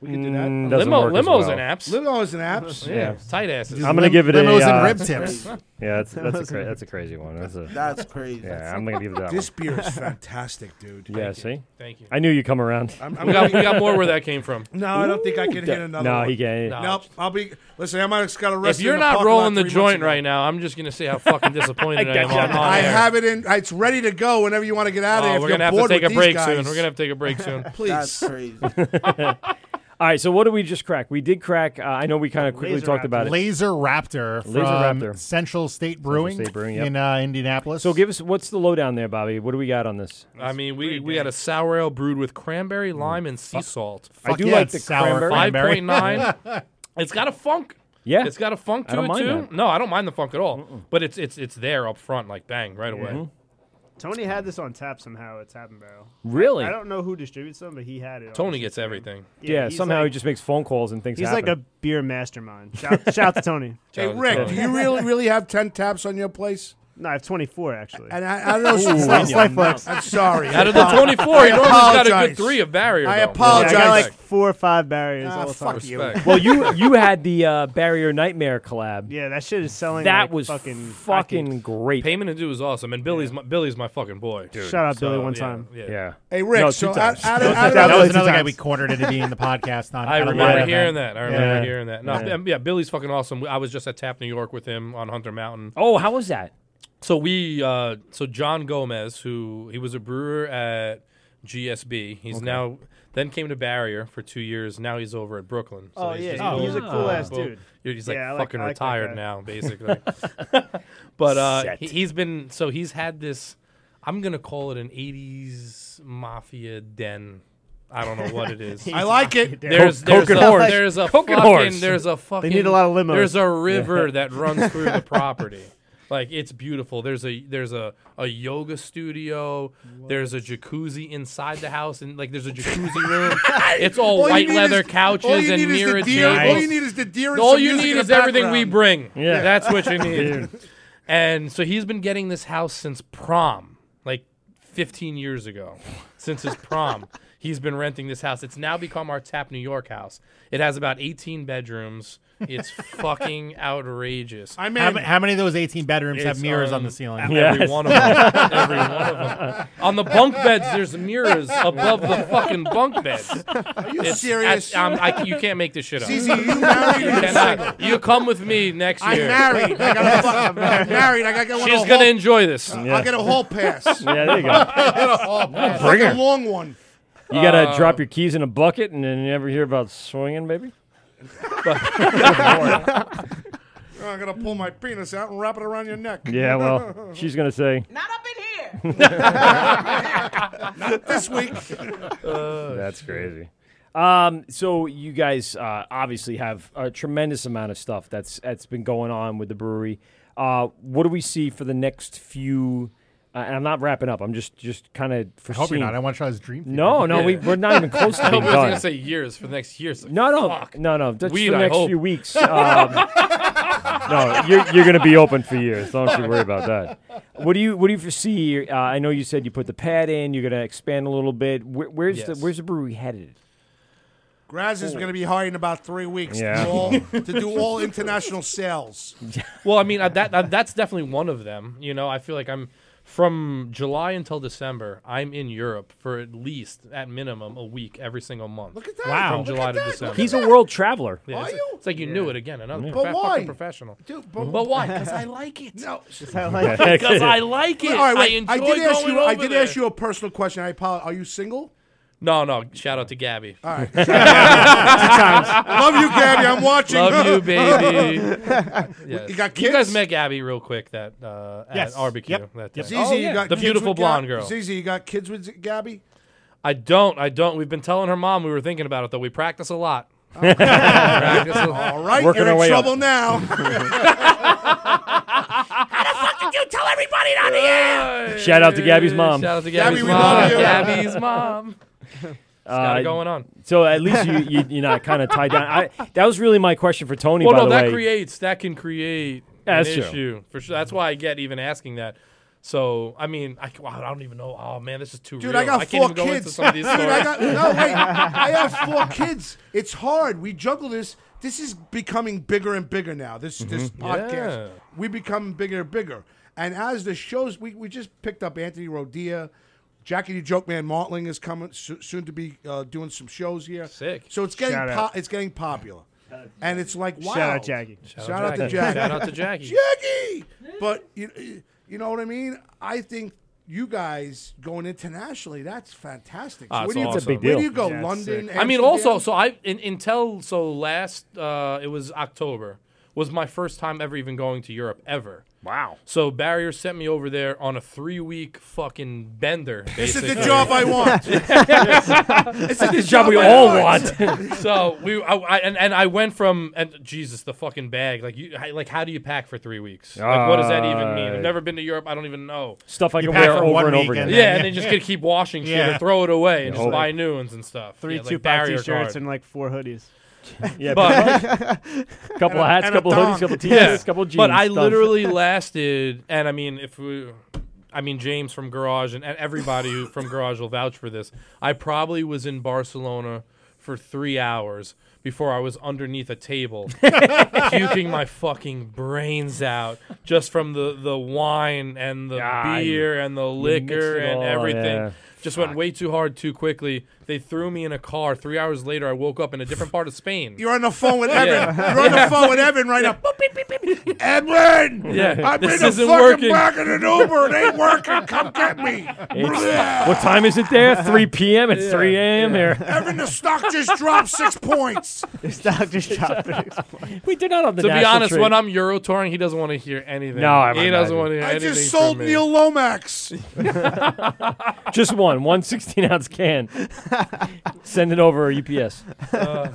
Speaker 20: We can do that.
Speaker 12: Mm, doesn't
Speaker 14: Limo,
Speaker 12: work as
Speaker 14: limos
Speaker 12: well.
Speaker 14: and apps.
Speaker 20: Limos and apps.
Speaker 12: Yeah.
Speaker 14: tight asses.
Speaker 12: I'm gonna give it
Speaker 13: limos
Speaker 12: a
Speaker 13: and
Speaker 12: uh,
Speaker 13: rib tips.
Speaker 12: Yeah, that's that's a
Speaker 13: Limos
Speaker 12: cra-
Speaker 13: and-
Speaker 12: that's a crazy one. That's, a,
Speaker 13: That's crazy.
Speaker 12: Yeah, I'm gonna give it that.
Speaker 20: This
Speaker 12: one.
Speaker 20: beer is fantastic, dude.
Speaker 12: Yeah,
Speaker 20: Thank you.
Speaker 12: see,
Speaker 20: Thank you.
Speaker 12: I knew you'd come around.
Speaker 20: I'm-
Speaker 14: We got, we got more where that came from.
Speaker 20: No, I don't think I can
Speaker 12: Ooh,
Speaker 20: hit another.
Speaker 12: no,
Speaker 20: one.
Speaker 12: he can't.
Speaker 14: No.
Speaker 20: Nope. I'll be. Listen, I might have got arrested.
Speaker 14: If you're
Speaker 20: in the
Speaker 14: not
Speaker 20: parking lot
Speaker 14: rolling the
Speaker 20: three months
Speaker 14: joint
Speaker 20: ago.
Speaker 14: right now, I'm just gonna say how fucking disappointed I, am.
Speaker 20: I,
Speaker 14: On, on air.
Speaker 20: have it in. It's ready to go. Whenever you want to get out
Speaker 14: Oh,
Speaker 20: of here,
Speaker 14: we're
Speaker 20: if
Speaker 14: gonna have
Speaker 20: you're
Speaker 14: to
Speaker 20: bored
Speaker 14: take a
Speaker 20: with these
Speaker 14: break
Speaker 20: guys.
Speaker 14: soon. We're gonna have to take a break soon.
Speaker 20: Please. That's crazy.
Speaker 12: All right, so what did we just crack? We did crack. Uh, I know we kind of quickly talked about it.
Speaker 13: Laser Raptor from
Speaker 12: Laser Raptor.
Speaker 13: Central State Brewing,
Speaker 12: State Brewing, yep.
Speaker 13: in uh, Indianapolis.
Speaker 12: So give us what's the lowdown there, Bobby? What do we got on this?
Speaker 14: I mean, we we had a sour ale brewed with cranberry, lime, and sea salt.
Speaker 12: Mm. I do yeah, like the sour cranberry.
Speaker 14: Five point nine. It's got a funk.
Speaker 12: Yeah.
Speaker 14: it's got a funk
Speaker 12: I
Speaker 14: to
Speaker 12: don't
Speaker 14: it
Speaker 12: mind
Speaker 14: too.
Speaker 12: that.
Speaker 14: No, I don't mind the funk at all. But it's it's it's there up front, like bang, right away.
Speaker 12: Mhm.
Speaker 15: Tony had this on tap somehow at Tap and Barrel.
Speaker 12: Really?
Speaker 15: I don't know who distributes them, but he had it. on
Speaker 14: Tony
Speaker 15: his
Speaker 14: gets
Speaker 15: Instagram.
Speaker 14: everything.
Speaker 12: Yeah,
Speaker 15: he's
Speaker 12: somehow he
Speaker 15: like-
Speaker 12: just makes phone calls and things
Speaker 15: He's
Speaker 12: happen.
Speaker 15: like a beer mastermind. Shout, shout to Tony.
Speaker 20: Hey, Rick, do you really, really have 10 taps on your place?
Speaker 15: No, I have 24, actually.
Speaker 20: And I, I don't know if it's
Speaker 15: Ooh,
Speaker 20: not-
Speaker 15: Slice Flex.
Speaker 20: I'm sorry.
Speaker 15: Out of the 24,
Speaker 20: I
Speaker 15: he normally got a good
Speaker 20: apologize.
Speaker 14: three of barrier,
Speaker 20: I
Speaker 14: though.
Speaker 20: apologize. Ah,
Speaker 15: Yeah, I got like four or five barriers all the time.
Speaker 20: fuck you.
Speaker 12: well, you you had the uh, Barrier Nightmare collab.
Speaker 15: Yeah, that shit is selling.
Speaker 12: That
Speaker 15: like,
Speaker 12: was
Speaker 15: fucking
Speaker 12: fucking great.
Speaker 14: Payment in due is awesome, and Billy's my, Billy's my fucking boy. Dude.
Speaker 15: Shout out Billy one
Speaker 14: yeah,
Speaker 15: time.
Speaker 14: Yeah.
Speaker 12: Yeah.
Speaker 20: Hey, Rick,
Speaker 14: No, two
Speaker 20: so
Speaker 14: times.
Speaker 20: out, out,
Speaker 14: No,
Speaker 20: of- out of
Speaker 14: that
Speaker 20: the-
Speaker 13: was another guy we cornered into being in the podcast. Not
Speaker 14: I
Speaker 13: at a
Speaker 14: remember
Speaker 13: live
Speaker 14: hearing
Speaker 13: event.
Speaker 14: that. I remember
Speaker 13: Yeah.
Speaker 14: hearing that. No,
Speaker 13: Yeah.
Speaker 14: yeah. Billy's fucking awesome. I was just at Tap New York with him on Hunter Mountain.
Speaker 12: Oh, how was that?
Speaker 14: So we, uh, so John Gomez, who he was a brewer at GSB. He's
Speaker 12: Okay.
Speaker 14: now then came to Barrier for two years. Now he's over at Brooklyn. So
Speaker 15: Oh,
Speaker 14: he's
Speaker 15: yeah,
Speaker 14: just
Speaker 15: he was a
Speaker 14: boom,
Speaker 15: cool
Speaker 14: boom,
Speaker 15: ass
Speaker 14: boom.
Speaker 15: dude.
Speaker 14: Dude, He's like
Speaker 15: Yeah, I like-
Speaker 14: fucking
Speaker 15: I like that
Speaker 14: retired
Speaker 15: guy.
Speaker 14: now, basically. but uh,
Speaker 15: Set.
Speaker 14: he, he's been so he's had this. I'm gonna call it an '80s mafia den. I don't know what it is.
Speaker 20: I like it.
Speaker 14: There's
Speaker 20: Coke
Speaker 14: there's
Speaker 20: and
Speaker 14: a,
Speaker 20: horse.
Speaker 14: there's a
Speaker 20: Coke
Speaker 14: fucking
Speaker 20: and horse.
Speaker 14: there's a fucking
Speaker 15: They need a lot of limos.
Speaker 14: There's a
Speaker 15: Yeah.
Speaker 14: river that runs through the property. Like it's beautiful. There's a there's a, a yoga studio. There's a jacuzzi inside the house, and like there's a jacuzzi room. It's all,
Speaker 20: All you
Speaker 14: white
Speaker 20: need
Speaker 14: leather
Speaker 20: is-
Speaker 14: couches
Speaker 20: all you
Speaker 14: and
Speaker 20: need is the
Speaker 14: mirror
Speaker 20: deer- all
Speaker 14: tables.
Speaker 20: you need is the deer and
Speaker 14: All
Speaker 20: some
Speaker 14: you
Speaker 20: music
Speaker 14: need
Speaker 20: in
Speaker 14: is
Speaker 20: the
Speaker 14: everything we
Speaker 20: background.
Speaker 14: bring.
Speaker 20: Yeah.
Speaker 14: that's what you
Speaker 20: Dude.
Speaker 14: need. and so he's been getting this house since prom, like 15 years ago, since his prom. He's been renting this house. It's now become our Tap New York house. It has about 18 bedrooms. It's fucking outrageous.
Speaker 13: I'm How in. um, ma- how many of those 18 bedrooms have
Speaker 14: It's, um,
Speaker 13: mirrors on the ceiling?
Speaker 14: Every
Speaker 13: Yes.
Speaker 14: one of them. Every one of them. On the bunk beds, there's mirrors above the fucking bunk beds. Are
Speaker 20: you serious?
Speaker 14: um, I, you can't make this shit up.
Speaker 20: Zizi, are you married or
Speaker 14: You
Speaker 20: you
Speaker 14: cannot.
Speaker 20: single?
Speaker 14: You come with me next
Speaker 20: I'm
Speaker 14: year.
Speaker 20: married. I gotta fuck- I'm married. I gotta get one
Speaker 14: She's
Speaker 20: of the
Speaker 14: gonna
Speaker 20: whole-
Speaker 14: enjoy this.
Speaker 20: I'll get a hall pass.
Speaker 12: Yeah, there you go.
Speaker 20: I'll get a hall pass.
Speaker 12: Bring
Speaker 20: Like a
Speaker 12: her.
Speaker 20: long one.
Speaker 12: You gotta
Speaker 20: Uh,
Speaker 12: drop your keys in a bucket and then you never hear about swinging, baby.
Speaker 20: I'm gonna Oh, pull my penis out and wrap it around your neck.
Speaker 12: yeah, well, she's gonna say.
Speaker 20: Not up in
Speaker 12: here.
Speaker 20: Not this week.
Speaker 14: Uh,
Speaker 12: That's crazy. Oh, Um, so you guys uh, obviously have a tremendous amount of stuff that's that's been going on with the brewery. Uh, what do we see for the next few? Uh, and I'm not wrapping up. I'm just just kind of.
Speaker 13: I hope you're not. I want to try this dream.
Speaker 12: No, no, we, we're not even close to
Speaker 14: I
Speaker 12: being
Speaker 14: was
Speaker 12: done.
Speaker 14: gonna say years for the next years.
Speaker 12: No, no, no, no. That's
Speaker 14: Weed,
Speaker 12: for the
Speaker 14: I
Speaker 12: next
Speaker 14: hope.
Speaker 12: few weeks. Um, no, you're, you're going to be open for years. Don't you worry about that. What do you What do you foresee? Uh, I know you said you put the pad in. You're going to expand a little bit. Where, where's the
Speaker 20: Yes.
Speaker 12: Where's the brewery headed?
Speaker 20: Graz is going to be hired in about three weeks
Speaker 12: Yeah.
Speaker 20: to, do all, to do all international sales.
Speaker 14: well, I mean uh, that uh, that's definitely one of them. You know, I feel like I'm from July until December. I'm in Europe for at least at minimum a week every single month. Look at
Speaker 20: that!
Speaker 12: Wow.
Speaker 14: From
Speaker 12: Look
Speaker 14: July
Speaker 12: at
Speaker 14: to
Speaker 12: that, look
Speaker 14: December.
Speaker 12: at He's a that. world traveler.
Speaker 14: Yeah,
Speaker 12: Are
Speaker 14: it's,
Speaker 12: you?
Speaker 14: it's like you knew it again. Another
Speaker 12: Yeah.
Speaker 14: prof-
Speaker 20: But why?
Speaker 14: fucking professional.
Speaker 20: Dude,
Speaker 14: but,
Speaker 20: but-
Speaker 14: why?
Speaker 20: Because I
Speaker 14: like it.
Speaker 20: No,
Speaker 14: Because I like it.
Speaker 20: All right, wait,
Speaker 14: I
Speaker 20: I
Speaker 14: enjoy
Speaker 20: did ask
Speaker 14: going
Speaker 20: you. I
Speaker 14: over
Speaker 20: did
Speaker 14: there.
Speaker 20: ask you a personal question. I apologize. Are you single?
Speaker 14: No, no. Shout out to Gabby.
Speaker 20: All right. Shout out. Two times. Love you, Gabby. I'm watching.
Speaker 14: Love you, baby.
Speaker 20: You got
Speaker 14: You guys
Speaker 20: kids?
Speaker 14: met Gabby real quick that uh,
Speaker 20: Yes.
Speaker 14: at RBQ.
Speaker 20: Yep.
Speaker 14: That
Speaker 20: Yep.
Speaker 14: day. Oh,
Speaker 20: Zizi, you got
Speaker 14: the
Speaker 20: kids
Speaker 14: beautiful
Speaker 20: with Gab-
Speaker 14: blonde girl.
Speaker 20: Zizi, you got kids with Z- Gabby?
Speaker 14: I don't. I don't. We've been telling her mom we were thinking about it though. We practice a lot. We practice a-
Speaker 20: All right, you're in trouble now. How
Speaker 11: the fuck did you tell everybody
Speaker 20: on the air?
Speaker 12: Shout out to Gabby's mom. Uh,
Speaker 14: Shout out to
Speaker 20: Gabby,
Speaker 14: Gabby's
Speaker 20: we
Speaker 14: mom.
Speaker 20: love you.
Speaker 14: Gabby's mom. got it going on.
Speaker 12: So at least you, you you're not kind of tied down. I, that was really my question for Tony.
Speaker 14: well,
Speaker 12: by
Speaker 14: no,
Speaker 12: the
Speaker 14: that
Speaker 12: way.
Speaker 14: creates that can create
Speaker 12: Yeah, that's
Speaker 14: an
Speaker 12: true.
Speaker 14: issue for sure. That's why I get even asking that. So I mean, I, wow, I don't even know. Oh man, this is too
Speaker 20: Dude,
Speaker 14: real.
Speaker 20: I got
Speaker 14: can't
Speaker 20: four
Speaker 14: even go into
Speaker 20: kids.
Speaker 14: some of these
Speaker 20: Dude, I
Speaker 14: stories.
Speaker 20: got no wait. I have four kids. It's hard. We juggle this. This is becoming bigger and bigger now. This this
Speaker 14: Mhm.
Speaker 20: podcast.
Speaker 14: Yeah.
Speaker 20: We become bigger and bigger. And as the shows, we, we just picked up Anthony Rodia. Jackie the Joke Man Martling is coming so, soon to be uh, doing some shows here.
Speaker 14: Sick.
Speaker 20: So it's getting
Speaker 14: Shout
Speaker 20: po-
Speaker 14: out.
Speaker 20: it's getting popular, and it's like wow.
Speaker 15: Shout out Jackie.
Speaker 20: Shout,
Speaker 15: Shout out
Speaker 20: out to
Speaker 15: Jackie.
Speaker 20: Jackie.
Speaker 15: Shout out to Jackie.
Speaker 20: Jackie. But you, you know what I mean? I think you guys going internationally, that's fantastic. So
Speaker 14: Ah,
Speaker 20: where
Speaker 14: it's
Speaker 20: do you,
Speaker 14: awesome.
Speaker 20: Where do you go? London.
Speaker 14: I mean,
Speaker 20: Amsterdam?
Speaker 14: also, so I in, until so last uh, it was October was my first time ever even going to Europe ever. Wow. So Barrier sent me over there on a three week fucking bender.
Speaker 20: This is the
Speaker 14: basically.
Speaker 20: job I want.
Speaker 14: Yes.
Speaker 20: This is the job I want.
Speaker 14: so we, I, I, and, and I went from and Jesus, the fucking bag. Like you, I- like how do you pack for three weeks? Like what does that even mean?
Speaker 12: Uh,
Speaker 14: I've never been to Europe. I don't even know.
Speaker 12: Stuff I
Speaker 14: You
Speaker 12: can
Speaker 14: pack
Speaker 12: wear
Speaker 14: for
Speaker 12: over
Speaker 14: one
Speaker 12: and over
Speaker 14: week
Speaker 12: again.
Speaker 14: Yeah, and then you just could keep washing shit
Speaker 15: Yeah.
Speaker 14: or throw it away and
Speaker 15: Yeah.
Speaker 14: just
Speaker 15: Like
Speaker 14: buy new ones and stuff.
Speaker 15: Three
Speaker 14: yeah, like
Speaker 15: two-pack
Speaker 14: barrier
Speaker 15: t-shirts
Speaker 14: card.
Speaker 15: and like four hoodies.
Speaker 12: Yeah, But- Couple of hats, couple of hoodies, couple of t-shirts, couple of
Speaker 14: But
Speaker 12: jeans,
Speaker 14: I
Speaker 12: done.
Speaker 14: literally lasted, and I mean, if we, I mean, James from Garage and, and everybody who, from Garage will vouch for this. I probably was in Barcelona for three hours before I was underneath a table, puking my fucking brains out just from the the wine and the
Speaker 12: Ah, you-
Speaker 14: beer and the
Speaker 12: you mixed
Speaker 14: liquor
Speaker 12: it
Speaker 14: and
Speaker 12: all,
Speaker 14: everything.
Speaker 12: yeah.
Speaker 14: Just went way too hard too quickly. They threw me in a car. Three hours later, I woke up in a different part of Spain.
Speaker 20: You're on the phone with Evan.
Speaker 14: Yeah.
Speaker 20: You're on
Speaker 14: Yeah.
Speaker 20: the phone with Evan right now. Boop, beep, beep, beep. Evan!
Speaker 14: Yeah,
Speaker 20: I'm
Speaker 14: this
Speaker 20: in a
Speaker 14: isn't
Speaker 20: fucking
Speaker 14: working.
Speaker 20: back in an Uber. It ain't working. Come get me.
Speaker 12: It's- what time is it there? 3 p.m. It's 3 a.m. here.
Speaker 20: Evan, the stock just dropped six points. The
Speaker 15: stock just dropped
Speaker 12: We did not on the
Speaker 14: to be
Speaker 12: national
Speaker 14: honest,
Speaker 12: tree.
Speaker 14: when I'm Euro touring, he doesn't want to hear anything.
Speaker 12: No, I
Speaker 14: he doesn't
Speaker 12: imagine.
Speaker 14: want to hear
Speaker 20: I
Speaker 14: anything.
Speaker 20: just sold
Speaker 14: from me.
Speaker 20: Neil Lomax.
Speaker 12: Just one, one 16 ounce can. Send it over UPS.
Speaker 14: Uh.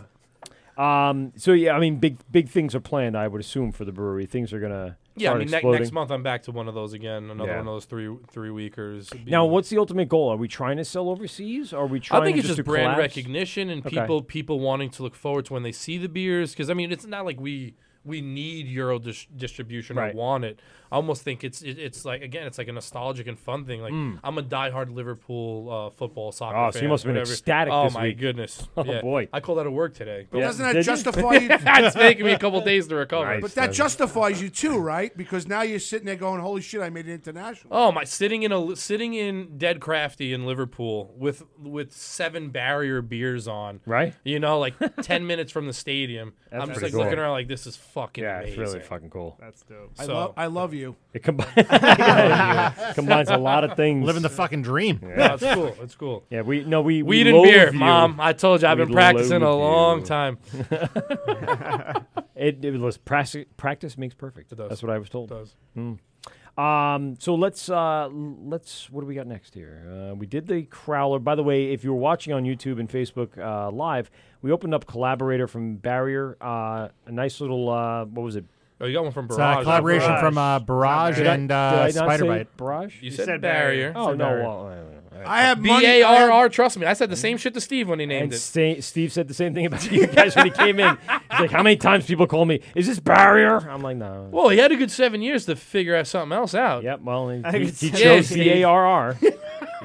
Speaker 12: um, so yeah, I mean, big big things are planned. I would assume for the brewery, things are gonna
Speaker 14: Yeah, I
Speaker 12: start
Speaker 14: mean, ne-
Speaker 12: exploding.
Speaker 14: next month I'm back to one of those again. Another
Speaker 12: Yeah.
Speaker 14: one of those three three weekers.
Speaker 12: Now, what's the ultimate goal? Are we trying to sell overseas? Are we trying?
Speaker 14: I think it's just,
Speaker 12: just, to
Speaker 14: brand
Speaker 12: collapse?
Speaker 14: recognition and
Speaker 12: Okay.
Speaker 14: people people wanting to look forward to when they see the beers because I mean it's not like we we need Euro dis- distribution
Speaker 12: Right.
Speaker 14: or want it. I almost think it's it, it's like again it's like a nostalgic and fun thing. Like
Speaker 12: Mm.
Speaker 14: I'm a diehard Liverpool uh, football soccer.
Speaker 12: Oh, so you
Speaker 14: fan,
Speaker 12: must have been
Speaker 14: whatever.
Speaker 12: ecstatic
Speaker 14: Oh
Speaker 12: this
Speaker 14: my
Speaker 12: week.
Speaker 14: goodness!
Speaker 12: Oh,
Speaker 14: Yeah.
Speaker 12: boy.
Speaker 14: I called out of work today.
Speaker 12: Yeah.
Speaker 20: Doesn't that
Speaker 12: Did you?
Speaker 20: justify you?
Speaker 14: it's taking me a couple days to recover.
Speaker 20: But that justifies you too, right? Because now you're sitting there going, "Holy shit, I made it international."
Speaker 14: Oh my! Sitting in a sitting in Dead Crafty in Liverpool with with seven barrier beers on.
Speaker 12: Right.
Speaker 14: You know, like ten minutes from the stadium.
Speaker 12: That's
Speaker 14: I'm just
Speaker 12: pretty
Speaker 14: like
Speaker 12: cool.
Speaker 14: looking around, like this is fucking.
Speaker 12: Yeah, it's really
Speaker 14: amazing.
Speaker 12: fucking cool.
Speaker 15: That's dope.
Speaker 20: I
Speaker 14: So-
Speaker 20: love, I love you.
Speaker 12: It combines combines a lot of things.
Speaker 13: Living the fucking dream.
Speaker 14: No, it's cool. It's cool.
Speaker 12: Yeah, we no we
Speaker 14: Weed
Speaker 12: we
Speaker 14: and beer,
Speaker 12: loathe you.
Speaker 14: Mom. I told you I've
Speaker 12: We
Speaker 14: been practicing a
Speaker 12: loathe
Speaker 14: long
Speaker 12: you.
Speaker 14: time.
Speaker 12: it, it was practice, practice makes perfect.
Speaker 14: It does.
Speaker 12: That's what I was told.
Speaker 14: It does.
Speaker 12: Mm. Um, so let's uh, l- let's what do we got next here? Uh, we did the crowler. By the way, if you were watching on YouTube and Facebook uh, live, we opened up collaborator from Barrier. Uh, a nice little uh, what was it?
Speaker 14: Oh, you got one from
Speaker 12: It's,
Speaker 13: uh,
Speaker 14: Barrage.
Speaker 13: collaboration
Speaker 14: Barrage.
Speaker 13: from, uh, Barrage
Speaker 14: Did I-
Speaker 13: and,
Speaker 14: did
Speaker 13: uh,
Speaker 14: I not
Speaker 13: Spider
Speaker 14: say
Speaker 13: Bite.
Speaker 12: Barrage.
Speaker 14: You, said, barrier.
Speaker 12: Oh no!
Speaker 14: Barrier.
Speaker 12: Well,
Speaker 20: I have
Speaker 14: B A R R. Trust me, I said the same shit to Steve when he named
Speaker 12: And
Speaker 14: it.
Speaker 12: Sta- Steve said the same thing about you guys when he came in. He's like, "How many times people call me? Is this barrier?" I'm like, "No."
Speaker 14: Well, he had a good seven years to figure out something else out.
Speaker 12: Yep. Well, he,
Speaker 14: I
Speaker 12: he,
Speaker 14: think
Speaker 12: he
Speaker 14: it's-
Speaker 12: chose
Speaker 14: Yeah,
Speaker 12: the
Speaker 14: Steve.
Speaker 12: ARR,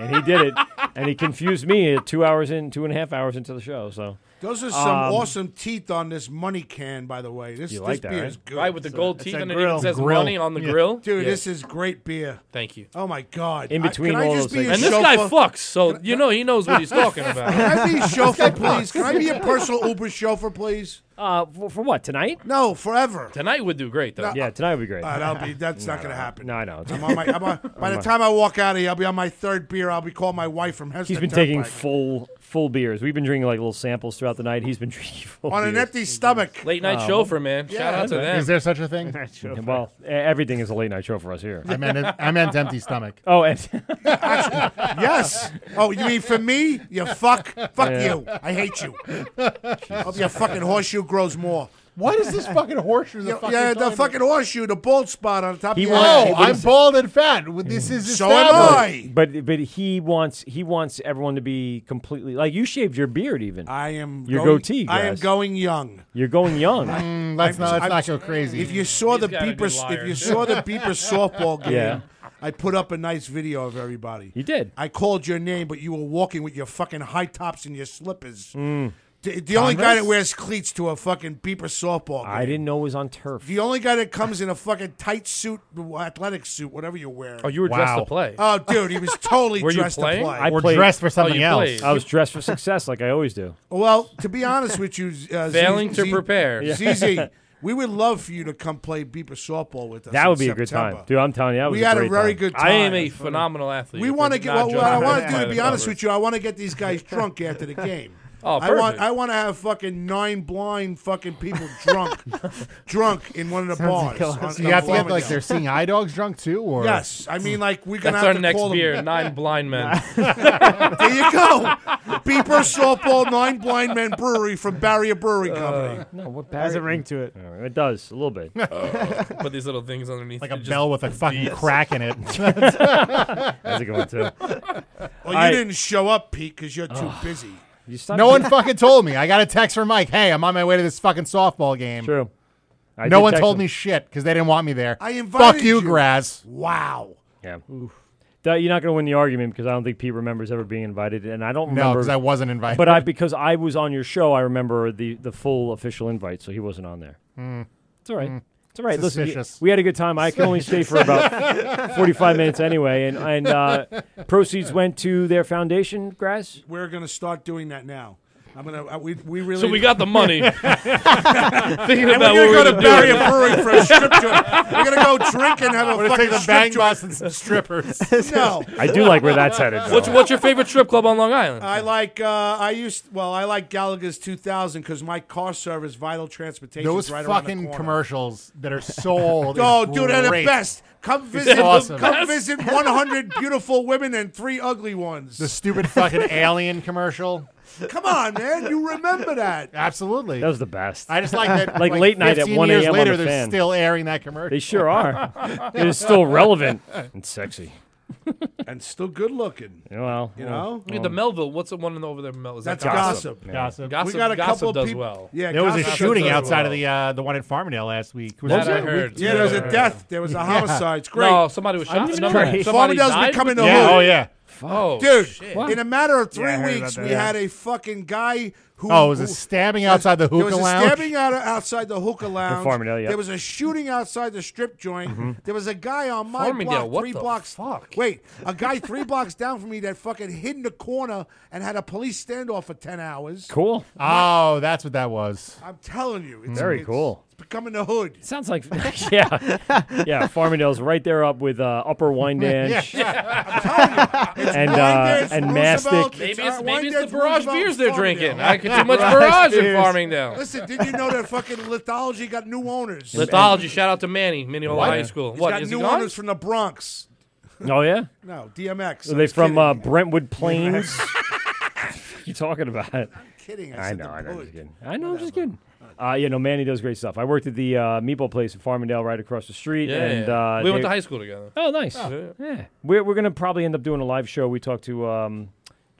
Speaker 12: and he did it, and he confused me at two hours in, two and a half hours into the show. So
Speaker 20: Those are some
Speaker 12: Um,
Speaker 20: awesome teeth on this money can, by the way. This,
Speaker 12: You
Speaker 20: this
Speaker 12: like that,
Speaker 20: beer
Speaker 12: right?
Speaker 20: is good.
Speaker 14: Right, with the
Speaker 20: It's a-
Speaker 14: gold
Speaker 20: it's
Speaker 14: teeth
Speaker 20: a
Speaker 14: and it
Speaker 20: grill.
Speaker 14: even says
Speaker 20: Grill.
Speaker 14: money on the grill.
Speaker 20: Dude,
Speaker 14: Yeah.
Speaker 20: this is great beer.
Speaker 14: Thank you.
Speaker 20: Oh my god.
Speaker 14: In
Speaker 20: I-
Speaker 14: between
Speaker 20: can I
Speaker 14: all
Speaker 20: just
Speaker 14: those
Speaker 20: be a
Speaker 14: things. And this
Speaker 20: chauffeur-
Speaker 14: guy fucks, so you know he knows what he's talking about.
Speaker 20: Can I be a
Speaker 14: This
Speaker 20: chauffeur,
Speaker 14: guy
Speaker 20: please?
Speaker 14: fucks.
Speaker 20: Can I be a personal Uber chauffeur, please?
Speaker 12: Uh, for, for what tonight?
Speaker 20: No, forever.
Speaker 14: Tonight would do great though.
Speaker 20: No,
Speaker 12: yeah, tonight would be great.
Speaker 20: Uh, that'll be- that's not gonna
Speaker 12: no.
Speaker 20: happen.
Speaker 12: No, I know.
Speaker 20: I'm on my, I'm on, by the time I walk out of here, I'll be on my third beer. I'll be calling my wife from Hester.
Speaker 12: he's been taking
Speaker 20: Turnpike.
Speaker 12: full full beers. We've been drinking like little samples throughout the night. He's been drinking full
Speaker 20: on
Speaker 12: beers.
Speaker 20: an empty stomach.
Speaker 14: Late night
Speaker 12: Oh.
Speaker 14: chauffeur, man. Shout out to
Speaker 13: Is
Speaker 14: them.
Speaker 13: there such a thing?
Speaker 12: Well, e- everything is a late night show for us here.
Speaker 13: I meant it- I meant empty stomach.
Speaker 12: Oh, empty.
Speaker 20: Actually, yes. Oh, you mean for me? You fuck. Fuck
Speaker 13: Yeah.
Speaker 20: you. I hate you. Hope your fucking horseshoe grows more.
Speaker 13: What is this fucking horseshoe?
Speaker 20: Yeah, yeah, the fucking horseshoe, the bald spot on top
Speaker 12: He
Speaker 20: of your
Speaker 12: wants-
Speaker 20: head.
Speaker 12: he wants- I'm
Speaker 13: bald and fat. This is
Speaker 20: So am
Speaker 13: established.
Speaker 12: But but he wants he wants everyone to be completely like you shaved your beard even.
Speaker 20: I am
Speaker 12: your
Speaker 20: going-
Speaker 12: goatee.
Speaker 20: I am
Speaker 12: Gras.
Speaker 20: going young.
Speaker 12: You're going young.
Speaker 13: let's
Speaker 20: I'm-
Speaker 13: Mm, not- let's
Speaker 20: I'm-
Speaker 13: not go crazy.
Speaker 20: If you saw
Speaker 13: He's
Speaker 20: the
Speaker 13: gotta be
Speaker 20: Beeper,
Speaker 13: liar,
Speaker 20: if you
Speaker 13: too.
Speaker 20: saw the Beeper softball game,
Speaker 12: Yeah.
Speaker 20: I put up a nice video of everybody.
Speaker 12: You did.
Speaker 20: I called your name, but you were walking with your fucking high tops and your slippers.
Speaker 12: Mm.
Speaker 20: The, the only guy that
Speaker 12: Converse?
Speaker 20: wears cleats to a fucking Beeper softball game.
Speaker 12: I didn't know it was on turf.
Speaker 20: The only guy that comes in a fucking tight suit, athletic suit, whatever you're wearing.
Speaker 14: Oh, you were dressed to Wow. play.
Speaker 20: Oh, dude, he was totally
Speaker 14: Were you
Speaker 20: dressed
Speaker 14: playing?
Speaker 20: to play.
Speaker 12: I played- I was dressed for success, like I always do.
Speaker 20: Well, to be honest with you, uh,
Speaker 14: Failing
Speaker 20: Z-
Speaker 14: to
Speaker 20: Z-
Speaker 14: prepare. Yeah.
Speaker 20: ZZ, we would love for you to come play Beeper softball with us.
Speaker 12: That
Speaker 20: in
Speaker 12: would be a good
Speaker 20: September.
Speaker 12: time, dude. I'm telling you, that was
Speaker 20: we
Speaker 12: a
Speaker 20: had a
Speaker 12: great
Speaker 20: very
Speaker 12: time.
Speaker 20: good time.
Speaker 14: I am a phenomenal athlete.
Speaker 20: We
Speaker 14: If
Speaker 20: want to
Speaker 14: it's
Speaker 20: get.
Speaker 14: not
Speaker 20: What, what I
Speaker 14: Jonathan
Speaker 20: want to do,
Speaker 14: Taylor
Speaker 20: to be honest
Speaker 14: Glover.
Speaker 20: with you, I want to get these guys drunk after the game. Oh, I want
Speaker 14: perfect.
Speaker 20: I want to have fucking nine blind fucking people drunk, drunk in one of the
Speaker 13: Sounds
Speaker 20: bars.
Speaker 13: like a
Speaker 20: on-
Speaker 13: lot. So you have to
Speaker 20: on
Speaker 13: get like
Speaker 20: Florida.
Speaker 13: they're seeing eye dogs drunk too, or
Speaker 20: Yes, I mean like we're gonna
Speaker 14: That's
Speaker 20: have
Speaker 14: our
Speaker 20: to
Speaker 14: next
Speaker 20: call them-
Speaker 14: beer, Nine Blind Men.
Speaker 20: there you go, Beeper Softball Nine Blind Men Brewery from Barrier Brewing Company.
Speaker 12: Uh, No, what
Speaker 15: Has a ring to it.
Speaker 12: It does a little bit.
Speaker 14: Put these little things underneath.
Speaker 13: like
Speaker 14: it
Speaker 13: a
Speaker 14: just-
Speaker 13: bell with a fucking
Speaker 14: Yes.
Speaker 13: crack in it.
Speaker 12: That's a good one too.
Speaker 20: Well,
Speaker 13: I-
Speaker 20: you didn't show up, Pete, because you're too busy.
Speaker 12: You
Speaker 13: no one fucking told me. I got a text from Mike. Hey, I'm on my way to this fucking softball game.
Speaker 12: True. I
Speaker 13: no
Speaker 12: did
Speaker 13: one
Speaker 12: text
Speaker 13: told
Speaker 12: him.
Speaker 13: me shit because they didn't want me there.
Speaker 20: I invited
Speaker 13: Fuck you,
Speaker 20: you.
Speaker 13: Graz.
Speaker 20: Wow.
Speaker 12: Yeah. That, you're not going to win the argument because I don't think Pete remembers ever being invited, and I don't
Speaker 13: No,
Speaker 12: remember
Speaker 13: 'cause I wasn't invited.
Speaker 12: But I because I was on your show, I remember the the full official invite, so he wasn't on there. It's all right.
Speaker 15: Mm.
Speaker 12: It's all right. Listen, you-
Speaker 13: Suspicious.
Speaker 12: we had a good time. I can only stay for about 45 minutes anyway, and and uh, proceeds went to their foundation. Grass.
Speaker 20: We're gonna start doing that now. I'm gonna. I, we, we really.
Speaker 14: So we got the money. Thinking
Speaker 20: and
Speaker 14: about
Speaker 20: we're gonna go
Speaker 14: what we're
Speaker 20: to
Speaker 14: gonna do.
Speaker 20: Barrier Brewing for a strip joint. We're gonna go drink and have a
Speaker 13: We're gonna
Speaker 20: fucking
Speaker 13: take the
Speaker 20: strip
Speaker 13: bang
Speaker 20: joint.
Speaker 13: bus and some strippers.
Speaker 20: No,
Speaker 12: I do like where that's headed. though.
Speaker 14: What's, what's your favorite strip club on Long Island?
Speaker 20: I like. Uh, I used. Well, I like Gallagher's 2000 because my car service, Vital Transportation,
Speaker 13: Those
Speaker 20: is right around the
Speaker 13: fucking
Speaker 20: corner.
Speaker 13: commercials that are sold. is
Speaker 20: Oh, dude, they're the
Speaker 13: great.
Speaker 20: best. Come
Speaker 13: It's
Speaker 20: visit.
Speaker 13: awesome.
Speaker 20: Come visit 100 beautiful women and three ugly ones.
Speaker 13: The stupid fucking alien commercial.
Speaker 20: Come on, man. You remember that?
Speaker 13: Absolutely.
Speaker 12: That was the best.
Speaker 13: I just like that.
Speaker 12: like, late night at
Speaker 13: 15
Speaker 12: 1
Speaker 13: years
Speaker 12: a.m.
Speaker 13: later,
Speaker 12: on the
Speaker 13: they're
Speaker 12: fan.
Speaker 13: still airing that commercial.
Speaker 12: They sure are. it is still relevant and sexy.
Speaker 20: and still good looking.
Speaker 12: Yeah, Well,
Speaker 20: You know?
Speaker 14: Yeah, the Melville. What's the one over there? in Melville? Is that
Speaker 20: That's gossip.
Speaker 14: Gossip.
Speaker 13: Gossip.
Speaker 14: Gossip,
Speaker 20: We got a
Speaker 14: gossip
Speaker 20: couple
Speaker 14: does
Speaker 20: peop-
Speaker 14: well.
Speaker 20: Yeah,
Speaker 13: there was a
Speaker 20: gossip
Speaker 13: shooting
Speaker 20: does
Speaker 13: outside of
Speaker 20: well.
Speaker 13: the uh, the one in Farmdale last week. Was
Speaker 14: That
Speaker 13: it
Speaker 14: I
Speaker 13: a
Speaker 14: heard.
Speaker 13: week-
Speaker 20: Yeah, there was a death. There was a homicide. It's great.
Speaker 14: No, somebody was
Speaker 20: I
Speaker 14: shot.
Speaker 20: didn't
Speaker 14: Another-
Speaker 20: know that.
Speaker 14: somebody
Speaker 20: Farmdale's
Speaker 14: died?
Speaker 20: becoming the
Speaker 13: Yeah,
Speaker 20: hood.
Speaker 13: oh, yeah.
Speaker 14: Oh,
Speaker 20: dude!
Speaker 14: shit.
Speaker 20: In a matter of three
Speaker 14: Yeah, I heard about
Speaker 20: weeks,
Speaker 14: that,
Speaker 20: we
Speaker 14: yeah.
Speaker 20: had a fucking guy who.
Speaker 13: Oh, it was a
Speaker 20: who-
Speaker 13: stabbing outside the
Speaker 20: There was
Speaker 13: hookah
Speaker 20: a
Speaker 13: lounge?
Speaker 20: stabbing out outside the hookah lounge.
Speaker 13: Farmingdale, yep.
Speaker 20: There was a shooting outside the strip joint.
Speaker 13: Mhm.
Speaker 20: There was a guy on my
Speaker 14: Farmingdale,
Speaker 20: block,
Speaker 14: what
Speaker 20: three
Speaker 14: the
Speaker 20: blocks. Fuck. Wait, a guy three blocks down from me that fucking hid in the corner and had a police standoff for ten hours.
Speaker 12: Cool.
Speaker 13: Oh, that's what that was.
Speaker 20: I'm telling you, it's
Speaker 12: Very
Speaker 20: it's-
Speaker 12: cool.
Speaker 20: It's becoming the hood.
Speaker 12: Sounds like yeah, yeah. Farmingdale's right there up with uh, Upper Wyandanch and uh, and Mastic.
Speaker 14: Maybe
Speaker 20: it's,
Speaker 14: maybe it's
Speaker 20: Wyandanch,
Speaker 14: the barrage
Speaker 20: Roosevelt,
Speaker 14: beers they're
Speaker 20: Farmingdale.
Speaker 14: drinking. I could too much barrage in Farmingdale.
Speaker 20: Listen, did you know that fucking Lithology got new owners?
Speaker 14: Lithology, shout out to Manny, Mineola
Speaker 12: What?
Speaker 14: High School.
Speaker 20: He's
Speaker 14: What
Speaker 20: got
Speaker 14: is
Speaker 20: new
Speaker 14: he gone?
Speaker 20: owners from the Bronx.
Speaker 12: Oh yeah.
Speaker 20: No, DMX.
Speaker 12: Are
Speaker 20: I
Speaker 12: they
Speaker 20: was
Speaker 12: from
Speaker 20: kidding.
Speaker 12: uh, Brentwood Plains? you talking about? I'm
Speaker 20: kidding. I
Speaker 12: I,
Speaker 20: said
Speaker 12: know.
Speaker 20: the
Speaker 12: I know. I'm
Speaker 20: hood.
Speaker 12: just kidding. I know. I'm just kidding. Uh, you know, Manny does great stuff. I worked at the uh, meatball place in Farmingdale, right across the street.
Speaker 14: Yeah,
Speaker 12: and
Speaker 14: yeah.
Speaker 12: Uh,
Speaker 14: we went to
Speaker 12: they-
Speaker 14: high school together.
Speaker 12: Oh, nice.
Speaker 14: Oh.
Speaker 12: Yeah. We're, we're going to probably end up doing a live show. We talked to um,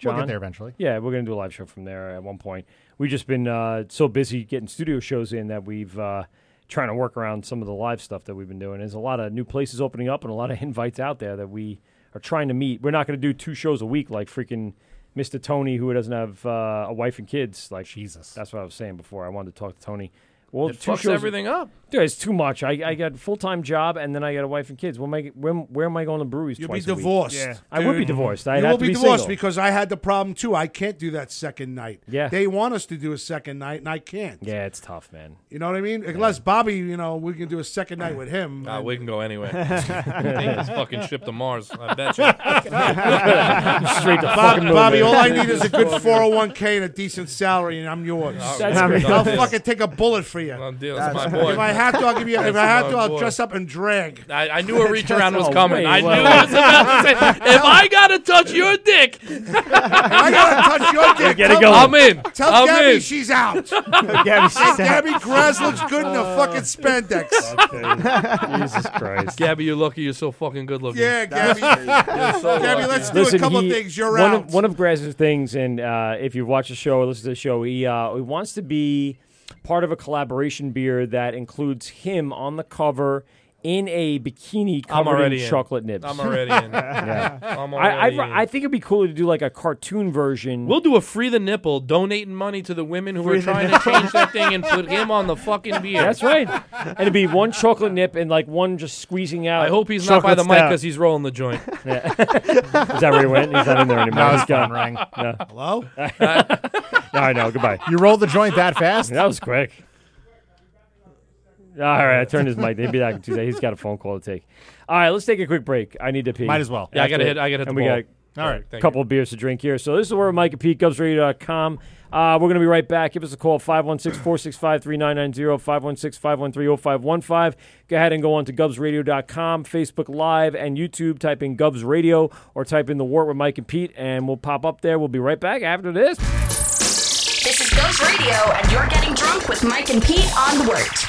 Speaker 13: We'll
Speaker 12: John.
Speaker 13: get there eventually.
Speaker 12: Yeah, we're going to do a live show from there at one point. We've just been uh, so busy getting studio shows in that we've uh, trying to work around some of the live stuff that we've been doing. There's a lot of new places opening up and a lot of invites out there that we are trying to meet. We're not going to do two shows a week like freaking Mr. Tony, who doesn't have uh, a wife and kids. Like Jesus, that's what I was saying before. I wanted to talk to Tony. Well,
Speaker 14: It
Speaker 12: two
Speaker 14: fucks
Speaker 12: shows
Speaker 14: everything up.
Speaker 12: Dude, it's too much. I, I got a full time job and then I got a wife and kids. Well, my, where, where am I going to breweries?
Speaker 20: You'll be
Speaker 12: twice a week?
Speaker 20: divorced.
Speaker 12: I would be
Speaker 20: dude.
Speaker 12: divorced.
Speaker 20: You
Speaker 12: I'd
Speaker 20: will
Speaker 12: have to
Speaker 20: be
Speaker 12: be
Speaker 20: divorced
Speaker 12: single.
Speaker 20: because I had the problem too. I can't do that second night.
Speaker 12: Yeah.
Speaker 20: They want us to do a second night, and I can't.
Speaker 12: Yeah, it's tough, man.
Speaker 20: You know what I mean? Unless Bobby, you know, we can do a second night with him.
Speaker 14: Nah,
Speaker 20: and-
Speaker 14: we can go anyway. Take this fucking ship to Mars. I bet you.
Speaker 12: Straight to
Speaker 20: Bob-
Speaker 12: fucking moon,
Speaker 20: Bobby,
Speaker 12: man.
Speaker 20: all I need is a good 401k and a decent salary, and I'm yours.
Speaker 14: That's
Speaker 20: I
Speaker 14: great.
Speaker 20: will
Speaker 14: Done deal.
Speaker 20: fucking take a bullet for you.
Speaker 14: Done deal. That's my boy.
Speaker 20: If I have to, I'll give you. If
Speaker 14: That's
Speaker 20: I have
Speaker 14: my
Speaker 20: to, I'll
Speaker 14: boy.
Speaker 20: dress up and drag.
Speaker 14: I, I knew a reach around was
Speaker 20: Oh,
Speaker 14: coming.
Speaker 20: wait,
Speaker 14: I knew
Speaker 20: wait.
Speaker 14: I was about to say, if I gotta touch your dick,
Speaker 20: I gotta touch your dick.
Speaker 14: Get
Speaker 20: Tell-
Speaker 14: it going. I'm in.
Speaker 20: Tell
Speaker 14: I'm
Speaker 20: Gabby
Speaker 14: in.
Speaker 20: she's out.
Speaker 14: Gabby, she's
Speaker 20: Hey,
Speaker 14: out.
Speaker 20: Gabby Graz looks good in a fucking spandex.
Speaker 12: Jesus Christ.
Speaker 14: Gabby, you're lucky you're so fucking good looking.
Speaker 20: Yeah, Gabby.
Speaker 14: You're so
Speaker 20: Gabby,
Speaker 14: lucky.
Speaker 20: let's do a couple
Speaker 12: he-
Speaker 20: things. You're
Speaker 12: one
Speaker 20: out.
Speaker 12: Of, one of Graz's things, and uh, if you've watched the show or listened to the show, he, uh, he wants to be part of a collaboration beer that includes him on the cover in a bikini
Speaker 14: I'm
Speaker 12: covered
Speaker 14: already
Speaker 12: in,
Speaker 14: in.
Speaker 12: chocolate nibs.
Speaker 14: I'm already in.
Speaker 12: yeah.
Speaker 14: I'm
Speaker 12: I,
Speaker 14: already
Speaker 12: I, I think it'd be cool to do like a cartoon version.
Speaker 14: We'll do a free the nipple, donating money to the women who
Speaker 12: Free
Speaker 14: are
Speaker 12: the
Speaker 14: trying to
Speaker 12: nipple.
Speaker 14: change that thing and put him on the fucking beer.
Speaker 12: That's right. And it'd be one chocolate nip and like one just squeezing out.
Speaker 14: I hope he's not by the mic because
Speaker 12: he's.
Speaker 14: he's rolling the joint.
Speaker 12: Yeah. Is that where he went? He's not in there anymore.
Speaker 13: No, his
Speaker 12: He's gone.
Speaker 13: phone rang.
Speaker 12: No.
Speaker 20: Hello?
Speaker 14: Uh,
Speaker 12: no, I know. Goodbye.
Speaker 13: You rolled the joint that fast?
Speaker 12: That was quick. All right, I turned his mic. They'd be back on Tuesday. He's got a phone call to take. All right, let's take a quick break. I need to pee.
Speaker 13: Might as well.
Speaker 14: Yeah, I gotta
Speaker 12: After-
Speaker 14: hit- I gotta hit
Speaker 12: and
Speaker 14: the
Speaker 12: we
Speaker 14: ball.
Speaker 12: got
Speaker 13: All right.
Speaker 12: a
Speaker 13: Thank
Speaker 12: couple of beers to drink here. So this is where Mike and Pete, GubsRadio.com. Uh, we're going to be right back. Give us a call, 516-465-3990, 516-513-0515. Go ahead and go on to GubsRadio.com, Facebook Live, and YouTube. Type in Gubs Radio or type in The Wart with Mike and Pete, and we'll pop up there. We'll be right back after this.
Speaker 17: This is Ghost Radio, and you're getting drunk with Mike and Pete on the Wort.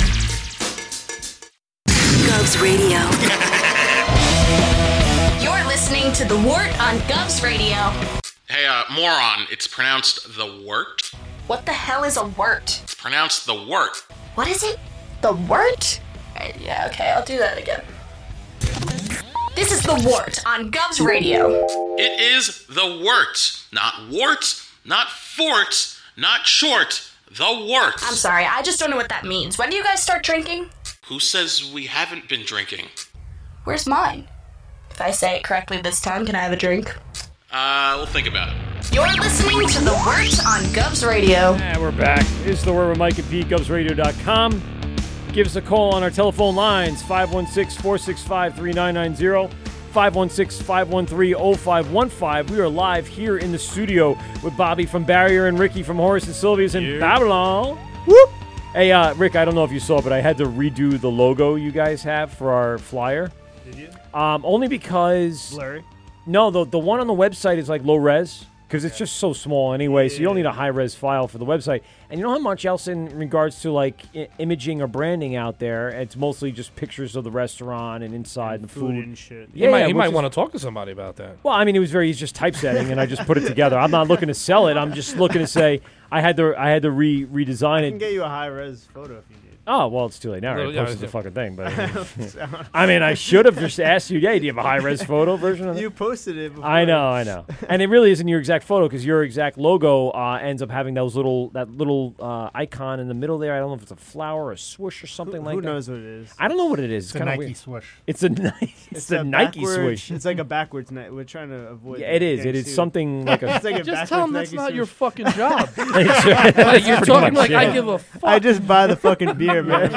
Speaker 3: Gubs Radio.
Speaker 17: You're listening to The Wart on Govs Radio.
Speaker 22: Hey, uh, moron, it's pronounced the wort.
Speaker 17: What the hell is a wart?
Speaker 22: It's pronounced the wort.
Speaker 17: What is it? The wart? Uh, yeah, okay, I'll do that again. This is The Wart on Govs Radio.
Speaker 22: It is the wort. Not warts, not forts, not short. The wort.
Speaker 17: I'm sorry, I just don't know what that means. When do you guys start drinking?
Speaker 22: Who says we haven't been drinking?
Speaker 17: Where's mine? If I say it correctly this time, can I have a drink?
Speaker 22: Uh, we'll think about it.
Speaker 17: You're listening to The Wart on Govs Radio.
Speaker 12: And we're back. It's the word with Mike and Pete, GubsRadio.com. Give us a call on our telephone lines, 516 465 3990, 516 513 0515. We are live here in the studio with Bobby from Barrier and Ricky from Horace and Sylvia's in Babylon. Whoop! Hey, uh, Rick, I don't know if you saw, but I had to redo the logo you guys have for our flyer.
Speaker 15: Did you?
Speaker 12: Um, only because
Speaker 15: Blurry?
Speaker 12: No, the the one on the website is like low res because it's just so small anyway. So you don't need a high res file for the website. And you don't have much else in regards to like I- imaging or branding out there. It's mostly just pictures of the restaurant and inside and the food,
Speaker 14: food and shit. He
Speaker 12: Yeah,
Speaker 14: might-
Speaker 12: yeah,
Speaker 14: he might
Speaker 12: which is-
Speaker 14: wanna talk to somebody about that.
Speaker 12: Well, I mean, it was very he's just typesetting, and I just put it together. I'm not looking to sell it. I'm just looking to say I had to I had to re redesign
Speaker 15: I
Speaker 12: it
Speaker 15: can get you a high res photo if you need.
Speaker 12: Oh well, it's too late now.
Speaker 15: Well,
Speaker 12: Right?
Speaker 15: yeah,
Speaker 12: posted the
Speaker 15: yeah.
Speaker 12: fucking thing, but
Speaker 15: So-
Speaker 12: I mean, I should have just asked you. Hey, do you have a high res photo version of that?
Speaker 15: You posted it. Before.
Speaker 12: I know, I know, and it really isn't your exact photo because your exact logo uh, ends up having those little that little uh, icon in the middle there. I don't know if it's a flower, or a swoosh, or something
Speaker 15: who
Speaker 12: like that.
Speaker 15: knows what it is?
Speaker 12: I don't know what it is.
Speaker 15: It's a
Speaker 12: kinda
Speaker 15: Nike
Speaker 12: weird.
Speaker 15: swoosh.
Speaker 12: It's a Nike. It's, the
Speaker 15: a
Speaker 12: Nike
Speaker 15: backwards-
Speaker 12: swoosh.
Speaker 15: It's like a backwards night. We're trying to avoid.
Speaker 12: Yeah, it is.
Speaker 15: getting
Speaker 12: It is
Speaker 15: sued.
Speaker 12: something like a-
Speaker 15: It's like a
Speaker 21: Just tell
Speaker 15: backwards
Speaker 21: him that's
Speaker 15: Nike
Speaker 21: not
Speaker 15: swoosh.
Speaker 21: your fucking job.
Speaker 12: That's right.
Speaker 21: Like, you're
Speaker 12: Pretty
Speaker 21: talking like
Speaker 12: much, yeah.
Speaker 21: I give a fuck.
Speaker 15: I just buy the fucking beer, man.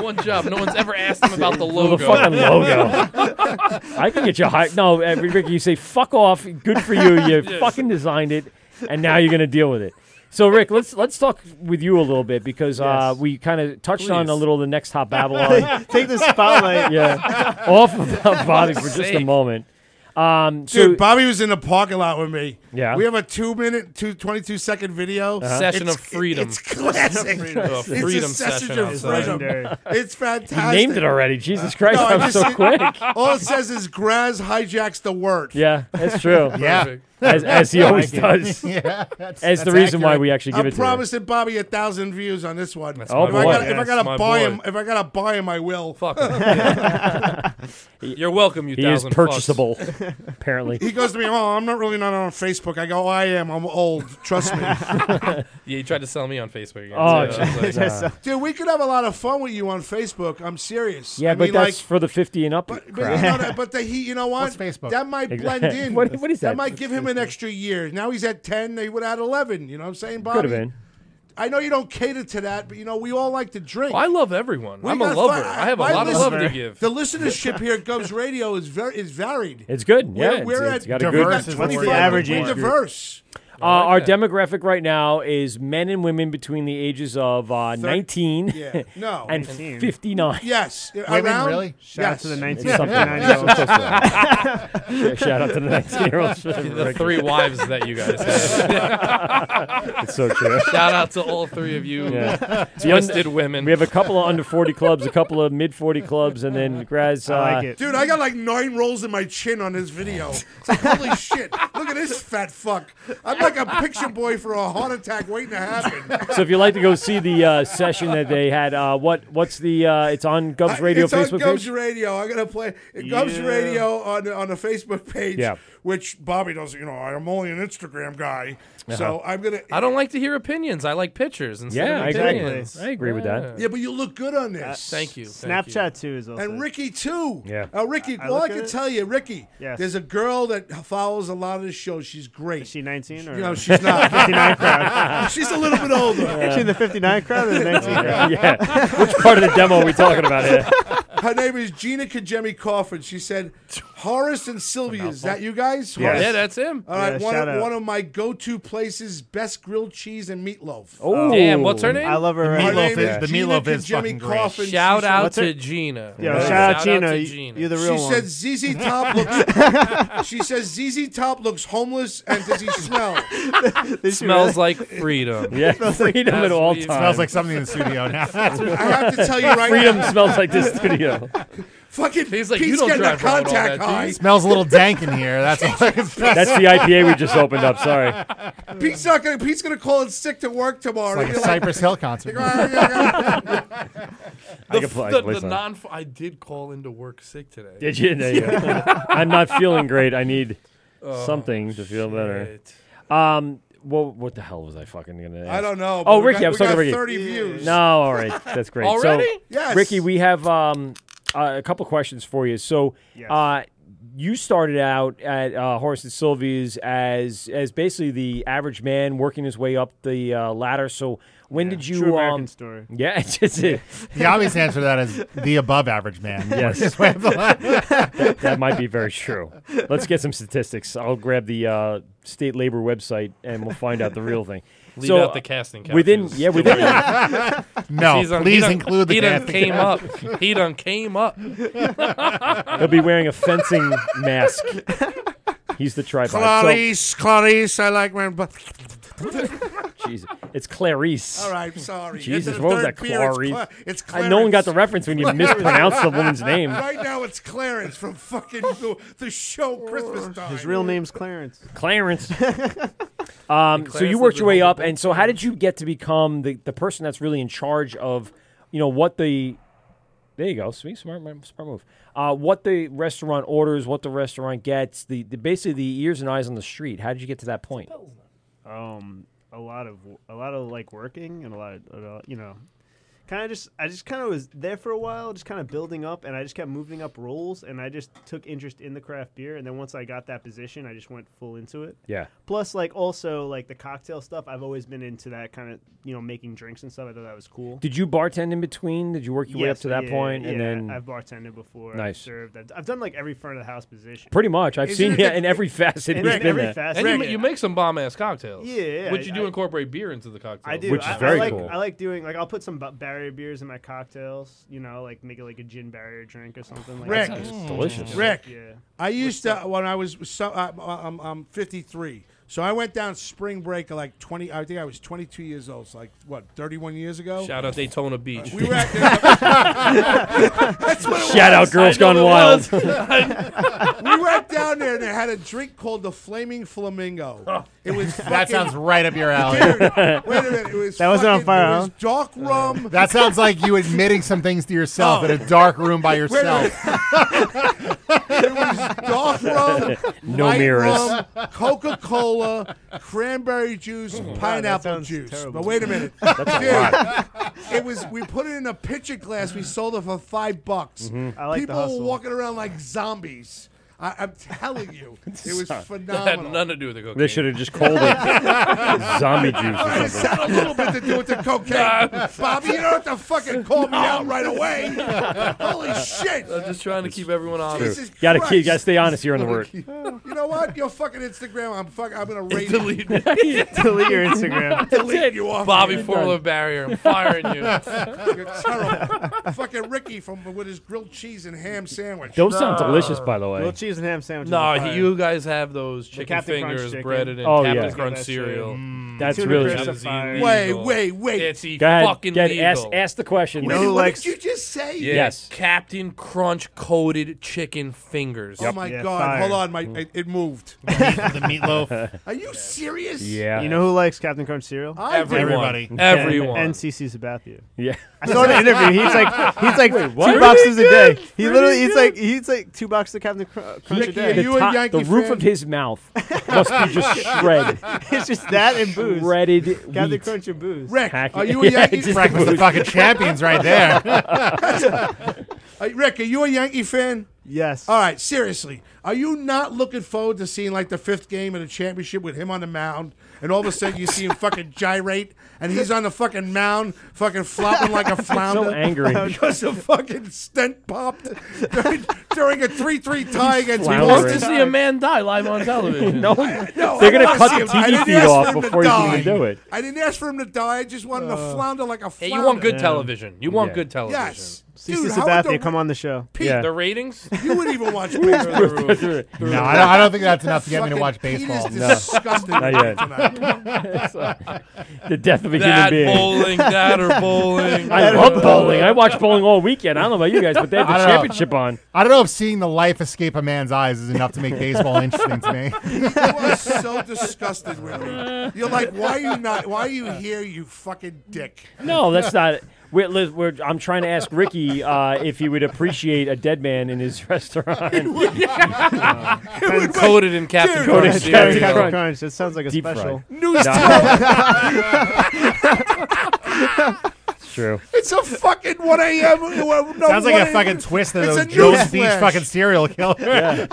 Speaker 21: One job. No one's ever asked him about the
Speaker 12: Well,
Speaker 21: logo.
Speaker 12: The fucking logo. I can get you high. No, uh, Ricky, you say fuck off. Good for you. You
Speaker 21: Yes.
Speaker 12: fucking designed it, and now you're gonna deal with it. So, Rick, let's let's talk with you a little bit because uh, we kind of touched on a
Speaker 15: Please.
Speaker 12: little of the next Hot Babylon.
Speaker 15: Take the spotlight.
Speaker 12: yeah, off about Bobby for just a
Speaker 20: Sake.
Speaker 12: moment. Um, so,
Speaker 20: Dude, Bobby was in the parking lot with me.
Speaker 12: Yeah.
Speaker 20: We have a two minute, two, 22 second video.
Speaker 14: Uh-huh. Session
Speaker 20: It's-
Speaker 14: of freedom.
Speaker 20: It's classic.
Speaker 14: Freedom. A
Speaker 20: It's a
Speaker 14: freedom
Speaker 20: session
Speaker 14: session
Speaker 20: of
Speaker 14: outside.
Speaker 20: freedom.
Speaker 14: Legendary.
Speaker 20: It's fantastic.
Speaker 12: You named it already. Jesus Christ,
Speaker 20: Uh, No, I just-
Speaker 12: I'm so quick.
Speaker 20: All it says is Graz hijacks the word.
Speaker 12: Yeah, that's true.
Speaker 20: Yeah.
Speaker 12: as, as he
Speaker 20: I
Speaker 12: always
Speaker 20: like it.
Speaker 12: does.
Speaker 20: Yeah,
Speaker 12: as the reason why we actually give
Speaker 20: I'm
Speaker 12: it to him.
Speaker 20: promising Bobby a thousand views on this one.
Speaker 12: Oh,
Speaker 20: if
Speaker 12: my
Speaker 20: I
Speaker 12: boy.
Speaker 20: gotta, if I
Speaker 12: Yes,
Speaker 20: gotta
Speaker 12: my
Speaker 20: buy
Speaker 12: boy.
Speaker 20: him, if I gotta buy him, I will.
Speaker 14: Fuck You're welcome, you
Speaker 12: He is
Speaker 14: thousand
Speaker 12: purchasable,
Speaker 14: fucks.
Speaker 12: apparently.
Speaker 20: He goes to me, oh, I'm not really not on Facebook. I go, I am. I'm old. Trust me.
Speaker 14: yeah, you tried to sell me on Facebook again.
Speaker 12: Oh,
Speaker 14: too. I was like,
Speaker 12: Jesus.
Speaker 14: nah.
Speaker 20: Dude, we could have a lot of fun with you on Facebook. I'm serious.
Speaker 12: Yeah,
Speaker 20: I
Speaker 12: but
Speaker 20: mean,
Speaker 12: that's
Speaker 20: like,
Speaker 12: for the 50 and up
Speaker 20: but,
Speaker 12: crowd.
Speaker 20: you know, that- but the he, you know what?
Speaker 13: What's Facebook?
Speaker 20: That might
Speaker 12: Exactly.
Speaker 20: blend in.
Speaker 12: What- what is that?
Speaker 20: might give him an extra year. Now he's at ten. They would add eleven. You know what I'm saying, Bobby?
Speaker 12: Could have been.
Speaker 20: I know you don't cater to that, but you know we all like to drink.
Speaker 14: I love everyone.
Speaker 20: We
Speaker 14: I'm a
Speaker 20: got
Speaker 14: lover.
Speaker 20: fi-
Speaker 14: I have a
Speaker 20: my
Speaker 14: lot of love to
Speaker 20: listener-
Speaker 14: give.
Speaker 20: The listenership here at Gov's Radio is very is varied.
Speaker 12: It's good.
Speaker 20: We're-
Speaker 12: yeah,
Speaker 20: we're
Speaker 12: it's, it's
Speaker 20: at
Speaker 12: got a
Speaker 20: we're
Speaker 12: good.
Speaker 20: at 25 we're diverse.
Speaker 12: Uh, our demographic right now is men and women between the ages of uh, 19
Speaker 20: Yeah. No.
Speaker 12: and
Speaker 20: 19.
Speaker 12: 59.
Speaker 20: Yes.
Speaker 13: Women,
Speaker 20: Around?
Speaker 13: really?
Speaker 20: Shout out to the
Speaker 12: It's
Speaker 20: 19
Speaker 12: something
Speaker 20: Yeah.
Speaker 12: like
Speaker 20: Yeah.
Speaker 12: that. So, so, so. Shout out to the 19 year olds.
Speaker 14: The three wives that you guys have.
Speaker 12: it's so true.
Speaker 14: Shout out to all three of you
Speaker 12: The un-
Speaker 14: twisted women.
Speaker 12: We have a couple of under 40 clubs, a couple of mid 40 clubs, and then Graz. Uh,
Speaker 20: Dude, I got like nine rolls in my chin on this video. It's like, holy shit. Look at this fat fuck. I'm like a picture boy for a heart attack waiting to happen.
Speaker 12: So if you'd like to go see the uh, session that they had, uh, what what's the? Uh, it's on Gubs Radio
Speaker 20: it's
Speaker 12: Facebook
Speaker 20: on Gubs
Speaker 12: page.
Speaker 20: Radio. I'm gonna play Gubs
Speaker 12: Yeah.
Speaker 20: Radio on the- on the Facebook page.
Speaker 12: Yeah.
Speaker 20: Which Bobby doesn't. You know, I'm only an Instagram guy, so
Speaker 14: Uh-huh.
Speaker 20: I'm gonna.
Speaker 14: I don't like to hear opinions. I like pictures instead
Speaker 12: Yeah, I
Speaker 14: of
Speaker 12: agree.
Speaker 14: opinions.
Speaker 12: I agree with that.
Speaker 20: Yeah, but you look good on this.
Speaker 14: Uh, thank you.
Speaker 15: Snapchat too is also.
Speaker 20: And Ricky too.
Speaker 12: Yeah.
Speaker 20: Uh, Ricky,
Speaker 15: I- I
Speaker 20: all I
Speaker 15: look at
Speaker 20: can
Speaker 15: it.
Speaker 20: tell you, Ricky,
Speaker 15: Yes.
Speaker 20: there's a girl that follows a lot of the show. She's great. Is she 19
Speaker 15: or-
Speaker 20: No, she's not.
Speaker 15: 59 crowd.
Speaker 20: she's a little bit older.
Speaker 15: Is she in the 59 crowd or the 19 crowd?
Speaker 12: yeah. Which part of the demo are we talking about here?
Speaker 20: Her name is Gina Kajemi Crawford. She said, Horace and Sylvia, is that you guys?
Speaker 14: Yeah.
Speaker 20: Horace?
Speaker 14: Yeah, that's him.
Speaker 20: All right,
Speaker 14: Yeah,
Speaker 20: one,
Speaker 14: shout
Speaker 20: of,
Speaker 14: out.
Speaker 20: one of my go-to places, best grilled cheese and meatloaf.
Speaker 14: Oh. Damn, what's her name?
Speaker 15: I love her.
Speaker 14: The
Speaker 15: Her
Speaker 14: meatloaf
Speaker 15: name
Speaker 14: is- the
Speaker 15: Gina
Speaker 14: meatloaf is
Speaker 20: Kijemi
Speaker 14: fucking great.
Speaker 20: Coffin.
Speaker 14: Shout
Speaker 20: She
Speaker 14: out
Speaker 20: said-
Speaker 14: to Gina.
Speaker 15: Yeah,
Speaker 14: Yeah.
Speaker 15: shout,
Speaker 14: Shout
Speaker 15: out
Speaker 14: out
Speaker 15: Gina.
Speaker 14: to
Speaker 15: You-
Speaker 14: Gina.
Speaker 15: You're the real
Speaker 20: she
Speaker 15: one.
Speaker 20: said ZZ Top looks. she says ZZ Top looks homeless, and does he smell?
Speaker 14: Smells like freedom.
Speaker 12: Yeah, freedom at all times.
Speaker 14: Absolutely.
Speaker 20: I have to tell you right
Speaker 12: freedom
Speaker 20: now.
Speaker 12: smells like the studio.
Speaker 20: Fucking
Speaker 14: He's like,
Speaker 20: Pete's
Speaker 14: you don't
Speaker 20: getting
Speaker 14: drive
Speaker 20: a
Speaker 14: around with all
Speaker 20: contact
Speaker 14: that, do
Speaker 20: high.
Speaker 14: you?
Speaker 13: Smells a little dank in here. That's that's
Speaker 12: That's the IPA we just opened up. Sorry.
Speaker 20: Pete's not gonna. Pete's gonna call in sick to work tomorrow.
Speaker 13: It's like
Speaker 20: He'll
Speaker 13: a
Speaker 20: be
Speaker 13: Cypress Hill concert.
Speaker 12: I
Speaker 14: The,
Speaker 12: can play- I
Speaker 14: the,
Speaker 12: can play
Speaker 14: the
Speaker 12: some.
Speaker 14: non. I did call into work sick today.
Speaker 12: Did you? There you go. I'm not feeling great. I need
Speaker 20: Oh,
Speaker 12: something to feel better. Um. Well, what the hell was I fucking gonna? Ask?
Speaker 20: I don't know, but
Speaker 12: Oh,
Speaker 20: we
Speaker 12: Ricky,
Speaker 20: got-
Speaker 12: I was
Speaker 20: we
Speaker 12: talking
Speaker 20: got
Speaker 12: to Ricky.
Speaker 20: 30 views.
Speaker 12: No, all right, that's great.
Speaker 20: Already?
Speaker 12: So,
Speaker 20: Yes.
Speaker 12: Ricky, we have um, uh, a couple questions for you. So, uh, you started out at uh, Horace and Sylvia's as as basically the average man working his way up the uh, ladder. So, when did you?
Speaker 15: True American
Speaker 12: um,
Speaker 15: story.
Speaker 12: Yeah, it's just it.
Speaker 13: The obvious answer to that is the above average man.
Speaker 12: Yes.
Speaker 13: Way up the ladder.
Speaker 12: that, that might be very true. Let's get some statistics. I'll grab the uh, state labor website and we'll find out the real thing.
Speaker 14: Leave out the casting couch.
Speaker 12: Within, yeah, within.
Speaker 13: No,
Speaker 14: He's on- he
Speaker 13: please
Speaker 14: done-
Speaker 13: include the
Speaker 14: He done
Speaker 13: casting
Speaker 14: came up.
Speaker 13: couch.
Speaker 14: He done came up.
Speaker 12: He'll be wearing a fencing mask. He's the tripod. So-
Speaker 20: Clarice, Clarice, I like when. but-
Speaker 12: Jesus. It's Clarice.
Speaker 20: All right, sorry.
Speaker 12: Jesus,
Speaker 20: It's
Speaker 12: what was
Speaker 20: third
Speaker 12: that?
Speaker 20: beer, it's
Speaker 12: Clarice.
Speaker 20: Cla- it's
Speaker 12: I- no one got the
Speaker 20: Clarence.
Speaker 12: reference when you mispronounced the woman's name.
Speaker 20: Right now, it's Clarence from fucking the, the show Christmas time.
Speaker 15: His real name's Clarence.
Speaker 12: Clarence. Um, so
Speaker 15: Clarence
Speaker 12: you worked
Speaker 15: lives
Speaker 12: your
Speaker 15: in
Speaker 12: way up, and so how did you get to become the, the person that's really in charge of, you know, what the there you go, sweet smart, mo- smart move. Uh, what the restaurant orders, what the restaurant gets, the, the basically the ears and eyes on the street. How did you get to that point?
Speaker 15: Oh. um a lot of a lot of like working and a lot of a lot- you know kind of just i just kind of was there for a while just kind of building up and i just kept moving up roles and i just took interest in the craft beer and then once i got that position i just went full into it
Speaker 12: Yeah.
Speaker 15: plus like also like the cocktail stuff i've always been into that kind of you know making drinks and stuff i thought that was cool
Speaker 12: Did you bartend in between? Did you work your way up
Speaker 15: Yes,
Speaker 12: to that
Speaker 15: yeah,
Speaker 12: point, and
Speaker 15: yeah,
Speaker 12: then
Speaker 15: I've bartended before. I've
Speaker 12: Nice.
Speaker 15: served. I've, I've done like every front of the house position.
Speaker 12: Pretty much, I've seen
Speaker 15: it
Speaker 12: you in every facet.
Speaker 15: in
Speaker 12: he's been
Speaker 15: every
Speaker 12: there.
Speaker 15: facet.
Speaker 14: And you, ma-
Speaker 15: Yeah.
Speaker 14: you make some bomb ass cocktails.
Speaker 15: Yeah, yeah,
Speaker 14: Would you
Speaker 15: I-
Speaker 14: do
Speaker 15: I-
Speaker 14: incorporate beer into the cocktails?
Speaker 15: I do,
Speaker 12: Which is
Speaker 15: I, I
Speaker 12: very
Speaker 15: like,
Speaker 12: cool.
Speaker 15: I like doing like I'll put some bu- barrier beers in my cocktails. You know, like make it like a gin barrier drink or something. Like
Speaker 20: Rick, Mm.
Speaker 15: that.
Speaker 20: Rick,
Speaker 15: Yeah.
Speaker 20: I used to when I was so uh, I'm, I'm, I'm 53, um, so I went down spring break at like 20. I think I was 22 years old. So like what, 31 years ago?
Speaker 14: Shout out Daytona Beach.
Speaker 20: We were at That's what it
Speaker 12: Shout out
Speaker 20: was.
Speaker 12: Girls
Speaker 14: I know
Speaker 12: Gone
Speaker 14: it was.
Speaker 20: we went down there and they had a drink called the Flaming Flamingo. It was
Speaker 13: That
Speaker 20: fucking-
Speaker 13: sounds right up your alley.
Speaker 20: Dude, wait a minute. It was
Speaker 13: That wasn't on
Speaker 20: fucking-
Speaker 13: fire,
Speaker 20: It was
Speaker 13: huh?
Speaker 20: dark rum.
Speaker 13: That sounds like you admitting some things to yourself
Speaker 20: Oh.
Speaker 13: in a dark room by
Speaker 20: Wait a minute.
Speaker 13: yourself.
Speaker 20: it was dark rum,
Speaker 13: No
Speaker 20: light
Speaker 13: mirrors.
Speaker 20: rum, Coca-Cola, cranberry juice, and pineapple juice. But wait a minute,
Speaker 15: That's a
Speaker 20: Dude,
Speaker 15: lot.
Speaker 20: It was we put it in a pitcher glass. We sold it for five bucks.
Speaker 15: Mhm. I like the
Speaker 20: People
Speaker 15: hustle.
Speaker 20: were walking around like zombies. I, I'm telling you, it was
Speaker 14: That had
Speaker 20: phenomenal.
Speaker 14: nothing to do with the cocaine.
Speaker 12: They should have just called it zombie juice
Speaker 20: Alright,
Speaker 12: or
Speaker 20: it's got a
Speaker 12: something.
Speaker 20: little bit to do with the cocaine. Bobby, you don't have to fucking call me out right away. Holy shit.
Speaker 14: I'm just trying to keep everyone honest.
Speaker 20: Jesus
Speaker 12: Got to keep,
Speaker 20: Christ.
Speaker 12: got to stay honest here on the word.
Speaker 20: You know what? Your fucking Instagram. I'm fuck. I'm gonna rate
Speaker 14: Delete,
Speaker 15: delete your Instagram.
Speaker 20: Delete you off.
Speaker 14: Bobby
Speaker 20: here.
Speaker 14: Forlow Barrier. I'm firing you.
Speaker 20: You're terrible. fucking Ricky from with his grilled cheese and ham sandwich.
Speaker 12: Those sound delicious, by the way.
Speaker 15: Grilled cheese and ham sandwiches.
Speaker 14: No,
Speaker 15: are
Speaker 14: he-
Speaker 15: fire.
Speaker 14: you guys have those chicken
Speaker 15: Captain Crunch
Speaker 14: fingers
Speaker 15: chicken.
Speaker 14: breaded in
Speaker 12: Oh,
Speaker 14: Captain
Speaker 12: yeah.
Speaker 14: Crunch
Speaker 15: That's
Speaker 14: cereal.
Speaker 15: true. Mm.
Speaker 12: That's
Speaker 15: Tuna
Speaker 12: really
Speaker 15: crisps
Speaker 12: good.
Speaker 15: are fire.
Speaker 20: Wait, wait, wait.
Speaker 14: It's e-
Speaker 12: Go ahead,
Speaker 14: fucking
Speaker 12: get-
Speaker 14: legal.
Speaker 12: ask- ask the question.
Speaker 20: Wait,
Speaker 12: You know who
Speaker 20: what
Speaker 12: likes-
Speaker 20: did you just say?
Speaker 14: Yeah,
Speaker 12: Yes.
Speaker 14: Captain Crunch coated chicken fingers.
Speaker 20: Oh my god! Hold on,
Speaker 12: Mm.
Speaker 20: my it, it moved. The,
Speaker 14: meatloaf.
Speaker 20: Are you serious?
Speaker 15: You know who likes Captain Crunch cereal?
Speaker 20: I do. Everybody.
Speaker 15: And-
Speaker 20: Everyone.
Speaker 15: And CC Sabathia.
Speaker 12: Yeah.
Speaker 15: I saw an interview. He's like, he's like
Speaker 12: Wait, what?
Speaker 15: two boxes a
Speaker 12: Pretty
Speaker 15: day.
Speaker 12: good.
Speaker 15: He literally
Speaker 12: Pretty
Speaker 15: eats
Speaker 12: good.
Speaker 15: like he eats like two boxes of Captain Cr- Crunch a day.
Speaker 12: the, top- the roof of his mouth must be just shredded.
Speaker 15: it's just that and booze.
Speaker 12: Shredded
Speaker 15: Captain
Speaker 12: wheat.
Speaker 15: Crunch and booze.
Speaker 20: Rick,
Speaker 12: Hack-
Speaker 20: are you a
Speaker 12: Yeah,
Speaker 20: Yankee
Speaker 12: just
Speaker 20: fan?
Speaker 12: the fucking champions right there.
Speaker 20: Uh, Rick, are you a Yankee fan?
Speaker 15: Yes.
Speaker 20: All right, seriously. Are you not looking forward to seeing like the fifth game of the championship with him on the mound and all of a sudden you see him fucking gyrate and he's on the fucking mound, fucking flopping like a flounder.
Speaker 12: angry.
Speaker 20: because a fucking stent popped during, during a three-three tie against.
Speaker 12: Floundering.
Speaker 20: Boston.
Speaker 12: Wants to
Speaker 3: see a man die live on television.
Speaker 20: No,
Speaker 12: No, they're
Speaker 20: I
Speaker 12: gonna
Speaker 20: didn't
Speaker 12: cut
Speaker 20: ask
Speaker 12: the
Speaker 20: him- I
Speaker 12: TV
Speaker 20: didn't
Speaker 12: feed
Speaker 20: ask for
Speaker 12: off
Speaker 20: him to
Speaker 12: before you can
Speaker 20: die.
Speaker 12: even do it. Uh,
Speaker 20: I didn't ask for him to die. I just wanted him to flounder like a flounder.
Speaker 14: you want good Yeah. television. You want good television.
Speaker 20: Yes.
Speaker 15: CC
Speaker 20: Dude, how would
Speaker 15: Sabathia, come on the show.
Speaker 20: Pete,
Speaker 14: The ratings?
Speaker 20: You wouldn't even watch baseball.
Speaker 13: No, I don't, I don't think that's enough to get me to watch baseball.
Speaker 12: No. Not yet. the death of a human being. I love bowling. I watch bowling all weekend. I don't know about you guys, but they have
Speaker 13: I
Speaker 12: the
Speaker 13: don't know.
Speaker 12: championship on.
Speaker 13: I don't know if seeing the life escape a man's eyes is enough to make baseball interesting to me.
Speaker 20: You are so disgusted with me. You're like, why are you not? Why are you here? You fucking dick.
Speaker 12: No, that's not. it. We're, Liz, we're, I'm trying to ask Ricky uh, if he would appreciate a dead man in his restaurant.
Speaker 14: And coated in Captain
Speaker 12: Coated in
Speaker 14: Crunch.
Speaker 12: Captain
Speaker 14: There you
Speaker 12: Crunch.
Speaker 14: go.
Speaker 15: Crunch. That sounds like a
Speaker 12: Deep
Speaker 15: special.
Speaker 12: fried.
Speaker 20: News
Speaker 12: No. It's true.
Speaker 20: It's a fucking 1 a.m. well, No,
Speaker 13: Sounds like
Speaker 20: 1
Speaker 13: a fucking twist of
Speaker 20: It's a
Speaker 13: those Joe's
Speaker 20: news
Speaker 13: Beach
Speaker 20: flash.
Speaker 13: fucking serial killer.
Speaker 12: You're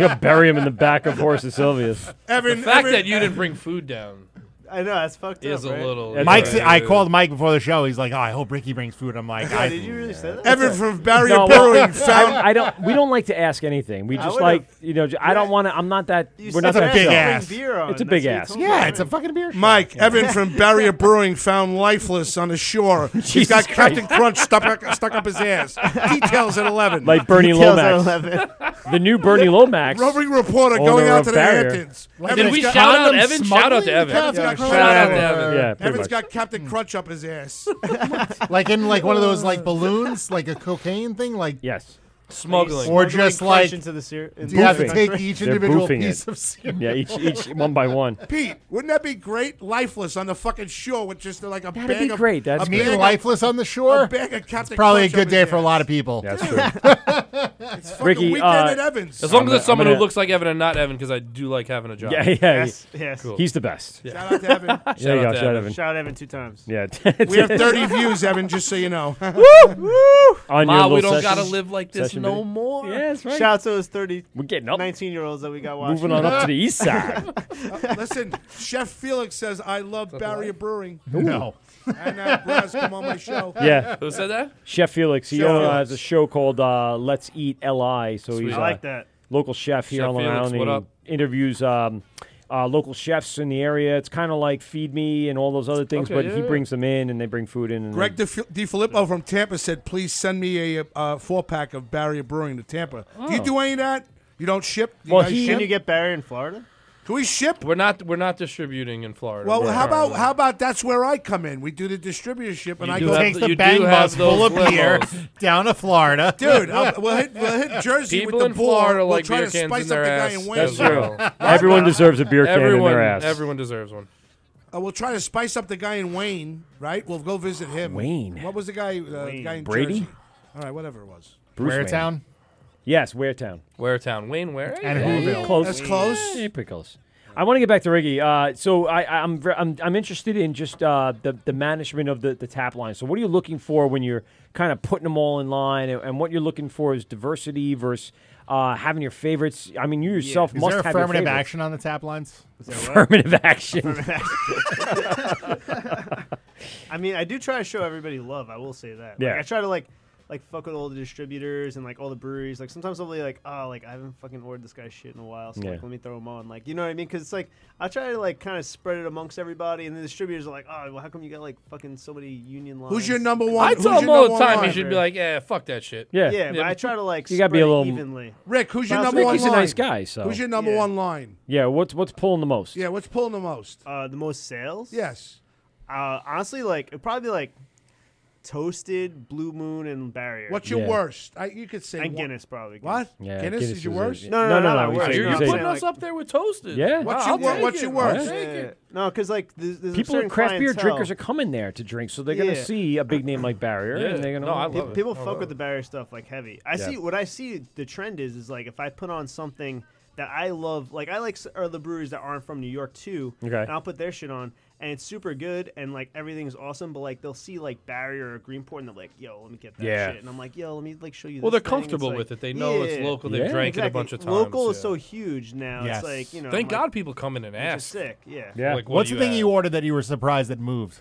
Speaker 12: going to bury him in the back of Horses Sylvius.
Speaker 20: Evan,
Speaker 14: the fact
Speaker 20: Evan-
Speaker 14: that you didn't bring food down
Speaker 15: I know that's fucked
Speaker 14: is
Speaker 15: up.
Speaker 14: a
Speaker 15: right?
Speaker 14: little.
Speaker 13: Mike's,
Speaker 14: Yeah.
Speaker 13: I called Mike before the show. He's like, "Oh, I hope Ricky brings food." I'm like, I,
Speaker 15: did you really say that?
Speaker 20: Evan from Barrier
Speaker 12: No, well,
Speaker 20: Brewing found
Speaker 12: I, I don't. We don't like to ask anything. We
Speaker 20: I
Speaker 12: just
Speaker 20: would've-
Speaker 12: like you know. j- I don't want to. I'm not that. We're not
Speaker 13: said
Speaker 12: that
Speaker 13: bring
Speaker 12: show.
Speaker 13: ass.
Speaker 15: beer on,
Speaker 12: It's a
Speaker 15: that's
Speaker 12: big
Speaker 15: what you
Speaker 12: ass.
Speaker 15: told
Speaker 13: Yeah, it's a fucking beer.
Speaker 20: Mike Evan from Barrier Brewing found lifeless on the shore. He's
Speaker 12: Jesus
Speaker 20: got
Speaker 12: Christ.
Speaker 20: Captain Crunch stuck, stuck up his ass. Details at eleven.
Speaker 12: Like Bernie Lomax. the new Bernie Lomax.
Speaker 20: Roving reporter
Speaker 12: Owner
Speaker 20: going out
Speaker 12: of
Speaker 20: to the
Speaker 12: Barrier.
Speaker 20: Hamptons.
Speaker 12: Like,
Speaker 20: Evan's
Speaker 12: did we
Speaker 20: got-
Speaker 12: shout out
Speaker 20: Condom
Speaker 12: Evan? Shout out to
Speaker 20: smuggling?
Speaker 12: Evan.
Speaker 20: Captain
Speaker 12: Yeah,
Speaker 20: Crunch.
Speaker 12: shout out to Evan. Yeah, pretty
Speaker 20: Evan's
Speaker 12: much.
Speaker 20: got Captain Crunch up his ass.
Speaker 13: like in like one of those like balloons, like a cocaine thing, like
Speaker 12: yes,
Speaker 14: Smuggling.
Speaker 13: or just
Speaker 15: Smuggling
Speaker 13: like
Speaker 15: Crunch into the ser-
Speaker 13: do you have to
Speaker 12: Boofing.
Speaker 13: take each
Speaker 12: They're
Speaker 13: individual
Speaker 12: boofing
Speaker 13: piece
Speaker 12: it.
Speaker 13: of cereal?
Speaker 12: Yeah, each each one by one.
Speaker 20: Pete, wouldn't that be great? Lifeless on the fucking shore with just like a
Speaker 12: That'd
Speaker 20: bag
Speaker 12: be
Speaker 20: of
Speaker 12: great. That's
Speaker 20: a
Speaker 12: great.
Speaker 20: bag
Speaker 13: Being
Speaker 20: of-
Speaker 13: lifeless on the shore.
Speaker 20: a bag of Captain
Speaker 13: probably a
Speaker 20: Crunch
Speaker 13: good
Speaker 20: up
Speaker 13: day
Speaker 20: his
Speaker 13: for a lot of people.
Speaker 12: That's
Speaker 20: It's fucking
Speaker 12: Ricky,
Speaker 20: weekend
Speaker 12: uh,
Speaker 20: at Evans.
Speaker 14: As long as it's someone
Speaker 12: gonna-
Speaker 14: who looks like Evan and not Evan, because I do like having a job.
Speaker 12: Yeah, yeah.
Speaker 15: Yes, yes.
Speaker 12: He's the best.
Speaker 14: Yeah.
Speaker 20: Shout out to Evan.
Speaker 12: There
Speaker 14: Shout
Speaker 12: you go.
Speaker 14: out to
Speaker 12: Shout out
Speaker 14: Evan.
Speaker 12: Evan.
Speaker 15: Shout Evan two times.
Speaker 12: Yeah.
Speaker 20: we have 30 views, Evan, just so you know.
Speaker 12: Woo! Woo! On
Speaker 14: Ma,
Speaker 12: your
Speaker 14: we
Speaker 12: little
Speaker 14: don't gotta
Speaker 12: session-
Speaker 14: live like this
Speaker 12: session
Speaker 14: no
Speaker 12: video.
Speaker 14: more.
Speaker 12: Yeah, that's right.
Speaker 15: Shout out to those 30,
Speaker 12: We're getting up.
Speaker 15: 19 year olds that we got watching.
Speaker 12: Moving on up to the east side.
Speaker 20: Uh, listen, Chef Felix says, I love Barrier Brewing.
Speaker 13: No.
Speaker 20: And uh, Braz, come on my show.
Speaker 12: Yeah.
Speaker 14: Who said that?
Speaker 12: Chef Felix. He
Speaker 14: Chef
Speaker 12: owns-
Speaker 14: Felix.
Speaker 12: has a show called uh, Let's Eat Li. So
Speaker 14: Sweet.
Speaker 12: he's
Speaker 14: I
Speaker 12: a
Speaker 14: like that.
Speaker 12: local chef here
Speaker 14: Chef
Speaker 12: on Long
Speaker 14: Felix,
Speaker 12: Island. He
Speaker 14: what up?
Speaker 12: Interviews um, uh, local chefs in the area. It's kind of like Feed Me and all those other things,
Speaker 14: Okay,
Speaker 12: but
Speaker 14: yeah,
Speaker 12: he
Speaker 14: yeah.
Speaker 12: brings them in and they bring food in. And
Speaker 20: Greg DeFi- DiFilippo from Tampa said, please send me a uh, four pack of Barrier Brewing to Tampa. Do you
Speaker 14: Oh.
Speaker 20: do any of that? You don't ship? Do
Speaker 12: Well,
Speaker 20: you guys
Speaker 12: he-
Speaker 20: ship?
Speaker 15: Can you get Barry in Florida?
Speaker 20: Can we ship?
Speaker 14: We're not. We're not distributing in Florida.
Speaker 20: Well,
Speaker 14: We're
Speaker 20: how about
Speaker 14: currently-
Speaker 20: how about that's where I come in? We do the distributorship, and
Speaker 14: You
Speaker 20: I
Speaker 14: do
Speaker 20: go
Speaker 14: have
Speaker 13: Takes
Speaker 14: the-
Speaker 13: the
Speaker 14: you
Speaker 13: bang
Speaker 14: do have
Speaker 13: bus full
Speaker 14: those
Speaker 13: of beer
Speaker 14: limos.
Speaker 13: down to Florida,
Speaker 20: Dude, I'll- we'll hit we'll hit Jersey
Speaker 14: People
Speaker 20: with the
Speaker 14: in Florida
Speaker 20: board. We'll
Speaker 14: like
Speaker 20: try
Speaker 14: beer
Speaker 20: to
Speaker 14: cans
Speaker 20: spice
Speaker 14: in
Speaker 20: up
Speaker 14: their
Speaker 20: the guy
Speaker 14: ass.
Speaker 20: and win.
Speaker 14: That's true.
Speaker 12: Everyone deserves a beer can in their
Speaker 14: everyone,
Speaker 12: ass.
Speaker 14: Everyone deserves one.
Speaker 20: Uh, we'll try to spice up the guy in Wayne, right? We'll go visit him.
Speaker 12: Wayne.
Speaker 20: What was the guy? Uh, the guy in
Speaker 12: Brady?
Speaker 20: Jersey? All right, whatever it was.
Speaker 12: Bruce Wayne.
Speaker 13: Waretown?
Speaker 12: Yes, Waretown.
Speaker 14: Waretown, Wayne, where?
Speaker 13: And
Speaker 12: Yeah, Close.
Speaker 20: That's close.
Speaker 12: Yeah, pretty close. I want to get back to Ricky. Uh, so I, I- I'm, ver- I'm I'm interested in just uh, the the management of the, the tap line. So what are you looking for when you're kind of putting them all in line, and, and what you're looking for is diversity versus uh, having your favorites. I mean, you yourself
Speaker 13: Is
Speaker 12: must
Speaker 13: there
Speaker 12: have your
Speaker 13: affirmative
Speaker 12: favorites.
Speaker 13: action on the tap lines?
Speaker 12: Affirmative action.
Speaker 15: I mean, I do try to show everybody love. I will say that.
Speaker 12: Yeah.
Speaker 15: Like, I try to like, like fuck with all the distributors and like all the breweries. Like sometimes I'll be like, oh, like I haven't fucking ordered this guy's shit in a while, so
Speaker 12: Yeah.
Speaker 15: like let me throw him on. Like you know what I mean? Because it's like I try to like kind of spread it amongst everybody, and the distributors are like, oh, well, how come you got like fucking so many union lines?
Speaker 20: Who's your number one?
Speaker 14: I
Speaker 20: who's
Speaker 14: tell
Speaker 20: your
Speaker 14: him all
Speaker 20: number
Speaker 14: the
Speaker 20: one
Speaker 14: time.
Speaker 20: line?
Speaker 14: You should be like, yeah, fuck that shit.
Speaker 12: Yeah.
Speaker 15: Yeah, but I try to like.
Speaker 12: You gotta be a
Speaker 15: spread it
Speaker 12: little-
Speaker 15: evenly.
Speaker 20: Rick, who's your
Speaker 15: But I
Speaker 20: number
Speaker 15: also-
Speaker 20: one
Speaker 12: Ricky's a
Speaker 20: line?
Speaker 12: nice guy, so.
Speaker 20: Who's your number
Speaker 15: Yeah.
Speaker 20: one line?
Speaker 12: yeah. What's what's pulling the most?
Speaker 20: Yeah, what's pulling the most?
Speaker 15: Uh, the most sales?
Speaker 20: Yes.
Speaker 15: Uh, honestly, like it'd probably be like toasted, blue moon, and barrier.
Speaker 20: What's your worst? I, you could say
Speaker 15: And
Speaker 20: one.
Speaker 15: Guinness probably.
Speaker 20: What?
Speaker 12: Yeah,
Speaker 20: Guinness,
Speaker 12: Guinness
Speaker 20: is your
Speaker 12: is a-
Speaker 20: worst?
Speaker 12: No, no, no, no, we say-
Speaker 14: You're
Speaker 12: we say-
Speaker 14: putting us up there with toasted.
Speaker 12: Yeah.
Speaker 20: What's your
Speaker 14: I'll
Speaker 20: wor-
Speaker 14: take
Speaker 20: what's
Speaker 14: it.
Speaker 20: your
Speaker 14: I'll
Speaker 20: worst?
Speaker 14: take it.
Speaker 15: No, because like there's, there's a
Speaker 12: People,
Speaker 15: certain
Speaker 12: craft beer
Speaker 15: clientele.
Speaker 12: drinkers are coming there to drink, so they're going to
Speaker 15: Yeah.
Speaker 12: see a big name like Barrier,
Speaker 14: Yeah.
Speaker 12: and they're going to.
Speaker 14: No, I
Speaker 15: Pe-
Speaker 14: love it.
Speaker 15: people
Speaker 14: I
Speaker 15: fuck
Speaker 14: love
Speaker 15: with the barrier stuff like heavy. I
Speaker 12: Oh, Yeah.
Speaker 15: see what I see. The trend is is like if I put on something that I love, like I like s- are the breweries that aren't from New York too.
Speaker 12: Okay.
Speaker 15: and I'll put their shit on, and it's super good and like everything's awesome. But like they'll see like Barrier or Greenport and they're like, "Yo, let me get that
Speaker 14: Yeah.
Speaker 15: shit," and I'm like, "Yo, let me like show you."
Speaker 14: Well,
Speaker 15: this
Speaker 14: they're
Speaker 15: thing." It's
Speaker 14: comfortable
Speaker 15: like-
Speaker 14: with it. They know it's
Speaker 15: Yeah.
Speaker 14: local. They've drank it a
Speaker 15: Exactly.
Speaker 14: bunch of times,
Speaker 15: Local is
Speaker 14: yeah.
Speaker 15: so huge now.
Speaker 14: Yes.
Speaker 15: It's like you know.
Speaker 14: Thank
Speaker 15: I'm
Speaker 14: God
Speaker 15: like,
Speaker 14: people come in and
Speaker 15: "This is
Speaker 14: ask."
Speaker 15: Sick. Yeah.
Speaker 14: Like, what
Speaker 13: What's
Speaker 14: do
Speaker 13: the
Speaker 14: you
Speaker 13: thing
Speaker 14: add?
Speaker 13: you ordered that you were surprised that moved?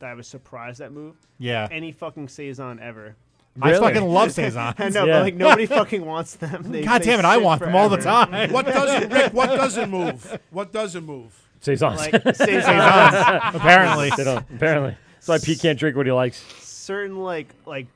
Speaker 15: that I was surprised that move.
Speaker 13: Yeah.
Speaker 15: Any fucking saison ever.
Speaker 13: I Really? fucking love saisons.
Speaker 15: I know,
Speaker 13: Yeah.
Speaker 15: but like nobody fucking wants them. They,
Speaker 13: God
Speaker 15: they
Speaker 13: damn it, I
Speaker 15: sit
Speaker 13: want them all the
Speaker 15: forever.
Speaker 13: time.
Speaker 20: What doesn't Rick? What doesn't move? What doesn't move?
Speaker 12: Saisons.
Speaker 15: Like,
Speaker 20: saisons.
Speaker 15: Apparently.
Speaker 12: They don't- apparently. So why Pete can't drink what he likes.
Speaker 15: Certain like like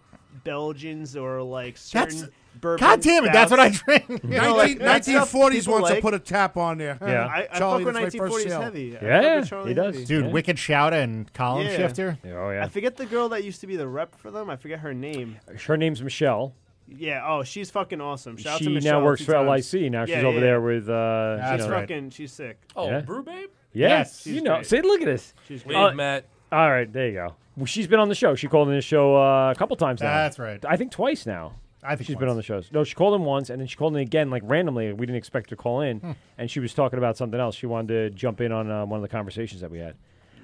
Speaker 15: Belgians or like certain
Speaker 13: That's-
Speaker 15: bourbon.
Speaker 13: God damn it, that's what I drink.
Speaker 15: Nineteen
Speaker 13: You
Speaker 15: forties
Speaker 13: know, like, that stuff
Speaker 20: 1940s wants to put a tap on there.
Speaker 13: Yeah.
Speaker 15: I, I
Speaker 20: Charlie,
Speaker 15: fuck with
Speaker 20: that's my first
Speaker 15: 1940s
Speaker 20: sale.
Speaker 15: heavy. I fuck
Speaker 13: Yeah,
Speaker 15: with Charlie
Speaker 13: he does.
Speaker 15: Heavy.
Speaker 13: Dude, Wicked Shout and Column
Speaker 15: Yeah.
Speaker 13: Shifter.
Speaker 12: Oh yeah.
Speaker 15: I forget the girl that used to be the rep for them. I forget her name.
Speaker 12: Her name's Michelle.
Speaker 15: Yeah. Oh, she's fucking awesome. Shout out to
Speaker 12: she
Speaker 15: Michelle
Speaker 12: now works
Speaker 15: two
Speaker 12: for
Speaker 15: times.
Speaker 12: LIC. Now
Speaker 15: Yeah,
Speaker 12: she's over
Speaker 15: yeah.
Speaker 12: there with. Uh, you
Speaker 15: she's
Speaker 12: know-
Speaker 15: fucking. She's sick.
Speaker 12: Oh, Yeah. Brew
Speaker 15: Babe.
Speaker 12: Yeah,
Speaker 15: Yes,
Speaker 12: you
Speaker 15: she's
Speaker 12: know.
Speaker 15: great.
Speaker 12: See, look at this.
Speaker 15: She's
Speaker 12: Uh,
Speaker 15: great.
Speaker 12: All right, there you go. Well, she's been on the show. She called in the show uh, a couple times now.
Speaker 13: That's right.
Speaker 12: I think twice now.
Speaker 13: I think
Speaker 12: she's been on the shows. No, she called in once, and then she called in again, like randomly. We didn't expect her to call in,
Speaker 13: Hmm.
Speaker 12: and she was talking about something else. She wanted to jump in on uh, one of the conversations that we had.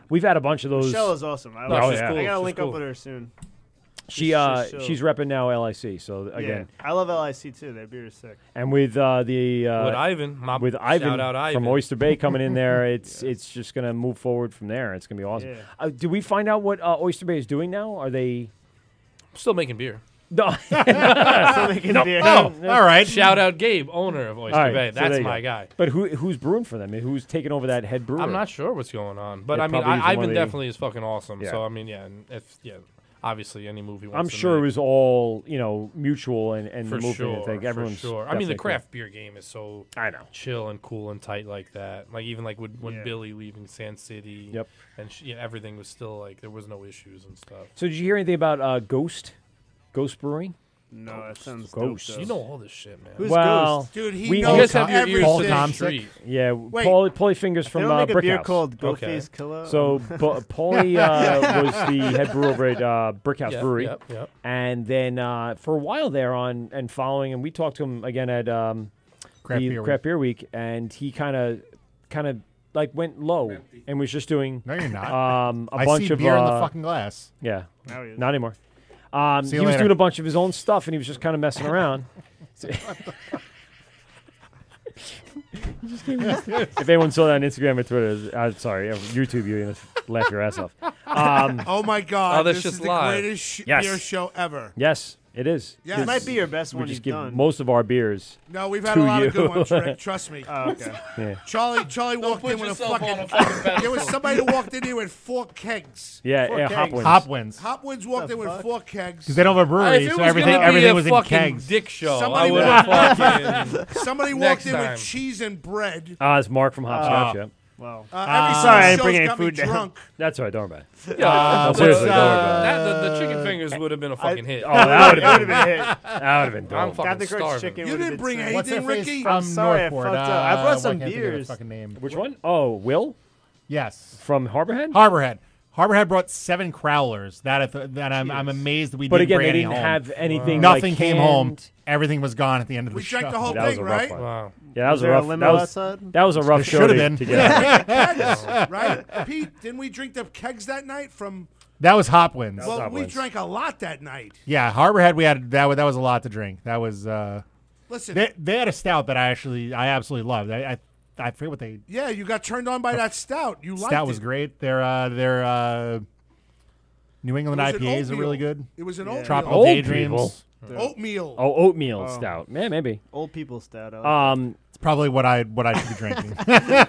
Speaker 12: We've had a bunch of those.
Speaker 15: Michelle is awesome. I, love
Speaker 12: Oh,
Speaker 15: her.
Speaker 12: yeah.
Speaker 15: I gotta
Speaker 12: She's
Speaker 15: link
Speaker 12: cool.
Speaker 15: up with her soon.
Speaker 12: She uh,
Speaker 15: so-
Speaker 12: she's repping now LIC. So th- again,
Speaker 15: Yeah. I love LIC too. Their beer is sick.
Speaker 12: and with uh, the uh,
Speaker 14: With Ivan, my-
Speaker 12: with
Speaker 14: shout
Speaker 12: Ivan,
Speaker 14: out Ivan.
Speaker 12: from Oyster Bay coming in there, it's it's just gonna move forward from there. It's gonna be awesome.
Speaker 14: Yeah.
Speaker 12: Uh, do we find out what uh, Oyster Bay is doing now? Are they?
Speaker 14: Still making beer.
Speaker 12: No. No.
Speaker 14: Shout out Gabe, owner of Oyster
Speaker 12: All right,
Speaker 14: Bay.
Speaker 12: so
Speaker 14: That's
Speaker 12: there you
Speaker 14: my
Speaker 12: go.
Speaker 14: guy.
Speaker 12: But who who's brewing for them? Who's taking over that head brewer?
Speaker 14: I'm not sure what's going on, but
Speaker 12: It
Speaker 14: I mean,
Speaker 12: probably is one
Speaker 14: I,
Speaker 12: of
Speaker 14: Ivan
Speaker 12: the-
Speaker 14: definitely is fucking awesome.
Speaker 12: Yeah.
Speaker 14: So I mean, yeah, and if yeah, obviously any movie. Wants
Speaker 12: I'm
Speaker 14: to
Speaker 12: sure it
Speaker 14: make.
Speaker 12: was all you know mutual and and
Speaker 14: for
Speaker 12: the movement.
Speaker 14: sure.
Speaker 12: I think everyone's
Speaker 14: for sure. I mean, the
Speaker 12: definitely-
Speaker 14: craft beer game is so
Speaker 12: I know
Speaker 14: chill and cool and tight like that. Like even like with, when Billy leaving San City.
Speaker 12: Yep.
Speaker 14: And she, yeah, everything was still like there was no issues and stuff.
Speaker 12: So did you hear anything about uh, Ghost? Ghost Brewing?
Speaker 15: No, that sounds dope,
Speaker 12: Ghost.
Speaker 14: though. You know all this shit, man. Who's
Speaker 12: well,
Speaker 14: Ghost? Dude, he
Speaker 12: we
Speaker 14: knows You guys have your ears
Speaker 12: Paul
Speaker 14: to the
Speaker 12: Tomsic?
Speaker 14: street.
Speaker 12: Yeah,
Speaker 14: Wait.
Speaker 12: Paul, Paulie Fingers
Speaker 14: They
Speaker 12: from
Speaker 14: don't
Speaker 12: uh,
Speaker 14: make a beer
Speaker 12: Brickhouse.
Speaker 14: called Goat Okay. Face
Speaker 15: Killer?
Speaker 12: So Bo- Paulie uh, was the head brewer over at uh, Brickhouse
Speaker 14: Yep,
Speaker 12: Brewery,
Speaker 14: yep, yep.
Speaker 12: and then uh, for a while there on and following, and we talked to him again at um,
Speaker 13: Craft
Speaker 12: the
Speaker 13: Beer Week.
Speaker 12: Craft Beer Week, and he kind of, kind of like went low and was just doing. No,
Speaker 13: you're not.
Speaker 12: Um, a
Speaker 13: I see
Speaker 12: bunch of
Speaker 13: beer in the
Speaker 12: uh,
Speaker 13: fucking glass.
Speaker 12: Yeah,
Speaker 13: Now he is.
Speaker 12: not anymore. Um,
Speaker 13: See
Speaker 12: he
Speaker 13: you
Speaker 12: was
Speaker 13: later.
Speaker 12: doing a bunch of his own stuff, and he was just kind of messing around. if anyone saw that on Instagram or Twitter, it's- I'm sorry, uh, YouTube, you're gonna laugh your ass off. Um,
Speaker 20: oh my God!
Speaker 14: Oh, that's
Speaker 20: this
Speaker 14: just
Speaker 20: is the
Speaker 14: live.
Speaker 20: greatest sh-
Speaker 12: Yes.
Speaker 20: beer show ever.
Speaker 12: yes, it is.
Speaker 20: Yes. It might be your best
Speaker 12: we
Speaker 20: one
Speaker 12: just
Speaker 20: you've
Speaker 12: give
Speaker 20: done.
Speaker 12: most of our beers.
Speaker 20: No, we've had a
Speaker 12: to
Speaker 20: lot
Speaker 12: you.
Speaker 20: of good ones, Rick. Trust me.
Speaker 15: Oh, okay.
Speaker 12: Yeah.
Speaker 20: Charlie, Charlie walked
Speaker 16: put
Speaker 20: in with a
Speaker 16: yourself on
Speaker 20: fucking.
Speaker 16: a fucking
Speaker 20: there was
Speaker 16: pedestal.
Speaker 20: somebody that walked in here with four kegs.
Speaker 12: Yeah,
Speaker 20: four
Speaker 12: yeah,
Speaker 20: kegs.
Speaker 12: Hopwins.
Speaker 13: Hopwins.
Speaker 20: Hopwins walked in with four kegs.
Speaker 13: 'Cause they don't have a brewery,
Speaker 14: if it
Speaker 13: so
Speaker 14: was
Speaker 13: everything-
Speaker 14: gonna be
Speaker 13: everything
Speaker 14: a
Speaker 13: was in
Speaker 14: fucking
Speaker 13: kegs.
Speaker 14: Dick show.
Speaker 20: Somebody
Speaker 14: I would
Speaker 20: walked-
Speaker 14: have fucking.
Speaker 20: Somebody walked
Speaker 14: Next
Speaker 20: in
Speaker 14: time.
Speaker 20: with cheese and bread.
Speaker 12: Ah, it's Mark from Hop Scotch,
Speaker 20: Oh.
Speaker 12: yeah.
Speaker 15: Wow.
Speaker 20: Uh, every
Speaker 12: Ah.
Speaker 20: single Sorry, I didn't bring show's any got me food down. drunk.
Speaker 12: That's all right, don't worry about it.
Speaker 14: Yeah,
Speaker 12: No,
Speaker 14: Uh, but,
Speaker 12: seriously, don't worry
Speaker 14: uh,
Speaker 12: about it.
Speaker 14: that- the- the chicken fingers would have been a fucking hit.
Speaker 12: Oh, that would have
Speaker 14: It
Speaker 12: been,
Speaker 14: would have been a hit.
Speaker 12: That would have been dope.
Speaker 14: I'm fucking Got the gross starving.
Speaker 15: chicken
Speaker 20: You didn't bring anything, Ricky.
Speaker 13: I'm
Speaker 15: sorry, I
Speaker 13: Northport.
Speaker 15: fucked up.
Speaker 13: Uh,
Speaker 15: I
Speaker 13: why
Speaker 15: brought some
Speaker 13: can't I think of their
Speaker 15: beers.
Speaker 13: Fucking name.
Speaker 12: Which one? Oh, Will.
Speaker 13: Yes.
Speaker 12: From Harborhead.
Speaker 13: Harborhead. Harborhead brought seven crowlers. That I th- that I'm, I'm amazed that we.
Speaker 12: But
Speaker 13: didn't
Speaker 12: again,
Speaker 13: bring
Speaker 12: they
Speaker 13: any
Speaker 12: didn't
Speaker 13: home.
Speaker 12: have anything like
Speaker 13: Nothing came home.
Speaker 12: canned.
Speaker 13: Everything was gone at the end of the show.
Speaker 12: that was a rough One.
Speaker 14: Wow.
Speaker 12: Yeah, that was,
Speaker 13: Was there
Speaker 12: a
Speaker 13: a
Speaker 12: rough.
Speaker 13: limo
Speaker 12: that was,
Speaker 13: outside?
Speaker 12: That was a rough
Speaker 13: There
Speaker 12: show
Speaker 13: should
Speaker 12: to,
Speaker 13: have been.
Speaker 12: to
Speaker 13: Yeah.
Speaker 12: get.
Speaker 20: kegs, right? Pete, didn't we drink the kegs that night from?
Speaker 13: That was Hopwins.
Speaker 20: well, we drank a lot that night.
Speaker 13: Yeah, Harborhead. We had that. wa- That was a lot to drink. That was. uh
Speaker 20: Listen.
Speaker 13: they, they had a stout that I actually I absolutely loved. I I, I forget what they
Speaker 20: Yeah, you got turned on by that stout. You liked
Speaker 13: stout was
Speaker 20: it.
Speaker 13: great. Their uh their uh New England
Speaker 20: It was an
Speaker 13: IPAs are really
Speaker 20: oatmeal.
Speaker 13: good.
Speaker 20: It was an oatmeal.
Speaker 13: Tropical
Speaker 20: Old
Speaker 12: people.
Speaker 13: Daydreams.
Speaker 20: Oatmeal.
Speaker 12: Oh, oatmeal
Speaker 15: Oh.
Speaker 12: stout. Man, maybe.
Speaker 15: Old people stout. I like
Speaker 12: Um,
Speaker 13: it's probably what I what I should be drinking.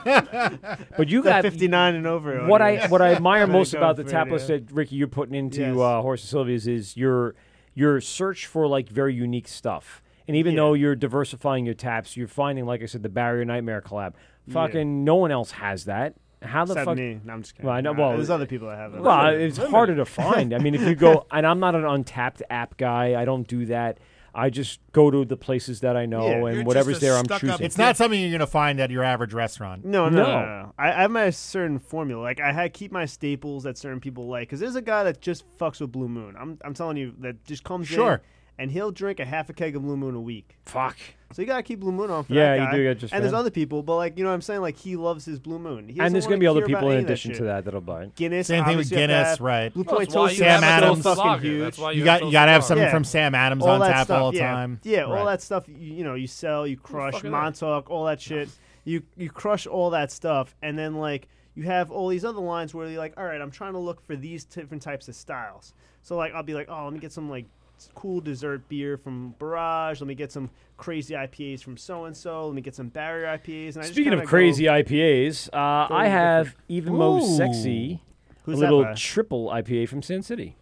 Speaker 12: but you
Speaker 15: The
Speaker 12: got
Speaker 15: 59 and over
Speaker 12: What I
Speaker 15: audience.
Speaker 12: what I admire
Speaker 15: Gotta
Speaker 12: most
Speaker 15: go
Speaker 12: about the
Speaker 15: for it,
Speaker 12: tap list
Speaker 15: yeah.
Speaker 12: that Ricky you're putting into
Speaker 15: Yes.
Speaker 12: uh, Horse and Sylvia's is your your search for like very unique stuff. And even though you're diversifying your taps, you're finding, like I said, the Barrier Nightmare collab.
Speaker 15: Yeah.
Speaker 12: Fucking no one else has that. How the
Speaker 15: Except
Speaker 12: fuck?
Speaker 15: me. No, I'm just kidding.
Speaker 12: Well, I know.
Speaker 15: No,
Speaker 12: Well,
Speaker 15: there's other people that have it.
Speaker 12: Well,
Speaker 15: Limited.
Speaker 12: it's
Speaker 15: Limited.
Speaker 12: harder to find. I mean, if you go, and I'm not an untapped app guy. I don't do that. I just go to the places that I know,
Speaker 13: Yeah.
Speaker 12: and whatever's there, I'm choosing.
Speaker 13: It's not something you're gonna find at your average restaurant.
Speaker 15: No, no, no. no, no. I, I have my certain formula. Like I had keep my staples that certain people like. Because there's a guy that just fucks with Blue Moon. I'm, I'm telling you that just comes in
Speaker 13: Sure.
Speaker 15: and he'll drink a half a keg of Blue Moon a week.
Speaker 12: Fuck.
Speaker 15: So you gotta keep Blue Moon on for
Speaker 12: Yeah,
Speaker 15: that
Speaker 12: you
Speaker 15: guy.
Speaker 12: do gotta just
Speaker 15: and there's
Speaker 12: fan.
Speaker 15: other people, but like you know what I'm saying, like he loves his Blue Moon. He doesn't
Speaker 12: and there's
Speaker 15: wanna
Speaker 12: going to be other
Speaker 15: hear about
Speaker 12: people in
Speaker 15: any of
Speaker 12: addition to
Speaker 15: shit.
Speaker 12: that that'll buy.
Speaker 15: Guinness.
Speaker 4: Same thing with
Speaker 15: obviously you have to
Speaker 4: Guinness,
Speaker 15: have
Speaker 4: right.
Speaker 15: Blue
Speaker 4: Well,
Speaker 15: Point
Speaker 4: that's why
Speaker 15: Toast
Speaker 4: you
Speaker 15: Sam
Speaker 4: have a
Speaker 15: Adams,
Speaker 4: Pilsner
Speaker 15: fucking
Speaker 4: lager.
Speaker 15: huge.
Speaker 4: That's why you You have got- you gotta have Pilsner something from Sam Adams
Speaker 15: all
Speaker 4: on
Speaker 15: that
Speaker 4: tap
Speaker 15: stuff,
Speaker 4: all the
Speaker 15: yeah.
Speaker 4: time.
Speaker 15: Yeah, all
Speaker 4: Right.
Speaker 15: that stuff. You, you know, you sell, you crush
Speaker 4: fuck is that?
Speaker 15: Montauk, all that shit. You you crush all that stuff, and then like you have all these other lines where you're like, all right, I'm trying to look for these different types of styles. So like I'll be like, oh, let me get some like s- cool dessert beer from Barrage. Let me get some crazy IPAs from so and so. Let me get some Barrier IPAs. And I just
Speaker 12: Speaking
Speaker 15: kinda
Speaker 12: of
Speaker 15: go-
Speaker 12: crazy IPAs, uh, I
Speaker 15: Totally
Speaker 12: have
Speaker 15: different.
Speaker 12: even more
Speaker 15: Ooh.
Speaker 12: sexy,
Speaker 15: Who's
Speaker 12: a
Speaker 15: that
Speaker 12: little
Speaker 15: by?
Speaker 12: triple IPA from Sin City.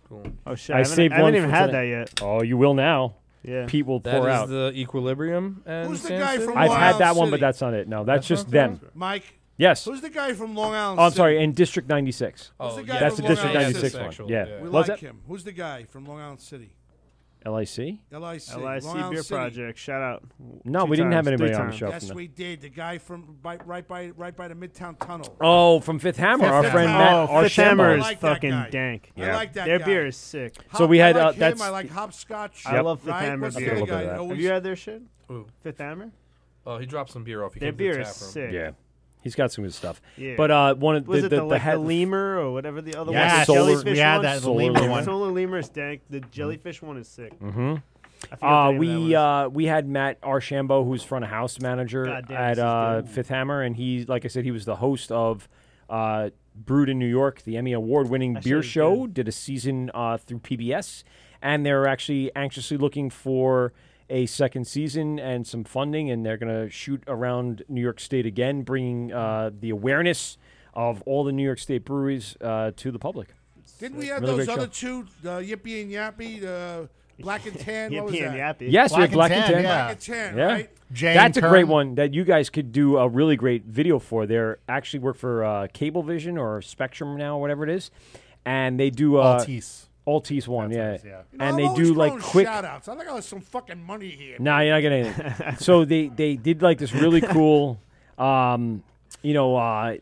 Speaker 15: Oh shit! I, haven't, I haven't even had that yet.
Speaker 12: Oh, you will now.
Speaker 15: Yeah.
Speaker 12: Pete will
Speaker 14: That
Speaker 12: pour
Speaker 14: is
Speaker 12: out.
Speaker 14: the equilibrium. And
Speaker 20: Who's the
Speaker 14: Sam
Speaker 20: guy
Speaker 14: City?
Speaker 20: from
Speaker 12: I've had
Speaker 20: Wild
Speaker 12: that one, but
Speaker 20: City.
Speaker 12: that's not it. No,
Speaker 20: That's
Speaker 12: that's, just
Speaker 20: not
Speaker 12: them.
Speaker 20: Mike.
Speaker 12: Yes.
Speaker 20: Who's the guy from Long Island?
Speaker 12: Oh, I'm
Speaker 20: City?
Speaker 12: sorry, in District 96.
Speaker 20: Who's
Speaker 4: Oh,
Speaker 20: the guy
Speaker 12: that's the
Speaker 20: from
Speaker 12: District
Speaker 20: Long Island
Speaker 12: 96
Speaker 20: City?
Speaker 12: one. Yeah.
Speaker 20: Oh, we
Speaker 12: What's
Speaker 20: like
Speaker 12: that?
Speaker 20: him. Who's the guy from Long Island City?
Speaker 12: LIC?
Speaker 20: LIC.
Speaker 15: LIC
Speaker 20: Long Island
Speaker 15: Beer
Speaker 20: City.
Speaker 15: Project. Shout out.
Speaker 12: No,
Speaker 15: Two
Speaker 12: we didn't have
Speaker 15: times,
Speaker 12: anybody
Speaker 15: three
Speaker 12: on the
Speaker 15: times.
Speaker 12: show.
Speaker 20: Yes, we did. The guy from by, right by right by the Midtown Tunnel.
Speaker 12: Oh, from Fifth Hammer,
Speaker 15: Fifth
Speaker 12: our
Speaker 15: Hammer.
Speaker 12: friend Matt
Speaker 15: Oh, Fifth
Speaker 12: Archambault.
Speaker 15: Hammer
Speaker 20: I
Speaker 15: is
Speaker 20: like that
Speaker 15: fucking
Speaker 20: guy.
Speaker 15: dank.
Speaker 20: I like that
Speaker 15: Their
Speaker 20: guy.
Speaker 15: beer is sick.
Speaker 12: So we had,
Speaker 20: I
Speaker 12: uh,
Speaker 20: like him,
Speaker 12: that's
Speaker 20: I like
Speaker 12: the-
Speaker 20: hopscotch.
Speaker 15: I love Fifth
Speaker 20: right?
Speaker 15: Hammer
Speaker 20: What's the
Speaker 15: beer.
Speaker 20: other guy? Oh,
Speaker 15: Have
Speaker 20: Always-
Speaker 15: you had their shit?
Speaker 14: Ooh.
Speaker 15: Fifth Hammer?
Speaker 14: Oh, he dropped some beer off. He
Speaker 15: Their
Speaker 14: came to the
Speaker 15: beer is
Speaker 14: tap room.
Speaker 15: sick.
Speaker 12: Yeah. He's got some good stuff.
Speaker 15: Yeah.
Speaker 12: But uh, one of the,
Speaker 15: was
Speaker 12: the,
Speaker 15: it the,
Speaker 12: the,
Speaker 15: like, the
Speaker 12: head-
Speaker 15: lemur or whatever the other
Speaker 12: Yeah,
Speaker 15: one?
Speaker 12: solar-
Speaker 15: the jellyfish
Speaker 12: we had
Speaker 15: one?
Speaker 12: that, the Solar lemur lemur. one.
Speaker 15: Solar lemur is dank. The jellyfish one is sick.
Speaker 12: Mhm.
Speaker 15: I forget the name
Speaker 12: Uh,
Speaker 15: of that
Speaker 12: we uh, we had Matt Archambault, who's front of house manager
Speaker 15: God damn,
Speaker 12: at
Speaker 15: this is
Speaker 12: uh,
Speaker 15: good.
Speaker 12: Fifth Hammer, and he, like I said, he was the host of uh, Brewed in New York, the Emmy award-winning
Speaker 15: That shit
Speaker 12: beer
Speaker 15: is
Speaker 12: show. Did a season uh, through PBS, and they're actually anxiously looking for a second season and some funding, and they're going to shoot around New York State again, bringing uh, the awareness of all the New York State breweries uh, to the public.
Speaker 20: Didn't we have those
Speaker 12: Really great
Speaker 20: other
Speaker 12: show.
Speaker 20: two, the Yippee and Yappy, the Black and Tan? what was
Speaker 15: Yippee and
Speaker 20: that?
Speaker 15: Yappy.
Speaker 12: Yes, we have Black and Tan.
Speaker 20: Black and Tan, right?
Speaker 12: That's a great one that you guys could do a really great video for. They're actually work for uh, Cablevision or Spectrum now, whatever it is, and they do uh,
Speaker 13: Altice.
Speaker 12: Altice one, yeah.
Speaker 20: You know,
Speaker 12: And
Speaker 20: I'm
Speaker 12: they
Speaker 20: always
Speaker 12: do like
Speaker 20: throwing
Speaker 12: quick.
Speaker 20: shout-outs. I think I was some fucking money here.
Speaker 12: No, you're not getting anything. so they they did like this really cool, um, you know, uh,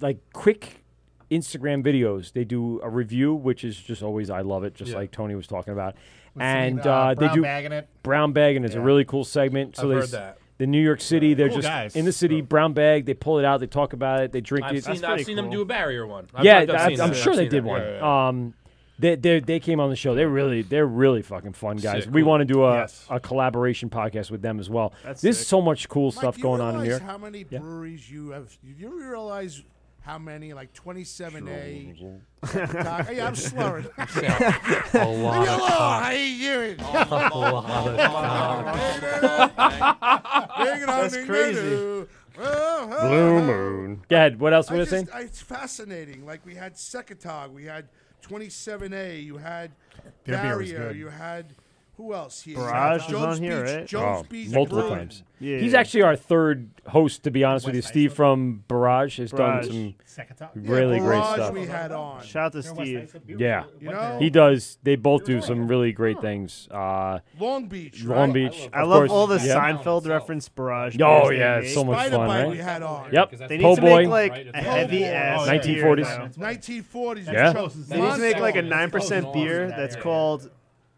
Speaker 12: like quick Instagram videos. They do a review, which is just always I love it, just
Speaker 13: Yeah.
Speaker 12: like Tony was talking about.
Speaker 13: We've
Speaker 12: and
Speaker 13: seen, uh,
Speaker 12: uh, they
Speaker 13: Brown
Speaker 12: do
Speaker 13: Bagging It.
Speaker 12: Brown bagging is a
Speaker 13: Yeah.
Speaker 12: really cool segment. So
Speaker 13: I've
Speaker 12: they
Speaker 13: heard
Speaker 12: s-
Speaker 13: that.
Speaker 12: The New York City, they're
Speaker 14: Cool
Speaker 12: just
Speaker 14: guys.
Speaker 12: in the city, brown bag. They pull it out, they talk about it, they drink
Speaker 14: I've
Speaker 12: it.
Speaker 14: seen, I've seen them do a barrier one. I've,
Speaker 12: yeah,
Speaker 14: I've,
Speaker 12: I've-
Speaker 14: seen
Speaker 12: I'm
Speaker 14: that.
Speaker 12: sure
Speaker 14: I've
Speaker 12: they
Speaker 14: seen
Speaker 12: did
Speaker 14: that.
Speaker 12: one.
Speaker 14: Yeah, yeah,
Speaker 12: Um, they, they they came on the show. They're really they're really fucking fun guys.
Speaker 14: Sick,
Speaker 12: we
Speaker 14: cool.
Speaker 12: want to do a, a collaboration podcast with them as well.
Speaker 20: That's
Speaker 12: There's
Speaker 20: sick.
Speaker 12: so much cool
Speaker 20: Mike,
Speaker 12: stuff
Speaker 20: do you
Speaker 12: going on in here.
Speaker 20: realize How many
Speaker 12: Yeah.
Speaker 20: breweries you have? Do you realize how many? Like 27A.
Speaker 15: Sure.
Speaker 20: yeah, I'm slurring.
Speaker 15: Yeah, a lot
Speaker 20: Leave me
Speaker 15: of
Speaker 20: alone.
Speaker 15: cock.
Speaker 20: How you doing?
Speaker 15: A lot of cock. That's crazy.
Speaker 12: Blue Moon. Go ahead. What else
Speaker 20: I
Speaker 12: were you
Speaker 20: just-
Speaker 12: saying?
Speaker 20: I- It's fascinating. Like we had Secatog, we had 27A, you had
Speaker 12: Their beer was
Speaker 20: Barrier,
Speaker 12: good.
Speaker 20: you had who else here?
Speaker 15: Barrage was
Speaker 20: Jones
Speaker 15: on here,
Speaker 20: Beach,
Speaker 15: right?
Speaker 20: Jones Beach
Speaker 12: Oh, multiple
Speaker 20: Brewing.
Speaker 12: times. He's actually our third host, to be honest with you. Steve from Barrage has
Speaker 15: Barrage.
Speaker 12: done
Speaker 15: Second
Speaker 12: some
Speaker 15: time. Yeah,
Speaker 12: really great
Speaker 20: Barrage
Speaker 12: stuff.
Speaker 20: we had on.
Speaker 15: Shout out to Steve.
Speaker 12: Yeah,
Speaker 20: You know?
Speaker 12: he does. They both do some really great things. Uh,
Speaker 20: Long Beach,
Speaker 12: Long
Speaker 20: right?
Speaker 12: Beach.
Speaker 15: I
Speaker 12: of
Speaker 15: love
Speaker 12: course,
Speaker 15: all the
Speaker 12: yeah.
Speaker 15: Seinfeld reference barrage.
Speaker 12: Oh,
Speaker 15: beers they
Speaker 12: yeah, it's
Speaker 15: make.
Speaker 12: so much Spider fun, Bite right?
Speaker 20: we had on.
Speaker 12: Yep.
Speaker 15: They need
Speaker 12: Po'
Speaker 15: to make
Speaker 12: Boy.
Speaker 15: like
Speaker 12: Right,
Speaker 15: a
Speaker 12: it's
Speaker 15: heavy
Speaker 12: all
Speaker 15: ass
Speaker 12: right.
Speaker 15: beer,
Speaker 12: 1940s.
Speaker 15: though.
Speaker 20: 1940s.
Speaker 12: Yeah.
Speaker 20: Joe.
Speaker 15: They need to make like a
Speaker 20: Monster.
Speaker 15: nine percent beer that's called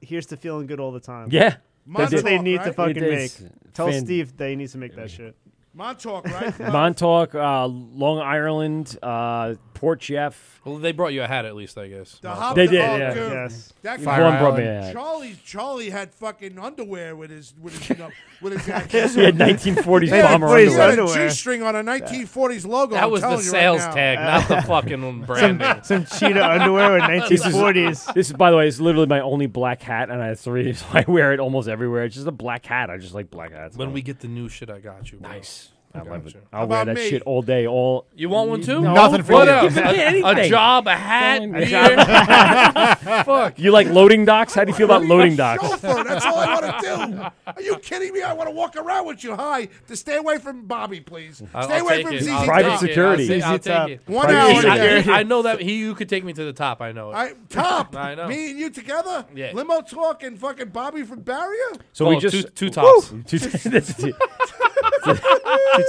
Speaker 15: "Here's to Feeling Good All the Time."
Speaker 12: Yeah.
Speaker 15: that's
Speaker 12: They
Speaker 15: what
Speaker 12: did.
Speaker 15: they need to
Speaker 12: Right?
Speaker 15: fucking
Speaker 12: It
Speaker 15: make.
Speaker 12: is
Speaker 15: Tell
Speaker 12: fan-
Speaker 15: Steve they need to make that shit.
Speaker 20: Montauk, right?
Speaker 12: Montauk, uh, Long Island, uh, Port Jeff.
Speaker 14: Well, they brought you a hat at least, I guess.
Speaker 20: The hop
Speaker 12: They
Speaker 20: the-
Speaker 12: did,
Speaker 20: oh,
Speaker 12: yeah.
Speaker 20: dude,
Speaker 12: Yes.
Speaker 20: That
Speaker 12: Fire One brought me Island. that.
Speaker 20: Charlie, Charlie had fucking underwear with his with his you know, with his jacket.
Speaker 12: He had 1940s
Speaker 20: Yeah,
Speaker 12: bomber
Speaker 20: he had a
Speaker 12: underwear.
Speaker 20: G-string on a 1940s logo.
Speaker 14: That
Speaker 20: I'm
Speaker 14: was the
Speaker 20: telling you right
Speaker 14: sales
Speaker 20: now.
Speaker 14: tag, not the fucking branding.
Speaker 15: Some cheetah underwear with 1940s.
Speaker 12: This is, this is, by the way, is literally my only black hat, and I have three, so I wear it almost everywhere. It's just a black hat. I just like black hats.
Speaker 14: When we get the new shit, I got you. Bro.
Speaker 12: Nice.
Speaker 14: I
Speaker 12: love it.
Speaker 14: How
Speaker 12: I'll wear
Speaker 14: about
Speaker 12: that
Speaker 14: me?
Speaker 12: shit all day. All
Speaker 14: You want one too?
Speaker 12: No,
Speaker 14: Nothing for
Speaker 12: what
Speaker 14: you.
Speaker 12: else?
Speaker 14: A-
Speaker 12: Give me
Speaker 14: a
Speaker 12: anything.
Speaker 14: job, a hat,
Speaker 12: Fine.
Speaker 14: a job. Fuck.
Speaker 12: You like loading docks? How do you feel about loading docks?
Speaker 20: Chauffeur, that's all I want to do. Are you kidding me? I want to walk around with you. Hi, to stay away from Bobby, please. Stay
Speaker 14: I'll- I'll
Speaker 20: away
Speaker 14: take
Speaker 20: from
Speaker 14: it.
Speaker 20: ZZ
Speaker 14: I'll
Speaker 12: Private
Speaker 14: take it.
Speaker 12: security.
Speaker 14: I'll
Speaker 12: ZZ
Speaker 14: take,
Speaker 12: Top.
Speaker 14: I'll take it.
Speaker 20: One
Speaker 14: I-
Speaker 20: hour
Speaker 14: I,
Speaker 20: security.
Speaker 14: I know that he, you could take me to the top. I know it.
Speaker 20: I, top,
Speaker 14: I know.
Speaker 20: me and you together,
Speaker 14: Yeah. Oh,
Speaker 20: limo talk and fucking Bobby from Barrier.
Speaker 12: So
Speaker 14: Well,
Speaker 12: we just
Speaker 14: two- two tops.
Speaker 12: Woo! Two- that's-
Speaker 15: two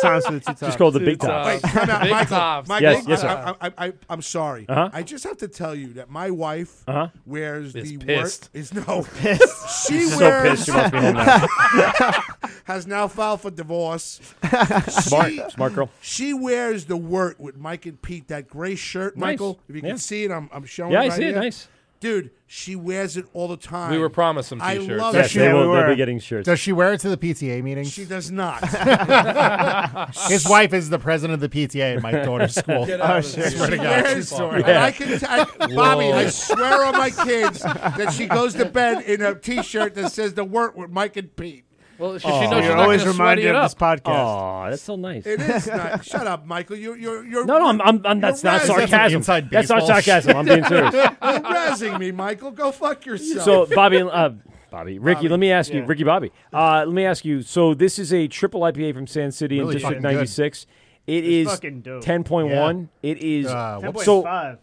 Speaker 15: times for the two
Speaker 12: Just called the
Speaker 15: tops.
Speaker 12: big top.
Speaker 20: Wait, time out,
Speaker 12: Big
Speaker 20: Michael.
Speaker 12: tops.
Speaker 20: Michael,
Speaker 12: Yes, yes, sir.
Speaker 20: I, I, I, I, I'm sorry.
Speaker 12: Uh-huh.
Speaker 20: I just have to tell you that my wife
Speaker 12: Uh-huh.
Speaker 20: wears
Speaker 12: Is
Speaker 20: the worst.
Speaker 12: pissed.
Speaker 20: Is no
Speaker 12: Pissed.
Speaker 20: She
Speaker 12: She's so
Speaker 20: wears.
Speaker 12: pissed she must be home now.
Speaker 20: has now filed for divorce.
Speaker 12: Smart-
Speaker 20: She-
Speaker 12: smart girl.
Speaker 20: She wears the wort with Mike and Pete. That gray shirt,
Speaker 14: Nice.
Speaker 20: Michael. If you
Speaker 14: Yeah.
Speaker 20: can see it, I'm, I'm showing.
Speaker 14: Yeah, I
Speaker 20: right
Speaker 14: see it.
Speaker 20: here.
Speaker 14: Nice.
Speaker 20: Dude, she wears it all the time.
Speaker 14: We were promised some
Speaker 20: I
Speaker 14: t-shirts.
Speaker 20: love
Speaker 12: Yes,
Speaker 20: it.
Speaker 12: they Yeah, we will- they'll be were. getting shirts.
Speaker 13: Does she wear it to the PTA meeting?
Speaker 20: Oh, She does not.
Speaker 13: His wife is the president of the PTA at my daughter's school.
Speaker 20: Get out of
Speaker 13: I
Speaker 20: here.
Speaker 13: swear to
Speaker 20: She
Speaker 13: God.
Speaker 20: wears-
Speaker 13: True story.
Speaker 20: and I can t- I- Bobby, I swear on my kids that she goes to bed in a T-shirt that says "The Work with Mike and Pete."
Speaker 14: Well,
Speaker 15: she- she Aw. knows You're she's not always gonna reminded sweaty it of this up. podcast.
Speaker 12: Aw, that's so nice.
Speaker 20: It is not. Shut up, Michael. You're you're you're.
Speaker 12: No, no, I'm, I'm, I'm that's
Speaker 20: you're
Speaker 12: not
Speaker 20: razzing-
Speaker 12: sarcasm. That's not sarcasm. I'm being serious.
Speaker 20: You're razzing me, Michael. Go fuck yourself.
Speaker 12: So, Bobby, uh, Bobby, Ricky, let me ask you,
Speaker 20: yeah.
Speaker 12: Ricky, Bobby, uh, let me ask you. So, this is a triple IPA from San City
Speaker 15: Really
Speaker 12: in District
Speaker 15: fucking good.
Speaker 12: 96. It
Speaker 15: It's
Speaker 12: is
Speaker 15: fucking dope.
Speaker 12: 10.1. It is
Speaker 15: Uh, whoops.
Speaker 12: so
Speaker 15: 10.5.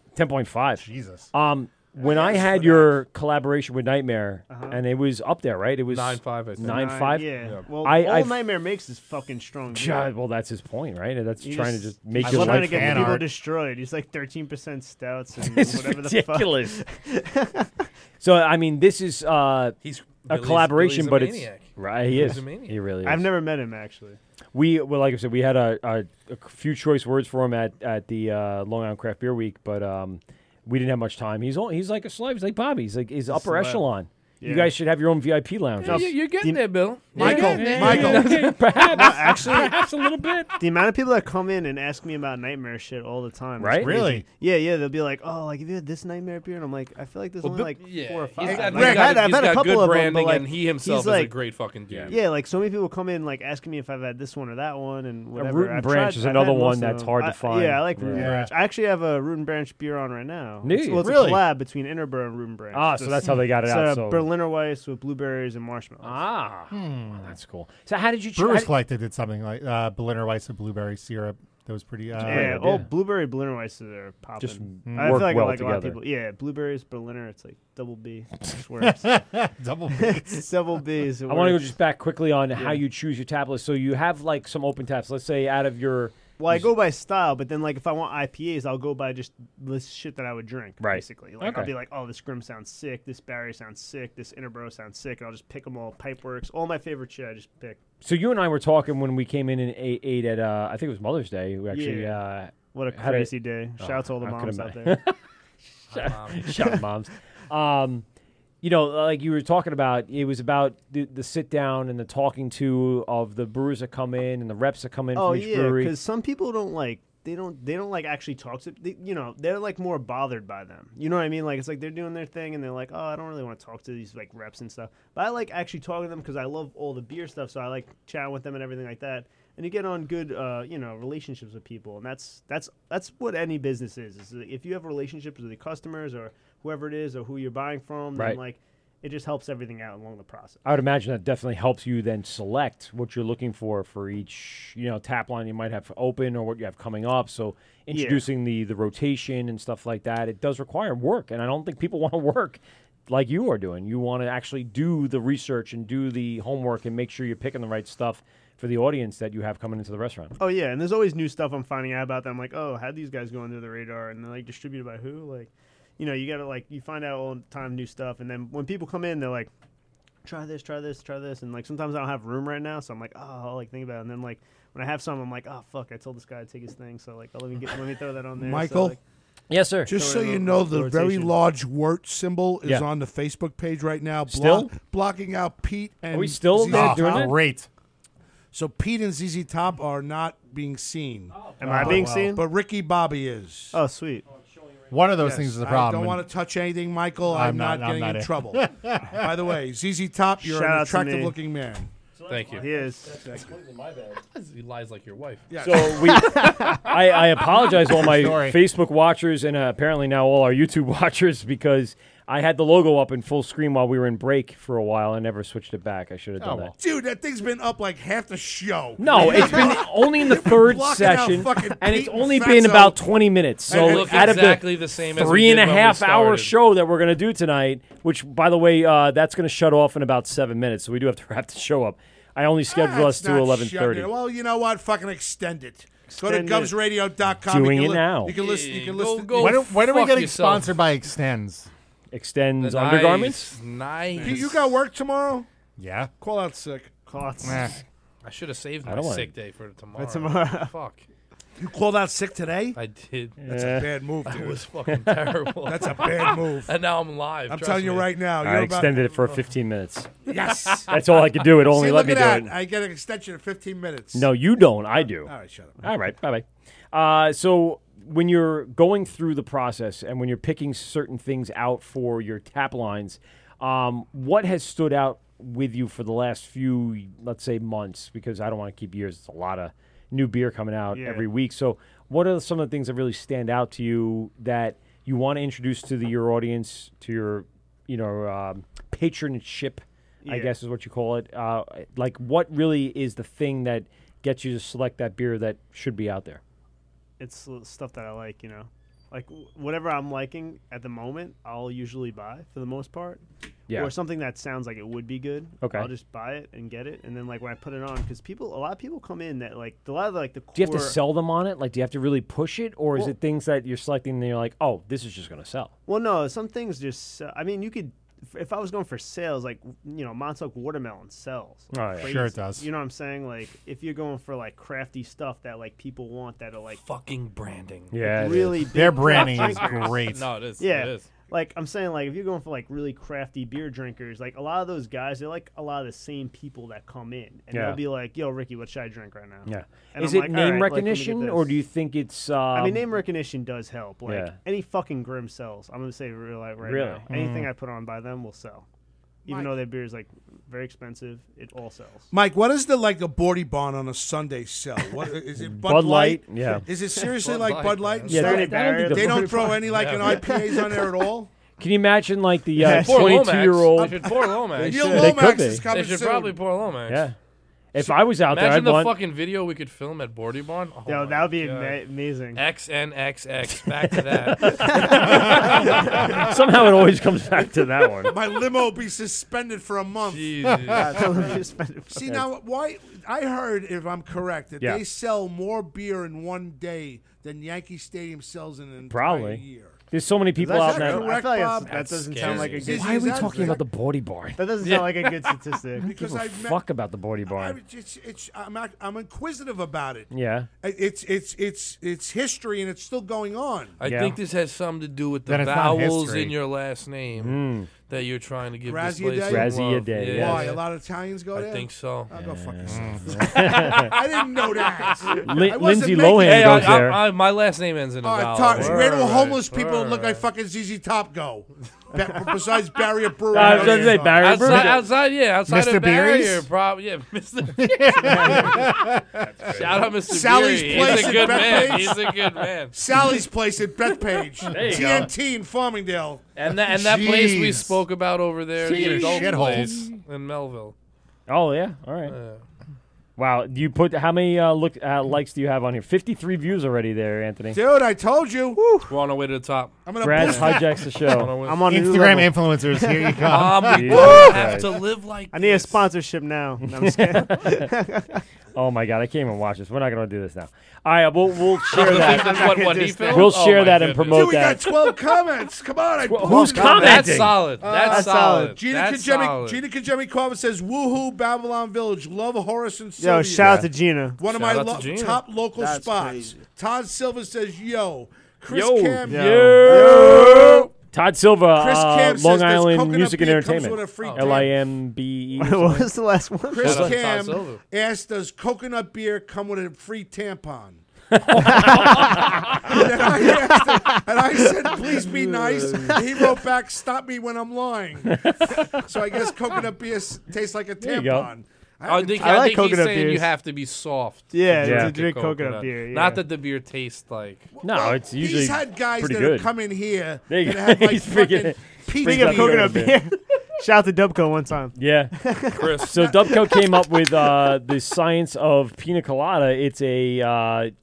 Speaker 12: 10.5.
Speaker 13: Jesus.
Speaker 12: Um, when I had your collaboration with Nightmare, and it was up there, right? It was
Speaker 14: 9.5, I think.
Speaker 12: Nine
Speaker 15: Uh-huh. Nine,
Speaker 12: five.
Speaker 15: Yeah. Well,
Speaker 12: I,
Speaker 15: all
Speaker 12: I
Speaker 15: Nightmare makes is fucking strong. beer.
Speaker 12: God, well, that's his point, right? That's
Speaker 15: You
Speaker 12: trying to just make
Speaker 15: I
Speaker 12: your
Speaker 15: love
Speaker 12: life
Speaker 15: trying to get
Speaker 12: fan
Speaker 15: people
Speaker 12: art.
Speaker 15: destroyed. He's like thirteen percent stouts and
Speaker 12: This is
Speaker 15: whatever
Speaker 12: ridiculous.
Speaker 15: the fuck.
Speaker 12: So I mean, this is uh,
Speaker 14: he's
Speaker 12: a
Speaker 15: Billy's-
Speaker 12: collaboration,
Speaker 15: Billy's a
Speaker 12: but
Speaker 15: maniac.
Speaker 12: it's right. He
Speaker 15: He's
Speaker 12: is.
Speaker 15: a maniac.
Speaker 12: He really is.
Speaker 15: I've never met him actually.
Speaker 12: We well, like I said, we had a, a, a few choice words for him at at the uh, Long Island Craft Beer Week, but um, we didn't have much time. He's only, he's like a slave. He's like Bobby. He's like he's upper
Speaker 14: celeb.
Speaker 12: echelon.
Speaker 14: Yeah.
Speaker 12: You guys should have your own VIP lounge.
Speaker 14: Yeah, you- you're getting there, Bill.
Speaker 15: Michael, Michael.
Speaker 12: perhaps,
Speaker 15: No, actually-
Speaker 12: perhaps a little bit.
Speaker 15: The amount of people that come in and ask me about nightmare shit all the time. is
Speaker 12: Right?
Speaker 15: crazy.
Speaker 12: Really?
Speaker 15: Yeah, yeah. They'll be like, "Oh, like have you had this nightmare beer?" And I'm like, "I feel like there's
Speaker 14: Well,
Speaker 15: only
Speaker 14: Bill-
Speaker 15: like
Speaker 14: yeah,
Speaker 15: four or
Speaker 14: he's
Speaker 15: five.
Speaker 14: got-
Speaker 15: I've
Speaker 14: he's
Speaker 15: had-
Speaker 14: got-
Speaker 15: I've
Speaker 14: he's
Speaker 15: had a
Speaker 14: got
Speaker 15: couple
Speaker 14: good
Speaker 15: of them, but
Speaker 14: branding,
Speaker 15: like,
Speaker 14: and he himself
Speaker 15: he's
Speaker 14: is a
Speaker 15: like,
Speaker 14: great fucking dude.
Speaker 15: Yeah, like so many people come in like asking me if I've had this one or that one and whatever.
Speaker 12: Root and
Speaker 15: I've
Speaker 12: Branch
Speaker 15: tried-
Speaker 12: is
Speaker 15: I've
Speaker 12: another
Speaker 15: had most
Speaker 12: one
Speaker 15: of
Speaker 12: that's
Speaker 15: them.
Speaker 12: hard to
Speaker 15: I-
Speaker 12: find.
Speaker 15: Yeah, I like Root and
Speaker 12: Yeah.
Speaker 15: Branch. I actually have a Root and Branch beer on right now.
Speaker 12: Do
Speaker 15: It's,
Speaker 12: you?
Speaker 15: well, it's
Speaker 12: Really?
Speaker 15: a collab between Innerberg and Root and Branch.
Speaker 12: Ah, so that's how they got it
Speaker 15: it's
Speaker 12: out,
Speaker 15: a
Speaker 12: so-
Speaker 15: Berliner Weiss with blueberries and marshmallows.
Speaker 12: Ah,
Speaker 13: Hmm.
Speaker 12: Wow, that's cool. So how did you? how
Speaker 13: Brewers
Speaker 12: did-
Speaker 13: Collective did something like uh, Berliner Weiss and blueberry syrup. That was pretty. Uh,
Speaker 15: yeah,
Speaker 20: oh,
Speaker 15: all blueberry Berliner Weisses are popping.
Speaker 13: Just
Speaker 15: I feel
Speaker 13: work
Speaker 15: like
Speaker 13: well
Speaker 15: I like a lot of
Speaker 13: together.
Speaker 15: people. Yeah, blueberries Berliner. It's like double B. It works. double B. double B's.
Speaker 12: I want to go just back quickly on how you choose your tap list. So you have like some open taps. Let's say out of your
Speaker 15: Well, I go by style, but then like if I want IPAs, I'll go by just this shit that I would drink,
Speaker 12: Right.
Speaker 15: basically. Like I'll
Speaker 12: Okay.
Speaker 15: be like, oh, this Grim sounds sick, this Barry sounds sick, this Interbro sounds sick, and I'll just pick them all. Pipeworks, all my favorite shit, I just pick.
Speaker 12: So you and I were talking when we came in and ate, ate at uh, I think it was Mother's Day. We actually
Speaker 15: Yeah.
Speaker 12: uh,
Speaker 15: What a
Speaker 12: had Oh,
Speaker 15: crazy day. Shout out to all the
Speaker 12: I could
Speaker 15: moms out
Speaker 12: imagine.
Speaker 15: there.
Speaker 12: Shout
Speaker 15: Hi, Mom.
Speaker 12: shout out moms. Um, you know, like you were talking about, it was about the, the sit down and the talking to of the brewers that come in and the reps that come in
Speaker 15: oh
Speaker 12: from each
Speaker 15: yeah,
Speaker 12: brewery.
Speaker 15: because some people don't like they don't they don't like actually talk to they, you know they're like more bothered by them. You know what I mean? Like it's like they're doing their thing and they're like, oh, I don't really want to talk to these like reps and stuff. But I like actually talking to them because I love all the beer stuff, so I like chatting with them and everything like that. And you get on good, uh, you know, relationships with people, and that's that's that's what any business is. Is that if you have relationships with the customers or whoever it is or who you're buying from,
Speaker 12: Right.
Speaker 15: then like it just helps everything out along the process.
Speaker 12: I would imagine that definitely helps you then select what you're looking for for each, you know, tap line you might have open or what you have coming up. So
Speaker 15: Yeah.
Speaker 12: introducing the the rotation and stuff like that, it does require work, and I don't think people want to work like you are doing. You want to actually do the research and do the homework and make sure you're picking the right stuff for the audience that you have coming into the restaurant.
Speaker 15: Oh yeah, and there's always new stuff I'm finding out about that. I'm like, oh, how these guys go under the radar and they're like distributed by who? Like, you know, you gotta like you find out all the time new stuff, and then when people come in, they're like, try this, try this, try this, and like sometimes I don't have room right now, so I'm like, oh, I'll like think about it, and then like when I have some, I'm like, oh fuck, I told this guy to take his thing, so like I'll let me get, let me throw that on there. So,
Speaker 20: Michael?
Speaker 15: like-
Speaker 12: Yes, sir.
Speaker 20: Just so
Speaker 15: Sorry, uh,
Speaker 20: you
Speaker 15: ro-
Speaker 20: know, the very
Speaker 15: rotation.
Speaker 20: large wort symbol is
Speaker 12: Yeah.
Speaker 20: on the Facebook page right now. blo-
Speaker 12: Still?
Speaker 20: blocking out Pete and
Speaker 12: we still
Speaker 20: ZZ
Speaker 12: there
Speaker 20: Top.
Speaker 12: doing that?
Speaker 13: Great.
Speaker 20: So Pete and ZZ Top are not being seen.
Speaker 12: Oh,
Speaker 15: Am I being seen?
Speaker 20: But Ricky Bobby is.
Speaker 15: Oh, sweet.
Speaker 13: Oh, One of those
Speaker 20: Yes,
Speaker 13: things is a
Speaker 20: I
Speaker 13: problem.
Speaker 20: don't want to touch anything, Michael. I'm,
Speaker 13: I'm
Speaker 20: not,
Speaker 13: not- I'm
Speaker 20: getting
Speaker 13: not
Speaker 20: in
Speaker 13: it.
Speaker 20: trouble. By the way, ZZ Top, you're
Speaker 15: Shout
Speaker 20: an
Speaker 15: out to me.
Speaker 20: attractive-looking man.
Speaker 14: Thank you.
Speaker 15: He is.
Speaker 14: That's completely my bad. He lies like your wife.
Speaker 12: So we, I, I apologize to all my Facebook watchers and uh, apparently now all our YouTube watchers because I had the logo up in full screen while we were in break for a while and never switched it back. I should
Speaker 20: Oh,
Speaker 12: have done
Speaker 13: Oh.
Speaker 12: that.
Speaker 20: Dude, that thing's been up like half the show.
Speaker 12: No, it's been only in the third
Speaker 20: blocking out
Speaker 12: session,
Speaker 20: fucking
Speaker 12: and it's
Speaker 20: Pete
Speaker 12: only
Speaker 20: Fatso.
Speaker 12: been about twenty minutes. So
Speaker 14: And it looked
Speaker 12: out of
Speaker 14: exactly the same as we
Speaker 12: three and
Speaker 14: did
Speaker 12: a
Speaker 14: when we
Speaker 12: half hour
Speaker 14: started.
Speaker 12: show that we're going to do tonight, which by the way, uh, that's going to shut off in about seven minutes. So we do have to wrap the show up. I I only scheduled us
Speaker 20: That's
Speaker 12: to
Speaker 20: Ah, not
Speaker 12: eleven
Speaker 20: shutting
Speaker 12: thirty.
Speaker 20: it. Well, you know what? Fucking extend it.
Speaker 12: Extend it.
Speaker 20: Go to gubsradio.com. You
Speaker 12: Doing
Speaker 20: can
Speaker 12: it now.
Speaker 20: You can listen. You can
Speaker 14: Go-
Speaker 20: listen.
Speaker 14: go
Speaker 13: Why don't- why don't we
Speaker 14: fuck
Speaker 13: get a
Speaker 14: yourself.
Speaker 13: sponsor by Extends?
Speaker 12: Extends
Speaker 14: Nice,
Speaker 12: undergarments.
Speaker 14: Nice.
Speaker 20: Pete, you got work tomorrow?
Speaker 13: Yeah.
Speaker 20: Call out sick.
Speaker 15: Call out
Speaker 13: Nah.
Speaker 14: I should have saved
Speaker 20: I
Speaker 14: my
Speaker 20: don't wanna-
Speaker 14: sick day for tomorrow.
Speaker 20: tomorrow.
Speaker 14: Fuck.
Speaker 20: You called out sick today?
Speaker 14: I did.
Speaker 20: That's a bad move, dude.
Speaker 14: That was fucking terrible.
Speaker 20: That's a bad move.
Speaker 14: And now I'm live.
Speaker 20: I'm
Speaker 14: trust
Speaker 20: telling you
Speaker 14: me.
Speaker 20: right now.
Speaker 12: I
Speaker 20: you're
Speaker 12: extended
Speaker 20: about,
Speaker 12: it for fifteen minutes.
Speaker 20: Yes.
Speaker 12: that's all I could do. It only
Speaker 20: See,
Speaker 12: let me
Speaker 20: look
Speaker 12: do
Speaker 20: at
Speaker 12: it.
Speaker 20: that. I get an extension of 15 minutes.
Speaker 12: No, you don't. I do.
Speaker 20: All right, shut up.
Speaker 12: All right, bye bye. Uh, so when you're going through the process and when you're picking certain things out for your tap lines, um, what has stood out with you for the last few, let's say, months? Because I don't want to keep years. It's a lot of new beer coming out
Speaker 15: Yeah.
Speaker 12: every week. So what are some of the things that really stand out to you that you want to introduce to the, your audience, to your, you know, um, patronship? I
Speaker 15: Yeah.
Speaker 12: guess is what you call it. Uh, like, what really is the thing that gets you to select that beer that should be out there?
Speaker 15: it's l- stuff that I like, you know. Like w- whatever I'm liking at the moment, I'll usually buy for the most part.
Speaker 12: Yeah.
Speaker 15: Or something that sounds like it would be good.
Speaker 12: Okay.
Speaker 15: I'll just buy it and get it, and then like when I put it on, because people, a lot of people come in that like a lot of like the. Core,
Speaker 12: Do you have to sell them on it? Like, do you have to really push it, or is
Speaker 15: Well-
Speaker 12: it things that you're selecting and you're like, oh, this is just going to sell?
Speaker 15: Well, no, some things just. se- I mean, you could. f- If I was going for sales, like you know, Montauk watermelon sells. like,
Speaker 12: Oh, yeah. Sure it
Speaker 15: crazy.
Speaker 12: does.
Speaker 15: You know what I'm saying? Like if you're going for like crafty stuff that like people want that are like
Speaker 14: fucking branding.
Speaker 12: Yeah, it is.
Speaker 15: really. big
Speaker 13: Their
Speaker 15: craft
Speaker 13: branding is
Speaker 15: drinkers.
Speaker 13: great.
Speaker 14: No, it is.
Speaker 15: Yeah,
Speaker 14: It is.
Speaker 15: like I'm saying, like if you're going for like really crafty beer drinkers, like a lot of those guys, they're like a lot of the same people that come in, and
Speaker 12: Yeah.
Speaker 15: they'll be like, "Yo, Ricky, what should I drink right now?"
Speaker 12: Yeah.
Speaker 15: And
Speaker 12: is
Speaker 15: I'm
Speaker 12: it
Speaker 15: like, "All
Speaker 12: name
Speaker 15: right, like, let me get
Speaker 12: recognition, or
Speaker 15: this."
Speaker 12: do you think it's? Um,
Speaker 15: I mean, name recognition does help. Like
Speaker 12: Yeah.
Speaker 15: any fucking Grim sells. I'm gonna say real like right
Speaker 12: Really?
Speaker 15: now. Anything
Speaker 20: Mm.
Speaker 15: I put on by them will sell, even
Speaker 20: Mike.
Speaker 15: though their beer is like very expensive. It all sells.
Speaker 20: Mike, what is the like a Bordy Bond on a Sunday sell? What is it? Bud,
Speaker 12: Bud Light? Yeah.
Speaker 20: Is it seriously
Speaker 15: Bud
Speaker 20: like
Speaker 15: Light,
Speaker 20: Bud Light? and
Speaker 12: Yeah,
Speaker 20: stuff?
Speaker 12: that- I don't think the
Speaker 20: they don't
Speaker 12: Bordy
Speaker 20: throw
Speaker 12: Bond-
Speaker 20: any like an
Speaker 12: Yeah.
Speaker 20: IPAs on there at all.
Speaker 12: Can you imagine like the
Speaker 14: Yeah,
Speaker 12: uh,
Speaker 14: pour Lomax.
Speaker 12: 22 year old?
Speaker 14: They should pour Lomax.
Speaker 12: They
Speaker 14: Neil
Speaker 12: should. They
Speaker 14: Lomax
Speaker 12: could
Speaker 14: is
Speaker 12: be.
Speaker 14: coming They should soon. probably pour Lomax.
Speaker 12: Yeah. If I was out
Speaker 14: Imagine
Speaker 12: there,
Speaker 14: the
Speaker 12: I'd want.
Speaker 14: fucking video we could film at Bordy Barn. Oh
Speaker 15: Yo,
Speaker 14: my
Speaker 15: that would be
Speaker 14: God.
Speaker 15: ama- amazing.
Speaker 14: XNXX. Back to that.
Speaker 12: Somehow it always comes back to that one.
Speaker 20: My limo will be suspended for a month.
Speaker 14: Jesus.
Speaker 15: That's crazy. Suspended for-
Speaker 20: See now, why? I heard, if I'm correct, that
Speaker 12: Yeah.
Speaker 20: they sell more beer in one day than Yankee Stadium sells in an entire
Speaker 12: Probably.
Speaker 20: year.
Speaker 12: There's so many people
Speaker 20: Is that
Speaker 12: out now.
Speaker 20: correct,
Speaker 15: I feel like
Speaker 20: Bob?
Speaker 15: it's- that That's doesn't sound scary. like a good-
Speaker 12: Why are
Speaker 20: Is
Speaker 12: we
Speaker 20: that
Speaker 12: talking about
Speaker 20: correct?
Speaker 12: the body barn?
Speaker 15: That doesn't
Speaker 20: Yeah.
Speaker 15: sound like a good
Speaker 20: Because
Speaker 15: statistic.
Speaker 12: Because I
Speaker 20: I've met-
Speaker 12: fuck about the body barn.
Speaker 20: I- it's, it's, I'm, ac- I'm inquisitive about it.
Speaker 12: Yeah.
Speaker 20: I- It's it's it's it's history, and it's still going on.
Speaker 14: I think this has something to do with the
Speaker 12: Then it's not
Speaker 14: vowels
Speaker 12: history. Mm.
Speaker 14: in your last name that you're trying to give this
Speaker 20: Grazia
Speaker 14: place
Speaker 20: Day.
Speaker 14: some love. Yeah.
Speaker 20: Why? A lot of Italians go
Speaker 14: I
Speaker 20: there.
Speaker 14: think so.
Speaker 20: I'll go fuck yourself. I didn't know that.
Speaker 14: Lin-
Speaker 20: I wasn't
Speaker 12: Lindsay
Speaker 20: making-
Speaker 12: Lohan
Speaker 14: Hey,
Speaker 12: goes
Speaker 14: I, I,
Speaker 12: there.
Speaker 14: I, my last name ends in a
Speaker 20: All right,
Speaker 14: vowel.
Speaker 20: Todd, where do
Speaker 14: All right,
Speaker 20: homeless people
Speaker 14: all
Speaker 20: that look
Speaker 14: right.
Speaker 20: like fucking ZZ Top go? Be- besides Barry at Brewery.
Speaker 12: I was gonna say Barry at Brewery.
Speaker 14: Outside, outside, yeah, outside
Speaker 12: Mr.
Speaker 14: of barrier,
Speaker 12: Beery's?
Speaker 14: probably, yeah, Mr.
Speaker 20: Beery's.
Speaker 14: Shout out, Mr.
Speaker 20: Sally's
Speaker 14: Beery.
Speaker 20: place
Speaker 14: He's a
Speaker 20: at
Speaker 14: good man.
Speaker 20: Bethpage.
Speaker 14: He's a good man.
Speaker 20: Sally's place at Bethpage.
Speaker 14: There you go.
Speaker 20: TNT in Farmingdale.
Speaker 14: And that and that place we spoke about over there,
Speaker 20: Speaking
Speaker 14: the
Speaker 20: of
Speaker 14: adult
Speaker 20: shitholes.
Speaker 14: place in Melville.
Speaker 12: Oh yeah. All right. Wow. Do you put how many uh, look uh, likes do you have on here? Fifty-three views already there, Anthony.
Speaker 20: Dude, I told you.
Speaker 14: We're on our way to the top.
Speaker 20: I'm
Speaker 12: Brad hijacks the show.
Speaker 15: I'm on a new
Speaker 13: Instagram
Speaker 15: level.
Speaker 13: influencers, here you come.
Speaker 14: Um, we
Speaker 12: Jesus
Speaker 15: Oh
Speaker 14: don't have
Speaker 12: Christ.
Speaker 14: to live like
Speaker 15: I need a sponsorship now. No, I'm just kidding.
Speaker 12: oh my god, I can't even watch this. We're not gonna do this now. All right, we'll we'll share
Speaker 14: the thing
Speaker 12: that.
Speaker 14: that- what- what he filmed?
Speaker 12: We'll
Speaker 14: Oh
Speaker 12: share
Speaker 14: my
Speaker 12: that and
Speaker 14: goodness.
Speaker 20: Dude,
Speaker 12: promote
Speaker 20: we got
Speaker 12: that.
Speaker 20: 12 comments. Come on. I Uh,
Speaker 12: who's commenting?
Speaker 14: That's solid. That's
Speaker 15: That's solid.
Speaker 14: solid.
Speaker 20: Gina
Speaker 14: That's
Speaker 20: Kajemi,
Speaker 14: solid.
Speaker 20: Gina Kajemi Carver says, "Woohoo, Babylon Village, love Horace and Sylvia."
Speaker 15: Yo, shout out to Gina.
Speaker 20: One of
Speaker 15: Shout
Speaker 20: my
Speaker 15: out to
Speaker 20: lo-
Speaker 15: Gina.
Speaker 20: top local
Speaker 15: That's
Speaker 20: spots.
Speaker 15: crazy.
Speaker 20: Todd Silva says, "Yo, Chris
Speaker 12: Yo.
Speaker 20: Cam,
Speaker 12: Yo. Todd Silva,
Speaker 20: Chris
Speaker 12: uh,
Speaker 20: Cam says
Speaker 12: Long
Speaker 20: there's
Speaker 12: Island
Speaker 20: coconut
Speaker 12: Music and
Speaker 20: beer comes
Speaker 12: Entertainment.
Speaker 20: with a free drink.
Speaker 12: L I M B E.
Speaker 15: What was the last one?
Speaker 20: Chris
Speaker 12: Shout out to Todd
Speaker 20: Cam
Speaker 12: Silva.
Speaker 20: asked, "Does coconut beer come with a free tampon?" and, I asked him- and I said, "Please be nice." And he wrote back, "Stop me when I'm lying." so I guess coconut beer s- tastes like a
Speaker 14: There you go.
Speaker 20: tampon.
Speaker 14: I think,
Speaker 15: I
Speaker 14: I
Speaker 15: like
Speaker 14: think he's
Speaker 15: coconut
Speaker 14: saying you
Speaker 15: beers.
Speaker 14: have to be soft.
Speaker 15: Yeah,
Speaker 12: to
Speaker 14: a
Speaker 15: drink coconut beer, yeah.
Speaker 14: Not that the beer tastes like.
Speaker 12: No, it's usually
Speaker 20: He's had guys
Speaker 12: pretty
Speaker 20: that
Speaker 12: good.
Speaker 20: have come in here
Speaker 12: There you
Speaker 20: that
Speaker 12: go.
Speaker 20: have like
Speaker 12: He's freaking-
Speaker 20: fucking
Speaker 12: Speaking
Speaker 20: peach
Speaker 12: of coconut beer.
Speaker 15: Shout out to Dubco one time.
Speaker 12: Yeah.
Speaker 15: Chris.
Speaker 12: So Dubco came up with uh, the science of pina colada. It's a. Uh,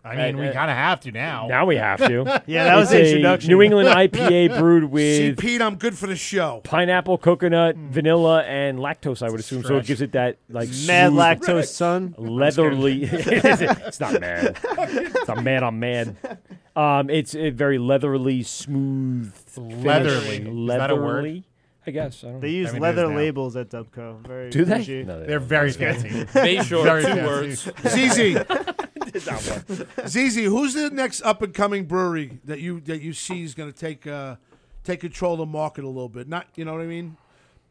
Speaker 12: I
Speaker 13: mean, we kinda have to now.
Speaker 12: Now we have to.
Speaker 13: Yeah, that was
Speaker 12: It's
Speaker 13: the
Speaker 12: a
Speaker 13: introduction.
Speaker 12: New England IPA brewed with
Speaker 20: See, Pete, I'm good for the show.
Speaker 12: pineapple, coconut, vanilla, and lactose. I would assume so. It
Speaker 20: Stretch.
Speaker 12: gives it that like
Speaker 15: Mad
Speaker 12: smooth,
Speaker 15: lactose son.
Speaker 12: leatherly.
Speaker 15: I'm scared.
Speaker 12: it's not mad. It's not mad. I'm mad. Um, it's a very leatherly, smooth, finish.
Speaker 13: Leatherly. Is that a word?
Speaker 12: Leatherly. I guess. I don't
Speaker 15: they
Speaker 12: know.
Speaker 15: use
Speaker 12: I mean, it is
Speaker 15: leather
Speaker 12: now.
Speaker 15: labels at Dubco. Very
Speaker 12: Do they?
Speaker 15: bougie.
Speaker 12: No, they
Speaker 13: They're very fancy.
Speaker 20: ZZ. ZZ, who's the next up and coming brewery that you that you see is going to take uh, take control of the market a little bit? Not, you know what I mean?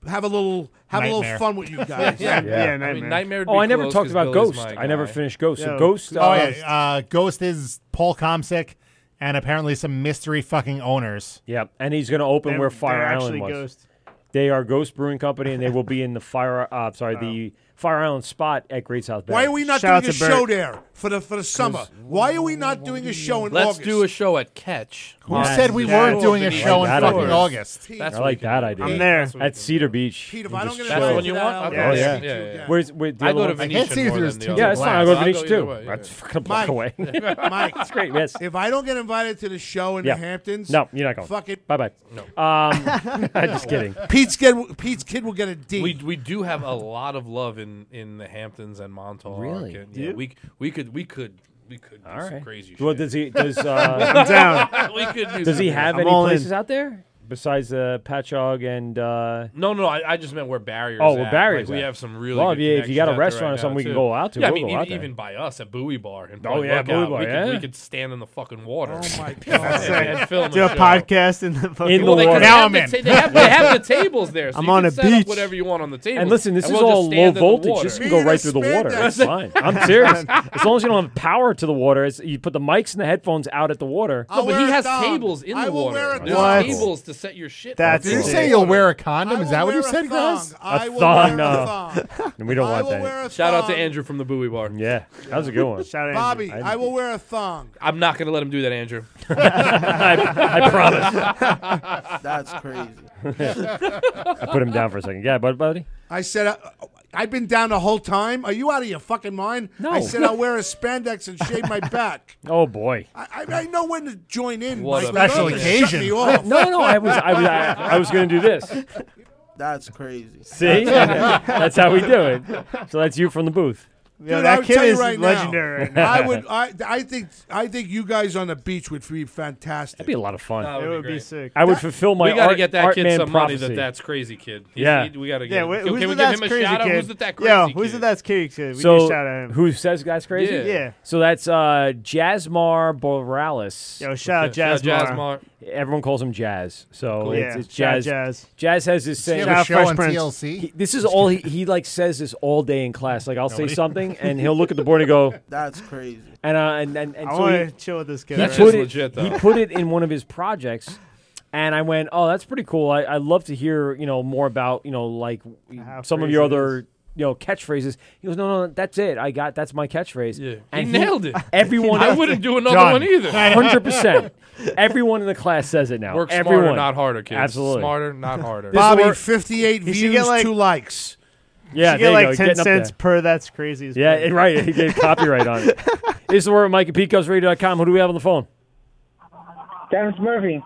Speaker 20: Have a little have a
Speaker 12: Nightmare.
Speaker 20: little fun with you guys.
Speaker 12: Yeah. Yeah, I mean, Nightmare. Nightmare would be Oh, I never close talked 'cause about Billy's Ghost. my I never guy. finished Ghost. So Ghost,
Speaker 13: oh
Speaker 12: uh,
Speaker 13: yeah, uh, Ghost is Paul Comsick and apparently some mystery fucking owners.
Speaker 12: Yep, and he's going to open
Speaker 13: They're-
Speaker 12: where Fire
Speaker 13: they're
Speaker 12: Island
Speaker 13: actually
Speaker 12: was.
Speaker 13: Ghost.
Speaker 12: They are Ghost Brewing Company, and they will be in the Fire. Uh, sorry, the Fire Island spot at Great South Bay.
Speaker 20: Why are we not doing a show there for the for the summer? Why are we not doing a show in
Speaker 21: Let's
Speaker 20: August?
Speaker 21: do a show at Catch.
Speaker 20: Who said we weren't doing a show in fucking August?
Speaker 12: I like that idea.
Speaker 21: I'm there.
Speaker 12: at Cedar Beach.
Speaker 20: Pete, if
Speaker 12: You
Speaker 20: I don't
Speaker 12: just
Speaker 20: get
Speaker 21: invited That's to
Speaker 12: chill.
Speaker 21: the one you that, want? I'll
Speaker 12: Oh
Speaker 21: go.
Speaker 12: yeah.
Speaker 21: Yeah, yeah, yeah.
Speaker 12: Where's where's the
Speaker 21: I go to
Speaker 12: other one?
Speaker 21: Venetian I can't see more
Speaker 13: through than the other
Speaker 12: Yeah, that's fine. I'll go to
Speaker 13: glass.
Speaker 12: Venetian
Speaker 13: I'll
Speaker 12: too.
Speaker 13: go either way,
Speaker 12: That's
Speaker 13: yeah.
Speaker 12: fucking a block
Speaker 20: Mike,
Speaker 12: away.
Speaker 20: Mike,
Speaker 12: That's great. Yes.
Speaker 20: If I don't get invited to the show in the Hamptons,
Speaker 12: No, you're not going.
Speaker 20: Fuck it.
Speaker 12: Bye bye. No. Um, I'm just kidding.
Speaker 20: Pete's kid, Pete's kid will get a D.
Speaker 14: We, we do have a lot of love in, in the Hamptons and Montauk.
Speaker 12: Really?
Speaker 14: and,
Speaker 12: Do
Speaker 14: yeah,
Speaker 12: you?
Speaker 14: we we could we could we could do some crazy
Speaker 12: Well,
Speaker 14: shit.
Speaker 12: does he? Does uh,
Speaker 14: I'm down. We could do
Speaker 12: Does he
Speaker 14: something.
Speaker 12: have
Speaker 14: I'm
Speaker 12: any
Speaker 14: all in.
Speaker 12: places out there besides uh, Patchogue and? Uh,
Speaker 14: No, no, I, I just meant where barriers.
Speaker 12: Oh, where
Speaker 14: at.
Speaker 12: barriers
Speaker 14: Like, we
Speaker 12: at.
Speaker 14: have some really.
Speaker 12: Well, if
Speaker 14: good
Speaker 12: you- if you got
Speaker 14: connections
Speaker 12: a
Speaker 14: out there
Speaker 12: restaurant or
Speaker 14: right now,
Speaker 12: something we can
Speaker 14: too.
Speaker 12: go out to,
Speaker 14: Yeah, I
Speaker 12: we'll
Speaker 14: mean,
Speaker 12: go
Speaker 14: even,
Speaker 12: out there.
Speaker 14: even by us at Bowie Bar and
Speaker 12: Oh,
Speaker 14: Point
Speaker 12: yeah,
Speaker 14: Lookout,
Speaker 12: Bowie Bar,
Speaker 14: we, could, we
Speaker 12: yeah.
Speaker 14: could stand in the fucking water. Oh
Speaker 20: my
Speaker 14: and film
Speaker 15: Do a
Speaker 14: show.
Speaker 15: podcast in the fucking
Speaker 14: well, they could
Speaker 15: Now
Speaker 14: have
Speaker 15: I'm
Speaker 14: the
Speaker 15: in.
Speaker 14: ta- they, have, they have the tables there. So
Speaker 15: I'm
Speaker 14: you
Speaker 15: on
Speaker 14: can
Speaker 15: a
Speaker 14: set up
Speaker 15: beach.
Speaker 14: whatever you want on the table.
Speaker 12: And listen, this is
Speaker 14: we'll just
Speaker 12: all
Speaker 14: stand
Speaker 12: low
Speaker 14: in the
Speaker 12: voltage.
Speaker 14: water.
Speaker 12: This can go right through the water. That's fine. I'm serious. As long as you don't have power to the water, it's, you put the mics and the headphones out at the water.
Speaker 14: No, but
Speaker 20: wear
Speaker 14: he
Speaker 20: a
Speaker 14: has
Speaker 20: thong.
Speaker 14: tables in
Speaker 20: I
Speaker 14: the
Speaker 20: will
Speaker 14: water.
Speaker 20: wear a
Speaker 14: There's
Speaker 20: thong.
Speaker 14: tables to set your shit.
Speaker 13: Did you say you'll wear a condom? Is that what you said, guys?
Speaker 20: I will
Speaker 12: thong,
Speaker 20: wear a
Speaker 12: no.
Speaker 20: thong.
Speaker 12: And we don't want that.
Speaker 14: Shout out to Andrew from the Bowie Bar.
Speaker 12: Yeah, that was a good one.
Speaker 20: Bobby, I will wear a thong.
Speaker 14: I'm not going to let him do that, Andrew.
Speaker 12: I, I promise.
Speaker 20: That's crazy.
Speaker 12: I put him down for a second. Yeah, bud, buddy.
Speaker 20: I said, uh, I've been down the whole time. Are you out of your fucking mind?
Speaker 12: No.
Speaker 20: I said, I'll wear a spandex and shave my back.
Speaker 12: Oh boy.
Speaker 20: I, I, I know when to join in.
Speaker 12: What
Speaker 20: Mike.
Speaker 12: a special
Speaker 20: You don't have to
Speaker 12: occasion.
Speaker 20: shut me off.
Speaker 12: No, no, I was- I was- I- I was gonna do this.
Speaker 16: That's crazy.
Speaker 12: See, that's how we do it. So that's you from the booth.
Speaker 20: Dude, I would tell you right now, I would. I, I think. I think you guys on the beach would be fantastic. That'd
Speaker 12: be a lot of fun.
Speaker 15: That would It be would be great. sick.
Speaker 12: I would fulfill my
Speaker 14: we gotta
Speaker 12: art-
Speaker 14: get that
Speaker 12: art
Speaker 14: kid
Speaker 12: man
Speaker 14: some money. That
Speaker 12: prophecy.
Speaker 14: that's crazy kid. He-
Speaker 12: Yeah.
Speaker 14: he- we gotta get.
Speaker 15: Yeah,
Speaker 14: him.
Speaker 15: wh-
Speaker 14: Can
Speaker 15: who's
Speaker 14: we
Speaker 15: the
Speaker 14: give
Speaker 15: that's
Speaker 14: him a
Speaker 15: crazy
Speaker 14: shout out?
Speaker 15: kid?
Speaker 14: Who's the that crazy
Speaker 15: Yo,
Speaker 14: kid?
Speaker 15: who's the that's crazy kid? We
Speaker 12: so
Speaker 15: need a shout out him.
Speaker 12: who says guys crazy?
Speaker 15: Yeah. Yeah.
Speaker 12: So that's uh, Jasmar Boralis.
Speaker 15: Yo, shout out Shout out Jasmar.
Speaker 12: Everyone calls him Jazz. So
Speaker 15: Cool.
Speaker 12: it's,
Speaker 15: Yeah,
Speaker 12: it's
Speaker 15: shout out
Speaker 12: Jazz.
Speaker 15: Jazz.
Speaker 12: Jazz has this
Speaker 15: Does he have
Speaker 12: saying.
Speaker 15: a Shout out show Fresh on Prince. TLC?
Speaker 12: He- this is all he he like says this all day in class. Like I'll say
Speaker 15: Nobody.
Speaker 12: something and he'll look at the board and go.
Speaker 16: That's crazy.
Speaker 12: And uh, and and, and
Speaker 15: I
Speaker 12: so
Speaker 15: wanna
Speaker 12: he-
Speaker 15: chill with this kid
Speaker 12: He
Speaker 15: right
Speaker 12: put
Speaker 15: now.
Speaker 12: it.
Speaker 15: Legit, though.
Speaker 12: he put it in one of his projects. And I went, oh, that's pretty cool. I, I'd love to hear, you know, more about, you know, like
Speaker 15: How
Speaker 12: some of your
Speaker 15: crazy it
Speaker 12: other, you know, catchphrases. He goes, no, no, no, that's it. I got that's my catchphrase. Yeah,
Speaker 14: He nailed it.
Speaker 12: Everyone,
Speaker 14: I wouldn't do another one either.
Speaker 12: Hundred percent. Everyone in the class says it now.
Speaker 14: Work smarter,
Speaker 12: Everyone.
Speaker 14: not harder, kids.
Speaker 12: Absolutely.
Speaker 14: Smarter, not harder.
Speaker 12: This is
Speaker 20: Bobby,
Speaker 12: where-
Speaker 20: fifty-eight
Speaker 15: He should
Speaker 20: views,
Speaker 15: get, like-
Speaker 20: two likes.
Speaker 12: Yeah,
Speaker 15: you
Speaker 12: there
Speaker 15: get
Speaker 12: you
Speaker 15: like
Speaker 12: go,
Speaker 15: ten
Speaker 12: getting up
Speaker 15: cents
Speaker 12: there.
Speaker 15: per. That's crazy. as
Speaker 12: Yeah,
Speaker 15: fuck.
Speaker 12: it- right. He did copyright on it. This is where Mike at PeteGovsRadio.com. Who do we have on the phone?
Speaker 6: Dennis Murphy.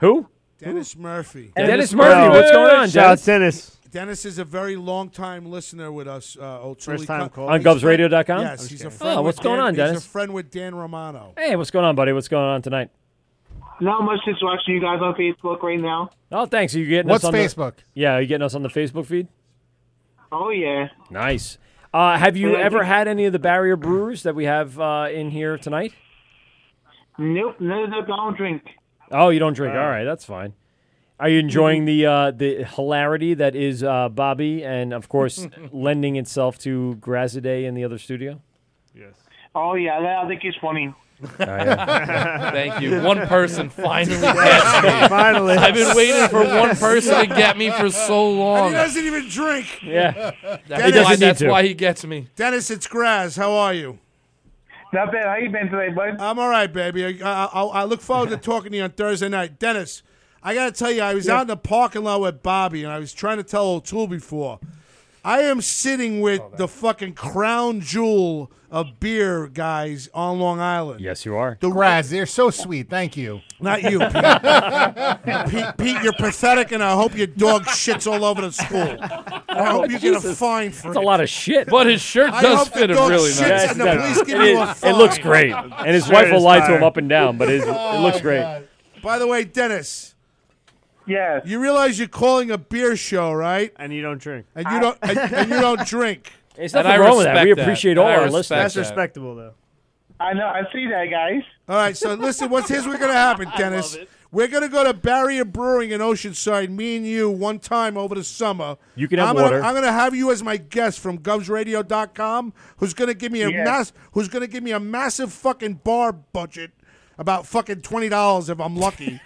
Speaker 12: Who?
Speaker 20: Dennis Murphy.
Speaker 12: Dennis Dennis Murphy, Murphy. what's going on, Shout out Dennis? Dennis.
Speaker 20: Dennis is a very long-time listener with us. Uh, O'Toole.
Speaker 15: First
Speaker 20: He co-
Speaker 15: time caller.
Speaker 12: On
Speaker 20: he's friend-
Speaker 12: GovsRadio.com? I'm
Speaker 20: Yes,
Speaker 12: just
Speaker 20: he's a
Speaker 12: kidding.
Speaker 20: friend.
Speaker 12: Oh,
Speaker 20: with
Speaker 12: what's going
Speaker 20: Dan-
Speaker 12: on,
Speaker 20: He's
Speaker 12: Dennis?
Speaker 20: a friend with Dan Romano.
Speaker 12: Hey, what's going on, buddy? What's going on tonight?
Speaker 6: Not much, just watching you guys on Facebook right now.
Speaker 12: Oh, thanks. Are you getting
Speaker 6: What's
Speaker 12: us on
Speaker 6: Facebook?
Speaker 12: The, yeah, are you getting us on the Facebook feed?
Speaker 6: Oh yeah.
Speaker 12: Nice. Uh, have you
Speaker 6: Yeah, I
Speaker 12: ever
Speaker 6: think-
Speaker 12: had any of the barrier brewers that we have uh, in here tonight?
Speaker 6: Nope, no, no, I don't drink.
Speaker 12: Oh, you don't drink.
Speaker 6: Uh,
Speaker 12: All right, that's fine. Are you enjoying the uh, the hilarity that is uh, Bobby, and of course, lending itself to Graziday in the other studio?
Speaker 6: Oh yeah, I- I think it's funny.
Speaker 12: yeah.
Speaker 14: Oh, Thank you. One person finally gets me. I've been waiting for one person to get me for so
Speaker 20: And
Speaker 14: long.
Speaker 20: he doesn't even drink.
Speaker 14: Yeah. That's
Speaker 20: Dennis-
Speaker 14: why, that's why he gets me.
Speaker 20: Dennis, it's Graz. How are you?
Speaker 6: Not bad. How you been today, bud?
Speaker 20: I'm all right, baby. I, I, I, I look forward to talking to you on Thursday night. Dennis, I gotta tell you, I was
Speaker 13: Yeah.
Speaker 20: out in the parking lot with Bobby, and I was trying to tell O'Toole before. I am sitting with the fucking crown jewel of beer guys on Long Island.
Speaker 12: Yes, you are.
Speaker 20: The
Speaker 13: Raz, they're so sweet. Thank you.
Speaker 20: Not you, Pete. Pete, Pete, you're pathetic, and I hope your dog shits all over the school. I hope you get a
Speaker 12: Jesus.
Speaker 20: fine for
Speaker 12: That's a
Speaker 20: it.
Speaker 12: lot of shit.
Speaker 20: But his shirt
Speaker 12: I
Speaker 20: does
Speaker 12: hope
Speaker 20: fit
Speaker 12: the
Speaker 20: him
Speaker 12: dog
Speaker 20: really
Speaker 12: shits
Speaker 20: nice. Yes, it
Speaker 12: and the
Speaker 20: does.
Speaker 12: police give
Speaker 20: It
Speaker 12: you a
Speaker 20: is-
Speaker 12: fine. It looks great. And his
Speaker 20: Shirt
Speaker 12: wife will
Speaker 20: is
Speaker 12: lie to
Speaker 20: fire.
Speaker 12: him up and down, but it, is-
Speaker 20: Oh,
Speaker 12: it looks great.
Speaker 20: By the way, Dennis. Yeah. You realize you're calling a beer show, right?
Speaker 15: And you don't drink.
Speaker 20: And you don't. and, and you don't drink.
Speaker 12: There's nothing And I wrong with that. We respect that. appreciate all And I our respect listeners.
Speaker 15: That's
Speaker 12: that.
Speaker 15: respectable, though.
Speaker 20: I know. I see that, guys. All right. So listen, what's here's what's gonna happen, Dennis. We're gonna go to Barrier Brewing in Oceanside. Me and you, one time over the summer.
Speaker 12: You can have
Speaker 20: I'm
Speaker 12: water.
Speaker 20: Gonna, I'm gonna have you as my guest from GovsRadio.com, who's gonna give me a
Speaker 12: Yes.
Speaker 20: mass, who's gonna give me a massive fucking bar budget. About fucking twenty dollars if I'm lucky.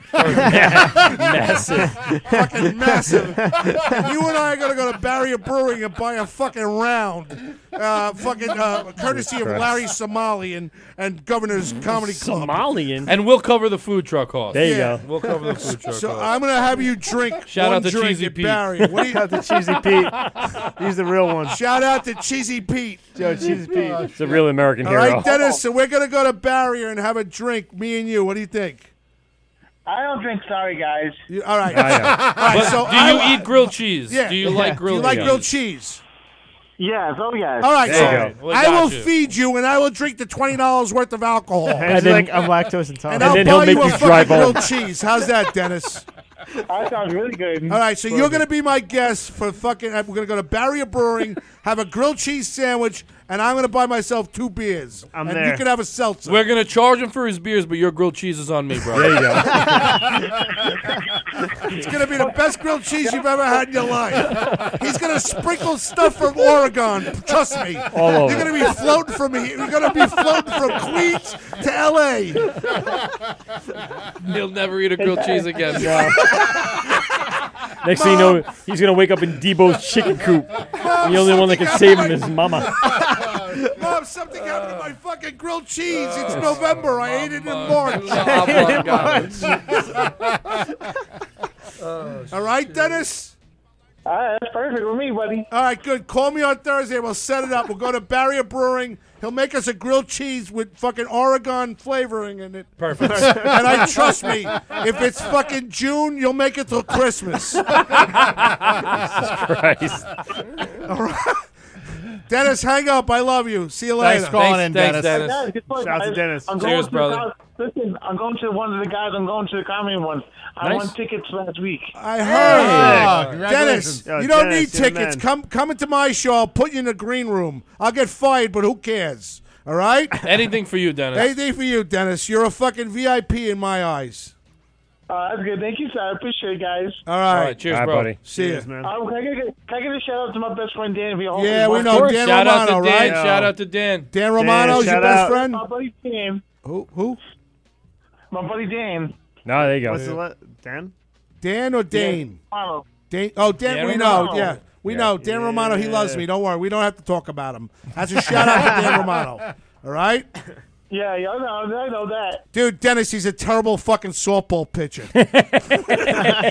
Speaker 12: Massive.
Speaker 20: fucking massive. And you and I are gonna go to Barrier Brewing and buy a fucking round, uh, fucking uh, courtesy of
Speaker 14: Christ.
Speaker 20: Larry Somali and, and Governor's Comedy Club.
Speaker 14: And we'll cover the food truck cost.
Speaker 20: There you
Speaker 14: Yeah.
Speaker 20: go.
Speaker 14: We'll cover the food truck
Speaker 20: So
Speaker 14: cost.
Speaker 20: I'm gonna have you drink.
Speaker 14: Shout
Speaker 20: one
Speaker 14: out to
Speaker 20: drink
Speaker 14: Cheesy
Speaker 20: at
Speaker 14: Pete.
Speaker 20: Barrier. What do you
Speaker 14: Shout out to Cheesy
Speaker 15: Pete. He's the real one.
Speaker 20: Shout out to Cheesy Pete.
Speaker 15: Yo, Cheesy Pete.
Speaker 14: Oh,
Speaker 12: It's a real American
Speaker 20: All
Speaker 12: hero.
Speaker 20: right, Dennis. So we're gonna go to Barrier and have a drink. Me and you. What do you think?
Speaker 7: I don't drink. Sorry, guys.
Speaker 20: You, all right.
Speaker 7: I know.
Speaker 20: all right.
Speaker 7: But
Speaker 20: So
Speaker 7: do
Speaker 20: I-
Speaker 7: you eat grilled cheese?
Speaker 20: Yeah.
Speaker 7: Do you like
Speaker 20: Do you
Speaker 7: grilled
Speaker 20: like
Speaker 7: cheese?
Speaker 20: grilled cheese?
Speaker 7: Yes. Oh, yes.
Speaker 20: All right,
Speaker 15: There
Speaker 20: so
Speaker 15: you go. We
Speaker 20: I
Speaker 15: got
Speaker 20: will
Speaker 15: you.
Speaker 20: feed you, and I will drink the twenty dollars worth of alcohol.
Speaker 15: And, he's like, I'm lactose intolerant.
Speaker 20: And I'll buy you a fucking grilled cheese. How's that, Dennis?
Speaker 7: That sounds really good.
Speaker 20: All right, so you're going to be my guest for fucking. uh, We're going to go to Barrier Brewing, have a grilled cheese sandwich, and I'm going to buy myself two beers. and you can have a seltzer.
Speaker 14: We're gonna charge him for his beers, but your grilled cheese is on me, bro.
Speaker 20: There you It's going to be the best grilled cheese you've ever had in your life. He's going to sprinkle stuff from Oregon. Trust me.
Speaker 12: All over.
Speaker 20: You're going to be floating from here. You're going to be floating from Queens to L.A.
Speaker 14: He'll never eat a grilled cheese again.
Speaker 12: Next thing you know, he's gonna wake up in Debo's chicken coop. the only one that can save him is Mama.
Speaker 20: Mom, something happened to my fucking grilled cheese. It's November. I ate it in March.
Speaker 15: Oh,
Speaker 20: All right, Dennis.
Speaker 7: All right, that's perfect with me, buddy.
Speaker 20: All right, good. Call me on Thursday. We'll set it up. We'll go to Barrier Brewing. He'll make us a grilled cheese with fucking Oregon flavoring in it.
Speaker 14: Perfect.
Speaker 20: and I trust me, if it's fucking June, you'll make it till Christmas.
Speaker 12: Christ.
Speaker 20: All right. Dennis, hang up. I love you. See you later.
Speaker 7: Thanks for calling in, Thanks,
Speaker 15: Dennis.
Speaker 7: Guys, good luck,
Speaker 15: Shout out to
Speaker 7: guys.
Speaker 15: Dennis.
Speaker 7: I'm
Speaker 15: Cheers,
Speaker 7: going to
Speaker 15: brother.
Speaker 7: The, listen, I'm going to one of the guys. I'm going to the comedy one. I
Speaker 20: Nice.
Speaker 7: won tickets last week.
Speaker 20: I heard. Dennis,
Speaker 7: congratulations.
Speaker 20: you
Speaker 7: Yo,
Speaker 20: don't
Speaker 7: Dennis,
Speaker 20: need
Speaker 7: you're the
Speaker 20: tickets.
Speaker 7: man.
Speaker 20: Come come into my show. I'll put you in the green room. I'll get fired, but who cares? All right?
Speaker 14: Anything for you, Dennis.
Speaker 20: Anything for you, Dennis. You're a fucking VIP in my eyes.
Speaker 7: Uh, that's good. Thank you, sir. I appreciate it, guys.
Speaker 20: All right.
Speaker 14: All right, cheers, All right, bro. buddy.
Speaker 20: See ya.
Speaker 14: Cheers, man.
Speaker 7: Um, can, I get, can I give a shout out to my best friend Dan?
Speaker 20: Yeah, we know Dan
Speaker 14: Shout out to
Speaker 20: Romano,
Speaker 14: Dan.
Speaker 20: right?
Speaker 14: Shout out to Dan.
Speaker 20: Dan Romano's your best friend?
Speaker 7: My buddy Dan.
Speaker 20: Who? Who?
Speaker 7: My buddy Dan.
Speaker 12: No, there you
Speaker 15: What's the le- Dan?
Speaker 20: Dan or Dane?
Speaker 7: Romano.
Speaker 20: Dan, oh, Dan,
Speaker 7: Dan
Speaker 20: we know.
Speaker 7: Romano.
Speaker 20: Yeah. We know. Dan Romano, he loves me. Don't worry. We don't have to talk about him. That's a shout out to Dan Romano. All right?
Speaker 7: Yeah, yeah, I know, I know that.
Speaker 20: Dude, Dennis, he's a terrible fucking softball pitcher.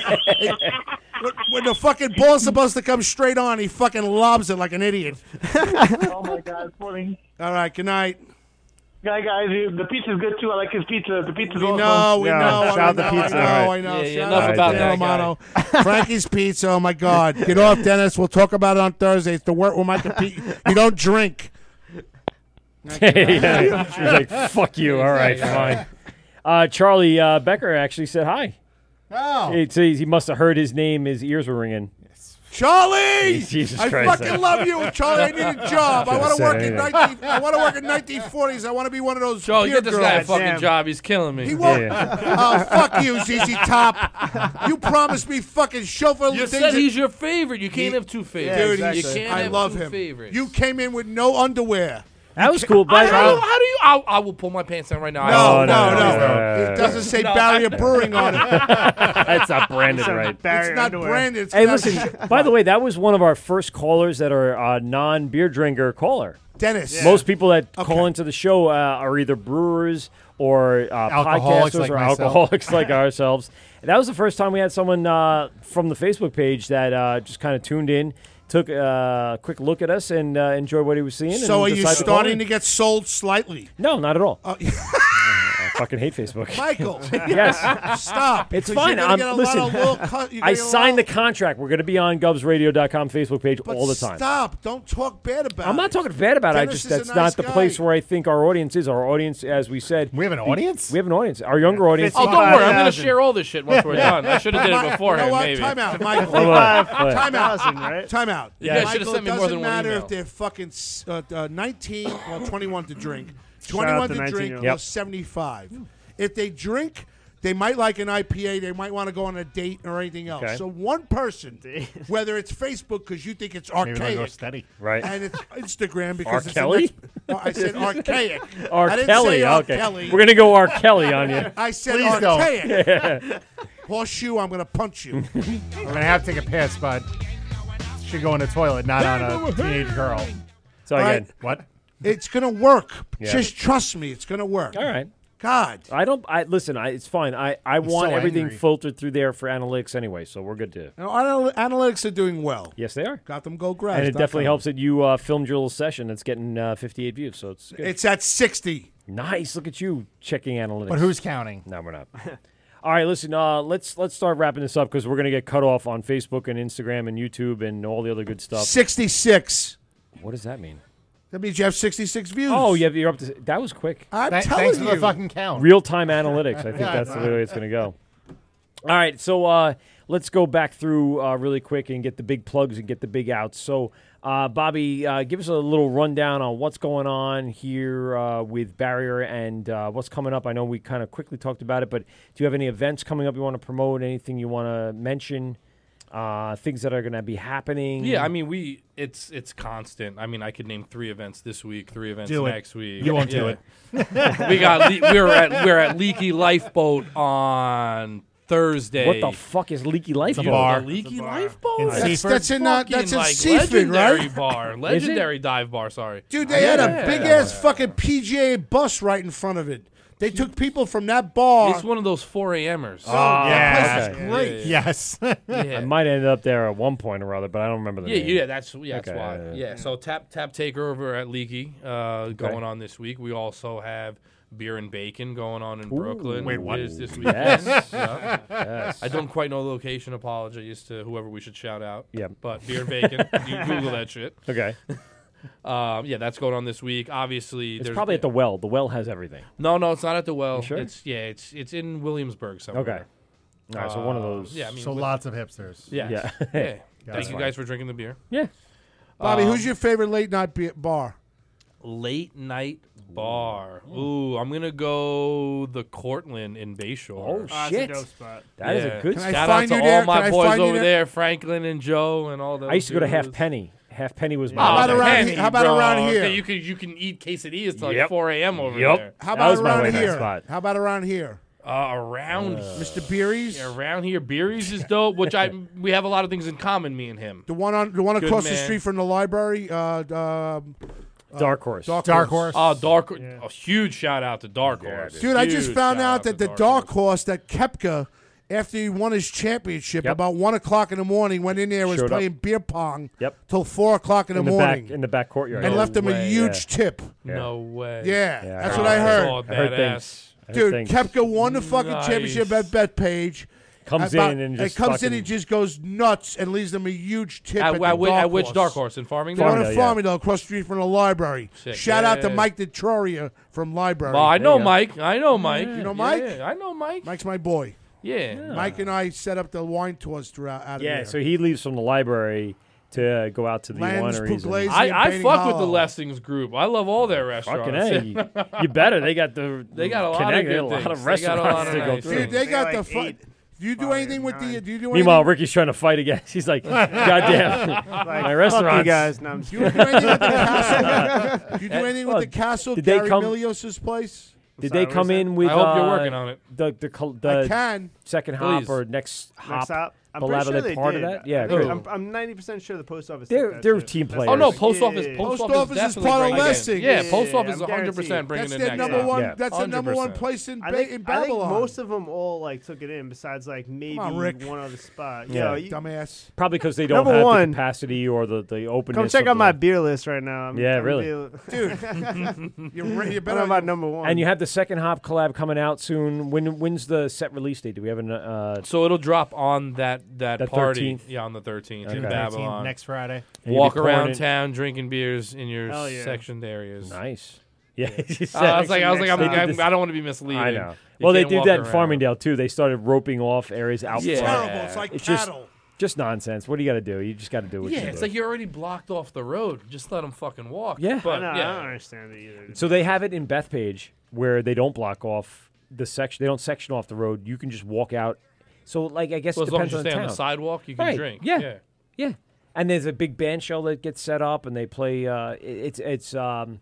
Speaker 20: when, when the fucking ball's supposed to come straight on, he fucking lobs it like an idiot.
Speaker 7: oh my God, it's funny.
Speaker 20: All right, good night.
Speaker 7: Guy, guys, the pizza's good too. I like his pizza. The pizza's
Speaker 20: We
Speaker 7: awesome.
Speaker 13: Oh,
Speaker 20: know, Oh, we know, I know, I know, I
Speaker 7: Yeah,
Speaker 20: know.
Speaker 7: yeah,
Speaker 20: Shout
Speaker 7: enough
Speaker 20: out to
Speaker 7: about
Speaker 20: Dan
Speaker 7: that
Speaker 20: Romano. Frankie's Pizza. Oh my God, get off, Dennis. We'll talk about it on Thursday. It's the work where my compete. You don't drink.
Speaker 12: yeah. She's like, "Fuck you." All right, fine. Uh, Charlie uh, Becker actually said hi.
Speaker 20: Oh.
Speaker 12: It's- he, he must have heard his name. His ears were ringing.
Speaker 20: Charlie,
Speaker 12: Jesus
Speaker 20: I
Speaker 12: Christ.
Speaker 20: fucking love you, Charlie. I need a job. I want
Speaker 12: Should've
Speaker 20: to work
Speaker 12: said
Speaker 20: in
Speaker 12: anything.
Speaker 20: 19. I want to work in 1940s. I want to be one of those.
Speaker 14: Joe,
Speaker 20: beer
Speaker 14: get this guy a
Speaker 20: girls.
Speaker 14: fucking job. He's killing me.
Speaker 20: He won't. Oh, fuck you, ZZ Top. You promised me fucking chauffeur.
Speaker 14: You
Speaker 20: things
Speaker 14: said
Speaker 20: that-
Speaker 14: he's your favorite. You can't have two
Speaker 20: Dude,
Speaker 14: favorites. You
Speaker 20: he's-
Speaker 14: can't
Speaker 20: I
Speaker 14: have
Speaker 20: love
Speaker 14: two
Speaker 20: him.
Speaker 14: favorites.
Speaker 20: You came in with no underwear.
Speaker 12: That was cool.
Speaker 14: I, how, do- how do you? I, I will pull my pants down right now.
Speaker 20: No,
Speaker 14: I-
Speaker 20: no, no, It doesn't say
Speaker 14: No,
Speaker 20: Barrier Brewing on it.
Speaker 12: That's not branded right.
Speaker 20: It's not branded. It's
Speaker 12: hey,
Speaker 20: not-
Speaker 12: listen. by the way, that was one of our first callers that are uh, non-beer drinker caller.
Speaker 20: Dennis. Yeah.
Speaker 12: Most people that call into the show uh, are either brewers or uh,
Speaker 20: Alcoholics
Speaker 12: podcasters
Speaker 20: like
Speaker 12: or
Speaker 20: myself.
Speaker 12: alcoholics like ourselves. And that was the first time we had someone uh, from the Facebook page that uh, just kind of tuned in, took uh, a quick look at us, and uh, enjoyed what he was seeing.
Speaker 20: So are
Speaker 12: and
Speaker 20: you
Speaker 12: decided call
Speaker 20: starting
Speaker 12: in.
Speaker 20: to get sold slightly?
Speaker 12: No, not at all. I fucking hate Facebook.
Speaker 20: Michael,
Speaker 12: yes,
Speaker 20: stop.
Speaker 12: It's
Speaker 20: because
Speaker 12: fine.
Speaker 20: You're
Speaker 12: I'm
Speaker 20: gonna get a
Speaker 12: listen.
Speaker 20: Lot of little cut- you're
Speaker 12: I
Speaker 20: gonna get a lot
Speaker 12: signed the contract. We're going to be on GubsRadio.com Facebook page
Speaker 20: But
Speaker 12: all the time.
Speaker 20: Stop! Don't talk bad about.
Speaker 12: I'm not talking bad about it. I
Speaker 20: Dennis
Speaker 12: just
Speaker 20: is a
Speaker 12: that's
Speaker 20: nice
Speaker 12: not the
Speaker 20: guy.
Speaker 12: place where I think our audience is. Our audience, as we said, we have an
Speaker 20: audience?
Speaker 12: We have an audience. Our younger audience.
Speaker 21: Oh, don't worry. I'm going to share all this shit once we're
Speaker 12: Yeah.
Speaker 21: done. I should have did it
Speaker 20: Mi-
Speaker 21: beforehand,
Speaker 20: You know what?
Speaker 21: maybe.
Speaker 20: Time out, Michael.
Speaker 12: What? What?
Speaker 20: Time out.
Speaker 12: Thousand, right?
Speaker 20: Time out.
Speaker 21: You guys
Speaker 20: Michael,
Speaker 21: should've sent me
Speaker 20: it
Speaker 21: more
Speaker 20: doesn't
Speaker 21: than one
Speaker 20: matter
Speaker 21: email.
Speaker 20: if they're fucking s- uh, uh, 19 or 21 to drink,
Speaker 15: Shout
Speaker 20: 21
Speaker 15: out to
Speaker 20: to drink
Speaker 15: 19-year-olds.
Speaker 20: or 75. If they drink, they might like an IPA. They might want to go on a date or anything else.
Speaker 12: Okay.
Speaker 20: So one person, whether it's Facebook because you think it's archaic,
Speaker 12: wanna go steady. Right.
Speaker 20: and it's Instagram because
Speaker 12: R.
Speaker 20: it's the
Speaker 12: Kelly?
Speaker 20: next- No, I said archaic.
Speaker 12: R.
Speaker 20: I didn't
Speaker 12: Kelly.
Speaker 20: Say R.
Speaker 12: okay.
Speaker 20: Kelly.
Speaker 12: We're going to go R. Kelly on you.
Speaker 20: I said
Speaker 13: Please don't.
Speaker 20: archaic.
Speaker 13: Yeah.
Speaker 20: Horseshoe, I'm going to punch you.
Speaker 13: I'm gonna have to take a piss, but should go in the toilet, not on a teenage girl.
Speaker 12: So
Speaker 20: All right.
Speaker 13: what?
Speaker 20: It's going to work.
Speaker 13: Yeah.
Speaker 20: Just trust me. It's going to work.
Speaker 12: All right.
Speaker 20: God.
Speaker 12: I don't. I listen. I it's fine. I I want
Speaker 20: so
Speaker 12: everything
Speaker 20: angry.
Speaker 12: filtered through there for analytics anyway, so we're good to.
Speaker 20: Now, anal- analytics are doing well.
Speaker 12: Yes, they are.
Speaker 20: Got them go grab.
Speaker 12: And it definitely helps that you uh, filmed your little session. It's getting uh, 58 views, so it's good.
Speaker 20: It's at 60.
Speaker 12: Nice. Look at you checking analytics.
Speaker 13: But who's counting?
Speaker 12: No, we're not. All right, listen. Uh, let's let's start wrapping this up because we're gonna get cut off on Facebook and Instagram and YouTube and all the other good stuff.
Speaker 20: 66.
Speaker 12: What does that mean?
Speaker 20: That means you have 66 views.
Speaker 12: Oh, yeah, you're up to. That was quick.
Speaker 20: I'm
Speaker 13: Thank-
Speaker 20: telling
Speaker 13: thanks for
Speaker 20: you.
Speaker 13: the fucking count.
Speaker 12: Real time analytics. I think
Speaker 13: Yeah,
Speaker 12: that's the
Speaker 13: man.
Speaker 12: way it's gonna go. All right, so uh, let's go back through uh, really quick and get the big plugs and get the big outs. So, uh, Bobby, uh, give us a little rundown on what's going on here uh, with Barrier and uh, what's coming up. I know we kind of quickly talked about it, but do you have any events coming up you want to promote? Anything you want to mention? Uh, things that are going to be happening?
Speaker 14: Yeah, I mean, we it's it's constant. I mean, I could name three events this week, three events
Speaker 13: Do it.
Speaker 14: next week.
Speaker 13: You won't do
Speaker 14: Yeah.
Speaker 13: it.
Speaker 14: we got le- we were at we are at Leaky Lifeboat on Thursday.
Speaker 12: What the fuck is Leaky Lifeboat?
Speaker 14: The
Speaker 12: bar.
Speaker 14: Leaky
Speaker 12: It's a bar.
Speaker 14: Lifeboat.
Speaker 12: In
Speaker 20: That's-
Speaker 12: Seaford?
Speaker 20: that's in, uh,
Speaker 14: Fucking,
Speaker 20: that's in
Speaker 14: like,
Speaker 20: Seaford,
Speaker 14: legendary
Speaker 20: right?
Speaker 14: Bar,
Speaker 20: Is it?
Speaker 14: legendary dive bar. Sorry,
Speaker 20: Dude, they had a big ass fucking PGA bus right in front of it. They took people from that bar.
Speaker 14: It's one of those four a.m.ers.
Speaker 20: Oh, yeah.
Speaker 14: That place is great.
Speaker 12: Yes.
Speaker 14: Yeah.
Speaker 12: I might end up there at one point or other, but I don't remember the
Speaker 14: Yeah,
Speaker 12: name.
Speaker 14: yeah, that's yeah, that's
Speaker 12: Okay,
Speaker 14: why. Yeah, so tap tap taker over at Leaky uh, going on this week. We also have beer and bacon going on in
Speaker 12: Ooh.
Speaker 14: Brooklyn.
Speaker 12: Wait, what?
Speaker 14: Is this weekend?
Speaker 12: Yes.
Speaker 14: Yeah.
Speaker 12: Yes.
Speaker 14: I don't quite know the location. Apologies to whoever we should shout out.
Speaker 12: Yeah.
Speaker 14: but beer and bacon. you Google that shit.
Speaker 12: Okay.
Speaker 14: Um, yeah, that's going on this week. Obviously,
Speaker 12: It's
Speaker 14: there's
Speaker 12: probably at the well. The well has everything.
Speaker 14: no, no, it's not at the well.
Speaker 12: You sure?
Speaker 14: It's yeah, it's it's in Williamsburg somewhere.
Speaker 12: Okay. All right, so one of
Speaker 14: Uh,
Speaker 12: those-
Speaker 14: Yeah, I mean,
Speaker 13: So
Speaker 14: with-
Speaker 13: lots of hipsters.
Speaker 14: Yes.
Speaker 12: Yeah.
Speaker 14: Yeah.
Speaker 12: Yeah,
Speaker 14: Thank
Speaker 12: that's
Speaker 14: you
Speaker 12: fine.
Speaker 14: guys for drinking the beer.
Speaker 12: Yeah.
Speaker 20: Bobby,
Speaker 14: Um,
Speaker 20: who's your favorite late night be- bar?
Speaker 14: late night bar. Ooh, I'm gonna go the Cortland in
Speaker 15: Oh,
Speaker 14: Bayshore.
Speaker 15: Oh, that's a shit. dope spot.
Speaker 14: That
Speaker 12: That
Speaker 14: is
Speaker 12: is a good Can I
Speaker 14: Shout
Speaker 12: spot.
Speaker 14: out
Speaker 12: find
Speaker 14: to
Speaker 12: you
Speaker 14: all
Speaker 12: there?
Speaker 14: my
Speaker 12: Can I
Speaker 14: boys
Speaker 12: find you
Speaker 14: over
Speaker 12: there?
Speaker 14: there, Franklin and Joe, and all those.
Speaker 12: I used to go to
Speaker 14: dudes.
Speaker 12: Half Penny. Half Penny was my.
Speaker 14: Oh,
Speaker 20: about around
Speaker 14: Penny,
Speaker 20: he- how about
Speaker 14: bro.
Speaker 20: around
Speaker 14: Okay,
Speaker 20: here?
Speaker 14: you can you can eat quesadillas till like
Speaker 12: Yep.
Speaker 14: 4 a.m. over
Speaker 12: Yep.
Speaker 14: there.
Speaker 20: How
Speaker 12: That
Speaker 20: about
Speaker 12: was my
Speaker 20: around
Speaker 12: late night
Speaker 20: here?
Speaker 12: spot.
Speaker 20: How about around here?
Speaker 14: Uh, around
Speaker 20: Mr. Beery's?
Speaker 14: around here, Beery's is dope. Which I we have a lot of things in common, me and him.
Speaker 20: The one on the one
Speaker 14: Good
Speaker 20: across the
Speaker 14: man.
Speaker 20: street from the library. Uh, d- um, uh,
Speaker 12: Dark Horse.
Speaker 13: Dark Horse.
Speaker 14: Oh, Dark Horse. A huge shout out to Dark Horse.
Speaker 20: Dude, I just
Speaker 14: Huge
Speaker 20: found
Speaker 14: shout
Speaker 20: out
Speaker 14: to
Speaker 20: that the dark horse that Kepka, after he won his championship, about one o'clock in the morning, went in there and was
Speaker 12: Showed up.
Speaker 20: playing beer pong
Speaker 12: Yep.
Speaker 20: till four o'clock in the,
Speaker 12: In the back-
Speaker 20: morning
Speaker 12: in the back courtyard.
Speaker 20: and
Speaker 12: No
Speaker 20: left him a
Speaker 12: way.
Speaker 20: huge
Speaker 12: Yeah.
Speaker 20: tip.
Speaker 12: Yeah.
Speaker 14: No way.
Speaker 20: Yeah,
Speaker 12: Yeah, I
Speaker 20: that's
Speaker 12: heard
Speaker 20: what I
Speaker 12: that.
Speaker 20: heard.
Speaker 14: Oh,
Speaker 12: I heard
Speaker 14: badass.
Speaker 12: things. I heard
Speaker 20: Dude,
Speaker 12: things.
Speaker 20: Kepka won the fucking
Speaker 14: Nice.
Speaker 20: championship at Betpage.
Speaker 12: Comes
Speaker 20: About-
Speaker 12: in and just
Speaker 20: comes in
Speaker 12: fucking-
Speaker 20: and just goes nuts and leaves them a huge tip.
Speaker 14: At-
Speaker 20: at, the
Speaker 14: at which-
Speaker 20: dark
Speaker 14: at which
Speaker 20: horse.
Speaker 14: Dark Horse? In Farmingdale?
Speaker 20: The one in
Speaker 14: Farmingdale, yeah.
Speaker 20: Farmingdale, across the street from the library.
Speaker 14: Sick.
Speaker 20: Shout out to
Speaker 14: Yeah.
Speaker 20: Mike Detroria from library.
Speaker 14: Well, I know Mike. I know Mike.
Speaker 20: You know Mike?
Speaker 14: I know Mike.
Speaker 20: Mike's my boy.
Speaker 14: Yeah. Yeah.
Speaker 20: Mike and I set up the wine tours throughout. Out of
Speaker 12: Yeah,
Speaker 20: there.
Speaker 12: so he leaves from the library to uh, go out to the
Speaker 20: Lens,
Speaker 12: wineries. and-
Speaker 20: Pugliese,
Speaker 14: I, I
Speaker 20: Painting
Speaker 14: fuck with the
Speaker 20: Hollow.
Speaker 14: Lessings group. I love all their
Speaker 12: Fucking
Speaker 14: restaurants.
Speaker 12: A. You, you better. They got the
Speaker 14: They got a lot of
Speaker 12: connect- they
Speaker 14: good
Speaker 12: got a lot
Speaker 14: things.
Speaker 12: of
Speaker 14: They got
Speaker 12: restaurants
Speaker 14: a lot of
Speaker 12: to go
Speaker 14: nice
Speaker 12: through.
Speaker 20: Dude, they got
Speaker 15: like
Speaker 20: the fun. Do you do anything with the? Do you do
Speaker 12: Meanwhile,
Speaker 20: anything?
Speaker 12: Ricky's trying to fight again. He's like, "Goddamn,
Speaker 15: Like, fuck
Speaker 12: my
Speaker 15: you
Speaker 12: restaurant,
Speaker 15: guys. No, I'm just
Speaker 20: Do you do anything with the castle? Do you do anything with the castle?
Speaker 12: Eh, Did they
Speaker 20: Gary
Speaker 12: come?
Speaker 20: Milios's place?
Speaker 12: Did
Speaker 15: sorry,
Speaker 12: they
Speaker 15: what
Speaker 12: come
Speaker 15: was that?
Speaker 12: in with?
Speaker 14: I hope you're
Speaker 12: uh,
Speaker 14: working on it.
Speaker 12: The the, col- the
Speaker 20: I can.
Speaker 12: second hop
Speaker 15: Please.
Speaker 12: or next hop.
Speaker 15: Next hop? I'm pretty
Speaker 12: Palau, are
Speaker 15: sure
Speaker 12: they
Speaker 15: they
Speaker 12: part
Speaker 15: did.
Speaker 12: of that? Yeah,
Speaker 15: I think-
Speaker 12: cool.
Speaker 15: I'm, I'm 90% sure the post office.
Speaker 12: They're-
Speaker 15: did that
Speaker 12: they're
Speaker 15: too.
Speaker 12: team
Speaker 15: That's
Speaker 12: players. Oh, no,
Speaker 15: definitely-
Speaker 12: post office-
Speaker 15: yeah, yeah,
Speaker 12: post
Speaker 15: yeah.
Speaker 12: office Post office is definitely part of bringing it in. Lessing.
Speaker 15: Yeah,
Speaker 20: Yeah, post office
Speaker 15: I'm
Speaker 20: is 100% bringing
Speaker 15: guaranteed.
Speaker 20: That's it their next number year. one- Yeah. that's their number one
Speaker 15: 100%.
Speaker 20: place in
Speaker 15: I
Speaker 20: Ba-
Speaker 15: think,
Speaker 20: in
Speaker 15: I
Speaker 20: Babylon.
Speaker 15: think most of them all like took it in, besides like maybe
Speaker 20: on, Rick.
Speaker 15: one other spot.
Speaker 12: Yeah.
Speaker 15: Yeah, you
Speaker 20: dumbass.
Speaker 12: Probably because they don't
Speaker 15: Number
Speaker 12: have
Speaker 15: one.
Speaker 12: the capacity or the the openness.
Speaker 15: Come check
Speaker 12: of
Speaker 15: out
Speaker 12: the-
Speaker 15: my beer list right now. I'm,
Speaker 12: Yeah,
Speaker 15: I'm
Speaker 12: really.
Speaker 15: deal-
Speaker 20: Dude, you're re- you
Speaker 15: I don't know
Speaker 20: better.
Speaker 15: about number one.
Speaker 12: And you have the second hop collab coming out soon. When when's the set release date? Do we have an? Uh,
Speaker 14: So it'll drop on that that
Speaker 12: The
Speaker 14: party.
Speaker 12: 13th?
Speaker 14: Yeah, on the 13th in
Speaker 12: Okay.
Speaker 14: Babylon.
Speaker 12: 13th, next Friday. And you'll
Speaker 14: Walk
Speaker 12: be pouring
Speaker 14: around
Speaker 12: it-
Speaker 14: town drinking beers in your
Speaker 12: Hell yeah.
Speaker 14: sectioned areas.
Speaker 12: Nice. Yeah,
Speaker 14: Uh, I was like, I was like, I'm,
Speaker 12: They did
Speaker 14: I'm,
Speaker 12: this-
Speaker 14: I don't want to be misleading.
Speaker 12: I know.
Speaker 14: You
Speaker 12: well, they
Speaker 14: can't
Speaker 12: did
Speaker 14: walk
Speaker 12: that in
Speaker 14: around.
Speaker 12: Farmingdale too. They started roping off areas out
Speaker 14: It's
Speaker 12: front.
Speaker 14: terrible. It's like
Speaker 12: just-
Speaker 14: cattle.
Speaker 12: Just, nonsense. What do you got to do? You just got to do what
Speaker 14: Yeah,
Speaker 12: you
Speaker 14: it's
Speaker 12: do.
Speaker 14: like you're already blocked off the road. Just let them fucking walk.
Speaker 12: Yeah.
Speaker 14: but
Speaker 15: I, know, I
Speaker 14: yeah.
Speaker 15: don't understand it either.
Speaker 12: so they have it in Bethpage where they don't block off the section. They don't section off the road. You can just walk out. So like I guess
Speaker 14: Well,
Speaker 12: it
Speaker 14: as long as
Speaker 12: depends
Speaker 14: you
Speaker 12: on
Speaker 14: stay on the
Speaker 12: town.
Speaker 14: sidewalk, you can
Speaker 12: Right,
Speaker 14: drink.
Speaker 12: Yeah.
Speaker 14: Yeah.
Speaker 12: Yeah. And there's a big band shell that gets set up, and they play. Uh, it- it's it's um,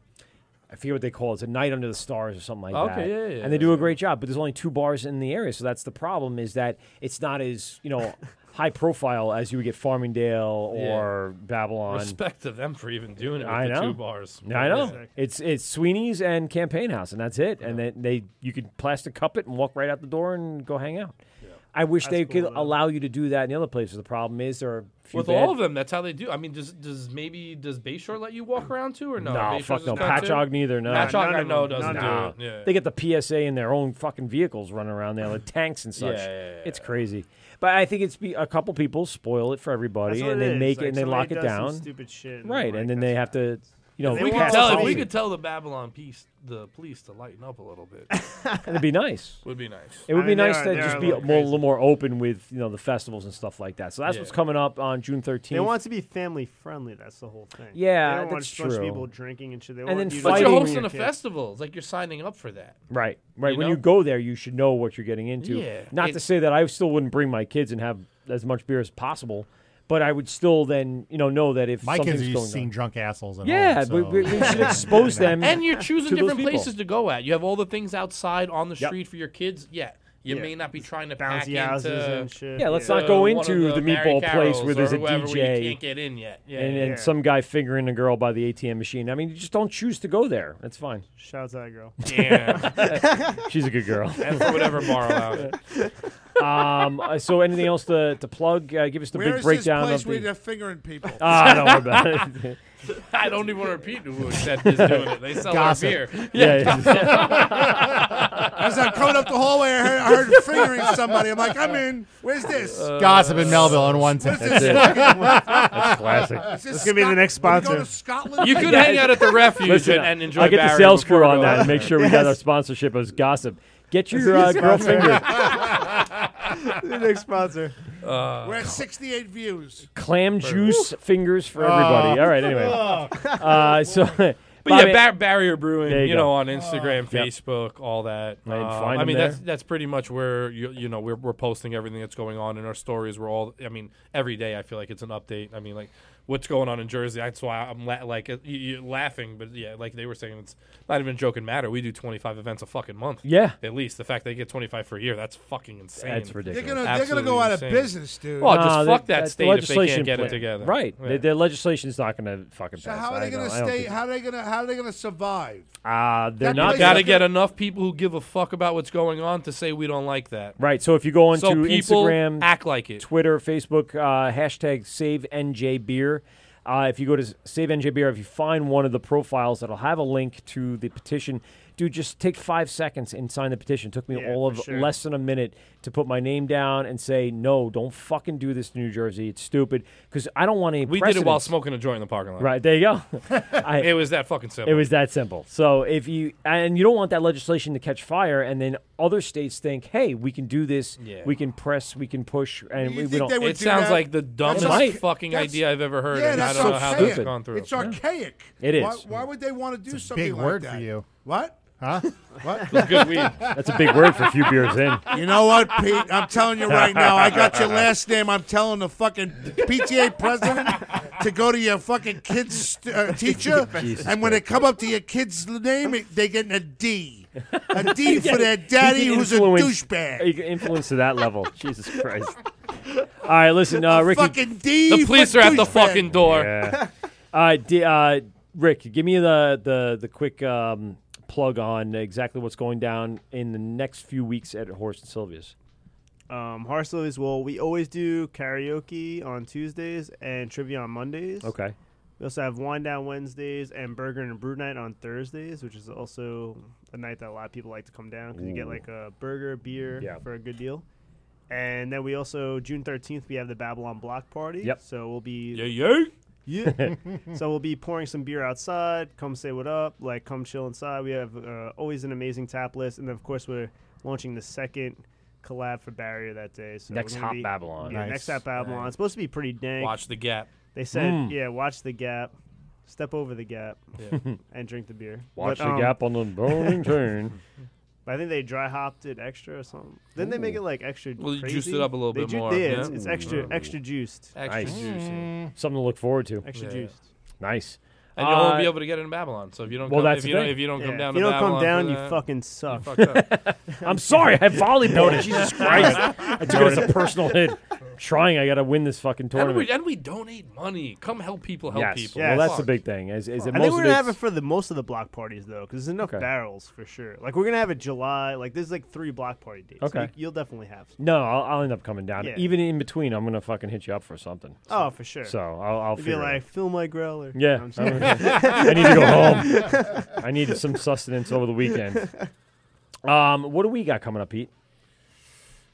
Speaker 12: I forget what they call it. It's a night under the stars or something like
Speaker 14: Okay,
Speaker 12: that.
Speaker 14: yeah, yeah,
Speaker 12: And they do a great job, but there's only two bars in the area, so that's the problem. Is that it's not as you know high profile as you would get Farmingdale
Speaker 14: Yeah.
Speaker 12: or Babylon.
Speaker 14: Respect to them for even doing it with
Speaker 12: I
Speaker 14: the
Speaker 12: know.
Speaker 14: two bars.
Speaker 12: Yeah, I know.
Speaker 14: Yeah.
Speaker 12: It's it's Sweeney's and Campaign House, and that's it. And then they you could plastic cup it and walk right out the door and go hang out. I wish
Speaker 14: That's
Speaker 12: they
Speaker 14: cool,
Speaker 12: could
Speaker 14: though.
Speaker 12: allow you to do that in the other places. The problem is there are a few
Speaker 14: With
Speaker 12: bad-
Speaker 14: all of them, that's how they do. I mean, does does maybe does Bayshore let you walk around too or no?
Speaker 12: No,
Speaker 14: Bayshore's
Speaker 12: fuck
Speaker 14: is
Speaker 12: no.
Speaker 14: not too?
Speaker 12: Patchogue neither. No,
Speaker 14: Patchogue I know doesn't do
Speaker 12: No.
Speaker 14: it. Yeah.
Speaker 12: They get the PSA in their own fucking vehicles running around there, like tanks and such.
Speaker 14: Yeah, yeah, yeah,
Speaker 12: It's crazy. But I think it's be, a couple people spoil it for everybody,
Speaker 15: That's what
Speaker 12: and
Speaker 15: it
Speaker 12: they
Speaker 15: is.
Speaker 12: make
Speaker 15: Like,
Speaker 12: it and they lock
Speaker 15: somebody
Speaker 12: it
Speaker 15: does some
Speaker 12: down.
Speaker 15: stupid shit and
Speaker 12: right,
Speaker 15: I'm
Speaker 12: and then they have to, you know,
Speaker 14: If we could
Speaker 12: pass
Speaker 14: tell
Speaker 12: it
Speaker 14: if we
Speaker 12: on.
Speaker 14: could tell the Babylon piece the police to lighten up a little bit.
Speaker 12: It'd be nice.
Speaker 14: Would be nice.
Speaker 12: It would
Speaker 14: I
Speaker 12: be
Speaker 14: mean, they
Speaker 12: nice
Speaker 14: are-
Speaker 12: to
Speaker 14: they
Speaker 12: just
Speaker 14: are
Speaker 12: be
Speaker 14: like
Speaker 12: more, a little more open with you know the festivals and stuff like that. So that's
Speaker 15: Yeah.
Speaker 12: what's coming up on
Speaker 15: They
Speaker 12: June thirteenth.
Speaker 15: want it to be family friendly. That's the whole thing.
Speaker 12: Yeah,
Speaker 15: they don't want
Speaker 12: that's
Speaker 15: a bunch of
Speaker 12: true.
Speaker 15: people drinking and shit. They
Speaker 12: And
Speaker 15: want
Speaker 12: then
Speaker 15: you to
Speaker 14: But
Speaker 12: fighting-
Speaker 14: you're
Speaker 12: Fighting
Speaker 14: hosting
Speaker 12: your
Speaker 14: a
Speaker 12: kid.
Speaker 14: festival. It's like you're signing up for that.
Speaker 12: Right, right.
Speaker 14: You
Speaker 12: when
Speaker 14: know?
Speaker 12: you go there, you should know what you're getting into.
Speaker 14: Yeah.
Speaker 12: Not to
Speaker 14: It-
Speaker 12: say that I still wouldn't bring my kids and have as much beer as possible, but I would still then you know know that if
Speaker 4: My kids
Speaker 12: something's
Speaker 4: are used
Speaker 12: going
Speaker 4: to seeing
Speaker 12: on-
Speaker 4: drunk assholes. At
Speaker 12: Yeah,
Speaker 4: home,
Speaker 12: we-
Speaker 4: so-
Speaker 12: we- we should expose them.
Speaker 14: And you're
Speaker 12: to
Speaker 14: choosing
Speaker 12: those
Speaker 14: different
Speaker 12: people.
Speaker 14: places to go at. You have all the things outside on the
Speaker 12: Yep.
Speaker 14: street for your kids. Yeah. You
Speaker 12: Yeah.
Speaker 14: may not be trying to pack
Speaker 15: Bouncy houses
Speaker 14: into
Speaker 15: and shit.
Speaker 12: Yeah, let's
Speaker 14: to
Speaker 12: not go
Speaker 14: Uh, one of
Speaker 12: into the,
Speaker 14: Mary
Speaker 12: meatball place where
Speaker 14: Carrolls
Speaker 12: there's
Speaker 14: or
Speaker 12: a
Speaker 14: whoever
Speaker 12: DJ
Speaker 14: where you can't get in yet. Yeah,
Speaker 12: and,
Speaker 14: yeah,
Speaker 12: and
Speaker 14: yeah.
Speaker 12: some guy fingering a girl by the ATM machine. I mean, you just don't choose to go there. That's fine.
Speaker 15: Shout out to that girl.
Speaker 12: Yeah, she's a good girl.
Speaker 14: And for whatever bar allowed
Speaker 12: um. uh, So, anything else to, to plug? Uh, give us the
Speaker 20: Where
Speaker 12: big
Speaker 20: is this
Speaker 12: breakdown
Speaker 20: place
Speaker 12: of
Speaker 20: where
Speaker 12: the.
Speaker 20: they're fingering people?
Speaker 12: Ah, don't worry about it.
Speaker 14: I don't even want to repeat who except is doing it. They sell
Speaker 12: Gossip.
Speaker 14: our beer.
Speaker 12: Yeah,
Speaker 20: As I'm coming up the hallway, I heard, I heard fingering somebody. I'm like, I'm in. Where's this?
Speaker 4: Gossip in Melville in one time.
Speaker 20: Where's this? fucking- Is
Speaker 15: That's gonna be the next
Speaker 20: Wanna
Speaker 15: sponsor.
Speaker 20: go to Scotland?
Speaker 14: You could hang out at the refuge
Speaker 12: Listen,
Speaker 14: and, and enjoy.
Speaker 12: I'll get the
Speaker 14: Barry
Speaker 12: sales
Speaker 14: before
Speaker 12: crew on
Speaker 14: going.
Speaker 12: that and make sure we got our sponsorship as gossip. Get your uh, girl fingered.
Speaker 15: the next sponsor.
Speaker 12: Uh,
Speaker 20: We're at 68 views.
Speaker 12: Clam juice fingers for
Speaker 20: Oh.
Speaker 12: everybody. All right, anyway.
Speaker 20: Oh.
Speaker 12: Uh, so, but
Speaker 14: Ah. But yeah, Bar- Barrier Brewing,
Speaker 12: There
Speaker 14: you,
Speaker 12: you go.
Speaker 14: know, on Instagram,
Speaker 12: Yep.
Speaker 14: Facebook, all that.
Speaker 12: And
Speaker 14: Uh,
Speaker 12: find
Speaker 14: I
Speaker 12: them
Speaker 14: mean,
Speaker 12: there.
Speaker 14: that's that's pretty much where you you know we're we're posting everything that's going on in our stories. We're all, I mean, every day I feel like it's an update. I mean, like what's going on in Jersey. That's why I'm la- like uh, you, you're laughing, but yeah, like they were saying, it's not even a joking matter. We do 25 events a fucking month.
Speaker 12: Yeah.
Speaker 14: at least the fact they get 25 for a year, that's fucking insane.
Speaker 12: That's ridiculous.
Speaker 20: They're gonna- they're gonna go
Speaker 14: Absolutely
Speaker 20: out of
Speaker 14: insane.
Speaker 20: business, dude.
Speaker 14: Well,
Speaker 12: Nah,
Speaker 14: just
Speaker 12: that-
Speaker 14: fuck that,
Speaker 12: that- the
Speaker 14: state if they
Speaker 12: legislation
Speaker 14: can't get
Speaker 12: plan-
Speaker 14: it together.
Speaker 12: Right.
Speaker 14: Yeah.
Speaker 12: The, the legislation's not going to fucking
Speaker 20: So
Speaker 12: pass.
Speaker 20: how are they
Speaker 12: I
Speaker 20: going to
Speaker 12: don't- I don't
Speaker 20: stay?
Speaker 12: think-
Speaker 20: How are they going to? How are they going to survive?
Speaker 12: Uh, they're
Speaker 20: That
Speaker 12: not
Speaker 20: place
Speaker 14: got to
Speaker 20: is-
Speaker 14: get enough people who give a fuck about what's going on to say we don't like that.
Speaker 12: Right. So if you go onto
Speaker 14: So people
Speaker 12: Instagram,
Speaker 14: act like it.
Speaker 12: Twitter, Facebook, uh, hashtag Save NJ Beer. Uh, if you go to s- Save NJ Beer, if you find one of the profiles that'll have a link to the petition, dude, just take five seconds and sign the petition. took me
Speaker 15: Yeah,
Speaker 12: all
Speaker 15: for
Speaker 12: of
Speaker 15: sure.
Speaker 12: less than a minute to put my name down and say, no, don't fucking do this, New Jersey. It's stupid. Because I don't want any.
Speaker 14: We did it while
Speaker 12: precedents.
Speaker 14: smoking a joint in the parking lot.
Speaker 12: Right there you go. I-
Speaker 14: It was that fucking simple.
Speaker 12: It was that simple. So if you and you don't want that legislation to catch fire, and then other states think, "Hey, we can do this.
Speaker 14: Yeah.
Speaker 12: We can press. We can push." And
Speaker 14: You
Speaker 12: we, we
Speaker 14: think
Speaker 12: don't.
Speaker 14: they would It do sounds that? like the dumbest
Speaker 12: It might.
Speaker 14: fucking That's- idea I've ever heard,
Speaker 20: Yeah,
Speaker 14: and I
Speaker 20: that's
Speaker 14: don't know
Speaker 20: archaic.
Speaker 14: how that's gone through.
Speaker 20: It's archaic.
Speaker 12: It is.
Speaker 20: Why, why would they want to do something
Speaker 4: big
Speaker 20: like
Speaker 4: word
Speaker 20: that?
Speaker 4: for you.
Speaker 20: What?
Speaker 4: Huh?
Speaker 20: What?
Speaker 4: It's good weed.
Speaker 12: That's a big word for a few beers in.
Speaker 20: You know what, Pete? I'm telling you right now. I got your last name. I'm telling the fucking PTA president to go to your fucking kid's uh, teacher,
Speaker 12: Jesus
Speaker 20: and when they come up to your kid's name, it- they get a D. A D for their daddy who's a
Speaker 12: Influence-
Speaker 20: douchebag.
Speaker 12: You can influence to that level. Jesus Christ. All right, listen, uh, Ricky.
Speaker 20: fucking D The for police are at the douchebag. fucking door.
Speaker 12: Yeah. All right, D, uh, Rick, give me the the the quick um, plug on exactly what's going down in the next few weeks at Horse and Sylvia's.
Speaker 15: Um, Harslow is well. We always do karaoke on Tuesdays and trivia on Mondays.
Speaker 12: Okay.
Speaker 15: We also have wine down Wednesdays and burger and brew night on Thursdays, which is also a night that a lot of people like to come down because you get
Speaker 12: Ooh.
Speaker 15: like a burger, beer
Speaker 12: Yeah.
Speaker 15: for a good deal. And then we also June thirteenth we have the Babylon Block Party.
Speaker 12: Yep.
Speaker 15: So we'll be
Speaker 12: Yeah, yeah.
Speaker 15: yeah. so we'll be pouring some beer outside. Come say what up. Like, come chill inside. We have uh, always an amazing tap list, and then of course we're launching the second collab for Barrier that day. So
Speaker 14: Next
Speaker 15: we're gonna
Speaker 14: Hop Babylon.
Speaker 15: Yeah,
Speaker 14: Nice.
Speaker 15: next Hop Babylon.
Speaker 14: Nice.
Speaker 15: It's supposed to be pretty dank.
Speaker 14: Watch the gap.
Speaker 15: They said,
Speaker 14: Mm.
Speaker 15: yeah, watch the gap, step over the gap,
Speaker 14: Yeah.
Speaker 15: and drink the beer.
Speaker 12: Watch
Speaker 15: um,
Speaker 12: the gap on the bowling turn.
Speaker 15: But I think they dry hopped it extra or something. Then they make
Speaker 12: Ooh. Mm.
Speaker 15: it like extra.
Speaker 14: Well, you
Speaker 15: crazy.
Speaker 14: juiced it up a little
Speaker 15: They
Speaker 14: bit
Speaker 15: ju-
Speaker 14: more,
Speaker 15: Yeah,
Speaker 14: yeah?
Speaker 15: it's, it's extra,
Speaker 14: Ooh.
Speaker 15: extra juiced.
Speaker 14: Extra
Speaker 12: nice.
Speaker 14: juicy.
Speaker 12: Something to look forward to.
Speaker 15: Extra Yeah. juiced.
Speaker 12: Nice.
Speaker 14: And you'll only
Speaker 12: Uh,
Speaker 14: be able to get it in Babylon. So if you don't,
Speaker 12: well,
Speaker 14: come,
Speaker 12: that's
Speaker 14: if
Speaker 12: the
Speaker 14: you don't,
Speaker 12: thing.
Speaker 14: if you don't
Speaker 12: Yeah.
Speaker 14: come down,
Speaker 15: If you
Speaker 14: to
Speaker 15: don't come
Speaker 14: Babylon
Speaker 15: down,
Speaker 14: for
Speaker 15: you
Speaker 14: that,
Speaker 15: fucking suck.
Speaker 14: fucked up.
Speaker 12: I'm sorry, I had volleyball.
Speaker 14: Noted.
Speaker 12: Jesus Christ. I took it as a personal hit. Trying, I got to win this fucking
Speaker 14: And
Speaker 12: tournament.
Speaker 14: we, and we donate money. Come help people. Help
Speaker 12: yes.
Speaker 14: people.
Speaker 12: Well, that's the
Speaker 14: Fuck.
Speaker 12: big thing. Is, is
Speaker 15: I
Speaker 12: that
Speaker 15: think
Speaker 12: most
Speaker 15: we're
Speaker 12: of
Speaker 15: gonna
Speaker 12: it's-
Speaker 15: have it for the most of the block parties though, because there's enough barrels for sure. Like we're gonna have a July, like there's like three block party dates.
Speaker 12: Okay.
Speaker 15: You- you'll definitely have. Some.
Speaker 12: No, I'll, I'll end up coming down.
Speaker 15: Yeah.
Speaker 12: Even in between, I'm gonna fucking hit you up for something.
Speaker 15: Oh, for sure.
Speaker 12: So I'll, I'll
Speaker 15: You'd be
Speaker 12: figure it
Speaker 15: like,
Speaker 12: out.
Speaker 15: fill my growler.
Speaker 12: Yeah,
Speaker 15: No, I'm just
Speaker 12: I'm-
Speaker 15: kidding.
Speaker 12: I need to go home. I need some sustenance over the weekend. Um, what do we got coming up, Pete?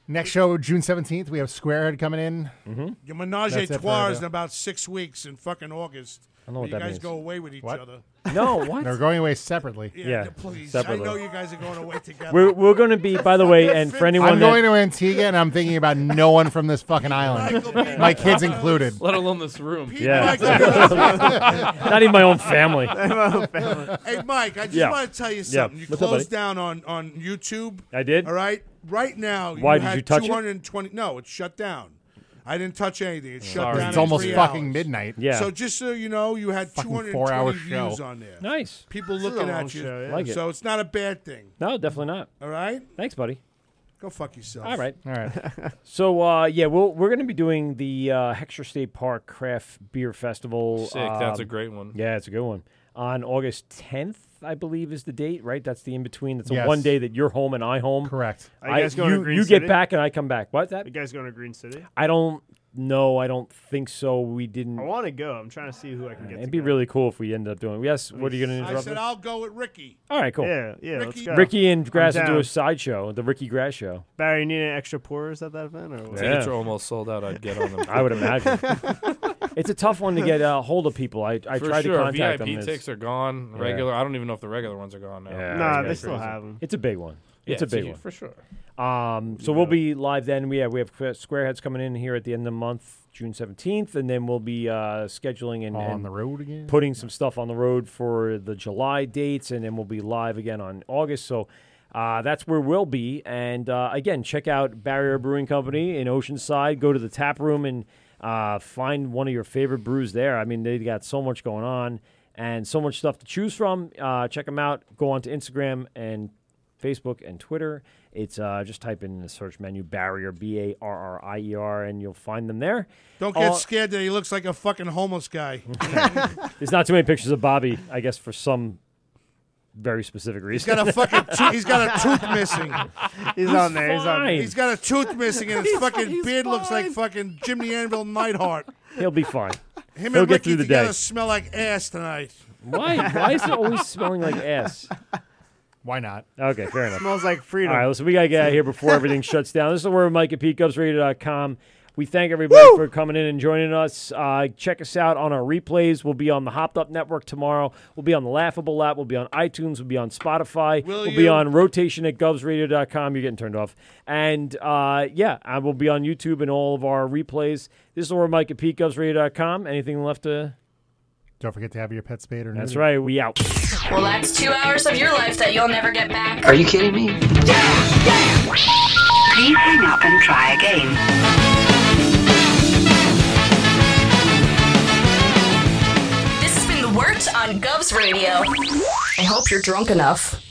Speaker 13: Next show, June 17th, we have Squarehead coming in. Mm-hmm.
Speaker 20: Your menage a trois is in about six weeks in fucking August.
Speaker 13: I don't know
Speaker 20: where
Speaker 13: what
Speaker 20: you
Speaker 13: that
Speaker 20: guys
Speaker 13: means.
Speaker 20: go away with each
Speaker 13: What?
Speaker 20: other.
Speaker 12: No, what?
Speaker 13: They're going away separately.
Speaker 20: Yeah, please.
Speaker 13: separately.
Speaker 20: I know you guys are going away together.
Speaker 12: We're we're gonna be, by the way, and for anyone
Speaker 13: I'm
Speaker 12: that,
Speaker 13: going to Antigua and I'm thinking about no one from this fucking island, my kids included.
Speaker 14: Let alone this room.
Speaker 12: yeah, not even my own family.
Speaker 20: Hey, Mike, I just
Speaker 12: Yeah.
Speaker 20: want to tell you
Speaker 12: Yeah.
Speaker 20: something. You
Speaker 12: What's up,
Speaker 20: closed
Speaker 12: buddy?
Speaker 20: down on, on YouTube.
Speaker 12: I did?
Speaker 20: All right. Right now,
Speaker 12: Why,
Speaker 20: you
Speaker 12: did
Speaker 20: had
Speaker 12: you touch it?
Speaker 20: 220. No, it's shut down. I didn't touch anything. It's shut
Speaker 13: Sorry.
Speaker 20: down.
Speaker 13: It's
Speaker 20: in
Speaker 13: almost
Speaker 20: three
Speaker 13: fucking
Speaker 20: hours.
Speaker 13: midnight. Yeah.
Speaker 20: So just so you know, you had
Speaker 13: Fucking
Speaker 20: 220
Speaker 13: four-hour
Speaker 20: views
Speaker 13: show.
Speaker 20: on there.
Speaker 12: Nice.
Speaker 20: People
Speaker 13: This is a
Speaker 20: looking
Speaker 13: long
Speaker 20: at you.
Speaker 13: show, yeah.
Speaker 12: Like it.
Speaker 20: so it's not a bad thing.
Speaker 12: No, definitely not.
Speaker 20: All right.
Speaker 12: Thanks, buddy.
Speaker 20: Go fuck yourself.
Speaker 12: All right.
Speaker 13: All right.
Speaker 12: So uh, yeah, we'll, we're going to be doing the uh, Hexer State Park Craft Beer Festival.
Speaker 14: Sick, that's a
Speaker 12: um,
Speaker 14: great one.
Speaker 12: Yeah, it's a good one. On August 10th, I believe is the date, right? That's the in between. That's a
Speaker 13: Yes.
Speaker 12: one day that you're home and I home.
Speaker 13: Correct.
Speaker 15: Are you guys going to
Speaker 12: you
Speaker 15: Green
Speaker 12: you
Speaker 15: City?
Speaker 12: get back and I come back. What that?
Speaker 15: You guys going to Green City?
Speaker 12: I don't know. I don't think so. We didn't.
Speaker 15: I want to go. I'm trying to see who I can get.
Speaker 12: It'd be really cool if we ended up doing. Yes. What are you going to
Speaker 20: I
Speaker 12: interrupt?
Speaker 20: said
Speaker 12: me?
Speaker 20: I'll go with Ricky.
Speaker 12: All right, cool.
Speaker 15: Yeah, yeah, let's Ricky- go.
Speaker 12: Ricky and
Speaker 15: I'm
Speaker 12: Grass will do
Speaker 15: down.
Speaker 12: a sideshow, the Ricky Grass show.
Speaker 15: Barry, you need any extra pours at that event or what?
Speaker 14: Tickets are almost sold out. I'd get on them.
Speaker 12: I would imagine. it's a tough one to get a hold of people. I, I
Speaker 14: For
Speaker 12: tried
Speaker 14: sure,
Speaker 12: to
Speaker 14: VIP
Speaker 12: contact them. It's-
Speaker 14: tickets are gone.
Speaker 12: Yeah.
Speaker 14: Regular. I don't even know if the regular ones are gone now.
Speaker 12: Yeah,
Speaker 15: Nah,
Speaker 12: yeah,
Speaker 15: they still
Speaker 12: crazy.
Speaker 15: have 'em.
Speaker 12: It's a big one.
Speaker 14: Yeah,
Speaker 12: it's a
Speaker 14: it's a
Speaker 12: big
Speaker 14: huge-
Speaker 12: one
Speaker 14: for sure.
Speaker 12: Um, so we'll be live then. We have we have Squareheads coming in here at the end of the month, June seventeenth, and then we'll be uh, scheduling and
Speaker 13: On
Speaker 12: and
Speaker 13: the road again?
Speaker 12: putting some stuff on the road for the July dates, and then we'll be live again on August. So. Uh, that's where we'll be, and uh, again, check out Barrier Brewing Company in Oceanside. Go to the tap room and uh, find one of your favorite brews there. I mean, they've got so much going on and so much stuff to choose from. Uh, check them out. Go on to Instagram and Facebook and Twitter. It's uh, just type in the search menu barrier B A R R I E R and you'll find them there. Uh,
Speaker 20: Don't get
Speaker 12: All-
Speaker 20: scared that he looks like a fucking homeless guy.
Speaker 12: There's not too many pictures of Bobby, I guess, for some very specific
Speaker 20: He's
Speaker 12: reason.
Speaker 20: got a fucking. To- he's got a tooth missing.
Speaker 12: He's on there, he's on there.
Speaker 20: He's got a tooth missing, and his
Speaker 12: He's-
Speaker 20: fucking beard looks like fucking Jimmy Anvil Neidhart.
Speaker 12: He'll be fine.
Speaker 20: Him
Speaker 12: He'll
Speaker 20: and
Speaker 12: get
Speaker 20: Ricky
Speaker 12: through the
Speaker 20: together
Speaker 12: day.
Speaker 20: smell like ass tonight.
Speaker 12: Why? Why is it always smelling like ass?
Speaker 13: Why not?
Speaker 12: Okay, fair enough.
Speaker 15: Smells like freedom.
Speaker 12: All right, listen, we got to get out of here before everything shuts down. This is where Mike at PeteGubsRadio.com. We thank everybody for coming in and joining us. Uh, check us out on our replays. We'll be on the Hopped Up Network tomorrow. We'll be on the Laughable app. We'll be on iTunes. We'll be on Spotify.
Speaker 20: Will
Speaker 12: we'll be
Speaker 20: you-
Speaker 12: on rotation at govsradio.com. You're getting turned off. And uh, yeah, I will be on YouTube and all of our replays. This is where Mike at PeteGubsRadio.com. Anything left to.
Speaker 13: Don't forget to have your pet spayed or
Speaker 12: That's
Speaker 13: neutered.
Speaker 12: right. We out.
Speaker 17: Well, that's two hours of your life that you'll never get back.
Speaker 13: Are you kidding me?
Speaker 17: Please hang up and try again. This has been The Wort on Govs Radio. I hope you're drunk enough.